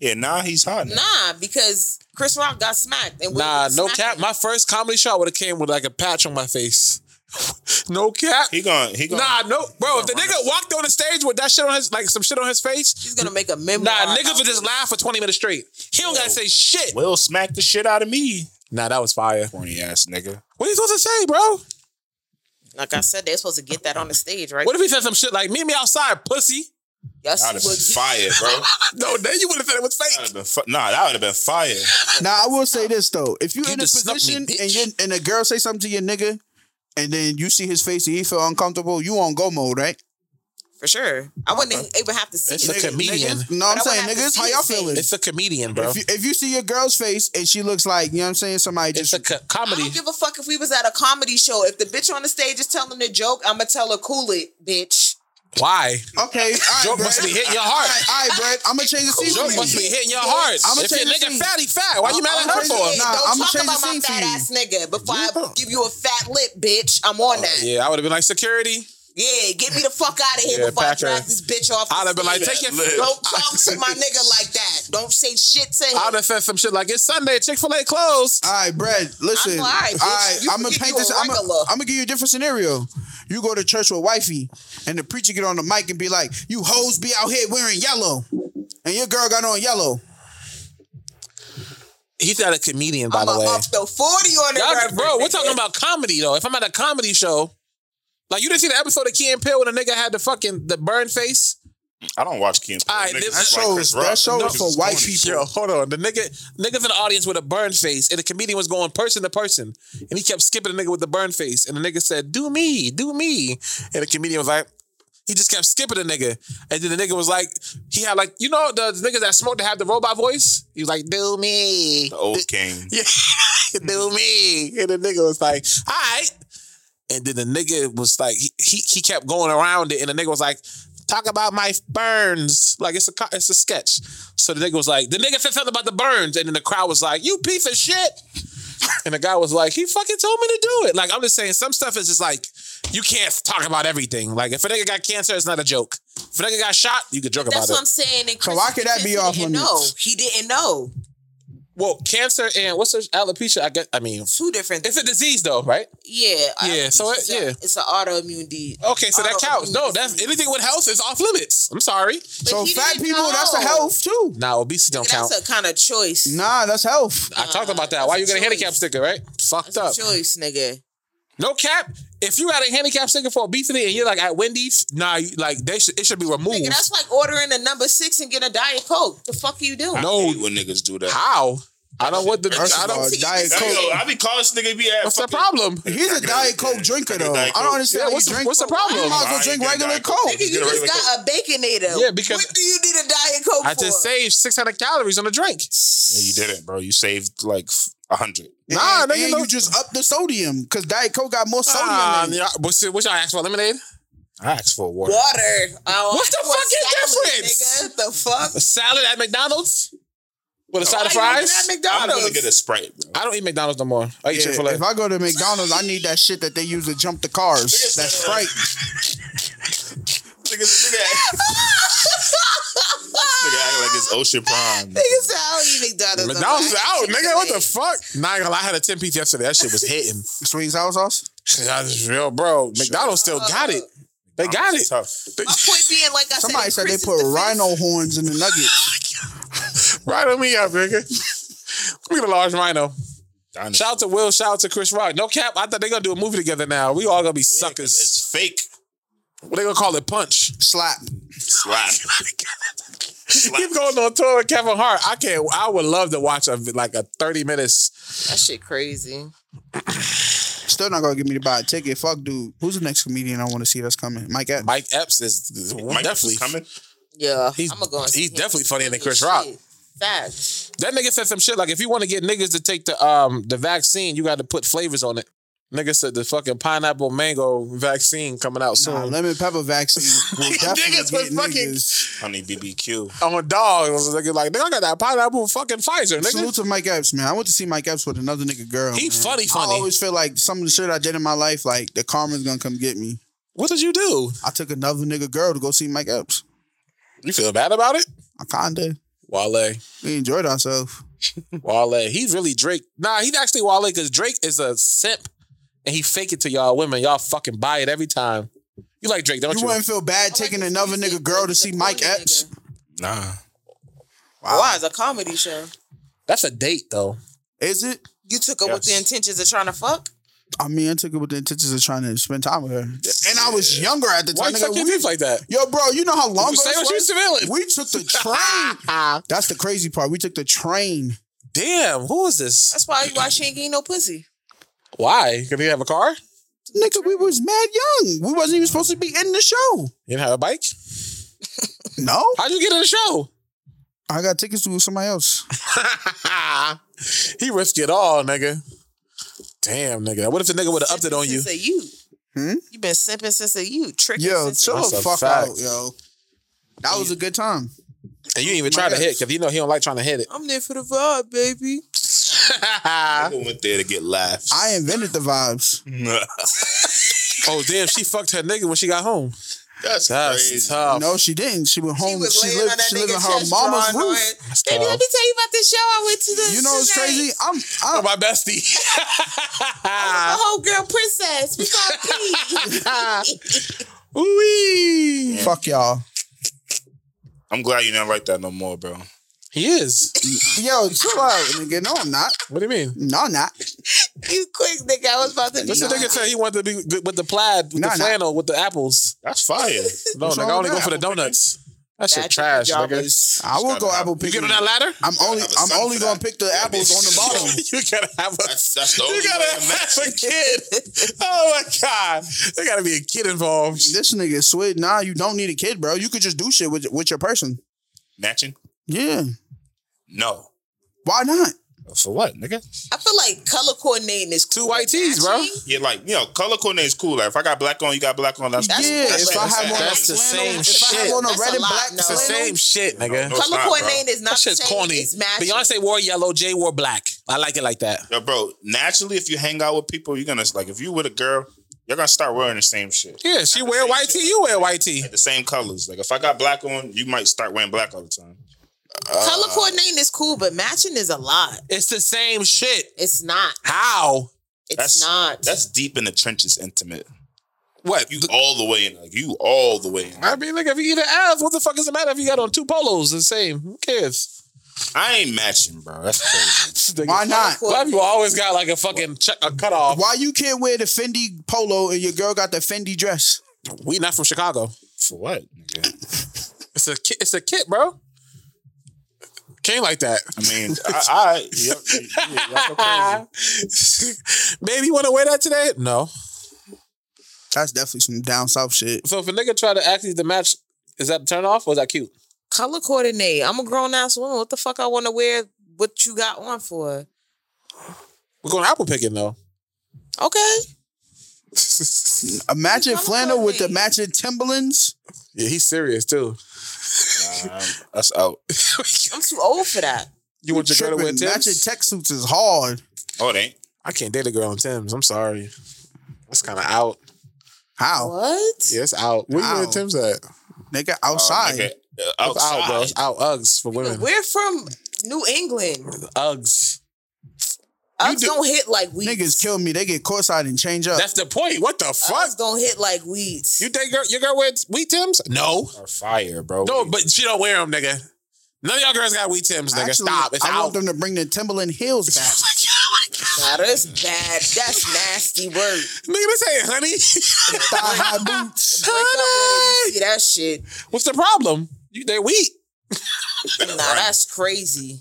[SPEAKER 5] yeah, nah, he's hot. Now.
[SPEAKER 3] Nah, because Chris Rock got smacked. And Will
[SPEAKER 4] Nah,
[SPEAKER 3] got
[SPEAKER 4] no
[SPEAKER 3] smacked.
[SPEAKER 4] cap. My first comedy shot would have came with like a patch on my face. no cap.
[SPEAKER 5] He gone. He gone.
[SPEAKER 4] Nah, no, bro. If the nigga walked on the stage with that shit on his, like some shit on his face,
[SPEAKER 3] He's gonna make a memoir.
[SPEAKER 4] nah,
[SPEAKER 3] about
[SPEAKER 4] niggas would just
[SPEAKER 3] it.
[SPEAKER 4] laugh for twenty minutes straight. He don't gotta say shit.
[SPEAKER 5] Will smacked the shit out of me.
[SPEAKER 4] Nah, that was fire.
[SPEAKER 5] Corny ass nigga.
[SPEAKER 4] What are you supposed to say, bro?
[SPEAKER 3] Like I said, they're supposed to get that on the stage, right?
[SPEAKER 4] What if he said some shit like "Meet me outside, pussy"?
[SPEAKER 3] Yes,
[SPEAKER 5] That'd have
[SPEAKER 3] would-
[SPEAKER 5] been fire, bro.
[SPEAKER 4] No, then you would have said it was
[SPEAKER 2] Uh,
[SPEAKER 5] That'd
[SPEAKER 4] fake.
[SPEAKER 5] have been fu- nah, that would have been fire.
[SPEAKER 2] Now I will say this though: if you're
[SPEAKER 4] You
[SPEAKER 2] in a
[SPEAKER 4] just snuck me,
[SPEAKER 2] position
[SPEAKER 4] bitch.
[SPEAKER 2] and you and a girl say something to your nigga, and then you see his face and he feel uncomfortable, you on go mode, right?
[SPEAKER 3] for sure. I wouldn't even have to see
[SPEAKER 4] It's
[SPEAKER 3] it.
[SPEAKER 4] a comedian.
[SPEAKER 2] Niggas, no, I'm
[SPEAKER 3] But I
[SPEAKER 2] saying
[SPEAKER 3] would have to
[SPEAKER 2] niggas,
[SPEAKER 3] see
[SPEAKER 2] how y'all
[SPEAKER 3] his face.
[SPEAKER 2] feeling?
[SPEAKER 4] It's a comedian, bro.
[SPEAKER 2] If you, if you see your girl's face and she looks like you know what I'm saying, somebody
[SPEAKER 4] It's
[SPEAKER 2] just
[SPEAKER 4] a co-
[SPEAKER 3] I
[SPEAKER 4] comedy.
[SPEAKER 3] don't give a fuck if we was at a comedy show. If the bitch on the stage is telling a joke, I'ma tell her cool it, bitch.
[SPEAKER 4] Why?
[SPEAKER 2] okay. All
[SPEAKER 4] Joke
[SPEAKER 2] right,
[SPEAKER 4] must be
[SPEAKER 2] Brett.
[SPEAKER 4] hitting your
[SPEAKER 2] All
[SPEAKER 4] heart.
[SPEAKER 2] right, all right, Brett. I'm gonna change the scene.
[SPEAKER 4] Joke
[SPEAKER 2] for you.
[SPEAKER 4] must be hitting your heart.
[SPEAKER 2] I'ma
[SPEAKER 4] if
[SPEAKER 2] tell
[SPEAKER 4] your
[SPEAKER 2] you
[SPEAKER 4] nigga
[SPEAKER 2] something.
[SPEAKER 4] fat, he fat. Why you
[SPEAKER 2] I'ma
[SPEAKER 4] mad at her
[SPEAKER 2] tell you-
[SPEAKER 4] for?
[SPEAKER 2] Nah,
[SPEAKER 3] don't
[SPEAKER 2] I'ma
[SPEAKER 3] talk
[SPEAKER 2] change
[SPEAKER 3] about
[SPEAKER 2] the
[SPEAKER 3] my
[SPEAKER 2] scene for
[SPEAKER 3] fat
[SPEAKER 2] you.
[SPEAKER 3] ass nigga before I give you a fat lip, bitch. I'm on that. Yeah.
[SPEAKER 4] Oh, Yeah, I would have been like security.
[SPEAKER 3] get me the fuck out of here
[SPEAKER 4] Yeah,
[SPEAKER 3] before I
[SPEAKER 4] pack her.
[SPEAKER 3] drag this bitch off. the
[SPEAKER 4] I'd have been like,
[SPEAKER 3] stage.
[SPEAKER 4] take your.
[SPEAKER 3] Don't talk to my nigga like that. Don't say shit to him.
[SPEAKER 4] I'd have said some shit like it's Sunday, Chick Fil A closed.
[SPEAKER 2] All right, Brad. Listen,
[SPEAKER 3] I'm all right, bitch. You
[SPEAKER 2] I'm gonna
[SPEAKER 3] can
[SPEAKER 2] paint
[SPEAKER 3] get you a
[SPEAKER 2] this. I'm
[SPEAKER 3] regular.
[SPEAKER 2] gonna give you a different scenario. You go to church with wifey, and the preacher get on the mic and be like, "You hoes be out here wearing yellow," and your girl got on yellow.
[SPEAKER 4] He's not a comedian, by
[SPEAKER 3] I'ma
[SPEAKER 4] the way.
[SPEAKER 3] up the 40 on the
[SPEAKER 4] Y'all,
[SPEAKER 3] reverend,
[SPEAKER 4] bro, we're
[SPEAKER 3] nigga.
[SPEAKER 4] talking about comedy though. If I'm at a comedy show, like you didn't see the episode of Key and Peele when the nigga had the fucking the burn face.
[SPEAKER 5] I don't watch Kim.
[SPEAKER 4] All right,
[SPEAKER 5] Niggas
[SPEAKER 4] that
[SPEAKER 5] is
[SPEAKER 2] shows-
[SPEAKER 5] Chris
[SPEAKER 2] that
[SPEAKER 5] Rock.
[SPEAKER 2] shows
[SPEAKER 5] Niggas
[SPEAKER 2] for
[SPEAKER 5] is
[SPEAKER 2] white
[SPEAKER 5] corny.
[SPEAKER 2] people.
[SPEAKER 4] Yo, hold on. The nigga niggas in the audience with a burn face, and the comedian was going person to person, and he kept skipping the nigga with the burn face, and the nigga said, "Do me, do me," and the comedian was like. He just kept skipping the nigga. And then the nigga was like, he had like, you know, the niggas that smoked that had the robot voice? He was like, do me.
[SPEAKER 5] The old king.
[SPEAKER 4] Yeah, do me. And the nigga was like, all right. And then the nigga was like, he, he he kept going around it, and the nigga was like, talk about my burns. Like it's a co- it's a sketch. So the nigga was like, the nigga said something about the burns, and then the crowd was like, you piece of shit. And the guy was like, he fucking told me to do it. Like I'm just saying, some stuff is just like you can't talk about everything. Like if a nigga got cancer, it's not a joke. If a nigga got shot, you could joke
[SPEAKER 3] That's
[SPEAKER 4] about
[SPEAKER 3] what
[SPEAKER 4] it.
[SPEAKER 3] I'm saying. And
[SPEAKER 2] So
[SPEAKER 3] Chris
[SPEAKER 2] why could that be
[SPEAKER 3] Christie
[SPEAKER 2] off
[SPEAKER 3] didn't
[SPEAKER 2] limits?
[SPEAKER 3] know. He didn't know.
[SPEAKER 4] Well, cancer and what's the alopecia? I guess I mean
[SPEAKER 3] Two different.
[SPEAKER 4] it's a disease though, right?
[SPEAKER 3] yeah. I-
[SPEAKER 4] Yeah, so it- yeah.
[SPEAKER 3] It's an autoimmune disease.
[SPEAKER 4] Okay, so that
[SPEAKER 3] Oh,
[SPEAKER 4] counts. No,
[SPEAKER 3] you
[SPEAKER 4] that's
[SPEAKER 3] see.
[SPEAKER 4] anything with health is off limits. I'm sorry.
[SPEAKER 3] But
[SPEAKER 2] so
[SPEAKER 3] he
[SPEAKER 2] fat
[SPEAKER 3] didn't
[SPEAKER 2] people, that's a
[SPEAKER 3] know.
[SPEAKER 2] health too.
[SPEAKER 4] Nah, obesity don't count.
[SPEAKER 3] That's a kind of choice.
[SPEAKER 2] Nah, that's health.
[SPEAKER 4] I talked about that.
[SPEAKER 3] that's
[SPEAKER 4] Why
[SPEAKER 3] a
[SPEAKER 4] you got a
[SPEAKER 3] choice.
[SPEAKER 4] handicap sticker, right? Fucked up.
[SPEAKER 3] That's a choice, nigga.
[SPEAKER 4] No cap. If you got a handicap sticker for obesity and you're like at Wendy's, nah, you, like they should it should be removed.
[SPEAKER 3] Nigga, that's like ordering a number six and getting a diet coke. The fuck are you doing?
[SPEAKER 5] I
[SPEAKER 4] no.
[SPEAKER 5] hate when niggas do that.
[SPEAKER 4] How? I don't want the.
[SPEAKER 2] First
[SPEAKER 4] I
[SPEAKER 2] of
[SPEAKER 4] don't.
[SPEAKER 2] all,
[SPEAKER 3] see
[SPEAKER 2] diet
[SPEAKER 3] this.
[SPEAKER 5] Yo,
[SPEAKER 2] coke.
[SPEAKER 5] I be calling this nigga be at.
[SPEAKER 4] what's the
[SPEAKER 5] fucking-
[SPEAKER 4] problem?
[SPEAKER 2] He's a diet coke drinker though. I don't understand.
[SPEAKER 4] Yeah,
[SPEAKER 2] why
[SPEAKER 4] what's
[SPEAKER 2] you
[SPEAKER 4] the-
[SPEAKER 2] drink
[SPEAKER 4] what's the
[SPEAKER 2] Coke.
[SPEAKER 4] problem?
[SPEAKER 2] You might as well
[SPEAKER 5] I
[SPEAKER 2] drink
[SPEAKER 5] ain't
[SPEAKER 2] regular
[SPEAKER 5] getting diet
[SPEAKER 2] coke.
[SPEAKER 5] Coke.
[SPEAKER 3] Nigga, you
[SPEAKER 5] get a
[SPEAKER 3] just
[SPEAKER 5] regular
[SPEAKER 3] got a baconator.
[SPEAKER 4] Yeah, because-
[SPEAKER 3] what do you need a diet coke
[SPEAKER 4] I
[SPEAKER 3] for?
[SPEAKER 4] just saved 600 calories on a drink.
[SPEAKER 5] Yeah, you didn't, bro. You saved like a hundred.
[SPEAKER 4] Nah,
[SPEAKER 2] and,
[SPEAKER 4] nigga,
[SPEAKER 2] and
[SPEAKER 4] no-
[SPEAKER 2] you just up the sodium because diet coke got more sodium.
[SPEAKER 4] Ah,
[SPEAKER 2] in it.
[SPEAKER 4] yeah, what's it- what y'all asked for lemonade?
[SPEAKER 5] I asked for a water.
[SPEAKER 3] water. Oh,
[SPEAKER 4] What's the
[SPEAKER 3] I want
[SPEAKER 4] fucking
[SPEAKER 3] salad,
[SPEAKER 4] difference?
[SPEAKER 3] Nigga. The fuck?
[SPEAKER 4] A salad at McDonald's with a side of
[SPEAKER 3] Why you
[SPEAKER 4] fries.
[SPEAKER 3] eating at
[SPEAKER 5] I'm
[SPEAKER 3] McDonald's?
[SPEAKER 5] gonna get a sprite. Bro.
[SPEAKER 4] I don't eat McDonald's no more. I eat
[SPEAKER 2] Yeah,
[SPEAKER 4] Chick Fil A.
[SPEAKER 2] if I go to McDonald's, I need that shit that they use to jump the cars. That Sprite.
[SPEAKER 5] Niggas, nigga, act- nigga act like it's Ocean Prime.
[SPEAKER 3] Nigga said, I don't eat McDonald's.
[SPEAKER 4] McDonald's
[SPEAKER 3] I'm
[SPEAKER 4] out,
[SPEAKER 3] like,
[SPEAKER 4] nigga. What the fuck? Nah, I ain't gonna lie, I had a 10 piece yesterday. That shit was hitting.
[SPEAKER 2] Sweet and sour sauce.
[SPEAKER 4] I was real, bro. McDonald's still got it. They got it.
[SPEAKER 5] It's tough.
[SPEAKER 4] They-
[SPEAKER 3] My point being, like I
[SPEAKER 2] Somebody
[SPEAKER 3] said,
[SPEAKER 2] said they
[SPEAKER 3] Chris's
[SPEAKER 2] put
[SPEAKER 3] defense-
[SPEAKER 2] rhino horns in the nuggets.
[SPEAKER 4] Right on me up, nigga. We get a large rhino.
[SPEAKER 5] Dinosaur.
[SPEAKER 4] Shout out to Will. Shout out to Chris Rock. No cap. I thought they gonna do a movie together now. We all gonna be suckers.
[SPEAKER 5] It's fake
[SPEAKER 4] What they gonna call it? Punch.
[SPEAKER 2] Slap.
[SPEAKER 5] slap. slap.
[SPEAKER 4] Keep going on tour with Kevin Hart. I can't. I would love to watch a like a thirty minutes.
[SPEAKER 3] That shit crazy.
[SPEAKER 2] Still not gonna get me to buy a ticket. Fuck, dude. Who's the next comedian I want to see that's coming? Mike Epps.
[SPEAKER 4] Mike Epps is is
[SPEAKER 5] Mike
[SPEAKER 4] definitely
[SPEAKER 5] is coming.
[SPEAKER 3] Yeah,
[SPEAKER 4] He's-
[SPEAKER 3] I'm gonna go. and see
[SPEAKER 4] he's
[SPEAKER 3] him.
[SPEAKER 4] definitely funnier than
[SPEAKER 3] Holy
[SPEAKER 4] Chris Rock.
[SPEAKER 3] shit. Facts.
[SPEAKER 4] That nigga said some shit like if you want to get niggas to take the um the vaccine, you got to put flavors on it. Nigga said the fucking pineapple mango vaccine coming out soon.
[SPEAKER 2] Nah, lemon pepper vaccine. will definitely
[SPEAKER 4] Niggas
[SPEAKER 2] get
[SPEAKER 4] was fucking-
[SPEAKER 2] niggas.
[SPEAKER 5] Honey BBQ.
[SPEAKER 4] on dogs, nigga, like nigga, I got that pineapple fucking Pfizer, nigga.
[SPEAKER 2] Salute to Mike Epps, man. I went to see Mike Epps with another nigga girl.
[SPEAKER 4] He
[SPEAKER 2] man.
[SPEAKER 4] funny,
[SPEAKER 2] I
[SPEAKER 4] funny.
[SPEAKER 2] always feel like some of the shit I did in my life, like the karma's gonna come get me.
[SPEAKER 4] What did you do?
[SPEAKER 2] I took another nigga girl to go see Mike Epps.
[SPEAKER 4] You feel bad about it?
[SPEAKER 2] I kinda.
[SPEAKER 4] Wale,
[SPEAKER 2] We enjoyed ourselves.
[SPEAKER 4] Wale, he's really Drake. Nah, he's actually Wale because Drake is a simp, and he fake it to y'all women. Y'all fucking buy it every time. You like Drake, don't
[SPEAKER 2] You
[SPEAKER 4] you?
[SPEAKER 2] wouldn't feel bad taking
[SPEAKER 3] this
[SPEAKER 2] another
[SPEAKER 3] music,
[SPEAKER 2] nigga girl
[SPEAKER 3] but
[SPEAKER 2] to
[SPEAKER 3] it's
[SPEAKER 2] see
[SPEAKER 3] a
[SPEAKER 2] Mike
[SPEAKER 3] funny
[SPEAKER 2] Epps.
[SPEAKER 3] nigga.
[SPEAKER 5] Nah.
[SPEAKER 3] Why? It's a comedy show.
[SPEAKER 4] That's a date though.
[SPEAKER 2] Is it?
[SPEAKER 3] You took her with the intentions of trying to fuck.
[SPEAKER 2] I mean, I took it with the intentions of trying to spend time with her. And I was younger at the
[SPEAKER 4] Why
[SPEAKER 2] time.
[SPEAKER 4] you
[SPEAKER 2] Nigga,
[SPEAKER 4] fuck your
[SPEAKER 2] we-
[SPEAKER 4] teeth like that?
[SPEAKER 2] Yo, bro, you know how long
[SPEAKER 4] You
[SPEAKER 2] ago
[SPEAKER 4] say
[SPEAKER 2] this
[SPEAKER 4] what you
[SPEAKER 2] was?
[SPEAKER 4] feeling.
[SPEAKER 2] We took the train. That's the crazy part. We took the train.
[SPEAKER 4] Damn, who is this?
[SPEAKER 3] That's why why she ain't getting no pussy.
[SPEAKER 4] Why? Could he have a car?
[SPEAKER 2] Nigga, we was mad young. We wasn't even supposed to be in the show.
[SPEAKER 4] You didn't have a bike?
[SPEAKER 2] No,
[SPEAKER 4] How'd you get in the show?
[SPEAKER 2] I got tickets to somebody else.
[SPEAKER 4] Ah, he risked it all, nigga. Damn, nigga. What if the nigga would have upped it on you?
[SPEAKER 3] Since a you.
[SPEAKER 2] Hmm?
[SPEAKER 3] You been simping since a you. Tricking
[SPEAKER 2] Yo,
[SPEAKER 3] since a
[SPEAKER 2] chill
[SPEAKER 3] you.
[SPEAKER 2] the
[SPEAKER 4] That's a
[SPEAKER 2] fuck
[SPEAKER 4] fact.
[SPEAKER 2] out, yo. That was a good time.
[SPEAKER 4] And you didn't even try to
[SPEAKER 2] God.
[SPEAKER 4] hit because you know he don't like trying to hit it.
[SPEAKER 3] I'm there for the vibe, baby.
[SPEAKER 5] I went there to get laughs.
[SPEAKER 2] I invented the vibes.
[SPEAKER 4] Oh, damn, she fucked her nigga when she got home.
[SPEAKER 5] That's,
[SPEAKER 4] That's
[SPEAKER 5] crazy.
[SPEAKER 4] tough.
[SPEAKER 2] No, she didn't. She went home.
[SPEAKER 3] She was
[SPEAKER 2] She,
[SPEAKER 3] laying on
[SPEAKER 2] lived.
[SPEAKER 3] that
[SPEAKER 2] She lived in
[SPEAKER 3] nigga
[SPEAKER 2] her
[SPEAKER 3] chest
[SPEAKER 2] mama's
[SPEAKER 3] drawing
[SPEAKER 2] roof.
[SPEAKER 3] on it. Baby, let me tell you about this show I went to. The,
[SPEAKER 2] You know what's
[SPEAKER 3] today.
[SPEAKER 2] crazy? I'm.
[SPEAKER 4] Oh,
[SPEAKER 2] I'm
[SPEAKER 4] my bestie.
[SPEAKER 3] The whole girl princess. What's up, P?
[SPEAKER 4] Ooh-wee.
[SPEAKER 2] fuck y'all.
[SPEAKER 5] I'm glad you didn't write that no more, bro.
[SPEAKER 4] He is.
[SPEAKER 2] Yo, chill out, nigga. No, I'm not.
[SPEAKER 4] What do you mean?
[SPEAKER 2] No, I'm not.
[SPEAKER 3] you quick, nigga. I was about to.
[SPEAKER 4] This
[SPEAKER 3] be-
[SPEAKER 4] nigga said he wanted to be good with the plaid, with
[SPEAKER 2] Nah, nah.
[SPEAKER 4] the flannel, with the apples.
[SPEAKER 5] That's fire.
[SPEAKER 4] No,
[SPEAKER 2] What's
[SPEAKER 4] nigga, I
[SPEAKER 2] wrong
[SPEAKER 4] only
[SPEAKER 2] with
[SPEAKER 4] go
[SPEAKER 2] that?
[SPEAKER 4] for the donuts. That shit
[SPEAKER 3] Magic
[SPEAKER 4] trash, nigga.
[SPEAKER 3] pajamas.
[SPEAKER 2] I will
[SPEAKER 5] gotta
[SPEAKER 2] go
[SPEAKER 5] have-
[SPEAKER 2] apple
[SPEAKER 5] You
[SPEAKER 2] picking.
[SPEAKER 4] get on that ladder?
[SPEAKER 2] I'm only.
[SPEAKER 5] have a
[SPEAKER 2] I'm
[SPEAKER 5] son
[SPEAKER 2] only
[SPEAKER 5] for
[SPEAKER 2] gonna
[SPEAKER 5] that.
[SPEAKER 2] pick the
[SPEAKER 5] Yeah,
[SPEAKER 2] apples
[SPEAKER 5] bitch.
[SPEAKER 2] on the bottom.
[SPEAKER 4] you gotta have a
[SPEAKER 5] That's, that's the only
[SPEAKER 4] You gotta
[SPEAKER 5] way I'm-
[SPEAKER 4] have a kid. Oh my god, there gotta be a kid involved.
[SPEAKER 2] This nigga swig. Nah, you don't need a kid, bro. You could just do shit with with your person.
[SPEAKER 5] matching.
[SPEAKER 2] Yeah.
[SPEAKER 5] No.
[SPEAKER 2] Why not?
[SPEAKER 5] For what, nigga?
[SPEAKER 3] I feel like color coordinating is
[SPEAKER 4] Two
[SPEAKER 3] cool,
[SPEAKER 4] white
[SPEAKER 3] but
[SPEAKER 4] tees, bro.
[SPEAKER 3] matching?
[SPEAKER 5] Yeah, like you know, color coordinating is cool. Like if I got black on, you got black on. That's
[SPEAKER 3] That's-
[SPEAKER 5] cool.
[SPEAKER 2] yeah.
[SPEAKER 3] that's-
[SPEAKER 2] if I have on
[SPEAKER 4] that's
[SPEAKER 2] a
[SPEAKER 4] the
[SPEAKER 2] flannel-
[SPEAKER 4] same
[SPEAKER 2] if I
[SPEAKER 4] shit.
[SPEAKER 2] have on a
[SPEAKER 3] That's
[SPEAKER 2] red
[SPEAKER 3] a
[SPEAKER 2] and
[SPEAKER 3] lot,
[SPEAKER 2] black
[SPEAKER 3] no.
[SPEAKER 4] It's the
[SPEAKER 2] flannel,
[SPEAKER 4] same shit, nigga.
[SPEAKER 5] No, no.
[SPEAKER 4] that
[SPEAKER 5] it's
[SPEAKER 3] Color
[SPEAKER 5] not, bro.
[SPEAKER 3] coordinating is not the
[SPEAKER 4] shit's
[SPEAKER 3] same.
[SPEAKER 4] corny.
[SPEAKER 3] It's matching.
[SPEAKER 4] Beyonce wore yellow, Jay wore black. I like it like that.
[SPEAKER 5] Yo, bro. Naturally, if you hang out with people, you're gonna like if you with a girl, you're gonna start wearing the same shit,
[SPEAKER 4] Yeah, she wear white tee, you wear white tee.
[SPEAKER 5] like the same colors. Like if I got black on, you might start wearing black all the time.
[SPEAKER 3] color
[SPEAKER 2] Uh.
[SPEAKER 3] coordinating is cool, but matching is a lot.
[SPEAKER 4] It's the same shit.
[SPEAKER 3] It's not.
[SPEAKER 4] How?
[SPEAKER 3] It's
[SPEAKER 5] That's
[SPEAKER 3] not.
[SPEAKER 5] That's deep in the trenches, intimate.
[SPEAKER 4] What?
[SPEAKER 5] You all the way in. Like you all the way in.
[SPEAKER 4] I mean, like if you eat an F, what the fuck is the matter if you got on two polos? It's the same. Who cares?
[SPEAKER 5] I ain't matching, bro. That's crazy.
[SPEAKER 2] Why not?
[SPEAKER 4] Black people always got like a fucking check, a cutoff.
[SPEAKER 2] Why you can't wear the Fendi polo and your girl got the Fendi dress?
[SPEAKER 4] We not from Chicago.
[SPEAKER 5] For what, nigga?
[SPEAKER 4] It's a ki- it's a kit, bro. Can't like that.
[SPEAKER 5] I mean, I, I yep, yeah, y'all go crazy.
[SPEAKER 4] Baby, you want to wear that today? No.
[SPEAKER 2] That's definitely some down south shit.
[SPEAKER 4] So if a nigga try to actually the match, is that a turn off or is that cute?
[SPEAKER 3] color coordinate. I'm a grown ass woman. What the fuck I want to wear? What you got on for?
[SPEAKER 4] We're going apple picking though.
[SPEAKER 3] Okay,
[SPEAKER 2] A matching
[SPEAKER 3] Color
[SPEAKER 2] flannel with the
[SPEAKER 3] coordinating.
[SPEAKER 2] matching Timberlands.
[SPEAKER 4] Yeah, he's serious too.
[SPEAKER 5] That's out.
[SPEAKER 3] I'm too old for that.
[SPEAKER 4] You want your girl to wear
[SPEAKER 2] Tripping. Matching
[SPEAKER 4] Tim's?
[SPEAKER 2] tech suits is hard.
[SPEAKER 5] Oh, it ain't.
[SPEAKER 4] I can't date a girl in Tim's. I'm sorry. That's kind of out.
[SPEAKER 2] How?
[SPEAKER 3] What?
[SPEAKER 4] Yeah, it's out. Where you
[SPEAKER 2] Ow.
[SPEAKER 4] in Tim's at?
[SPEAKER 2] Nigga
[SPEAKER 5] Oh,
[SPEAKER 2] outside.
[SPEAKER 5] nigga, uh,
[SPEAKER 4] It's out, bro.
[SPEAKER 5] outside.
[SPEAKER 4] It's out Uggs for women.
[SPEAKER 3] We're from New England.
[SPEAKER 4] Uggs.
[SPEAKER 3] Us do- not hit like weeds.
[SPEAKER 2] Niggas kill me. They get courtside and change up.
[SPEAKER 4] That's the point. Uh, What the fuck?
[SPEAKER 3] Us don't hit like weeds.
[SPEAKER 4] You think girl, your girl wears wheat Tim's? Oh, No.
[SPEAKER 5] Are fire, bro.
[SPEAKER 4] No, but she don't wear them, nigga. None of y'all girls got wheat Tim's, nigga.
[SPEAKER 2] Actually,
[SPEAKER 4] Stop. It's
[SPEAKER 2] I
[SPEAKER 4] out.
[SPEAKER 2] want them to bring the Timberland heels back.
[SPEAKER 3] Nah, that's bad. That's nasty work.
[SPEAKER 4] Nigga, this ain't honey.
[SPEAKER 2] Thigh-high boots.
[SPEAKER 3] Wake up with it, you see that shit.
[SPEAKER 4] What's the problem? You, they're wheat.
[SPEAKER 3] Nah, that's crazy.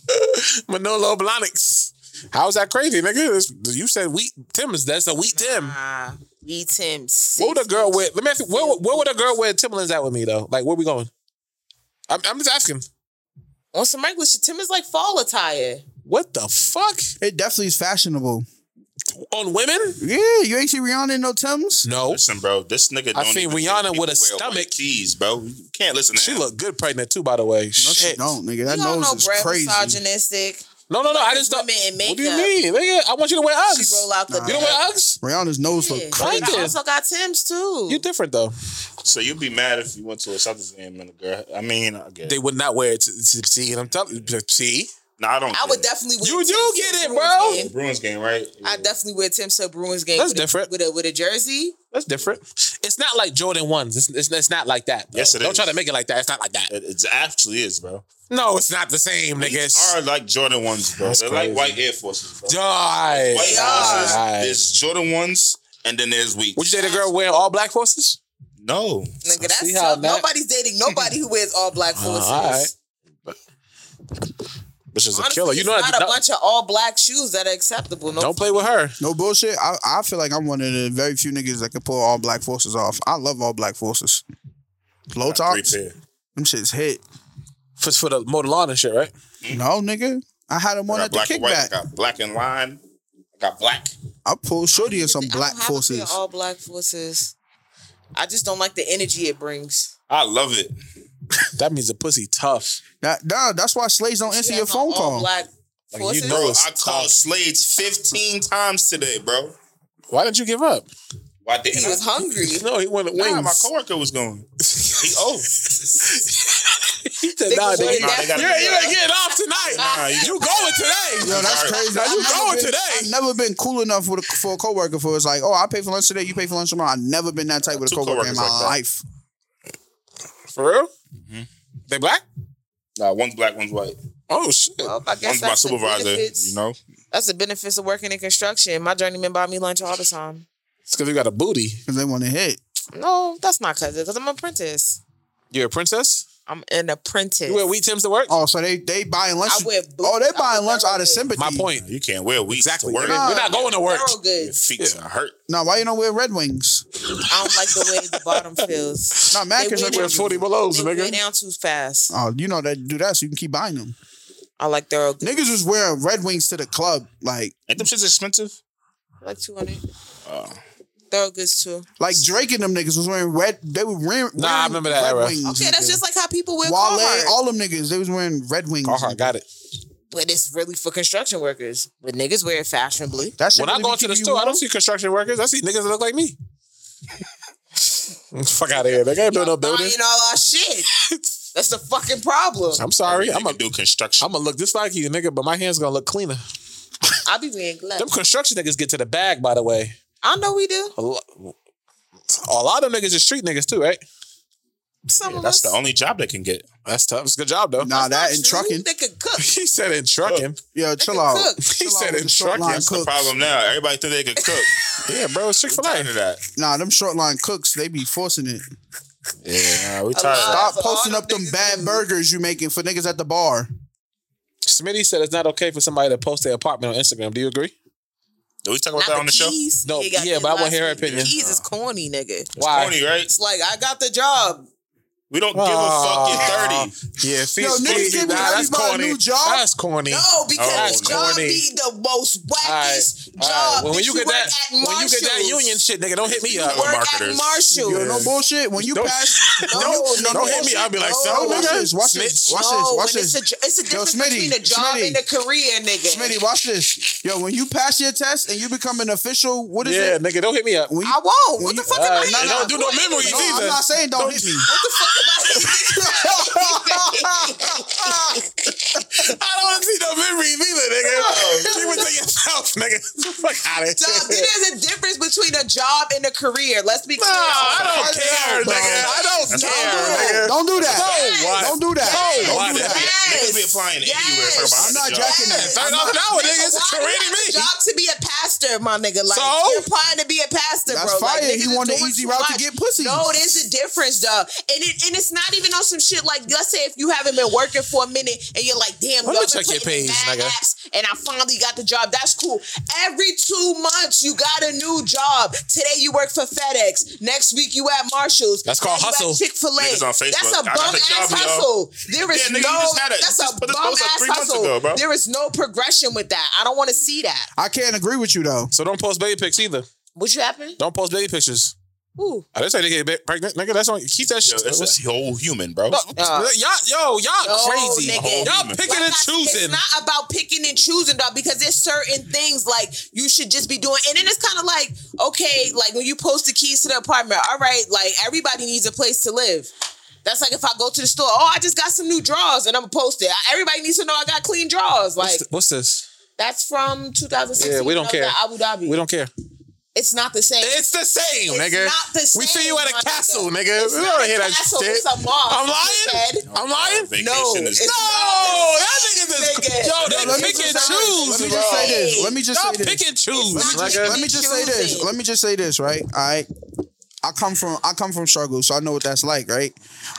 [SPEAKER 4] Manolo Blahniks. How's that crazy, nigga? It's- you said wheat Timbers. That's a wheat Tim.
[SPEAKER 3] Nah, we Tim.
[SPEAKER 4] What would a girl wear? Let me ask you. Where, where would a girl wear Timberlands at with me though? Like where we going? I'm, I'm just asking.
[SPEAKER 3] on some regular shit? Tim is like fall attire.
[SPEAKER 4] What the fuck
[SPEAKER 2] It definitely is fashionable.
[SPEAKER 4] on women?
[SPEAKER 2] Yeah, you ain't see Rihanna in no Timbs.
[SPEAKER 4] No,
[SPEAKER 5] Listen, bro, this nigga.
[SPEAKER 4] I
[SPEAKER 5] don't
[SPEAKER 4] seen
[SPEAKER 5] even
[SPEAKER 4] Rihanna
[SPEAKER 5] think
[SPEAKER 4] with a
[SPEAKER 5] people wear
[SPEAKER 4] stomach.
[SPEAKER 5] white Tees, bro. You can't listen to
[SPEAKER 4] she
[SPEAKER 5] him.
[SPEAKER 4] looked good pregnant too. By the way,
[SPEAKER 2] No, she
[SPEAKER 4] Shit.
[SPEAKER 2] don't, nigga.
[SPEAKER 3] You
[SPEAKER 2] That nose
[SPEAKER 3] don't know
[SPEAKER 2] is
[SPEAKER 3] Brad
[SPEAKER 2] crazy.
[SPEAKER 3] misogynistic.
[SPEAKER 4] No, no, no. I just don't.
[SPEAKER 3] Women in makeup.
[SPEAKER 4] What do you mean, nigga? I want you to wear Uggs.
[SPEAKER 3] She roll out the.
[SPEAKER 4] You don't wear Uggs.
[SPEAKER 2] Rihanna's nose
[SPEAKER 3] Yeah.
[SPEAKER 2] look
[SPEAKER 3] But
[SPEAKER 2] crazy.
[SPEAKER 4] Like
[SPEAKER 3] I
[SPEAKER 4] it.
[SPEAKER 3] also got Tim's too.
[SPEAKER 4] You different though.
[SPEAKER 5] So you'd be mad if you went to a Celtics game and a girl. I mean, I guess.
[SPEAKER 4] They would not wear it. To, to- see, and I'm telling you, see,
[SPEAKER 5] no, I don't.
[SPEAKER 3] I
[SPEAKER 5] get
[SPEAKER 3] would
[SPEAKER 5] it.
[SPEAKER 3] definitely wear
[SPEAKER 4] You
[SPEAKER 3] Tim's
[SPEAKER 4] do
[SPEAKER 3] to a
[SPEAKER 4] get it,
[SPEAKER 3] Bruins
[SPEAKER 4] bro.
[SPEAKER 3] game.
[SPEAKER 5] Bruins game, right?
[SPEAKER 3] I definitely wear Tim's to a Bruins game.
[SPEAKER 4] That's
[SPEAKER 3] with a-
[SPEAKER 4] different.
[SPEAKER 3] with a with a jersey.
[SPEAKER 4] that's different. It's not like Jordan ones. It's, it's, it's not like that. bro.
[SPEAKER 5] Yes, it
[SPEAKER 4] Don't
[SPEAKER 5] is.
[SPEAKER 4] try to make it like that. It's not like that.
[SPEAKER 5] It, it actually is, bro.
[SPEAKER 4] No, it's not the same, nigga.
[SPEAKER 5] These
[SPEAKER 4] It's-
[SPEAKER 5] are like Jordan ones, bro.
[SPEAKER 4] That's
[SPEAKER 5] They're
[SPEAKER 4] crazy.
[SPEAKER 5] like white Air Forces, bro.
[SPEAKER 4] Die.
[SPEAKER 5] White Air Forces.
[SPEAKER 4] Die.
[SPEAKER 5] There's Jordan ones, and then there's weeks.
[SPEAKER 4] Would you say the girl wearing all black forces?
[SPEAKER 5] No,
[SPEAKER 3] Nigga,
[SPEAKER 4] see
[SPEAKER 3] that's
[SPEAKER 4] how
[SPEAKER 3] tough.
[SPEAKER 4] that-
[SPEAKER 3] Nobody's dating nobody who wears all black forces.
[SPEAKER 4] all right. Which is a
[SPEAKER 3] Honestly,
[SPEAKER 4] killer. You
[SPEAKER 3] it's
[SPEAKER 4] know
[SPEAKER 3] not
[SPEAKER 4] that.
[SPEAKER 3] a
[SPEAKER 4] Don't,
[SPEAKER 3] bunch of all black shoes that are acceptable. No,
[SPEAKER 4] don't play with her.
[SPEAKER 2] No bullshit. I, I feel like I'm one of the very few niggas that can pull all black forces off. I love all black forces. Low
[SPEAKER 5] three
[SPEAKER 2] tops,
[SPEAKER 5] pair.
[SPEAKER 2] them shits hit.
[SPEAKER 4] For, for the motor lawn and shit, right?
[SPEAKER 2] No, nigga. I had them on
[SPEAKER 5] Mm-hmm. I got
[SPEAKER 2] at the
[SPEAKER 5] black and white. I
[SPEAKER 2] kickback.
[SPEAKER 5] got black and line. I got black.
[SPEAKER 2] I pulled shorty in some
[SPEAKER 3] I don't
[SPEAKER 2] black
[SPEAKER 3] have a pair of
[SPEAKER 2] forces.
[SPEAKER 3] All black forces. I just don't like the energy it brings.
[SPEAKER 5] I love it.
[SPEAKER 4] That means the pussy tough.
[SPEAKER 2] That, nah, that's why slaves don't answer
[SPEAKER 3] Yeah,
[SPEAKER 2] your
[SPEAKER 3] no,
[SPEAKER 2] phone
[SPEAKER 3] all
[SPEAKER 2] call.
[SPEAKER 3] Black
[SPEAKER 4] Like, you
[SPEAKER 3] forces.
[SPEAKER 4] know
[SPEAKER 5] Bro,
[SPEAKER 4] it's
[SPEAKER 5] I called
[SPEAKER 4] tough.
[SPEAKER 5] Slades 15 times today, bro.
[SPEAKER 4] Why didn't you give up?
[SPEAKER 5] Why didn't
[SPEAKER 3] he was
[SPEAKER 5] I?
[SPEAKER 3] hungry.
[SPEAKER 4] No, he wanted wings.
[SPEAKER 5] Nah, my coworker was going. He oh.
[SPEAKER 4] He said,
[SPEAKER 3] Nigga
[SPEAKER 4] nah,
[SPEAKER 3] wanted
[SPEAKER 4] nigga.
[SPEAKER 3] that
[SPEAKER 5] they gotta
[SPEAKER 4] Yeah,
[SPEAKER 5] be
[SPEAKER 4] you
[SPEAKER 5] black.
[SPEAKER 4] ain't getting off tonight.
[SPEAKER 5] Nah,
[SPEAKER 4] you,
[SPEAKER 5] you-
[SPEAKER 4] going today.
[SPEAKER 2] Yo, that's
[SPEAKER 5] Sorry.
[SPEAKER 2] crazy.
[SPEAKER 4] Now
[SPEAKER 2] I've
[SPEAKER 4] you
[SPEAKER 2] never
[SPEAKER 4] going
[SPEAKER 2] been-
[SPEAKER 4] today.
[SPEAKER 2] I've never been cool enough with a, for a coworker for it's like, oh, I pay for lunch today, you pay for lunch tomorrow. I've never been that type with a
[SPEAKER 5] Two
[SPEAKER 2] coworker in
[SPEAKER 5] coworkers
[SPEAKER 2] my
[SPEAKER 5] like that.
[SPEAKER 2] life.
[SPEAKER 4] For real? Mm-hmm. They black?
[SPEAKER 5] Nah, one's black, one's white.
[SPEAKER 4] Oh shit.
[SPEAKER 3] Well, I guess
[SPEAKER 5] One's my
[SPEAKER 3] that's the
[SPEAKER 5] supervisor,
[SPEAKER 3] benefits-
[SPEAKER 5] you know?
[SPEAKER 3] That's the benefits of working in construction. My journeyman buy me lunch all the time.
[SPEAKER 4] It's because you got a booty.
[SPEAKER 2] Because they want to hit.
[SPEAKER 3] No, that's not because because I'm an apprentice.
[SPEAKER 4] You're a princess.
[SPEAKER 3] I'm an apprentice.
[SPEAKER 4] You wear wheat tims to work.
[SPEAKER 2] Oh, so they they buying lunch.
[SPEAKER 3] I wear boots.
[SPEAKER 2] oh, they
[SPEAKER 3] I
[SPEAKER 2] buying
[SPEAKER 3] wear
[SPEAKER 2] lunch out of
[SPEAKER 3] thoroughgood.
[SPEAKER 2] sympathy.
[SPEAKER 4] My point.
[SPEAKER 5] You can't wear weed
[SPEAKER 4] Exactly.
[SPEAKER 5] to work.
[SPEAKER 4] We're not going to work.
[SPEAKER 3] Thorough
[SPEAKER 5] Your
[SPEAKER 3] good.
[SPEAKER 5] feet hurt.
[SPEAKER 2] Now, why you don't wear Red Wings?
[SPEAKER 3] I don't like the way the bottom feels.
[SPEAKER 2] Nah,
[SPEAKER 3] They
[SPEAKER 2] Mac is
[SPEAKER 3] wear
[SPEAKER 2] like,
[SPEAKER 3] them-
[SPEAKER 4] We're forty belows,
[SPEAKER 3] They went
[SPEAKER 4] nigga.
[SPEAKER 3] down too fast.
[SPEAKER 2] oh, you know that do that so you can keep buying them.
[SPEAKER 3] I like thorough good.
[SPEAKER 2] Niggas was wearing Red Wings to the club, like
[SPEAKER 5] Ain't them shits expensive?
[SPEAKER 3] I like two hundred. Thorough goods too.
[SPEAKER 2] like Drake and them niggas was wearing red. They were wearing
[SPEAKER 4] Nah, I
[SPEAKER 2] wearing
[SPEAKER 4] remember that
[SPEAKER 2] Red
[SPEAKER 4] era.
[SPEAKER 2] Wings,
[SPEAKER 3] Okay, that's
[SPEAKER 2] nigga.
[SPEAKER 3] just like how people wear
[SPEAKER 2] Wale,
[SPEAKER 3] Carhartt.
[SPEAKER 2] all them niggas, they was wearing Red Wings.
[SPEAKER 4] Carhartt Oh, got it.
[SPEAKER 3] but it's really for construction workers. But niggas wear it fashionably.
[SPEAKER 2] That shit
[SPEAKER 4] When I
[SPEAKER 2] really
[SPEAKER 4] go
[SPEAKER 2] be
[SPEAKER 4] into the
[SPEAKER 2] keeping you
[SPEAKER 4] store, I don't
[SPEAKER 2] warm?
[SPEAKER 4] see construction workers. I see niggas that look like me. Fuck out of here. They ain't build no building.
[SPEAKER 3] Buying all our oh, shit. That's the fucking problem.
[SPEAKER 4] I'm sorry. I'm
[SPEAKER 5] Nigga
[SPEAKER 4] gonna
[SPEAKER 5] do construction.
[SPEAKER 4] I'm gonna look just like you, nigga. But my hands gonna look cleaner.
[SPEAKER 3] I be wearing gloves.
[SPEAKER 4] Them construction niggas get to the bag, by the way.
[SPEAKER 3] I know we do.
[SPEAKER 4] A lo- a lot of them niggas is street niggas too, right?
[SPEAKER 3] Some of
[SPEAKER 5] That's
[SPEAKER 3] us.
[SPEAKER 5] the only job they can get.
[SPEAKER 4] That's tough. It's a good job though.
[SPEAKER 2] Nah, that
[SPEAKER 3] That's
[SPEAKER 2] and
[SPEAKER 3] true.
[SPEAKER 2] trucking.
[SPEAKER 3] They could cook.
[SPEAKER 4] He said in trucking.
[SPEAKER 2] Yo,
[SPEAKER 3] They
[SPEAKER 2] chill
[SPEAKER 3] could
[SPEAKER 2] out.
[SPEAKER 3] cook.
[SPEAKER 4] He
[SPEAKER 2] Chill out
[SPEAKER 4] said
[SPEAKER 2] with
[SPEAKER 4] in
[SPEAKER 2] the short line
[SPEAKER 4] trucking.
[SPEAKER 2] cooks.
[SPEAKER 5] Problem now, everybody think they can cook.
[SPEAKER 4] Yeah, bro, it's Chick Fil
[SPEAKER 5] tired
[SPEAKER 4] A.
[SPEAKER 5] of that.
[SPEAKER 2] Nah, them short line cooks, they be forcing it.
[SPEAKER 5] Yeah, nah, we tired of that.
[SPEAKER 2] Stop
[SPEAKER 3] That's what
[SPEAKER 2] posting
[SPEAKER 3] all
[SPEAKER 2] up them
[SPEAKER 3] them niggas
[SPEAKER 2] bad
[SPEAKER 3] do.
[SPEAKER 2] burgers you making for niggas at the bar.
[SPEAKER 4] Smitty said it's not okay for somebody to post their apartment on Instagram. Do you agree?
[SPEAKER 5] Did we talk about
[SPEAKER 3] Not
[SPEAKER 5] that on the show?
[SPEAKER 3] keys.
[SPEAKER 4] No,
[SPEAKER 3] They got
[SPEAKER 4] yeah,
[SPEAKER 3] kids
[SPEAKER 4] but I wanna
[SPEAKER 3] last
[SPEAKER 4] hear her
[SPEAKER 3] week.
[SPEAKER 4] opinion.
[SPEAKER 3] Keys is corny, nigga.
[SPEAKER 4] Why?
[SPEAKER 5] Corny, right?
[SPEAKER 3] It's like I got the job.
[SPEAKER 5] We don't
[SPEAKER 4] Ah.
[SPEAKER 5] give a fuck. You're 30.
[SPEAKER 4] Yeah, see,
[SPEAKER 2] Yo, niggas
[SPEAKER 4] see,
[SPEAKER 2] giving
[SPEAKER 4] nah, that's
[SPEAKER 2] everybody
[SPEAKER 4] corny.
[SPEAKER 2] a new job?
[SPEAKER 4] That's corny.
[SPEAKER 3] No, because
[SPEAKER 5] that's
[SPEAKER 3] the job
[SPEAKER 4] Oh, corny.
[SPEAKER 3] be the most wackish job.
[SPEAKER 4] All right, When,
[SPEAKER 3] that
[SPEAKER 4] when you get
[SPEAKER 3] work
[SPEAKER 4] that,
[SPEAKER 3] at
[SPEAKER 4] when you get that
[SPEAKER 3] Marshalls.
[SPEAKER 4] union shit, nigga, don't hit me
[SPEAKER 3] You
[SPEAKER 4] up.
[SPEAKER 3] work at
[SPEAKER 5] marketers.
[SPEAKER 3] Marshall.
[SPEAKER 2] Yo, no bullshit. When you
[SPEAKER 4] Don't-
[SPEAKER 2] pass,
[SPEAKER 3] No,
[SPEAKER 2] you-
[SPEAKER 3] no,
[SPEAKER 4] Don't hit me. I'll be like,
[SPEAKER 3] No,
[SPEAKER 4] so,
[SPEAKER 2] watch
[SPEAKER 4] nigga.
[SPEAKER 2] this, watch this,
[SPEAKER 4] snitch.
[SPEAKER 2] watch this, watch
[SPEAKER 3] and
[SPEAKER 2] this.
[SPEAKER 3] It's a, it's a
[SPEAKER 2] Yo,
[SPEAKER 3] difference
[SPEAKER 2] Smitty,
[SPEAKER 3] between a job
[SPEAKER 2] Smitty.
[SPEAKER 3] and a career, nigga.
[SPEAKER 2] Smitty, watch this. Yo, when you pass your test and you become an official, what is
[SPEAKER 4] Yeah,
[SPEAKER 2] it?
[SPEAKER 4] nigga, don't hit me up.
[SPEAKER 2] When you,
[SPEAKER 3] I won't.
[SPEAKER 2] When
[SPEAKER 3] What the
[SPEAKER 2] you-
[SPEAKER 3] fuck
[SPEAKER 4] All
[SPEAKER 3] am I?
[SPEAKER 4] right, and don't do no memories
[SPEAKER 2] no,
[SPEAKER 4] either.
[SPEAKER 2] I'm not saying don't, hit me.
[SPEAKER 3] What the fuck am I?
[SPEAKER 4] I don't want to see no memories either, nigga. She was taking selfies. nigga. Fuck out of
[SPEAKER 3] Dog,
[SPEAKER 4] here.
[SPEAKER 3] there's a difference between a job and a career. Let's be clear.
[SPEAKER 4] No, I don't care,
[SPEAKER 2] Bro.
[SPEAKER 4] nigga. I don't
[SPEAKER 2] Don't do
[SPEAKER 4] care,
[SPEAKER 2] that.
[SPEAKER 4] nigga.
[SPEAKER 2] Don't do that.
[SPEAKER 4] So what?
[SPEAKER 2] Don't do that.
[SPEAKER 4] So
[SPEAKER 2] Don't do
[SPEAKER 4] what?
[SPEAKER 2] that.
[SPEAKER 5] Niggas be applying to anywhere. Talk about
[SPEAKER 2] I'm
[SPEAKER 5] the
[SPEAKER 2] not
[SPEAKER 5] job.
[SPEAKER 2] jacking that.
[SPEAKER 4] Turn off now, nigga. It's a
[SPEAKER 3] Why do you
[SPEAKER 4] career
[SPEAKER 3] have a
[SPEAKER 4] to me.
[SPEAKER 3] job to be a pastor, my nigga. Like
[SPEAKER 4] So?
[SPEAKER 3] you're applying to be a pastor,
[SPEAKER 2] That's
[SPEAKER 3] bro.
[SPEAKER 2] fire.
[SPEAKER 3] Like, niggas
[SPEAKER 2] He
[SPEAKER 3] is
[SPEAKER 2] wanted the
[SPEAKER 3] doing
[SPEAKER 2] easy
[SPEAKER 3] too
[SPEAKER 2] route to
[SPEAKER 3] much.
[SPEAKER 2] get pussy.
[SPEAKER 3] No, there's a difference, though, and it and it's not even on some shit like let's say if you haven't been working for a minute and you're like, damn,
[SPEAKER 4] Let
[SPEAKER 3] y'all
[SPEAKER 4] me
[SPEAKER 3] been
[SPEAKER 4] check your
[SPEAKER 3] putting in
[SPEAKER 4] page,
[SPEAKER 3] mad
[SPEAKER 4] nigga.
[SPEAKER 3] apps, and I finally got the job. That's cool. Every two months, you got a new job. Today you work for FedEx. Next week you at Marshalls.
[SPEAKER 4] That's called hustle.
[SPEAKER 3] Chick Fil
[SPEAKER 5] Niggas
[SPEAKER 3] A.
[SPEAKER 5] on Facebook,
[SPEAKER 3] That's a
[SPEAKER 5] "I got
[SPEAKER 3] bum
[SPEAKER 5] the
[SPEAKER 3] ass
[SPEAKER 5] job, yo."
[SPEAKER 3] hustle. There is
[SPEAKER 5] Yeah, nigga, you
[SPEAKER 3] no.
[SPEAKER 5] just had a-
[SPEAKER 3] that's
[SPEAKER 5] just
[SPEAKER 3] a
[SPEAKER 5] put this
[SPEAKER 3] bum
[SPEAKER 5] post up
[SPEAKER 3] ass
[SPEAKER 5] three months
[SPEAKER 3] hustle.
[SPEAKER 5] ago, bro.
[SPEAKER 3] There is no progression with that. I don't want to see that.
[SPEAKER 2] I can't agree with you though.
[SPEAKER 4] So don't post baby pics either.
[SPEAKER 3] What you happen?
[SPEAKER 4] Don't post baby pictures.
[SPEAKER 3] Ooh.
[SPEAKER 4] I didn't say they get ba- pregnant, nigga. That's on. Keep that
[SPEAKER 5] Yo,
[SPEAKER 4] shit.
[SPEAKER 5] it's a whole human, bro.
[SPEAKER 4] No, y'all, yo, y'all
[SPEAKER 3] No,
[SPEAKER 4] crazy.
[SPEAKER 3] nigga.
[SPEAKER 4] Y'all
[SPEAKER 5] Like
[SPEAKER 4] picking
[SPEAKER 3] Like
[SPEAKER 4] and
[SPEAKER 3] I said,
[SPEAKER 4] choosing.
[SPEAKER 3] It's not about picking and choosing, dog, because there's certain things like you should just be doing. And then it's kind of like, okay, like when you post the keys to the apartment, all right, like everybody needs a place to live. That's like if I go to the store, oh, I just got some new drawers and I'm gonna post it. Everybody needs to know I got clean drawers. Like
[SPEAKER 4] What's this?
[SPEAKER 3] that's from 2016.
[SPEAKER 4] Yeah, we don't
[SPEAKER 3] when I was at Abu Dhabi.
[SPEAKER 4] We don't care.
[SPEAKER 3] It's not the same.
[SPEAKER 4] It's the
[SPEAKER 3] It's
[SPEAKER 4] same, nigga.
[SPEAKER 3] not the
[SPEAKER 4] We
[SPEAKER 3] same,
[SPEAKER 4] see you at
[SPEAKER 3] my
[SPEAKER 4] a castle,
[SPEAKER 3] nigga.
[SPEAKER 4] nigga.
[SPEAKER 3] It's
[SPEAKER 4] we
[SPEAKER 3] not
[SPEAKER 4] don't
[SPEAKER 3] a
[SPEAKER 4] hear that
[SPEAKER 3] castle,
[SPEAKER 4] shit.
[SPEAKER 3] it's a mall,
[SPEAKER 4] I'm
[SPEAKER 3] dickhead.
[SPEAKER 4] lying. I'm lying.
[SPEAKER 5] Vacation
[SPEAKER 3] No,
[SPEAKER 5] is-
[SPEAKER 3] it's-
[SPEAKER 4] No, that nigga just
[SPEAKER 3] Nigga.
[SPEAKER 4] yo.
[SPEAKER 2] No,
[SPEAKER 4] They
[SPEAKER 2] let me
[SPEAKER 4] pick and
[SPEAKER 2] just-
[SPEAKER 4] choose.
[SPEAKER 2] Let me
[SPEAKER 4] bro.
[SPEAKER 2] just say this. Let me just
[SPEAKER 4] Y'all
[SPEAKER 2] say this.
[SPEAKER 4] pick and
[SPEAKER 3] It's
[SPEAKER 4] choose,
[SPEAKER 3] not
[SPEAKER 4] nigga.
[SPEAKER 2] Let me just say
[SPEAKER 3] choosing.
[SPEAKER 2] this. Let me just say this, right? All right. I come from I come from struggle, so I know what that's like, right?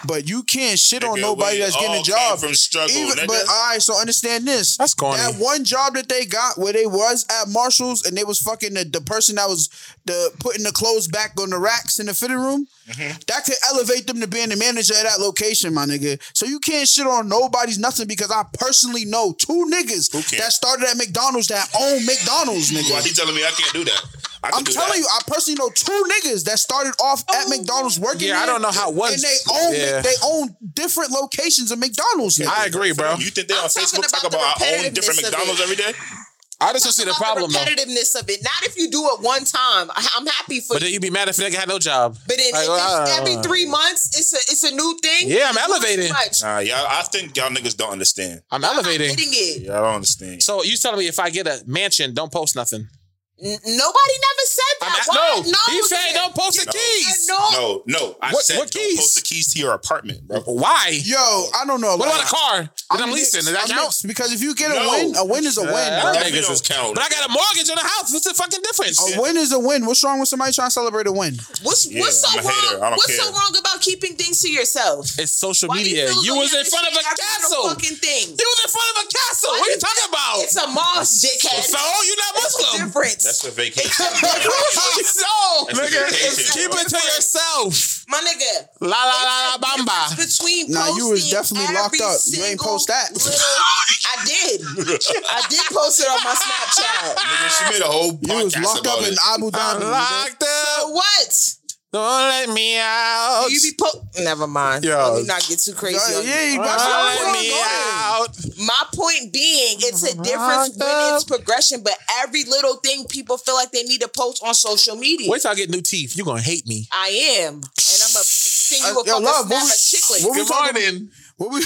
[SPEAKER 2] But you can't shit on
[SPEAKER 5] Nigga,
[SPEAKER 2] nobody
[SPEAKER 5] we
[SPEAKER 2] that's getting
[SPEAKER 5] all
[SPEAKER 2] a job
[SPEAKER 5] came from struggle, nigga.
[SPEAKER 2] But all right, so understand this.
[SPEAKER 4] That's corny.
[SPEAKER 2] That one job that they got where they was at Marshalls and they was fucking the, the person that was the putting the clothes back on the racks in the fitting room.
[SPEAKER 5] Mm-hmm.
[SPEAKER 2] That could elevate them to being the manager of that location, my nigga. So you can't shit on nobody's nothing because I personally know two niggas
[SPEAKER 5] can?
[SPEAKER 2] that started at McDonald's that own McDonald's, nigga.
[SPEAKER 5] Why he telling me I can't do that? I can
[SPEAKER 2] I'm
[SPEAKER 5] do
[SPEAKER 2] telling
[SPEAKER 5] that.
[SPEAKER 2] you, I personally know two niggas that started off
[SPEAKER 3] Oh,
[SPEAKER 2] at McDonald's working.
[SPEAKER 4] Yeah, I
[SPEAKER 2] there,
[SPEAKER 4] don't know how one-
[SPEAKER 2] And they own
[SPEAKER 4] Yeah.
[SPEAKER 2] they own different locations of McDonald's. Nigga.
[SPEAKER 4] I agree, bro.
[SPEAKER 5] You think they
[SPEAKER 3] I'm
[SPEAKER 5] on
[SPEAKER 3] talking
[SPEAKER 5] Facebook
[SPEAKER 3] about
[SPEAKER 5] talk
[SPEAKER 3] the
[SPEAKER 5] about our own different
[SPEAKER 3] repetitiveness of
[SPEAKER 5] McDonald's
[SPEAKER 3] it.
[SPEAKER 5] every day?
[SPEAKER 4] I just don't see the
[SPEAKER 3] about
[SPEAKER 4] problem
[SPEAKER 3] the
[SPEAKER 4] though.
[SPEAKER 3] repetitiveness of it. Not if you do it one time. I, I'm happy for
[SPEAKER 4] But then
[SPEAKER 3] you.
[SPEAKER 4] you'd be mad if nigga had no job.
[SPEAKER 3] But then
[SPEAKER 4] Like,
[SPEAKER 3] if
[SPEAKER 4] I don't
[SPEAKER 3] it's
[SPEAKER 4] know.
[SPEAKER 3] every three months, it's a it's a new thing.
[SPEAKER 4] Yeah, I'm
[SPEAKER 3] It's not
[SPEAKER 4] elevated.
[SPEAKER 3] too much.
[SPEAKER 5] Nah, y'all. I think y'all niggas don't understand.
[SPEAKER 4] I'm
[SPEAKER 3] I'm
[SPEAKER 4] elevating.
[SPEAKER 3] getting it.
[SPEAKER 5] Y'all don't understand.
[SPEAKER 4] So you telling me if I get a mansion, don't post nothing?
[SPEAKER 3] N- Nobody never said
[SPEAKER 4] I'm
[SPEAKER 3] that.
[SPEAKER 4] at-
[SPEAKER 3] Why?
[SPEAKER 4] no, he said don't post the
[SPEAKER 5] No.
[SPEAKER 4] keys.
[SPEAKER 3] No.
[SPEAKER 5] no, no. I
[SPEAKER 4] What-
[SPEAKER 5] said
[SPEAKER 4] what
[SPEAKER 5] don't
[SPEAKER 4] keys?
[SPEAKER 5] post the keys to your apartment, bro.
[SPEAKER 4] Uh, Why?
[SPEAKER 2] Yo, I don't know.
[SPEAKER 4] What about a
[SPEAKER 2] that.
[SPEAKER 4] car that I'm,
[SPEAKER 2] mixed.
[SPEAKER 4] leasing? Does that
[SPEAKER 2] I'm
[SPEAKER 4] count?
[SPEAKER 2] mixed Because if you get a
[SPEAKER 5] No.
[SPEAKER 2] win, a win is a win.
[SPEAKER 4] Uh,
[SPEAKER 2] bro.
[SPEAKER 4] that niggas is-
[SPEAKER 5] count.
[SPEAKER 4] But I got a mortgage on a house. What's the fucking difference?
[SPEAKER 2] A win is a win. What's wrong with somebody trying to celebrate a win?
[SPEAKER 3] What's
[SPEAKER 5] Yeah,
[SPEAKER 3] what's so
[SPEAKER 5] I'm a hater. I
[SPEAKER 3] wrong?
[SPEAKER 5] don't
[SPEAKER 3] What's so
[SPEAKER 5] care.
[SPEAKER 3] wrong about keeping things to yourself?
[SPEAKER 4] It's social
[SPEAKER 3] Why do
[SPEAKER 4] media.
[SPEAKER 3] feel
[SPEAKER 4] You,
[SPEAKER 3] as though have
[SPEAKER 4] was in
[SPEAKER 3] to
[SPEAKER 4] front of
[SPEAKER 3] say
[SPEAKER 4] a
[SPEAKER 3] every
[SPEAKER 4] castle.
[SPEAKER 3] little Fucking thing.
[SPEAKER 4] You was in front of a castle.
[SPEAKER 3] Why
[SPEAKER 4] what are you
[SPEAKER 3] do
[SPEAKER 4] talking about?
[SPEAKER 3] It's a mosque, dickhead.
[SPEAKER 4] so you're not
[SPEAKER 3] What's the
[SPEAKER 4] Muslim.
[SPEAKER 3] difference?
[SPEAKER 5] That's a vacation.
[SPEAKER 4] no,
[SPEAKER 5] That's a
[SPEAKER 4] nigga.
[SPEAKER 5] vacation,
[SPEAKER 4] Keep
[SPEAKER 5] bro.
[SPEAKER 4] it to yourself.
[SPEAKER 3] My nigga,
[SPEAKER 4] La la la
[SPEAKER 3] It's
[SPEAKER 4] la
[SPEAKER 3] a
[SPEAKER 4] bamba.
[SPEAKER 3] difference Between
[SPEAKER 2] Ah, Nah, you was
[SPEAKER 3] posting
[SPEAKER 2] definitely
[SPEAKER 3] every
[SPEAKER 2] locked up. You ain't
[SPEAKER 3] single
[SPEAKER 2] post that.
[SPEAKER 3] little- I did. I did post it on my Snapchat.
[SPEAKER 5] Nigga, she made a whole
[SPEAKER 2] You
[SPEAKER 5] podcast
[SPEAKER 2] was locked
[SPEAKER 5] about
[SPEAKER 2] up in
[SPEAKER 5] it.
[SPEAKER 2] Abu
[SPEAKER 4] I'm
[SPEAKER 2] Dhabi.
[SPEAKER 4] locked up.
[SPEAKER 3] What?
[SPEAKER 4] Don't let me out.
[SPEAKER 3] Do you be po- Never mind.
[SPEAKER 4] Yo.
[SPEAKER 3] Let me not get too crazy.
[SPEAKER 2] Uh,
[SPEAKER 3] on you.
[SPEAKER 2] yeah, you
[SPEAKER 4] Don't
[SPEAKER 2] got
[SPEAKER 3] Alright,
[SPEAKER 4] let
[SPEAKER 2] something
[SPEAKER 4] me
[SPEAKER 2] going on.
[SPEAKER 4] out.
[SPEAKER 3] My point being, it's a difference when it's progression, but every little thing people feel like they need to post on social media.
[SPEAKER 4] Wait till I get new teeth. You're gonna hate me.
[SPEAKER 3] I am, and I'm a send you
[SPEAKER 2] Uh,
[SPEAKER 3] a
[SPEAKER 2] yo,
[SPEAKER 3] fucking
[SPEAKER 2] love,
[SPEAKER 3] snap
[SPEAKER 2] what
[SPEAKER 3] of chicklets.
[SPEAKER 2] what we
[SPEAKER 4] Good
[SPEAKER 2] talking-
[SPEAKER 4] morning.
[SPEAKER 2] What we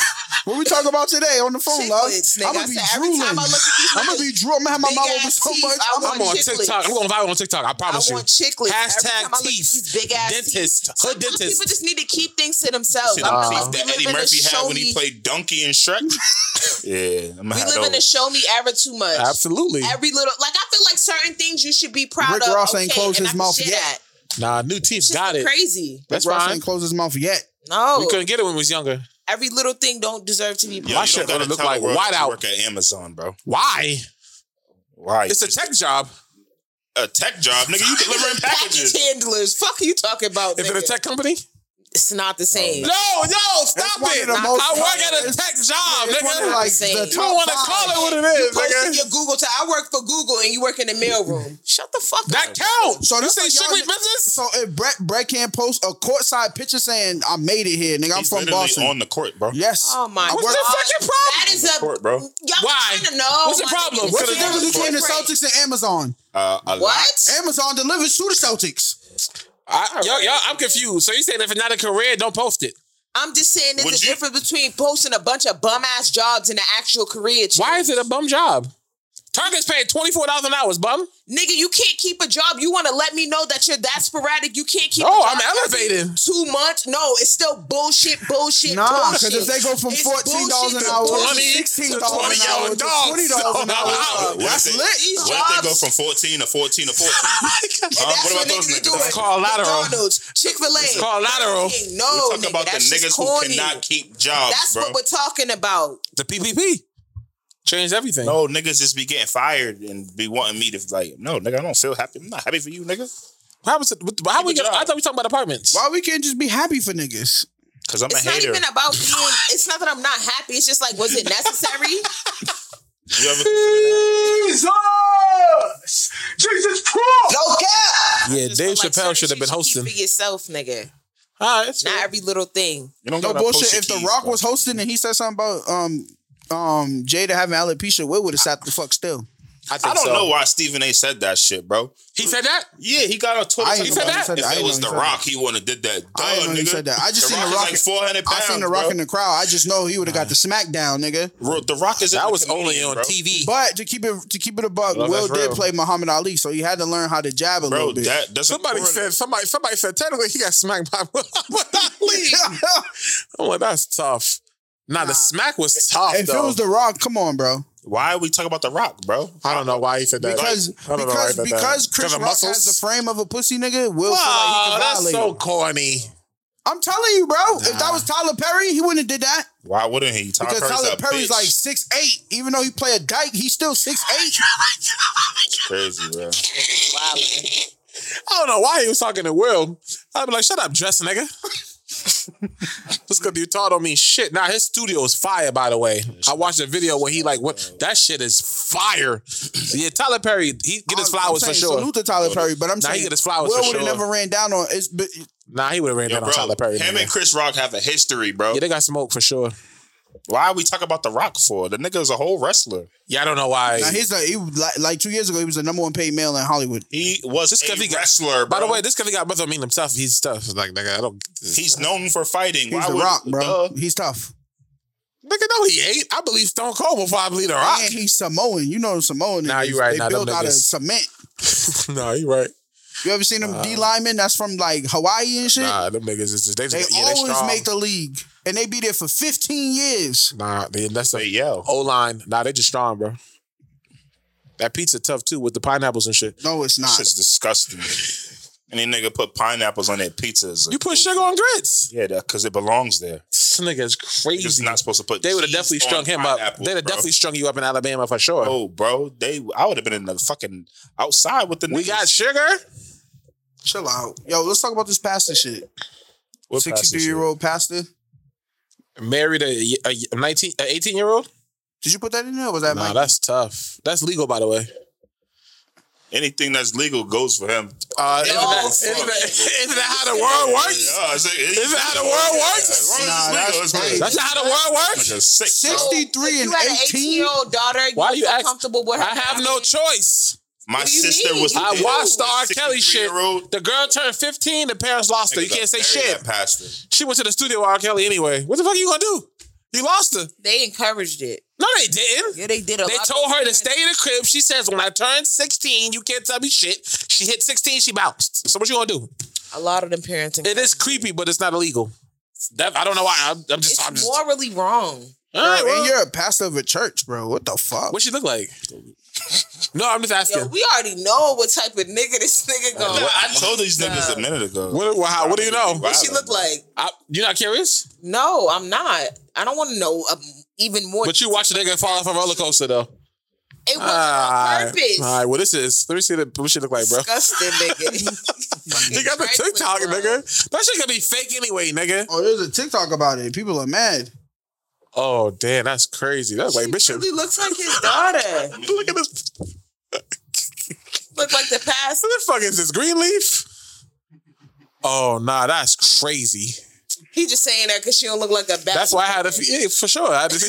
[SPEAKER 2] what we talking about today on the phone, love?
[SPEAKER 3] Chicklets, nigga.
[SPEAKER 2] I'm
[SPEAKER 3] I
[SPEAKER 2] gonna be
[SPEAKER 3] said, every
[SPEAKER 2] drooling.
[SPEAKER 3] time I look at these
[SPEAKER 2] I'm gonna be drooling. I'm gonna have my
[SPEAKER 3] big
[SPEAKER 2] mouth open
[SPEAKER 3] ass
[SPEAKER 2] so
[SPEAKER 3] teeth,
[SPEAKER 2] much.
[SPEAKER 3] I
[SPEAKER 2] I'm
[SPEAKER 3] want
[SPEAKER 4] I'm on
[SPEAKER 3] Chicklets.
[SPEAKER 4] TikTok. I'm going viral on TikTok. I
[SPEAKER 3] I
[SPEAKER 4] promise you.
[SPEAKER 3] want chicklets. Every time I
[SPEAKER 4] Hashtag
[SPEAKER 3] look at these
[SPEAKER 4] teeth.
[SPEAKER 3] big ass
[SPEAKER 4] Dentist.
[SPEAKER 3] teeth.
[SPEAKER 4] Hood
[SPEAKER 3] Sometimes
[SPEAKER 4] dentist.
[SPEAKER 3] People just need to keep things to themselves.
[SPEAKER 5] See
[SPEAKER 3] I
[SPEAKER 5] the
[SPEAKER 3] feel
[SPEAKER 5] teeth
[SPEAKER 3] like
[SPEAKER 5] that
[SPEAKER 3] we live
[SPEAKER 5] Eddie
[SPEAKER 3] in a
[SPEAKER 5] Murphy had
[SPEAKER 3] show
[SPEAKER 5] when
[SPEAKER 3] me-
[SPEAKER 5] he played Donkey in Shrek. yeah, I'm gonna
[SPEAKER 3] We
[SPEAKER 5] have
[SPEAKER 3] live in a
[SPEAKER 5] those.
[SPEAKER 3] show me era too much.
[SPEAKER 4] Absolutely.
[SPEAKER 3] Every little, like I feel like certain things you should be proud
[SPEAKER 2] Rick
[SPEAKER 3] of.
[SPEAKER 2] Ross ain't
[SPEAKER 3] okay,
[SPEAKER 2] closed
[SPEAKER 3] and
[SPEAKER 2] his
[SPEAKER 3] I can
[SPEAKER 2] mouth
[SPEAKER 3] share
[SPEAKER 2] yet.
[SPEAKER 3] that.
[SPEAKER 4] Nah, new teeth.
[SPEAKER 3] It's
[SPEAKER 4] Got
[SPEAKER 3] just
[SPEAKER 4] it.
[SPEAKER 3] Crazy.
[SPEAKER 4] That's
[SPEAKER 2] Ross
[SPEAKER 4] fine.
[SPEAKER 2] ain't closed his mouth yet.
[SPEAKER 4] We
[SPEAKER 3] No,
[SPEAKER 4] couldn't get it when we was younger.
[SPEAKER 3] every little thing don't deserve to be.
[SPEAKER 5] Yo,
[SPEAKER 3] proud.
[SPEAKER 4] My
[SPEAKER 5] you
[SPEAKER 4] shit
[SPEAKER 5] don't gotta
[SPEAKER 4] gonna look
[SPEAKER 5] tell the
[SPEAKER 4] like
[SPEAKER 5] world
[SPEAKER 4] white
[SPEAKER 5] that you
[SPEAKER 4] out.
[SPEAKER 5] Work at Amazon, bro.
[SPEAKER 4] Why?
[SPEAKER 5] Why?
[SPEAKER 4] It's a tech job.
[SPEAKER 5] a tech job, nigga. You delivering
[SPEAKER 3] Package
[SPEAKER 5] packages.
[SPEAKER 3] handlers. Fuck you talking about.
[SPEAKER 4] Is it a
[SPEAKER 3] nigga.
[SPEAKER 4] tech company?
[SPEAKER 3] It's
[SPEAKER 2] Oh,
[SPEAKER 3] not the same.
[SPEAKER 4] No, no, stop
[SPEAKER 2] one of
[SPEAKER 4] it.
[SPEAKER 2] the most-
[SPEAKER 4] I work at a tech job,
[SPEAKER 2] It's one of,
[SPEAKER 4] nigga.
[SPEAKER 2] like,
[SPEAKER 3] Same.
[SPEAKER 2] the
[SPEAKER 3] You
[SPEAKER 4] you
[SPEAKER 2] top
[SPEAKER 4] don't want to
[SPEAKER 2] five.
[SPEAKER 4] call it what it is,
[SPEAKER 3] Posting
[SPEAKER 4] nigga.
[SPEAKER 3] your Google to I work for Google and you work in the mailroom. Shut the fuck up.
[SPEAKER 4] That counts.
[SPEAKER 2] So
[SPEAKER 4] So you
[SPEAKER 2] that's
[SPEAKER 4] say
[SPEAKER 2] like y'all
[SPEAKER 4] sugary
[SPEAKER 2] niggas-
[SPEAKER 4] business?
[SPEAKER 2] So if Brett Brett can't post a courtside picture saying I made it here, nigga, I'm
[SPEAKER 5] He's
[SPEAKER 2] from
[SPEAKER 5] literally
[SPEAKER 2] Boston.
[SPEAKER 5] on the court, bro.
[SPEAKER 2] yes.
[SPEAKER 3] Oh
[SPEAKER 2] I
[SPEAKER 3] my god.
[SPEAKER 2] work-
[SPEAKER 4] fucking problem?
[SPEAKER 3] That is a
[SPEAKER 5] Court, bro.
[SPEAKER 3] Y'all
[SPEAKER 4] Why?
[SPEAKER 3] trying to know.
[SPEAKER 4] What's the
[SPEAKER 3] my
[SPEAKER 4] problem?
[SPEAKER 3] nigga.
[SPEAKER 2] What's the
[SPEAKER 4] Could've-
[SPEAKER 2] difference between the
[SPEAKER 3] Right.
[SPEAKER 2] Celtics and Amazon?
[SPEAKER 5] Uh, a lot.
[SPEAKER 3] What?
[SPEAKER 2] Amazon delivers to the Celtics.
[SPEAKER 4] I, yo, yo, I'm confused. So you saying if it's not a career, don't post it.
[SPEAKER 3] I'm just saying there's
[SPEAKER 5] Would
[SPEAKER 3] a
[SPEAKER 5] you-
[SPEAKER 3] difference between posting a bunch of bum ass jobs and an actual career.
[SPEAKER 4] Why is it a bum job? Target's paying twenty four dollars an hour, bum.
[SPEAKER 3] Nigga, you can't keep a job. You want to let me know that you're that sporadic. You can't keep.
[SPEAKER 4] Oh,
[SPEAKER 3] a job
[SPEAKER 4] I'm elevated.
[SPEAKER 3] Two months? No, it's still bullshit, bullshit,
[SPEAKER 2] Nah,
[SPEAKER 3] bullshit.
[SPEAKER 2] because if they go from
[SPEAKER 3] It's
[SPEAKER 2] fourteen dollars an
[SPEAKER 3] bullshit,
[SPEAKER 2] hour to
[SPEAKER 3] bullshit.
[SPEAKER 2] sixteen dollars an hour to
[SPEAKER 6] $20
[SPEAKER 2] twenty dollars an hour,
[SPEAKER 5] What if
[SPEAKER 2] that's
[SPEAKER 5] they-
[SPEAKER 2] lit.
[SPEAKER 3] These
[SPEAKER 5] What if they go
[SPEAKER 3] jobs-
[SPEAKER 5] from 14 to 14 to 14? Huh?
[SPEAKER 3] That's
[SPEAKER 5] Uh, What
[SPEAKER 3] what,
[SPEAKER 5] about those
[SPEAKER 3] niggas
[SPEAKER 5] niggas?
[SPEAKER 3] are doing.
[SPEAKER 5] That's
[SPEAKER 4] called lateral.
[SPEAKER 3] McDonald's, Chick Fil A. It's
[SPEAKER 4] called lateral.
[SPEAKER 3] No,
[SPEAKER 2] Oh,
[SPEAKER 5] We're talking
[SPEAKER 3] nigga,
[SPEAKER 5] about the
[SPEAKER 3] that's just
[SPEAKER 5] niggas
[SPEAKER 3] corny.
[SPEAKER 5] who cannot keep jobs,
[SPEAKER 3] That's
[SPEAKER 5] bro.
[SPEAKER 3] what we're talking about.
[SPEAKER 4] The PPP changed everything.
[SPEAKER 5] No, niggas just be getting fired and be wanting me to like, no, nigga, I don't feel happy. I'm not happy for you, nigga,
[SPEAKER 4] How was it? what- How we?
[SPEAKER 5] Keep a
[SPEAKER 4] Get, I
[SPEAKER 5] job.
[SPEAKER 4] thought we talking about apartments.
[SPEAKER 2] Why we can't just be happy for niggas?
[SPEAKER 5] because I'm
[SPEAKER 3] It's
[SPEAKER 5] a
[SPEAKER 3] not
[SPEAKER 5] hater.
[SPEAKER 3] even about being. It's not that I'm not happy. It's just like, was it necessary?
[SPEAKER 5] you ever consider
[SPEAKER 7] No cap.
[SPEAKER 4] Yeah,
[SPEAKER 3] Just
[SPEAKER 4] Dave
[SPEAKER 3] feel like
[SPEAKER 4] Chappelle
[SPEAKER 3] certain
[SPEAKER 4] should
[SPEAKER 3] shit
[SPEAKER 4] have been
[SPEAKER 3] you
[SPEAKER 4] hosting.
[SPEAKER 3] Keep for yourself, nigga.
[SPEAKER 4] All right,
[SPEAKER 3] Not every little thing.
[SPEAKER 5] you don't
[SPEAKER 2] No
[SPEAKER 5] gotta post
[SPEAKER 2] bullshit.
[SPEAKER 5] your
[SPEAKER 2] If The
[SPEAKER 5] keys,
[SPEAKER 2] Rock
[SPEAKER 5] bro.
[SPEAKER 2] was hosting and he said something about um um Jada having alopecia, we would have sat the fuck still.
[SPEAKER 5] I don't know why Stephen A. said that shit, bro.
[SPEAKER 4] He said that.
[SPEAKER 5] Yeah, he got on Twitter.
[SPEAKER 2] I
[SPEAKER 5] talking
[SPEAKER 2] ain't
[SPEAKER 4] know
[SPEAKER 5] about-
[SPEAKER 4] he said
[SPEAKER 2] that. I
[SPEAKER 5] If
[SPEAKER 2] ain't
[SPEAKER 5] it was
[SPEAKER 2] know
[SPEAKER 5] The
[SPEAKER 2] he said
[SPEAKER 5] Rock, he wouldn't have did that. Duh,
[SPEAKER 2] I ain't know
[SPEAKER 5] nigga.
[SPEAKER 2] he said that. I just
[SPEAKER 5] the
[SPEAKER 2] seen
[SPEAKER 5] Rock
[SPEAKER 2] The
[SPEAKER 5] is
[SPEAKER 2] Rock
[SPEAKER 5] like
[SPEAKER 2] in-
[SPEAKER 5] 400
[SPEAKER 2] I
[SPEAKER 5] pounds.
[SPEAKER 2] seen The
[SPEAKER 5] bro.
[SPEAKER 2] Rock in the crowd. I just know he would have got the smack down, nigga.
[SPEAKER 5] Ro- The Rock is.
[SPEAKER 4] That was only on TV.
[SPEAKER 2] But to keep it to keep it a buck,
[SPEAKER 4] Love
[SPEAKER 2] Will
[SPEAKER 4] that's
[SPEAKER 2] did
[SPEAKER 4] real.
[SPEAKER 2] play Muhammad Ali, so he had to learn how to jab a
[SPEAKER 5] Bro,
[SPEAKER 2] little bit.
[SPEAKER 5] that doesn't.
[SPEAKER 4] Somebody said somebody somebody said technically he got smacked by Muhammad Ali. I'm like, that's tough. Nah, the smack was tough
[SPEAKER 2] if it
[SPEAKER 4] though.
[SPEAKER 2] was The Rock, come on, bro.
[SPEAKER 5] Why are we talking about The Rock, bro?
[SPEAKER 4] I don't know why he said that.
[SPEAKER 2] Because
[SPEAKER 4] I don't know why he
[SPEAKER 2] because
[SPEAKER 4] said that.
[SPEAKER 2] because Chris
[SPEAKER 4] of
[SPEAKER 2] Rock has
[SPEAKER 4] muscles?
[SPEAKER 2] the frame of a pussy nigga. Will feel like he
[SPEAKER 4] Oh,
[SPEAKER 2] can
[SPEAKER 4] that's
[SPEAKER 2] violate.
[SPEAKER 4] so
[SPEAKER 2] him.
[SPEAKER 4] corny.
[SPEAKER 2] I'm telling you, bro. If that was Tyler Perry, he wouldn't have did that
[SPEAKER 5] Why wouldn't he? Tyler
[SPEAKER 2] because
[SPEAKER 5] Perry's
[SPEAKER 2] Tyler
[SPEAKER 5] a
[SPEAKER 2] Perry's
[SPEAKER 5] bitch.
[SPEAKER 2] like six eight. Even though he play a dyke, he's still six eight.
[SPEAKER 5] crazy, bro.
[SPEAKER 4] I don't know why he was talking to Will. I'd be like, shut up, dress nigga. Just cause you tall don't mean shit. Now his studio is fire, by the way. I watched a video where he like what that shit is fire. Yeah, Tyler Perry, he get his flowers
[SPEAKER 2] I'm saying
[SPEAKER 4] for sure.
[SPEAKER 2] Salute to Tyler Perry, but I'm
[SPEAKER 4] Nah, he
[SPEAKER 2] saying
[SPEAKER 4] get his flowers
[SPEAKER 2] Will
[SPEAKER 4] for
[SPEAKER 2] would have
[SPEAKER 4] sure.
[SPEAKER 2] never ran down on. It's, but
[SPEAKER 4] Nah, he would have ran
[SPEAKER 5] Yo,
[SPEAKER 4] down
[SPEAKER 5] bro,
[SPEAKER 4] on Tyler Perry.
[SPEAKER 5] him
[SPEAKER 4] man.
[SPEAKER 5] and Chris Rock have a history, bro.
[SPEAKER 4] yeah, they got smoke for sure.
[SPEAKER 5] Why are we talking about The Rock for? The nigga is a whole wrestler.
[SPEAKER 4] Yeah, I don't know why.
[SPEAKER 2] now he's like, he, was like like two years ago, he was the number one paid male in Hollywood.
[SPEAKER 5] He was
[SPEAKER 4] Just
[SPEAKER 5] a
[SPEAKER 4] 'cause he got-
[SPEAKER 5] wrestler, bro.
[SPEAKER 4] By the way, this guy got brother mean himself. He's tough. Like nigga, I don't.
[SPEAKER 5] he's known for fighting.
[SPEAKER 2] He's
[SPEAKER 5] Why
[SPEAKER 2] the
[SPEAKER 5] would-
[SPEAKER 2] Rock, bro.
[SPEAKER 5] Duh.
[SPEAKER 2] He's tough.
[SPEAKER 4] nigga, no, he ain't. I believe Stone Cold before I believe The Rock.
[SPEAKER 2] And he's Samoan. You know Samoan.
[SPEAKER 4] Ah. Nah,
[SPEAKER 2] niggas,
[SPEAKER 4] you right.
[SPEAKER 2] They
[SPEAKER 4] Nah, them
[SPEAKER 2] built out of
[SPEAKER 4] niggas.
[SPEAKER 2] cement.
[SPEAKER 4] nah, you right.
[SPEAKER 2] You ever seen them D linemen? That's from like Hawaii and shit.
[SPEAKER 4] Nah, them niggas is just they
[SPEAKER 2] they
[SPEAKER 4] just yeah, they
[SPEAKER 2] always
[SPEAKER 4] strong.
[SPEAKER 2] make the league, and they be there for fifteen years.
[SPEAKER 4] Nah, they, that's
[SPEAKER 5] They
[SPEAKER 4] the
[SPEAKER 5] yell.
[SPEAKER 4] O line. Nah, they just strong, bro. That pizza tough too with the pineapples and shit.
[SPEAKER 2] No, it's not.
[SPEAKER 5] This is disgusting. and then nigga put pineapples on their pizzas.
[SPEAKER 4] You put sugar on grits.
[SPEAKER 5] Yeah, because it belongs there.
[SPEAKER 4] This nigga is
[SPEAKER 5] You're
[SPEAKER 4] crazy.
[SPEAKER 5] not supposed to put.
[SPEAKER 4] They would have
[SPEAKER 5] cheese
[SPEAKER 4] definitely strung
[SPEAKER 5] on
[SPEAKER 4] him up.
[SPEAKER 5] pineapple,
[SPEAKER 4] They'd have
[SPEAKER 5] bro.
[SPEAKER 4] definitely strung you up in Alabama for sure.
[SPEAKER 5] Oh, bro, they. I would have been in the fucking outside with the.
[SPEAKER 4] we
[SPEAKER 5] niggas.
[SPEAKER 4] got sugar.
[SPEAKER 2] Chill out, yo. Let's talk about this pastor shit.
[SPEAKER 5] What passes
[SPEAKER 2] Sixty-three
[SPEAKER 5] you?
[SPEAKER 2] year old pastor.
[SPEAKER 4] Married a, a, a 19, a 18 year old.
[SPEAKER 2] Did you put that in there? Or was that
[SPEAKER 4] Nah,
[SPEAKER 2] Mike?
[SPEAKER 4] that's tough. That's legal, by the way.
[SPEAKER 5] Anything that's legal goes for him.
[SPEAKER 4] Uh, isn't, that,
[SPEAKER 3] Oh,
[SPEAKER 4] isn't, that, isn't that how the world works?
[SPEAKER 5] Yeah, it's like,
[SPEAKER 4] Is that how the world works?
[SPEAKER 2] Nah, that's crazy.
[SPEAKER 4] That's not how the world works.
[SPEAKER 5] Nigga, sick.
[SPEAKER 2] Sixty-three
[SPEAKER 3] You
[SPEAKER 2] and
[SPEAKER 3] had an 18
[SPEAKER 2] eighteen.
[SPEAKER 3] year old daughter. You
[SPEAKER 4] Why
[SPEAKER 3] don't
[SPEAKER 4] you
[SPEAKER 3] feel
[SPEAKER 4] ask-
[SPEAKER 3] comfortable with her?
[SPEAKER 4] I have no choice.
[SPEAKER 5] My
[SPEAKER 3] do you
[SPEAKER 5] sister
[SPEAKER 3] mean?
[SPEAKER 5] was.
[SPEAKER 4] I
[SPEAKER 5] there.
[SPEAKER 4] watched the R. Kelly shit.
[SPEAKER 5] 63-year-old.
[SPEAKER 4] The girl turned 15. The parents lost her. You
[SPEAKER 5] Niggas
[SPEAKER 4] can't say
[SPEAKER 5] bury
[SPEAKER 4] shit.
[SPEAKER 5] that Pastor.
[SPEAKER 4] She went to the studio with R. Kelly anyway. What the fuck are you gonna do? You lost her.
[SPEAKER 3] They encouraged it.
[SPEAKER 4] No, they didn't.
[SPEAKER 3] Yeah, they did a
[SPEAKER 4] They
[SPEAKER 3] lot.
[SPEAKER 4] told
[SPEAKER 3] of
[SPEAKER 4] her to
[SPEAKER 3] things.
[SPEAKER 4] stay in the crib. She says, "When I turn 16, you can't tell me shit." She hit 16. She bounced. So what you gonna do?
[SPEAKER 3] A lot of them parents.
[SPEAKER 4] It is creepy, but it's not illegal. That, I don't know why. I'm, I'm just.
[SPEAKER 3] It's
[SPEAKER 4] I'm just.
[SPEAKER 3] morally wrong.
[SPEAKER 4] All right, well,
[SPEAKER 2] And you're a pastor of a church, bro. What the fuck?
[SPEAKER 4] what she look like? no, I'm just asking.
[SPEAKER 3] Yo, we already know what type of nigga this nigga going.
[SPEAKER 5] Nah, I told these niggas a minute ago.
[SPEAKER 4] what, what, how, what do you know?
[SPEAKER 5] Wow.
[SPEAKER 3] What she look like?
[SPEAKER 4] I, you not curious?
[SPEAKER 3] No, I'm not. I don't want to know um, even more.
[SPEAKER 4] But you watch a nigga fall off a roller coaster though. Ah,
[SPEAKER 3] It was
[SPEAKER 4] All
[SPEAKER 3] on
[SPEAKER 4] right.
[SPEAKER 3] purpose.
[SPEAKER 4] All right, well, this is. Let me see the, what she look like, bro.
[SPEAKER 3] Disgusting, nigga.
[SPEAKER 4] You got the TikTok, nigga. That shit gonna be fake anyway, nigga.
[SPEAKER 2] Oh, there's a TikTok about it. People are mad.
[SPEAKER 4] Oh, damn, that's crazy. That's like
[SPEAKER 3] She
[SPEAKER 4] Bishop.
[SPEAKER 3] really looks like his daughter.
[SPEAKER 4] Look at this.
[SPEAKER 3] Look like the past.
[SPEAKER 4] What the fuck is this? Greenleaf? Oh, nah, that's crazy.
[SPEAKER 3] He just saying that because she don't look like a bad.
[SPEAKER 4] That's why I had a few. Yeah, for sure. I had a few.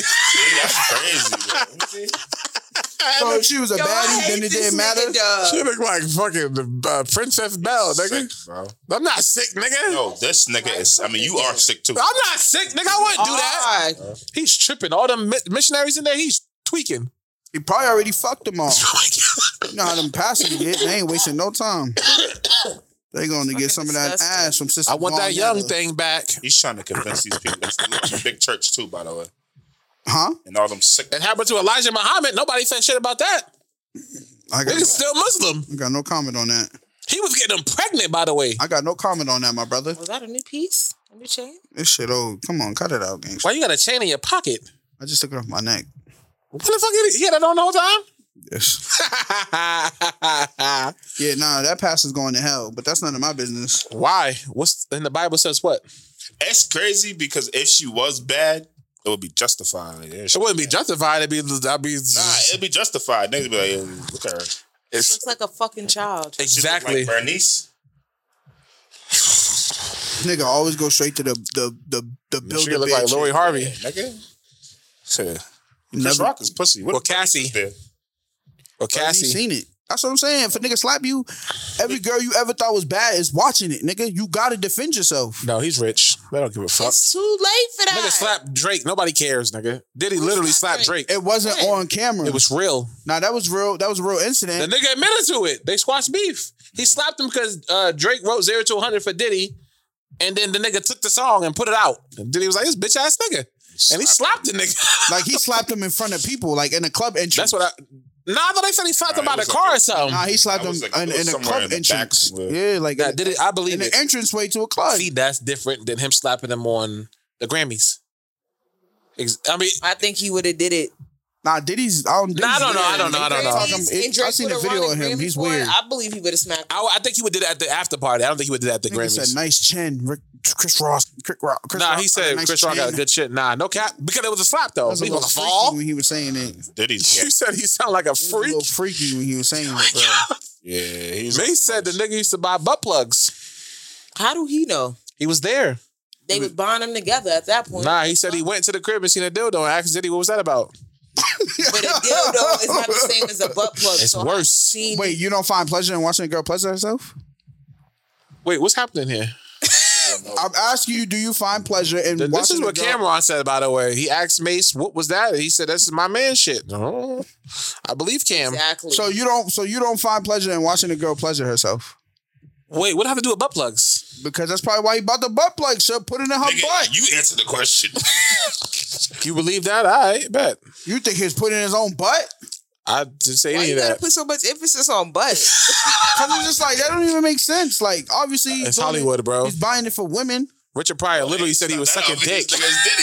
[SPEAKER 5] That's crazy. bro.
[SPEAKER 2] So if she was a
[SPEAKER 3] Yo, I
[SPEAKER 2] baddie,
[SPEAKER 3] hate
[SPEAKER 2] then it
[SPEAKER 3] this
[SPEAKER 2] didn't matter.
[SPEAKER 3] nigga, dog.
[SPEAKER 4] She look like fucking uh, Princess Belle, nigga.
[SPEAKER 5] Sick, bro.
[SPEAKER 4] I'm not sick, nigga.
[SPEAKER 5] No, this nigga is. I mean, you are sick too.
[SPEAKER 4] I'm not sick, nigga. I wouldn't do that.
[SPEAKER 3] All right.
[SPEAKER 4] He's tripping. All the missionaries in there, he's tweaking.
[SPEAKER 2] He probably already fucked them all. You know how them passers get. They ain't wasting no time. They going to get some of that
[SPEAKER 3] disgusting.
[SPEAKER 2] ass from Sister.
[SPEAKER 4] I want that
[SPEAKER 2] Barnetta.
[SPEAKER 4] young thing back.
[SPEAKER 5] He's trying to convince these people. It's a big church too, by the way,
[SPEAKER 2] huh?
[SPEAKER 5] and all them sick.
[SPEAKER 4] It happened to Elijah Muhammad. Nobody said shit about that.
[SPEAKER 2] I got,
[SPEAKER 4] Nigga's still Muslim.
[SPEAKER 2] I got no comment on that.
[SPEAKER 4] He was getting them pregnant, by the way.
[SPEAKER 2] I got no comment on that, my brother.
[SPEAKER 3] Was that a new piece? A new chain?
[SPEAKER 2] This shit old. Come on, cut it out, gang.
[SPEAKER 4] Why you got a chain in your pocket?
[SPEAKER 2] I just took it off my neck.
[SPEAKER 4] What the fuck? Is he had that on the whole
[SPEAKER 2] Yes.
[SPEAKER 4] time.
[SPEAKER 2] Yeah, nah, that pastor's going to hell, but that's none of my business.
[SPEAKER 4] Why? What's in the Bible says what?
[SPEAKER 5] It's crazy because if she was bad, it would be justified. Like, yeah, she-
[SPEAKER 4] It wouldn't be justified. It'd be. That'd be
[SPEAKER 5] Nah, it'd be justified. Niggas be like, yeah, look at her.
[SPEAKER 4] it's-
[SPEAKER 3] Looks like a fucking child.
[SPEAKER 5] She look
[SPEAKER 4] exactly.
[SPEAKER 5] Like Bernice.
[SPEAKER 2] Nigga always go straight to the the the the build
[SPEAKER 4] She
[SPEAKER 2] the
[SPEAKER 4] look like
[SPEAKER 2] bitch.
[SPEAKER 4] Lori Harvey.
[SPEAKER 5] Nigga. Shit. Chris
[SPEAKER 2] Never
[SPEAKER 5] Rock is pussy. What
[SPEAKER 4] Well,
[SPEAKER 5] the fuck
[SPEAKER 4] Cassie.
[SPEAKER 5] is there?
[SPEAKER 4] Or
[SPEAKER 2] Cassie.
[SPEAKER 4] Cassie.
[SPEAKER 2] seen it. That's what I'm saying. If a nigga slap you, every girl you ever thought was bad is watching it, nigga. You gotta defend yourself.
[SPEAKER 4] No, he's rich. They don't give a fuck.
[SPEAKER 3] It's too late for that.
[SPEAKER 4] Nigga slapped Drake. Nobody cares, nigga. Did he literally slap
[SPEAKER 3] slapped
[SPEAKER 4] Drake?
[SPEAKER 3] Drake?
[SPEAKER 2] It wasn't
[SPEAKER 3] What?
[SPEAKER 2] on camera.
[SPEAKER 4] It was real.
[SPEAKER 2] now that was real. That was a real
[SPEAKER 4] The
[SPEAKER 2] incident.
[SPEAKER 4] nigga admitted to it. They squashed beef. He slapped him because uh, Drake wrote zero to 100 for Diddy. And then the nigga took the song and put it out. And Diddy was like, this bitch ass nigga. And he slapped the nigga.
[SPEAKER 2] like he slapped him in front of people, like in a club entrance.
[SPEAKER 4] That's what I. Nah, I thought they said he slapped him
[SPEAKER 5] Nah,
[SPEAKER 4] by
[SPEAKER 5] it
[SPEAKER 4] the
[SPEAKER 5] was
[SPEAKER 4] car
[SPEAKER 5] like-
[SPEAKER 4] or something.
[SPEAKER 2] Nah, he slapped
[SPEAKER 5] That
[SPEAKER 2] him
[SPEAKER 5] was, like,
[SPEAKER 2] in,
[SPEAKER 5] it was
[SPEAKER 2] in a
[SPEAKER 5] somewhere
[SPEAKER 2] club
[SPEAKER 5] in the
[SPEAKER 2] entrance.
[SPEAKER 5] back somewhere.
[SPEAKER 2] yeah, like
[SPEAKER 4] Nah,
[SPEAKER 2] in,
[SPEAKER 4] did it? I
[SPEAKER 2] in
[SPEAKER 4] believe
[SPEAKER 2] the
[SPEAKER 4] it.
[SPEAKER 2] entrance way to a club.
[SPEAKER 4] See, that's different than him slapping him on the Grammys. Ex- I mean,
[SPEAKER 3] I think he would have did it.
[SPEAKER 2] Nah, Diddy's. I don't,
[SPEAKER 4] Nah, I don't know, I don't know, I don't know.
[SPEAKER 2] Talking-
[SPEAKER 3] And
[SPEAKER 2] it- I
[SPEAKER 3] Drake
[SPEAKER 2] seen a
[SPEAKER 3] would've
[SPEAKER 2] video
[SPEAKER 3] won
[SPEAKER 2] of
[SPEAKER 3] a
[SPEAKER 2] him.
[SPEAKER 3] Grammy
[SPEAKER 2] He's
[SPEAKER 3] for it.
[SPEAKER 2] weird.
[SPEAKER 3] I believe he would have smacked.
[SPEAKER 4] I, I think he would did it at the after party. I don't think he would did it at the
[SPEAKER 2] Nigga said
[SPEAKER 4] Grammys.
[SPEAKER 2] nice chin. Rick, Chris Ross. Chris Rock. Chris
[SPEAKER 4] Nah,
[SPEAKER 2] Rock
[SPEAKER 4] he
[SPEAKER 2] got a
[SPEAKER 4] said
[SPEAKER 2] nice
[SPEAKER 4] Chris Rock got a
[SPEAKER 2] chin.
[SPEAKER 4] good shit. Nah, no cap because it was a slap though.
[SPEAKER 2] That was a
[SPEAKER 4] He
[SPEAKER 2] little
[SPEAKER 4] was a
[SPEAKER 2] freaky
[SPEAKER 4] fall.
[SPEAKER 2] when he was saying it.
[SPEAKER 5] Diddy's
[SPEAKER 4] You said he sounded like a
[SPEAKER 2] It was a
[SPEAKER 4] freak.
[SPEAKER 2] little freaky when he was saying it, bro.
[SPEAKER 5] Yeah, he's.
[SPEAKER 4] They said the nigga used to buy butt plugs.
[SPEAKER 3] How do he know?
[SPEAKER 4] He was there.
[SPEAKER 3] They would bond them together at that point.
[SPEAKER 4] Nah, he said he went to the crib and seen a dildo and asked Diddy, what was that about?
[SPEAKER 3] But a dildo is not the same as a butt plug.
[SPEAKER 4] It's
[SPEAKER 3] so how
[SPEAKER 4] worse.
[SPEAKER 3] you seen-
[SPEAKER 2] Wait, you don't find pleasure in watching a girl pleasure herself?
[SPEAKER 4] Wait, what's happening here?
[SPEAKER 2] I'm asking you, do you find pleasure in
[SPEAKER 4] Oh. Th-
[SPEAKER 2] watching
[SPEAKER 4] This is
[SPEAKER 2] a
[SPEAKER 4] what
[SPEAKER 2] girl-
[SPEAKER 4] Cameron said, by the way. He asked Mace, what was that? And he said, this is my man shit.
[SPEAKER 5] Oh.
[SPEAKER 4] No, I believe Cam.
[SPEAKER 3] exactly.
[SPEAKER 2] So you don't. So you don't find pleasure in watching a girl pleasure herself
[SPEAKER 4] Wait, what have to do with butt plugs?
[SPEAKER 2] because that's probably why he bought the butt plug. She'll put it in her butt.
[SPEAKER 5] you answered the question.
[SPEAKER 4] You believe that? I bet.
[SPEAKER 2] You think he's putting in his own butt?
[SPEAKER 4] I didn't say
[SPEAKER 3] why
[SPEAKER 4] any
[SPEAKER 3] you
[SPEAKER 4] of
[SPEAKER 3] gotta
[SPEAKER 4] that.
[SPEAKER 3] put so much emphasis on butt?
[SPEAKER 2] Because I'm just like that don't even make sense. Like obviously, he's
[SPEAKER 4] It's
[SPEAKER 2] doing it-
[SPEAKER 4] Hollywood, bro.
[SPEAKER 2] He's buying it for women.
[SPEAKER 4] Richard Pryor literally said he was sucking dick.
[SPEAKER 5] Diddy.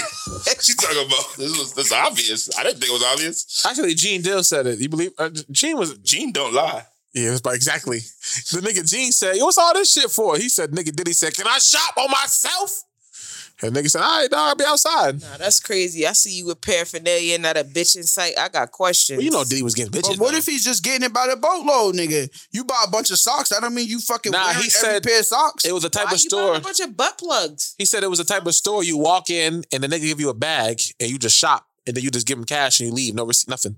[SPEAKER 5] She talking about this was this obvious. I didn't think it was obvious.
[SPEAKER 4] Actually, Gene Dill said it. You believe? Uh, Gene was
[SPEAKER 5] Gene don't lie.
[SPEAKER 4] Yeah, that's about exactly. The nigga Gene said, Yo, what's all this shit for? He said, nigga Diddy said, Can I shop on myself? And nigga said, all right, dog, I'll be outside.
[SPEAKER 3] Nah, that's crazy. I see you with paraphernalia and not a bitch in sight. I got questions.
[SPEAKER 4] Well, you know Diddy was getting bitches.
[SPEAKER 2] But what
[SPEAKER 4] though.
[SPEAKER 2] if he's just getting it by the boatload, nigga? You buy a bunch of socks. That don't mean you fucking
[SPEAKER 4] Nah,
[SPEAKER 2] wearing
[SPEAKER 4] he
[SPEAKER 2] every
[SPEAKER 4] said-
[SPEAKER 2] pair of socks.
[SPEAKER 4] it was a type
[SPEAKER 3] Why
[SPEAKER 4] of
[SPEAKER 3] you buying
[SPEAKER 4] store?
[SPEAKER 3] a bunch of butt plugs?
[SPEAKER 4] He said it was a type of store you walk in and the nigga give you a bag and you just shop and then you just give him cash and you leave, no receipt, nothing.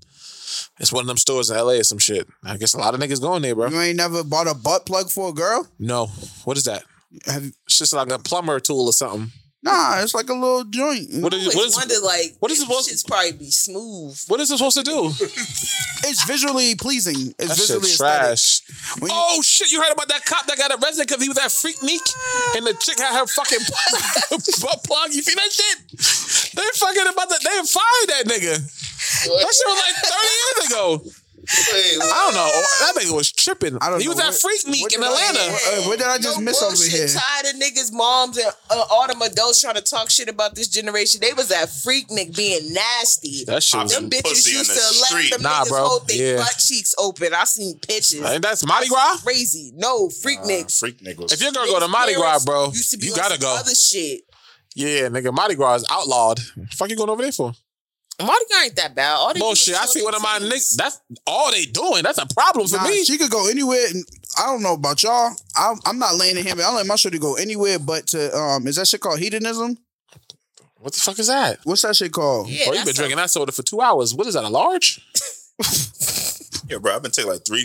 [SPEAKER 4] It's one of them stores in LA or some shit. I guess a lot of niggas going there, bro.
[SPEAKER 2] you ain't never bought a butt plug for a girl.
[SPEAKER 4] No. What is that?
[SPEAKER 2] Have you-
[SPEAKER 4] It's just like a plumber tool or something.
[SPEAKER 2] Nah, it's like a little joint.
[SPEAKER 4] What is
[SPEAKER 3] Always
[SPEAKER 4] what is
[SPEAKER 3] wonder like
[SPEAKER 4] what is it
[SPEAKER 3] this
[SPEAKER 4] supposed-
[SPEAKER 3] shit's probably be smooth.
[SPEAKER 4] what is it supposed to do?
[SPEAKER 2] It's visually pleasing. It's
[SPEAKER 4] That shit
[SPEAKER 2] visually aesthetic.
[SPEAKER 4] trash.
[SPEAKER 2] When you-
[SPEAKER 4] Oh shit! You heard about that cop that got arrested because he was that freak neek, and the chick had her fucking butt plug. You seen that shit? They fucking about to. They fired that nigga. That shit was like thirty years ago. I don't know. That nigga was tripping.
[SPEAKER 2] I don't
[SPEAKER 4] he was
[SPEAKER 2] know.
[SPEAKER 4] that
[SPEAKER 2] What-
[SPEAKER 4] freak
[SPEAKER 2] what
[SPEAKER 4] neek in
[SPEAKER 2] did I-
[SPEAKER 4] Atlanta.
[SPEAKER 2] what- uh, what did I just
[SPEAKER 3] No
[SPEAKER 2] miss over
[SPEAKER 3] bullshit.
[SPEAKER 2] here?
[SPEAKER 3] Tired of niggas' moms and uh, all them adults trying to talk shit about this generation. They was that freak nick being nasty.
[SPEAKER 4] That shit was.
[SPEAKER 3] them bitches
[SPEAKER 5] pussy in
[SPEAKER 3] used
[SPEAKER 5] the
[SPEAKER 3] to
[SPEAKER 5] street.
[SPEAKER 3] let them
[SPEAKER 4] Nah,
[SPEAKER 3] niggas
[SPEAKER 4] bro.
[SPEAKER 3] hold their
[SPEAKER 4] Yeah.
[SPEAKER 3] butt cheeks open. I seen pictures.
[SPEAKER 4] Ain't that's Mardi Gras?
[SPEAKER 3] Crazy. No freak nicks.
[SPEAKER 5] Freak niggas.
[SPEAKER 4] If you're gonna go to Mardi Gras, bro,
[SPEAKER 3] Used to be
[SPEAKER 4] you
[SPEAKER 3] on
[SPEAKER 4] gotta
[SPEAKER 3] some
[SPEAKER 4] go.
[SPEAKER 3] Other shit.
[SPEAKER 4] Yeah, nigga, Mardi Gras is outlawed. fuck you going over there for?
[SPEAKER 3] Mardi Gras ain't that bad. All they do is
[SPEAKER 4] Bullshit. I
[SPEAKER 3] show
[SPEAKER 4] see
[SPEAKER 3] their
[SPEAKER 4] one of my
[SPEAKER 3] titties.
[SPEAKER 4] niggas. That's all they doing. That's a problem for
[SPEAKER 2] Nah,
[SPEAKER 4] me.
[SPEAKER 2] she could go anywhere. and- I don't know about y'all. I'm, I'm not laying in him. I let my shit to go anywhere, but to um, is that shit called hedonism?
[SPEAKER 4] What the fuck is that?
[SPEAKER 2] What's that shit called?
[SPEAKER 3] Yeah,
[SPEAKER 4] Bro, you been
[SPEAKER 3] that's
[SPEAKER 4] drinking that soda for two hours. What is that? A large?
[SPEAKER 5] yeah, bro, I've been taking like three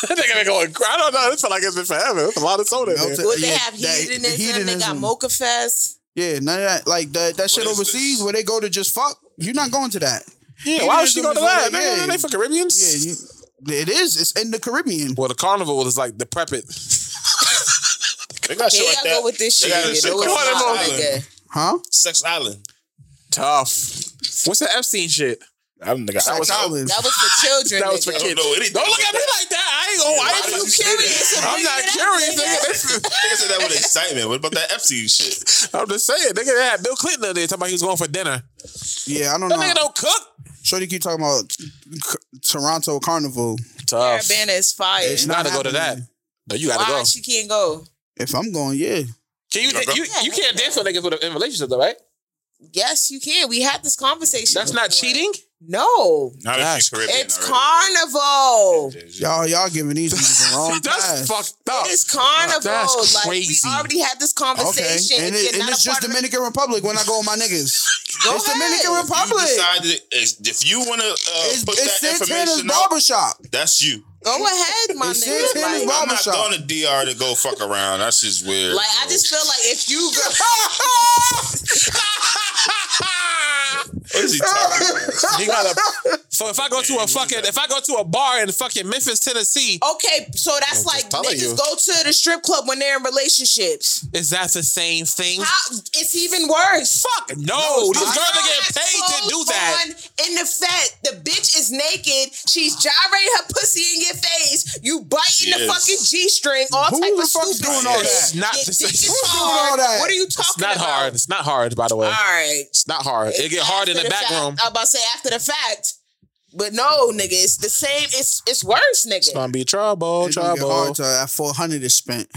[SPEAKER 4] that nigga been going. cra- I don't know. It feel like it's been forever. It's a lot of soda. in there.
[SPEAKER 2] Melted-
[SPEAKER 3] Well, they
[SPEAKER 2] yeah,
[SPEAKER 3] have
[SPEAKER 2] that-
[SPEAKER 3] heated in there. They got Mocha Fest.
[SPEAKER 2] Yeah, none of that. Like that, that shit
[SPEAKER 5] is
[SPEAKER 2] overseas
[SPEAKER 5] this?
[SPEAKER 2] where they go to just fuck. You're not going to that.
[SPEAKER 4] Yeah, why would she go to that?
[SPEAKER 2] Yeah,
[SPEAKER 4] They, they for Caribbeans.
[SPEAKER 2] Yeah, you, it is. It's in the Caribbean.
[SPEAKER 4] Well, the carnival is like the prep it.
[SPEAKER 5] They got
[SPEAKER 3] Here
[SPEAKER 5] shit
[SPEAKER 3] I
[SPEAKER 5] like
[SPEAKER 3] go
[SPEAKER 5] that.
[SPEAKER 3] with this
[SPEAKER 5] They
[SPEAKER 3] shit.
[SPEAKER 5] got
[SPEAKER 3] You
[SPEAKER 5] a
[SPEAKER 3] know it's not like
[SPEAKER 5] shit called Sex Island.
[SPEAKER 3] that.
[SPEAKER 2] Huh?
[SPEAKER 5] Sex Island.
[SPEAKER 4] Tough. What's the Epstein shit?
[SPEAKER 5] I don't think I-
[SPEAKER 2] That
[SPEAKER 5] I don't
[SPEAKER 2] Island.
[SPEAKER 3] That was for children.
[SPEAKER 4] That was for
[SPEAKER 3] nigga.
[SPEAKER 4] kids.
[SPEAKER 5] know anything.
[SPEAKER 4] Don't look
[SPEAKER 5] about
[SPEAKER 4] at me
[SPEAKER 5] that.
[SPEAKER 4] like that. I ain't gonna. I
[SPEAKER 5] Why
[SPEAKER 4] ain't
[SPEAKER 5] did
[SPEAKER 4] gonna
[SPEAKER 5] you say
[SPEAKER 3] Curious.
[SPEAKER 5] that?
[SPEAKER 4] I'm not curious, nigga. They-
[SPEAKER 5] Nigga said that with excitement. What about that Epstein shit?
[SPEAKER 4] I'm just saying, nigga. They had Bill Clinton the other day talking about he was going for dinner.
[SPEAKER 2] Yeah, I don't
[SPEAKER 4] That
[SPEAKER 2] know.
[SPEAKER 4] nigga don't cook.
[SPEAKER 2] Shorty keep talking about C- Toronto Carnival.
[SPEAKER 4] Tough.
[SPEAKER 3] Carabana is fire.
[SPEAKER 2] It's
[SPEAKER 4] You
[SPEAKER 2] not
[SPEAKER 4] gotta go to that.
[SPEAKER 2] happening.
[SPEAKER 4] No, you gotta
[SPEAKER 3] Why
[SPEAKER 4] go.
[SPEAKER 3] she can't go?
[SPEAKER 2] If I'm going, yeah.
[SPEAKER 4] Can you,
[SPEAKER 5] Gotta go.
[SPEAKER 4] you? You can't dance with niggas with a, in relationship though, right?
[SPEAKER 3] Yes, you can. We had this conversation.
[SPEAKER 4] That's not
[SPEAKER 3] before.
[SPEAKER 4] cheating.
[SPEAKER 3] No,
[SPEAKER 5] Not
[SPEAKER 4] That's-
[SPEAKER 5] if you Caribbean
[SPEAKER 3] it's
[SPEAKER 5] already.
[SPEAKER 3] carnival.
[SPEAKER 2] Y'all, y'all giving these niggas the wrong
[SPEAKER 4] That's
[SPEAKER 2] pass.
[SPEAKER 4] fucked up.
[SPEAKER 3] It's carnival.
[SPEAKER 4] That's
[SPEAKER 3] like
[SPEAKER 4] crazy.
[SPEAKER 3] we already had this
[SPEAKER 2] Okay,
[SPEAKER 3] conversation.
[SPEAKER 2] and,
[SPEAKER 3] If
[SPEAKER 2] it,
[SPEAKER 3] you're
[SPEAKER 2] and
[SPEAKER 3] not
[SPEAKER 2] it's
[SPEAKER 3] a
[SPEAKER 2] just
[SPEAKER 3] part of the-
[SPEAKER 2] Dominican Republic when I go with my niggas.
[SPEAKER 3] Go
[SPEAKER 2] it's
[SPEAKER 3] ahead.
[SPEAKER 2] Dominican Republic.
[SPEAKER 5] You decided it's- if you want to
[SPEAKER 2] It's,
[SPEAKER 5] uh, put
[SPEAKER 2] it's
[SPEAKER 5] that
[SPEAKER 2] Santana's
[SPEAKER 5] information out,
[SPEAKER 2] barbershop.
[SPEAKER 5] that's you.
[SPEAKER 3] Go ahead, my
[SPEAKER 2] It's
[SPEAKER 3] nigga.
[SPEAKER 2] Santana's
[SPEAKER 3] Like,
[SPEAKER 2] barber-
[SPEAKER 5] I'm not
[SPEAKER 2] Barbershop.
[SPEAKER 5] going to DR to go fuck around. That's just weird.
[SPEAKER 3] like, I just feel like if you go,
[SPEAKER 5] What is he talking about?
[SPEAKER 4] You gotta. So if I go to a fucking, if I go to a bar in fucking Memphis, Tennessee,
[SPEAKER 3] okay, so that's like
[SPEAKER 4] telling
[SPEAKER 3] niggas
[SPEAKER 4] you.
[SPEAKER 3] go to the strip club when they're in relationships.
[SPEAKER 4] is that the same thing?
[SPEAKER 3] How, it's even worse.
[SPEAKER 4] Fuck no! These girls are getting
[SPEAKER 3] Eyes
[SPEAKER 4] paid to do
[SPEAKER 3] closed
[SPEAKER 4] that.
[SPEAKER 3] on In the fat, the bitch is naked. She's gyrating her pussy in your face. You biting the
[SPEAKER 5] Yes.
[SPEAKER 3] fucking G string. All
[SPEAKER 2] Who
[SPEAKER 3] type
[SPEAKER 2] the
[SPEAKER 3] of
[SPEAKER 2] fuck's
[SPEAKER 3] stupid.
[SPEAKER 2] doing
[SPEAKER 3] shit.
[SPEAKER 2] all
[SPEAKER 4] It's
[SPEAKER 2] that?
[SPEAKER 4] not
[SPEAKER 3] Your
[SPEAKER 4] the
[SPEAKER 3] dick is
[SPEAKER 4] same.
[SPEAKER 3] hard.
[SPEAKER 2] all that?
[SPEAKER 3] What are you talking
[SPEAKER 4] It's not
[SPEAKER 3] about?
[SPEAKER 4] hard. It's not hard, by the way.
[SPEAKER 3] All right.
[SPEAKER 4] It's not hard. It get hard in the
[SPEAKER 3] After
[SPEAKER 4] back
[SPEAKER 3] fact.
[SPEAKER 4] room.
[SPEAKER 3] I'm about to say after the fact. But no, nigga, it's the same. It's it's worse,
[SPEAKER 4] It's
[SPEAKER 3] nigga.
[SPEAKER 4] gonna be trouble,
[SPEAKER 2] It's gonna get hard
[SPEAKER 4] trouble.
[SPEAKER 2] to at 400 is spent.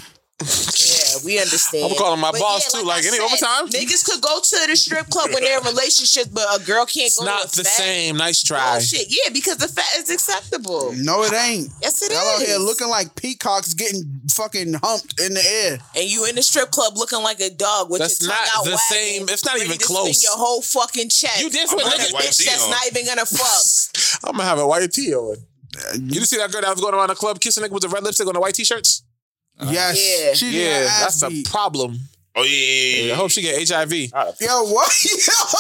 [SPEAKER 3] Yeah, we understand.
[SPEAKER 4] I'm calling my
[SPEAKER 3] But
[SPEAKER 4] boss,
[SPEAKER 3] yeah,
[SPEAKER 4] too, like,
[SPEAKER 3] I
[SPEAKER 4] any
[SPEAKER 3] said,
[SPEAKER 4] overtime?
[SPEAKER 3] Niggas could go to the strip club when they're in relationships, but a girl can't
[SPEAKER 4] It's
[SPEAKER 3] go. to
[SPEAKER 4] not
[SPEAKER 3] a
[SPEAKER 4] the
[SPEAKER 3] fat
[SPEAKER 4] same. Nice try.
[SPEAKER 3] Bullshit. Yeah, because the fat is acceptable.
[SPEAKER 2] No, it ain't.
[SPEAKER 3] Yes, it
[SPEAKER 2] Y'all out
[SPEAKER 3] is.
[SPEAKER 2] here looking like peacocks getting fucking humped in the air.
[SPEAKER 3] and you in the strip club looking like a dog with
[SPEAKER 4] That's
[SPEAKER 3] your tongue
[SPEAKER 4] not
[SPEAKER 3] out
[SPEAKER 4] the
[SPEAKER 3] wagging,
[SPEAKER 4] same- it's not
[SPEAKER 3] ready
[SPEAKER 4] even
[SPEAKER 3] to spin
[SPEAKER 4] close.
[SPEAKER 3] Your whole fucking chest.
[SPEAKER 4] You did
[SPEAKER 5] I'm
[SPEAKER 4] with
[SPEAKER 5] not
[SPEAKER 4] niggas.
[SPEAKER 5] a white
[SPEAKER 3] bitch
[SPEAKER 5] tee
[SPEAKER 3] that's
[SPEAKER 5] on.
[SPEAKER 3] not even gonna fuck.
[SPEAKER 4] I'm gonna have a white tee on. You didn't see that girl that was going around the club kissing nigga with the red lipstick on the white t-shirts?
[SPEAKER 2] Uh, yes.
[SPEAKER 3] Yeah.
[SPEAKER 2] She did
[SPEAKER 4] Yeah,
[SPEAKER 2] her ass
[SPEAKER 4] that's a
[SPEAKER 2] beat.
[SPEAKER 4] problem.
[SPEAKER 5] Oh, yeah, yeah,
[SPEAKER 4] I
[SPEAKER 5] yeah.
[SPEAKER 4] hope she get HIV.
[SPEAKER 2] Yo, what?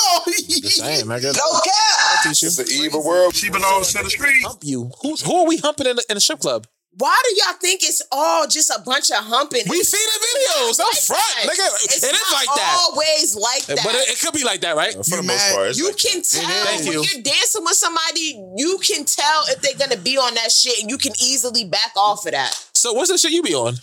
[SPEAKER 4] Damn,
[SPEAKER 2] Yo.
[SPEAKER 4] nigga.
[SPEAKER 2] No cap.
[SPEAKER 4] Teach you.
[SPEAKER 5] evil world.
[SPEAKER 8] She belongs to the streets.
[SPEAKER 4] Hump you. Who's, who are we humping in the, in the strip club?
[SPEAKER 3] Why do y'all think it's all just a bunch of humping?
[SPEAKER 4] We
[SPEAKER 3] It's
[SPEAKER 4] see the videos
[SPEAKER 3] not
[SPEAKER 4] up front,
[SPEAKER 3] that.
[SPEAKER 4] nigga.
[SPEAKER 3] It's
[SPEAKER 4] It is
[SPEAKER 3] not
[SPEAKER 4] like that.
[SPEAKER 3] Always like that.
[SPEAKER 4] But it, it could be like that, right?
[SPEAKER 5] For the
[SPEAKER 2] mad?
[SPEAKER 5] most part, it's
[SPEAKER 3] you
[SPEAKER 5] like-
[SPEAKER 3] can tell
[SPEAKER 4] is.
[SPEAKER 3] when
[SPEAKER 4] Thank you.
[SPEAKER 3] you're dancing with somebody, you can tell if they're gonna be on that shit, and you can easily back off of that.
[SPEAKER 4] So what's the shit you be on?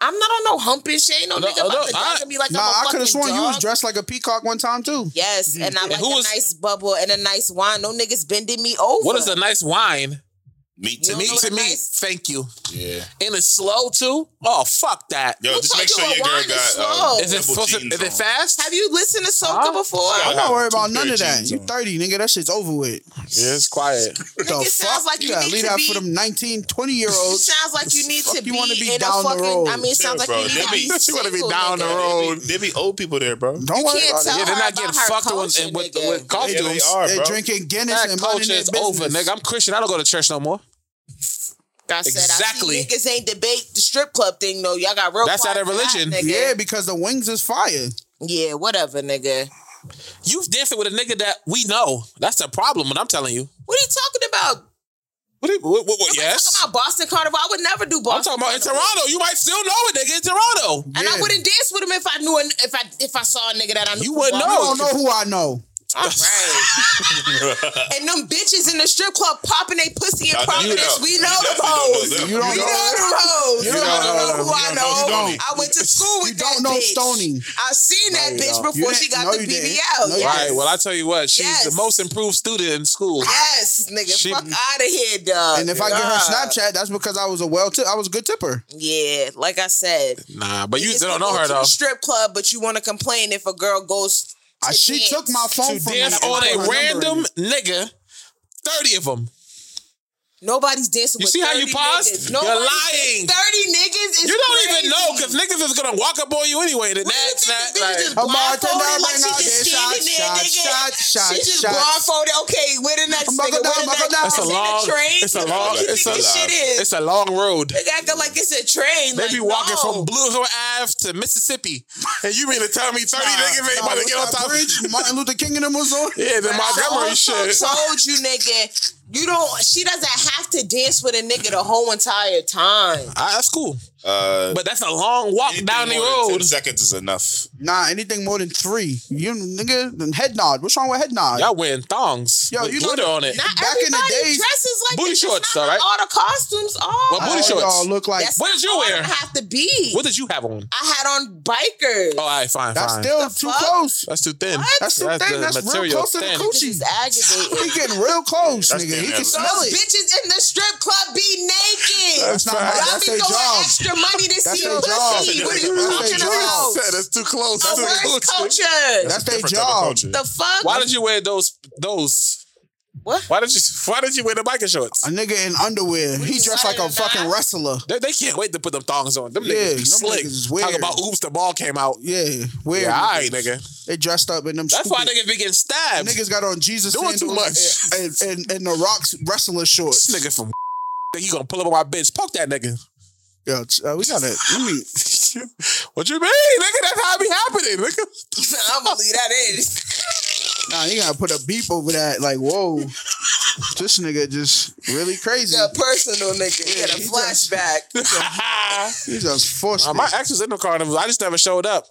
[SPEAKER 3] I'm not on no humping shit. Ain't no,
[SPEAKER 4] No,
[SPEAKER 3] nigga about
[SPEAKER 4] no,
[SPEAKER 3] to
[SPEAKER 4] I-
[SPEAKER 3] dog and be like,
[SPEAKER 2] Nah,
[SPEAKER 3] I'm a
[SPEAKER 2] I
[SPEAKER 3] fucking
[SPEAKER 2] could have sworn
[SPEAKER 3] dog.
[SPEAKER 2] you was Mm-hmm. dressed like a peacock one time too.
[SPEAKER 3] Yes, and I like
[SPEAKER 4] who
[SPEAKER 3] a
[SPEAKER 4] is-
[SPEAKER 3] nice bubble and a nice wine. No niggas bending me over.
[SPEAKER 4] What is a nice wine?
[SPEAKER 5] Meat
[SPEAKER 3] You
[SPEAKER 5] to
[SPEAKER 3] don't
[SPEAKER 4] Me
[SPEAKER 3] know
[SPEAKER 5] meat.
[SPEAKER 3] what
[SPEAKER 4] to
[SPEAKER 3] a
[SPEAKER 4] me.
[SPEAKER 3] nice-
[SPEAKER 4] Thank you.
[SPEAKER 5] Yeah.
[SPEAKER 4] And it's slow too. Oh fuck that.
[SPEAKER 5] Yo,
[SPEAKER 3] Who
[SPEAKER 5] just
[SPEAKER 3] told
[SPEAKER 5] make
[SPEAKER 3] you
[SPEAKER 5] sure
[SPEAKER 3] a
[SPEAKER 5] your
[SPEAKER 3] wine
[SPEAKER 5] girl
[SPEAKER 3] is
[SPEAKER 5] got.
[SPEAKER 3] slow?
[SPEAKER 5] um,
[SPEAKER 4] Is it
[SPEAKER 5] double
[SPEAKER 4] supposed to,
[SPEAKER 5] jeans
[SPEAKER 4] is it
[SPEAKER 5] on.
[SPEAKER 4] fast?
[SPEAKER 3] Have you listened to Soca
[SPEAKER 4] Huh?
[SPEAKER 3] before?
[SPEAKER 5] Yeah.
[SPEAKER 2] I don't
[SPEAKER 5] have
[SPEAKER 2] worry
[SPEAKER 5] two
[SPEAKER 2] about
[SPEAKER 5] pair
[SPEAKER 2] none
[SPEAKER 5] of
[SPEAKER 2] of that.
[SPEAKER 5] jeans
[SPEAKER 2] You
[SPEAKER 5] on.
[SPEAKER 2] 30, nigga. That shit's over with.
[SPEAKER 4] Yeah, it's quiet.
[SPEAKER 2] the
[SPEAKER 3] Nigga, sounds like you
[SPEAKER 2] gotta
[SPEAKER 3] need
[SPEAKER 2] leave
[SPEAKER 3] to
[SPEAKER 2] that
[SPEAKER 3] be-
[SPEAKER 2] for them 19, 20 year
[SPEAKER 3] It
[SPEAKER 2] olds.
[SPEAKER 3] sounds like you need
[SPEAKER 2] Fuck
[SPEAKER 3] to
[SPEAKER 2] you
[SPEAKER 3] be,
[SPEAKER 2] wanna be
[SPEAKER 3] in
[SPEAKER 2] down
[SPEAKER 3] a
[SPEAKER 2] the
[SPEAKER 3] fucking.
[SPEAKER 2] road.
[SPEAKER 3] I mean, it sounds
[SPEAKER 5] Yeah,
[SPEAKER 3] like
[SPEAKER 5] bro,
[SPEAKER 3] you need
[SPEAKER 5] they
[SPEAKER 3] to
[SPEAKER 5] be-
[SPEAKER 3] be.
[SPEAKER 4] you wanna be
[SPEAKER 3] single,
[SPEAKER 4] down the
[SPEAKER 3] nigga.
[SPEAKER 4] road.
[SPEAKER 5] There be, there be old people there, bro.
[SPEAKER 2] Don't
[SPEAKER 3] You
[SPEAKER 2] worry
[SPEAKER 3] can't
[SPEAKER 2] about
[SPEAKER 3] tell
[SPEAKER 2] it.
[SPEAKER 4] Yeah, they're
[SPEAKER 3] her
[SPEAKER 4] not
[SPEAKER 3] about
[SPEAKER 4] getting
[SPEAKER 3] her
[SPEAKER 4] fucked with,
[SPEAKER 3] culture,
[SPEAKER 4] and with,
[SPEAKER 3] nigga.
[SPEAKER 4] with
[SPEAKER 5] Yeah, they
[SPEAKER 4] costumes.
[SPEAKER 5] are,
[SPEAKER 2] They're
[SPEAKER 5] bro.
[SPEAKER 2] drinking Guinness
[SPEAKER 4] that
[SPEAKER 2] and minding
[SPEAKER 4] culture
[SPEAKER 2] their
[SPEAKER 4] is
[SPEAKER 2] business.
[SPEAKER 4] over, nigga. I'm Christian. I don't go to church no more.
[SPEAKER 3] I said,
[SPEAKER 4] Exactly.
[SPEAKER 3] I see niggas ain't debate the strip club thing though. Y'all got real.
[SPEAKER 4] That's
[SPEAKER 3] quiet
[SPEAKER 4] out of
[SPEAKER 3] for that,
[SPEAKER 4] religion.
[SPEAKER 3] nigga.
[SPEAKER 2] Yeah, because the wings is fire.
[SPEAKER 3] Yeah, whatever, nigga.
[SPEAKER 4] You've dancing with a nigga that we know. That's the problem. And I'm telling you.
[SPEAKER 3] What are you talking about?
[SPEAKER 4] What? do you- what, what, what-
[SPEAKER 3] Nobody
[SPEAKER 4] yes.
[SPEAKER 3] Talking about Boston Carnival. I would never do
[SPEAKER 4] I'm
[SPEAKER 3] Boston.
[SPEAKER 4] talking about in
[SPEAKER 3] Carnival.
[SPEAKER 4] Toronto. You might still know a nigga in Toronto.
[SPEAKER 3] And I
[SPEAKER 2] Yeah.
[SPEAKER 3] wouldn't dance with him if I knew an, if I if I saw a nigga that I knew.
[SPEAKER 4] You wouldn't
[SPEAKER 3] Well,
[SPEAKER 2] I
[SPEAKER 4] know.
[SPEAKER 2] don't know who I know.
[SPEAKER 3] All right. and them bitches in the strip club popping they pussy in
[SPEAKER 5] Nah, you
[SPEAKER 3] prominence.
[SPEAKER 5] know.
[SPEAKER 3] We
[SPEAKER 5] You
[SPEAKER 3] know the
[SPEAKER 5] definitely
[SPEAKER 3] hoes.
[SPEAKER 5] know them.
[SPEAKER 2] You don't
[SPEAKER 3] We know
[SPEAKER 2] know.
[SPEAKER 3] the hoes.
[SPEAKER 2] You
[SPEAKER 3] I
[SPEAKER 2] don't
[SPEAKER 3] don't know
[SPEAKER 2] know.
[SPEAKER 3] who
[SPEAKER 2] You
[SPEAKER 3] I
[SPEAKER 5] don't know
[SPEAKER 3] know.
[SPEAKER 5] Stoney.
[SPEAKER 3] I went to school with
[SPEAKER 2] You
[SPEAKER 3] that
[SPEAKER 2] don't know
[SPEAKER 3] bitch.
[SPEAKER 2] Stony.
[SPEAKER 3] I seen that
[SPEAKER 4] you
[SPEAKER 3] bitch
[SPEAKER 4] don't.
[SPEAKER 3] before
[SPEAKER 2] You
[SPEAKER 3] she
[SPEAKER 2] didn't-
[SPEAKER 3] got
[SPEAKER 2] no,
[SPEAKER 3] the
[SPEAKER 2] you didn't.
[SPEAKER 3] BBL.
[SPEAKER 2] No, you
[SPEAKER 3] yes.
[SPEAKER 4] Right. Well, I tell you what. She's
[SPEAKER 3] Yes.
[SPEAKER 4] the most improved student in school.
[SPEAKER 3] Yes, nigga.
[SPEAKER 4] She-
[SPEAKER 3] fuck out of here, dog.
[SPEAKER 2] And if I get her
[SPEAKER 3] God.
[SPEAKER 2] Snapchat, that's because I was a well tip. I was a good tipper.
[SPEAKER 3] Yeah, like I said.
[SPEAKER 4] Nah, but you
[SPEAKER 3] niggas
[SPEAKER 4] don't
[SPEAKER 3] can
[SPEAKER 4] know
[SPEAKER 3] go
[SPEAKER 4] her
[SPEAKER 3] to the
[SPEAKER 4] though.
[SPEAKER 3] strip club, but you want to complain if a girl goes. To
[SPEAKER 2] I, she
[SPEAKER 3] dance.
[SPEAKER 2] took my phone
[SPEAKER 4] to
[SPEAKER 2] from me.
[SPEAKER 4] dance
[SPEAKER 2] and
[SPEAKER 4] on
[SPEAKER 2] put her
[SPEAKER 4] a
[SPEAKER 2] number in
[SPEAKER 4] random
[SPEAKER 2] it.
[SPEAKER 4] nigga, 30 of them.
[SPEAKER 3] Nobody's dancing
[SPEAKER 4] You
[SPEAKER 3] with
[SPEAKER 4] see how
[SPEAKER 3] 30
[SPEAKER 4] you
[SPEAKER 3] Niggas.
[SPEAKER 4] paused? You're
[SPEAKER 3] Nobody's
[SPEAKER 4] lying.
[SPEAKER 3] 30 niggas is
[SPEAKER 4] You don't
[SPEAKER 3] crazy.
[SPEAKER 4] even know because niggas is gonna walk up on you anyway. The
[SPEAKER 3] What do you think the
[SPEAKER 4] next
[SPEAKER 3] bitch
[SPEAKER 4] that
[SPEAKER 3] just
[SPEAKER 4] like,
[SPEAKER 2] I'm out there
[SPEAKER 3] blindfolded
[SPEAKER 2] now, right
[SPEAKER 3] like she
[SPEAKER 2] now, yeah,
[SPEAKER 3] just standing there,
[SPEAKER 2] shot,
[SPEAKER 3] nigga?
[SPEAKER 2] shot, shot,
[SPEAKER 3] She just
[SPEAKER 2] shot.
[SPEAKER 3] blindfolded. Okay, where the next
[SPEAKER 2] I'm about to
[SPEAKER 3] nigga?
[SPEAKER 2] go down, I'm
[SPEAKER 3] Where the
[SPEAKER 2] about to
[SPEAKER 3] next?
[SPEAKER 2] go down.
[SPEAKER 4] it's a
[SPEAKER 3] Is it
[SPEAKER 4] long,
[SPEAKER 3] train?
[SPEAKER 4] it's a
[SPEAKER 3] What
[SPEAKER 4] long,
[SPEAKER 3] you
[SPEAKER 4] it's
[SPEAKER 3] think this shit
[SPEAKER 4] a,
[SPEAKER 3] is?
[SPEAKER 4] it's a long road.
[SPEAKER 3] They acting like it's a train.
[SPEAKER 4] They
[SPEAKER 3] like,
[SPEAKER 4] be walking
[SPEAKER 3] no.
[SPEAKER 4] from Blue Hill Ave to Mississippi, and you mean to tell me thirty niggas ain't
[SPEAKER 2] Nah,
[SPEAKER 4] about
[SPEAKER 2] what's
[SPEAKER 4] to get on
[SPEAKER 2] that
[SPEAKER 4] top? of-
[SPEAKER 2] bridge? Martin Luther King and them was on.
[SPEAKER 4] Yeah, the Montgomery shit.
[SPEAKER 3] I told you, nigga, you don't. She doesn't have to dance with a nigga the whole entire time.
[SPEAKER 4] Ah, that's cool,
[SPEAKER 5] Uh,
[SPEAKER 4] but that's a long walk
[SPEAKER 5] anything
[SPEAKER 4] down the
[SPEAKER 5] more than 10
[SPEAKER 4] road.
[SPEAKER 5] seconds is enough.
[SPEAKER 2] Nah, anything more than three. You nigga, then head nod. What's wrong with head nod?
[SPEAKER 4] Y'all wearing thongs
[SPEAKER 2] Yo,
[SPEAKER 4] with
[SPEAKER 2] you know-
[SPEAKER 4] glitter on it.
[SPEAKER 3] Not
[SPEAKER 2] Back in the
[SPEAKER 3] everybody
[SPEAKER 2] days- Oh,
[SPEAKER 3] dresses like
[SPEAKER 4] Booty
[SPEAKER 3] this. That's
[SPEAKER 4] shorts,
[SPEAKER 3] not
[SPEAKER 4] all right?
[SPEAKER 3] how All the costumes are.
[SPEAKER 4] Well, booty
[SPEAKER 2] All
[SPEAKER 4] shorts.
[SPEAKER 2] y'all look like
[SPEAKER 3] That's
[SPEAKER 4] What did you
[SPEAKER 3] not all
[SPEAKER 4] wear?
[SPEAKER 3] it have to be.
[SPEAKER 4] What did you have on?
[SPEAKER 3] I had on bikers.
[SPEAKER 4] Oh, all right, fine,
[SPEAKER 2] that's
[SPEAKER 4] fine.
[SPEAKER 2] still
[SPEAKER 3] The
[SPEAKER 2] too
[SPEAKER 3] fuck?
[SPEAKER 2] close.
[SPEAKER 4] that's too thin.
[SPEAKER 3] What?
[SPEAKER 2] That's too
[SPEAKER 4] That's
[SPEAKER 2] thin.
[SPEAKER 4] the
[SPEAKER 2] That's real
[SPEAKER 4] material
[SPEAKER 2] close to the
[SPEAKER 4] thin.
[SPEAKER 3] This
[SPEAKER 2] coochie.
[SPEAKER 3] is aggravating.
[SPEAKER 2] He getting real close,
[SPEAKER 5] that's
[SPEAKER 2] nigga. He
[SPEAKER 5] damn
[SPEAKER 2] can
[SPEAKER 5] near-
[SPEAKER 2] smell
[SPEAKER 3] Those
[SPEAKER 2] it.
[SPEAKER 3] bitches in the strip club be naked.
[SPEAKER 2] That's not my-
[SPEAKER 3] Y'all
[SPEAKER 2] that's
[SPEAKER 3] be
[SPEAKER 2] their
[SPEAKER 3] throwing
[SPEAKER 2] job.
[SPEAKER 3] extra money to
[SPEAKER 2] That's
[SPEAKER 3] see
[SPEAKER 2] their
[SPEAKER 3] pussy.
[SPEAKER 2] job.
[SPEAKER 3] What are you
[SPEAKER 2] That's
[SPEAKER 3] talking
[SPEAKER 2] their job.
[SPEAKER 3] about?
[SPEAKER 6] Said it's too close.
[SPEAKER 3] A
[SPEAKER 6] That's too
[SPEAKER 3] worse
[SPEAKER 6] close.
[SPEAKER 3] culture.
[SPEAKER 2] That's their
[SPEAKER 5] different type of
[SPEAKER 2] job.
[SPEAKER 5] culture.
[SPEAKER 3] the fuck.
[SPEAKER 4] Why did you wear those? Those?
[SPEAKER 3] What?
[SPEAKER 4] Why did you? Why did you wear the biker shorts?
[SPEAKER 2] A nigga in underwear. He
[SPEAKER 3] you
[SPEAKER 2] dressed like a
[SPEAKER 3] tired,
[SPEAKER 2] fucking
[SPEAKER 3] nah?
[SPEAKER 2] wrestler.
[SPEAKER 4] They, they can't wait to put them thongs on. Them
[SPEAKER 2] Yeah,
[SPEAKER 4] niggas be
[SPEAKER 2] them
[SPEAKER 4] slick.
[SPEAKER 2] niggas is weird.
[SPEAKER 4] Talk about oops, the ball came out.
[SPEAKER 2] Yeah, weird.
[SPEAKER 4] Yeah, all right, nigga.
[SPEAKER 2] They dressed up in them.
[SPEAKER 4] That's why
[SPEAKER 2] stupid-
[SPEAKER 4] niggas be getting stabbed.
[SPEAKER 2] niggas got on Jesus
[SPEAKER 4] Doing too
[SPEAKER 2] sandals and, and, and the Rock's wrestler shorts.
[SPEAKER 4] This nigga from that he gonna pull up on my bitch. Poke that nigga.
[SPEAKER 2] Yo, ch- uh, we got it. Let me.
[SPEAKER 4] what you mean, nigga? That's how it be happening, nigga.
[SPEAKER 3] I'm gonna leave that in.
[SPEAKER 2] Nah, you gotta put a beep over that. Like, whoa, this nigga just really crazy.
[SPEAKER 3] The personal nigga. He had a
[SPEAKER 2] he
[SPEAKER 3] flashback.
[SPEAKER 2] He just forced.
[SPEAKER 4] Uh,
[SPEAKER 2] it.
[SPEAKER 4] my ex was in the carnival. I just never showed up.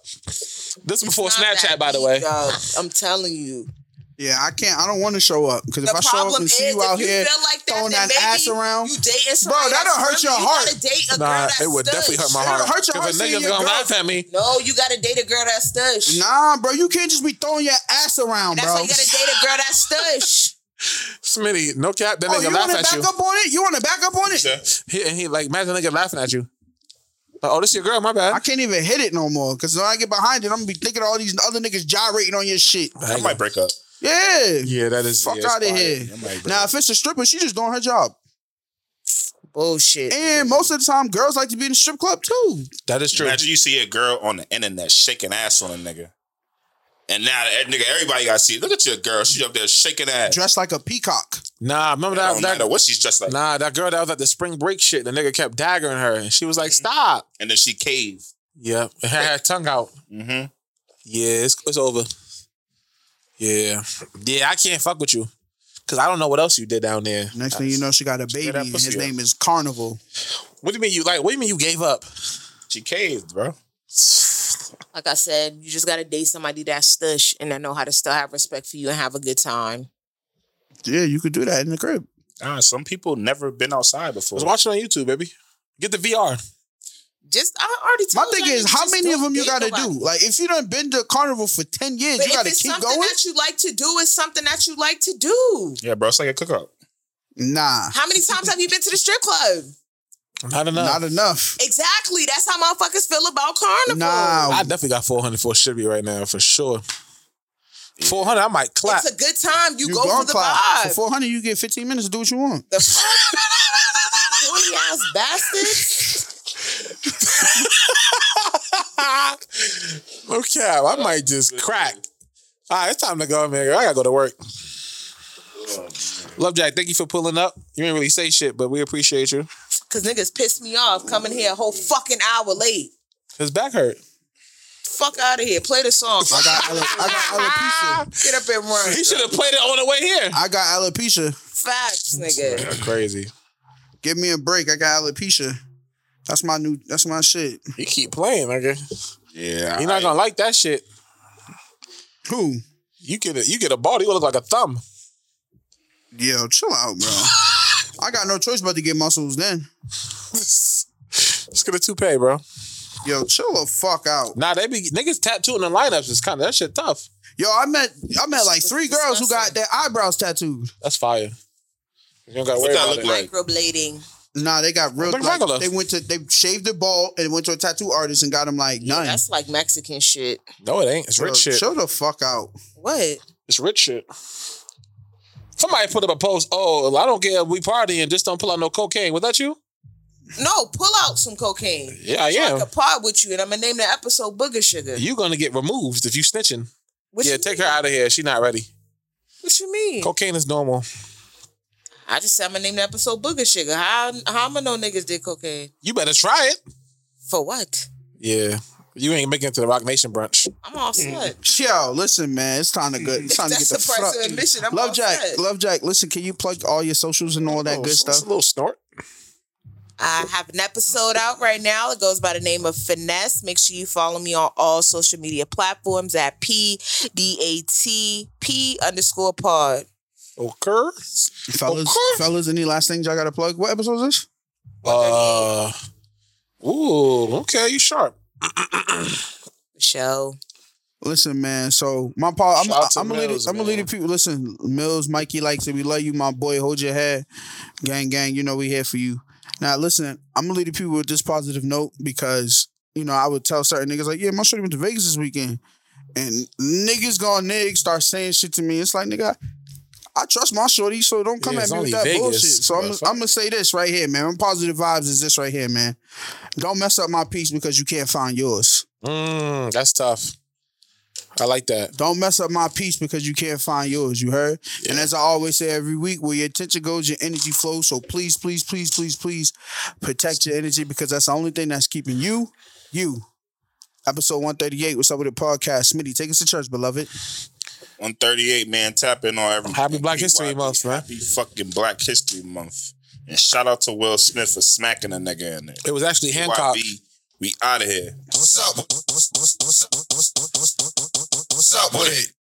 [SPEAKER 4] This before
[SPEAKER 3] Not that
[SPEAKER 4] Snapchat, by the
[SPEAKER 3] deep,
[SPEAKER 4] way.
[SPEAKER 2] uh,
[SPEAKER 3] dog. I'm telling you.
[SPEAKER 2] yeah, I can't. I don't want to show up because if
[SPEAKER 3] The
[SPEAKER 2] I show up
[SPEAKER 3] problem
[SPEAKER 2] and
[SPEAKER 3] is,
[SPEAKER 2] see you out
[SPEAKER 3] if you
[SPEAKER 2] here
[SPEAKER 3] feel like that,
[SPEAKER 2] throwing
[SPEAKER 3] then
[SPEAKER 2] that
[SPEAKER 3] maybe
[SPEAKER 2] ass around,
[SPEAKER 3] you dating somebody.
[SPEAKER 2] Bro, that'll
[SPEAKER 3] that's
[SPEAKER 2] hurt your
[SPEAKER 3] really-
[SPEAKER 2] heart.
[SPEAKER 3] You gotta date a girl
[SPEAKER 4] Nah,
[SPEAKER 3] that's
[SPEAKER 4] it would
[SPEAKER 3] stush.
[SPEAKER 4] definitely hurt my
[SPEAKER 2] It'll
[SPEAKER 4] heart.
[SPEAKER 2] hurt your heart
[SPEAKER 4] Because a
[SPEAKER 2] seeing
[SPEAKER 4] nigga's
[SPEAKER 2] your
[SPEAKER 4] gonna
[SPEAKER 2] girl-
[SPEAKER 4] laugh at me.
[SPEAKER 3] No, you gotta date a girl that's stush.
[SPEAKER 2] nah, bro, you can't just be throwing your ass around,
[SPEAKER 3] that's
[SPEAKER 2] bro.
[SPEAKER 3] why you gotta date a girl that's stush.
[SPEAKER 4] Smitty, no cap, that
[SPEAKER 2] oh, you
[SPEAKER 4] nigga laugh
[SPEAKER 2] want to
[SPEAKER 4] at
[SPEAKER 2] back
[SPEAKER 4] you.
[SPEAKER 2] up on it? You want to back up on it?
[SPEAKER 5] Yeah.
[SPEAKER 4] He, and he like imagine a nigga laughing at you. Like, oh, this your girl,
[SPEAKER 2] I
[SPEAKER 4] my bad.
[SPEAKER 2] can't even hit it no more because when I get behind it, I'm gonna be thinking all these other niggas gyrating on your shit.
[SPEAKER 5] I might break up.
[SPEAKER 2] Yeah,
[SPEAKER 4] Yeah, that is
[SPEAKER 2] fuck
[SPEAKER 4] yeah, it's
[SPEAKER 2] out of
[SPEAKER 4] quiet.
[SPEAKER 2] here.
[SPEAKER 5] I might break
[SPEAKER 2] Now,
[SPEAKER 5] up.
[SPEAKER 2] if it's a stripper, she just doing her job.
[SPEAKER 3] Bullshit.
[SPEAKER 2] And most of the time, girls like to be in the strip club too.
[SPEAKER 4] That is true.
[SPEAKER 5] Imagine you see a girl on the internet shaking ass on a nigga. And now that nigga, everybody gotta see. it. Look at your girl. She up there shaking ass.
[SPEAKER 2] Dressed like a peacock.
[SPEAKER 4] Nah, remember
[SPEAKER 5] I
[SPEAKER 4] that,
[SPEAKER 5] don't
[SPEAKER 4] that
[SPEAKER 5] matter what she's dressed like.
[SPEAKER 4] Nah, that girl that was at the spring break shit, the nigga kept daggering her and she was like,
[SPEAKER 2] Mm-hmm.
[SPEAKER 4] Stop.
[SPEAKER 5] And then she caved.
[SPEAKER 4] Yeah. and Had her tongue out.
[SPEAKER 5] Mm-hmm.
[SPEAKER 4] Yeah, it's, it's over. Yeah. Yeah, I can't fuck with you. Cause I don't know what else you did down there.
[SPEAKER 2] Next thing you know, she got a baby,
[SPEAKER 5] that
[SPEAKER 2] and
[SPEAKER 5] pussy
[SPEAKER 2] his
[SPEAKER 5] up.
[SPEAKER 2] name is Carnival.
[SPEAKER 4] What do you mean you like what do you mean you gave up?
[SPEAKER 5] She caved, bro.
[SPEAKER 3] Like I said, you just gotta date somebody that's stush and that know how to still have respect for you and have a good time.
[SPEAKER 2] Yeah, you could do that in the crib.
[SPEAKER 5] Ah, some people never been outside
[SPEAKER 4] I
[SPEAKER 5] before.
[SPEAKER 4] was watching on YouTube, baby. Get the VR.
[SPEAKER 3] Just I already
[SPEAKER 2] My
[SPEAKER 3] told
[SPEAKER 2] thing
[SPEAKER 3] y'all,
[SPEAKER 2] is,
[SPEAKER 3] you
[SPEAKER 2] how
[SPEAKER 3] just
[SPEAKER 2] many of
[SPEAKER 3] don't
[SPEAKER 2] them you
[SPEAKER 3] date
[SPEAKER 2] gotta
[SPEAKER 3] nobody.
[SPEAKER 2] do? Like, if you done been to Carnival for ten years,
[SPEAKER 3] But
[SPEAKER 2] you
[SPEAKER 3] if
[SPEAKER 2] gotta
[SPEAKER 3] it's
[SPEAKER 2] keep
[SPEAKER 3] something
[SPEAKER 2] going.
[SPEAKER 3] that you like to do, it's something that you like to do.
[SPEAKER 5] Yeah, bro. It's like a cookout.
[SPEAKER 2] Nah,
[SPEAKER 3] How many times have you been to the strip club?
[SPEAKER 4] Not enough.
[SPEAKER 2] not enough.
[SPEAKER 3] Exactly. That's how motherfuckers feel about carnival.
[SPEAKER 2] Nah,
[SPEAKER 4] I definitely got 400 for Shibby right now for sure. 400, I might clap.
[SPEAKER 3] It's a good time. You,
[SPEAKER 2] you
[SPEAKER 3] go for
[SPEAKER 2] gone
[SPEAKER 3] the
[SPEAKER 2] clock.
[SPEAKER 3] vibe.
[SPEAKER 2] For four hundred, you get fifteen minutes to do what you want.
[SPEAKER 3] the corny ass bastards.
[SPEAKER 4] No cap, I might just crack. All right, it's time to go, man. I gotta go to work. Love Jack, thank you for pulling up. You didn't really say shit, but we appreciate you.
[SPEAKER 3] Cause niggas pissed me off coming here a whole fucking hour late.
[SPEAKER 4] His back hurt.
[SPEAKER 3] Fuck out of here. Play the song.
[SPEAKER 2] I got, ale- I got alopecia.
[SPEAKER 3] Get up and run.
[SPEAKER 4] He should have played it on the way here.
[SPEAKER 2] I got alopecia.
[SPEAKER 3] Facts, nigga.
[SPEAKER 4] Crazy.
[SPEAKER 2] Give me a break. I got alopecia. That's my new. That's my shit.
[SPEAKER 4] You keep playing, nigga.
[SPEAKER 5] Yeah.
[SPEAKER 4] You're not gonna like that shit.
[SPEAKER 2] Who?
[SPEAKER 4] You get a you get a ball, you look like a thumb.
[SPEAKER 2] Yo, chill out, bro. I got no choice but to get muscles then.
[SPEAKER 4] Let's get a toupee, bro.
[SPEAKER 2] Yo, chill the fuck out.
[SPEAKER 4] Nah, they be niggas tattooing the lineups is kinda that shit tough.
[SPEAKER 2] Yo, I met I met like three girls who got their eyebrows tattooed.
[SPEAKER 4] That's fire. You don't gotta
[SPEAKER 5] What
[SPEAKER 4] worry
[SPEAKER 5] that
[SPEAKER 4] about
[SPEAKER 5] look
[SPEAKER 4] it.
[SPEAKER 5] like?
[SPEAKER 3] Microblading.
[SPEAKER 2] Nah, they got real.
[SPEAKER 4] Like
[SPEAKER 2] Like,
[SPEAKER 4] regular.
[SPEAKER 2] they went to they shaved their ball and went to a tattoo artist and got them like none.
[SPEAKER 3] That's like Mexican shit.
[SPEAKER 4] No, it ain't. It's
[SPEAKER 2] Yo,
[SPEAKER 4] rich shit.
[SPEAKER 2] Chill the fuck out.
[SPEAKER 3] What?
[SPEAKER 4] It's rich shit. Somebody put up a post. Oh, I don't care. We partying. Just don't pull out no cocaine. Was that you?
[SPEAKER 3] No, pull out some cocaine.
[SPEAKER 4] Yeah, I
[SPEAKER 3] so I
[SPEAKER 4] am.
[SPEAKER 3] could part with you, and I'm gonna name the episode Booger Sugar.
[SPEAKER 4] You gonna get removed if you snitching.
[SPEAKER 3] What
[SPEAKER 4] yeah,
[SPEAKER 3] you
[SPEAKER 4] take
[SPEAKER 3] mean?
[SPEAKER 4] her out of here. She not ready.
[SPEAKER 3] What you mean?
[SPEAKER 4] Cocaine is normal.
[SPEAKER 3] I just said I'm gonna name the episode Booger Sugar. How how am I know niggas did cocaine
[SPEAKER 4] You better try it.
[SPEAKER 3] for what?
[SPEAKER 4] Yeah. You ain't making it to the Rock Nation brunch.
[SPEAKER 3] I'm all set.
[SPEAKER 2] Yo, listen, man. It's time to go. It's time Mm. to get
[SPEAKER 3] That's
[SPEAKER 2] the
[SPEAKER 3] the price of
[SPEAKER 2] fuck.
[SPEAKER 3] admission. I'm
[SPEAKER 2] Love
[SPEAKER 3] all
[SPEAKER 2] Jack,
[SPEAKER 3] set.
[SPEAKER 2] Love Jack. Listen, can you plug all your socials and all that
[SPEAKER 4] Oh,
[SPEAKER 2] good
[SPEAKER 4] it's- it's
[SPEAKER 2] stuff?
[SPEAKER 4] a little snort.
[SPEAKER 3] I have an episode out right now. It goes by the name of Finesse. Make sure you follow me on all social media platforms at P D A T P underscore pod.
[SPEAKER 4] Okay.
[SPEAKER 2] Fellas, fellas, any last things y'all got to plug? What episode is this?
[SPEAKER 4] Uh, ooh, okay, you sharp.
[SPEAKER 3] Show.
[SPEAKER 2] Listen, man. So my pa, I'm
[SPEAKER 4] Shout out to
[SPEAKER 2] I'm gonna lead
[SPEAKER 4] Mills,
[SPEAKER 2] I'm gonna lead the people. Listen, Mills, Mikey likes it. We love you, my boy. Hold your head, gang, gang. You know we here for you. Now, listen, I'm gonna lead the people with this positive note because you know I would tell certain niggas like, yeah, my shorty went to Vegas this weekend, and niggas gone niggas start saying shit to me. It's like, nigga. I trust my shorty, so don't come
[SPEAKER 4] Yeah,
[SPEAKER 2] at
[SPEAKER 4] it's
[SPEAKER 2] me with
[SPEAKER 4] only
[SPEAKER 2] that
[SPEAKER 4] Vegas,
[SPEAKER 2] bullshit. So I'm,
[SPEAKER 4] but fuck
[SPEAKER 2] I'm gonna say this right here, man. My positive vibes is this right here, man. Don't mess up my piece because you can't find yours.
[SPEAKER 4] Mm, that's tough. I like that.
[SPEAKER 2] Don't mess up my piece because you can't find yours. You heard? And as I always say every week, where your attention goes, your energy flows. So please, please, please, please, please protect your energy because that's the only thing that's keeping you, you. Episode 138. What's up with the podcast? Smitty, take us to church, beloved.
[SPEAKER 5] 138, man. Tap in on everything.
[SPEAKER 4] Happy Black History
[SPEAKER 5] PYB,
[SPEAKER 4] Month, man.
[SPEAKER 5] Happy fucking Black History Month. And shout out to Will Smith for smacking a nigga in there.
[SPEAKER 4] It was actually Hancock.
[SPEAKER 5] PYB, we out of here.
[SPEAKER 7] What's up? What's up with it?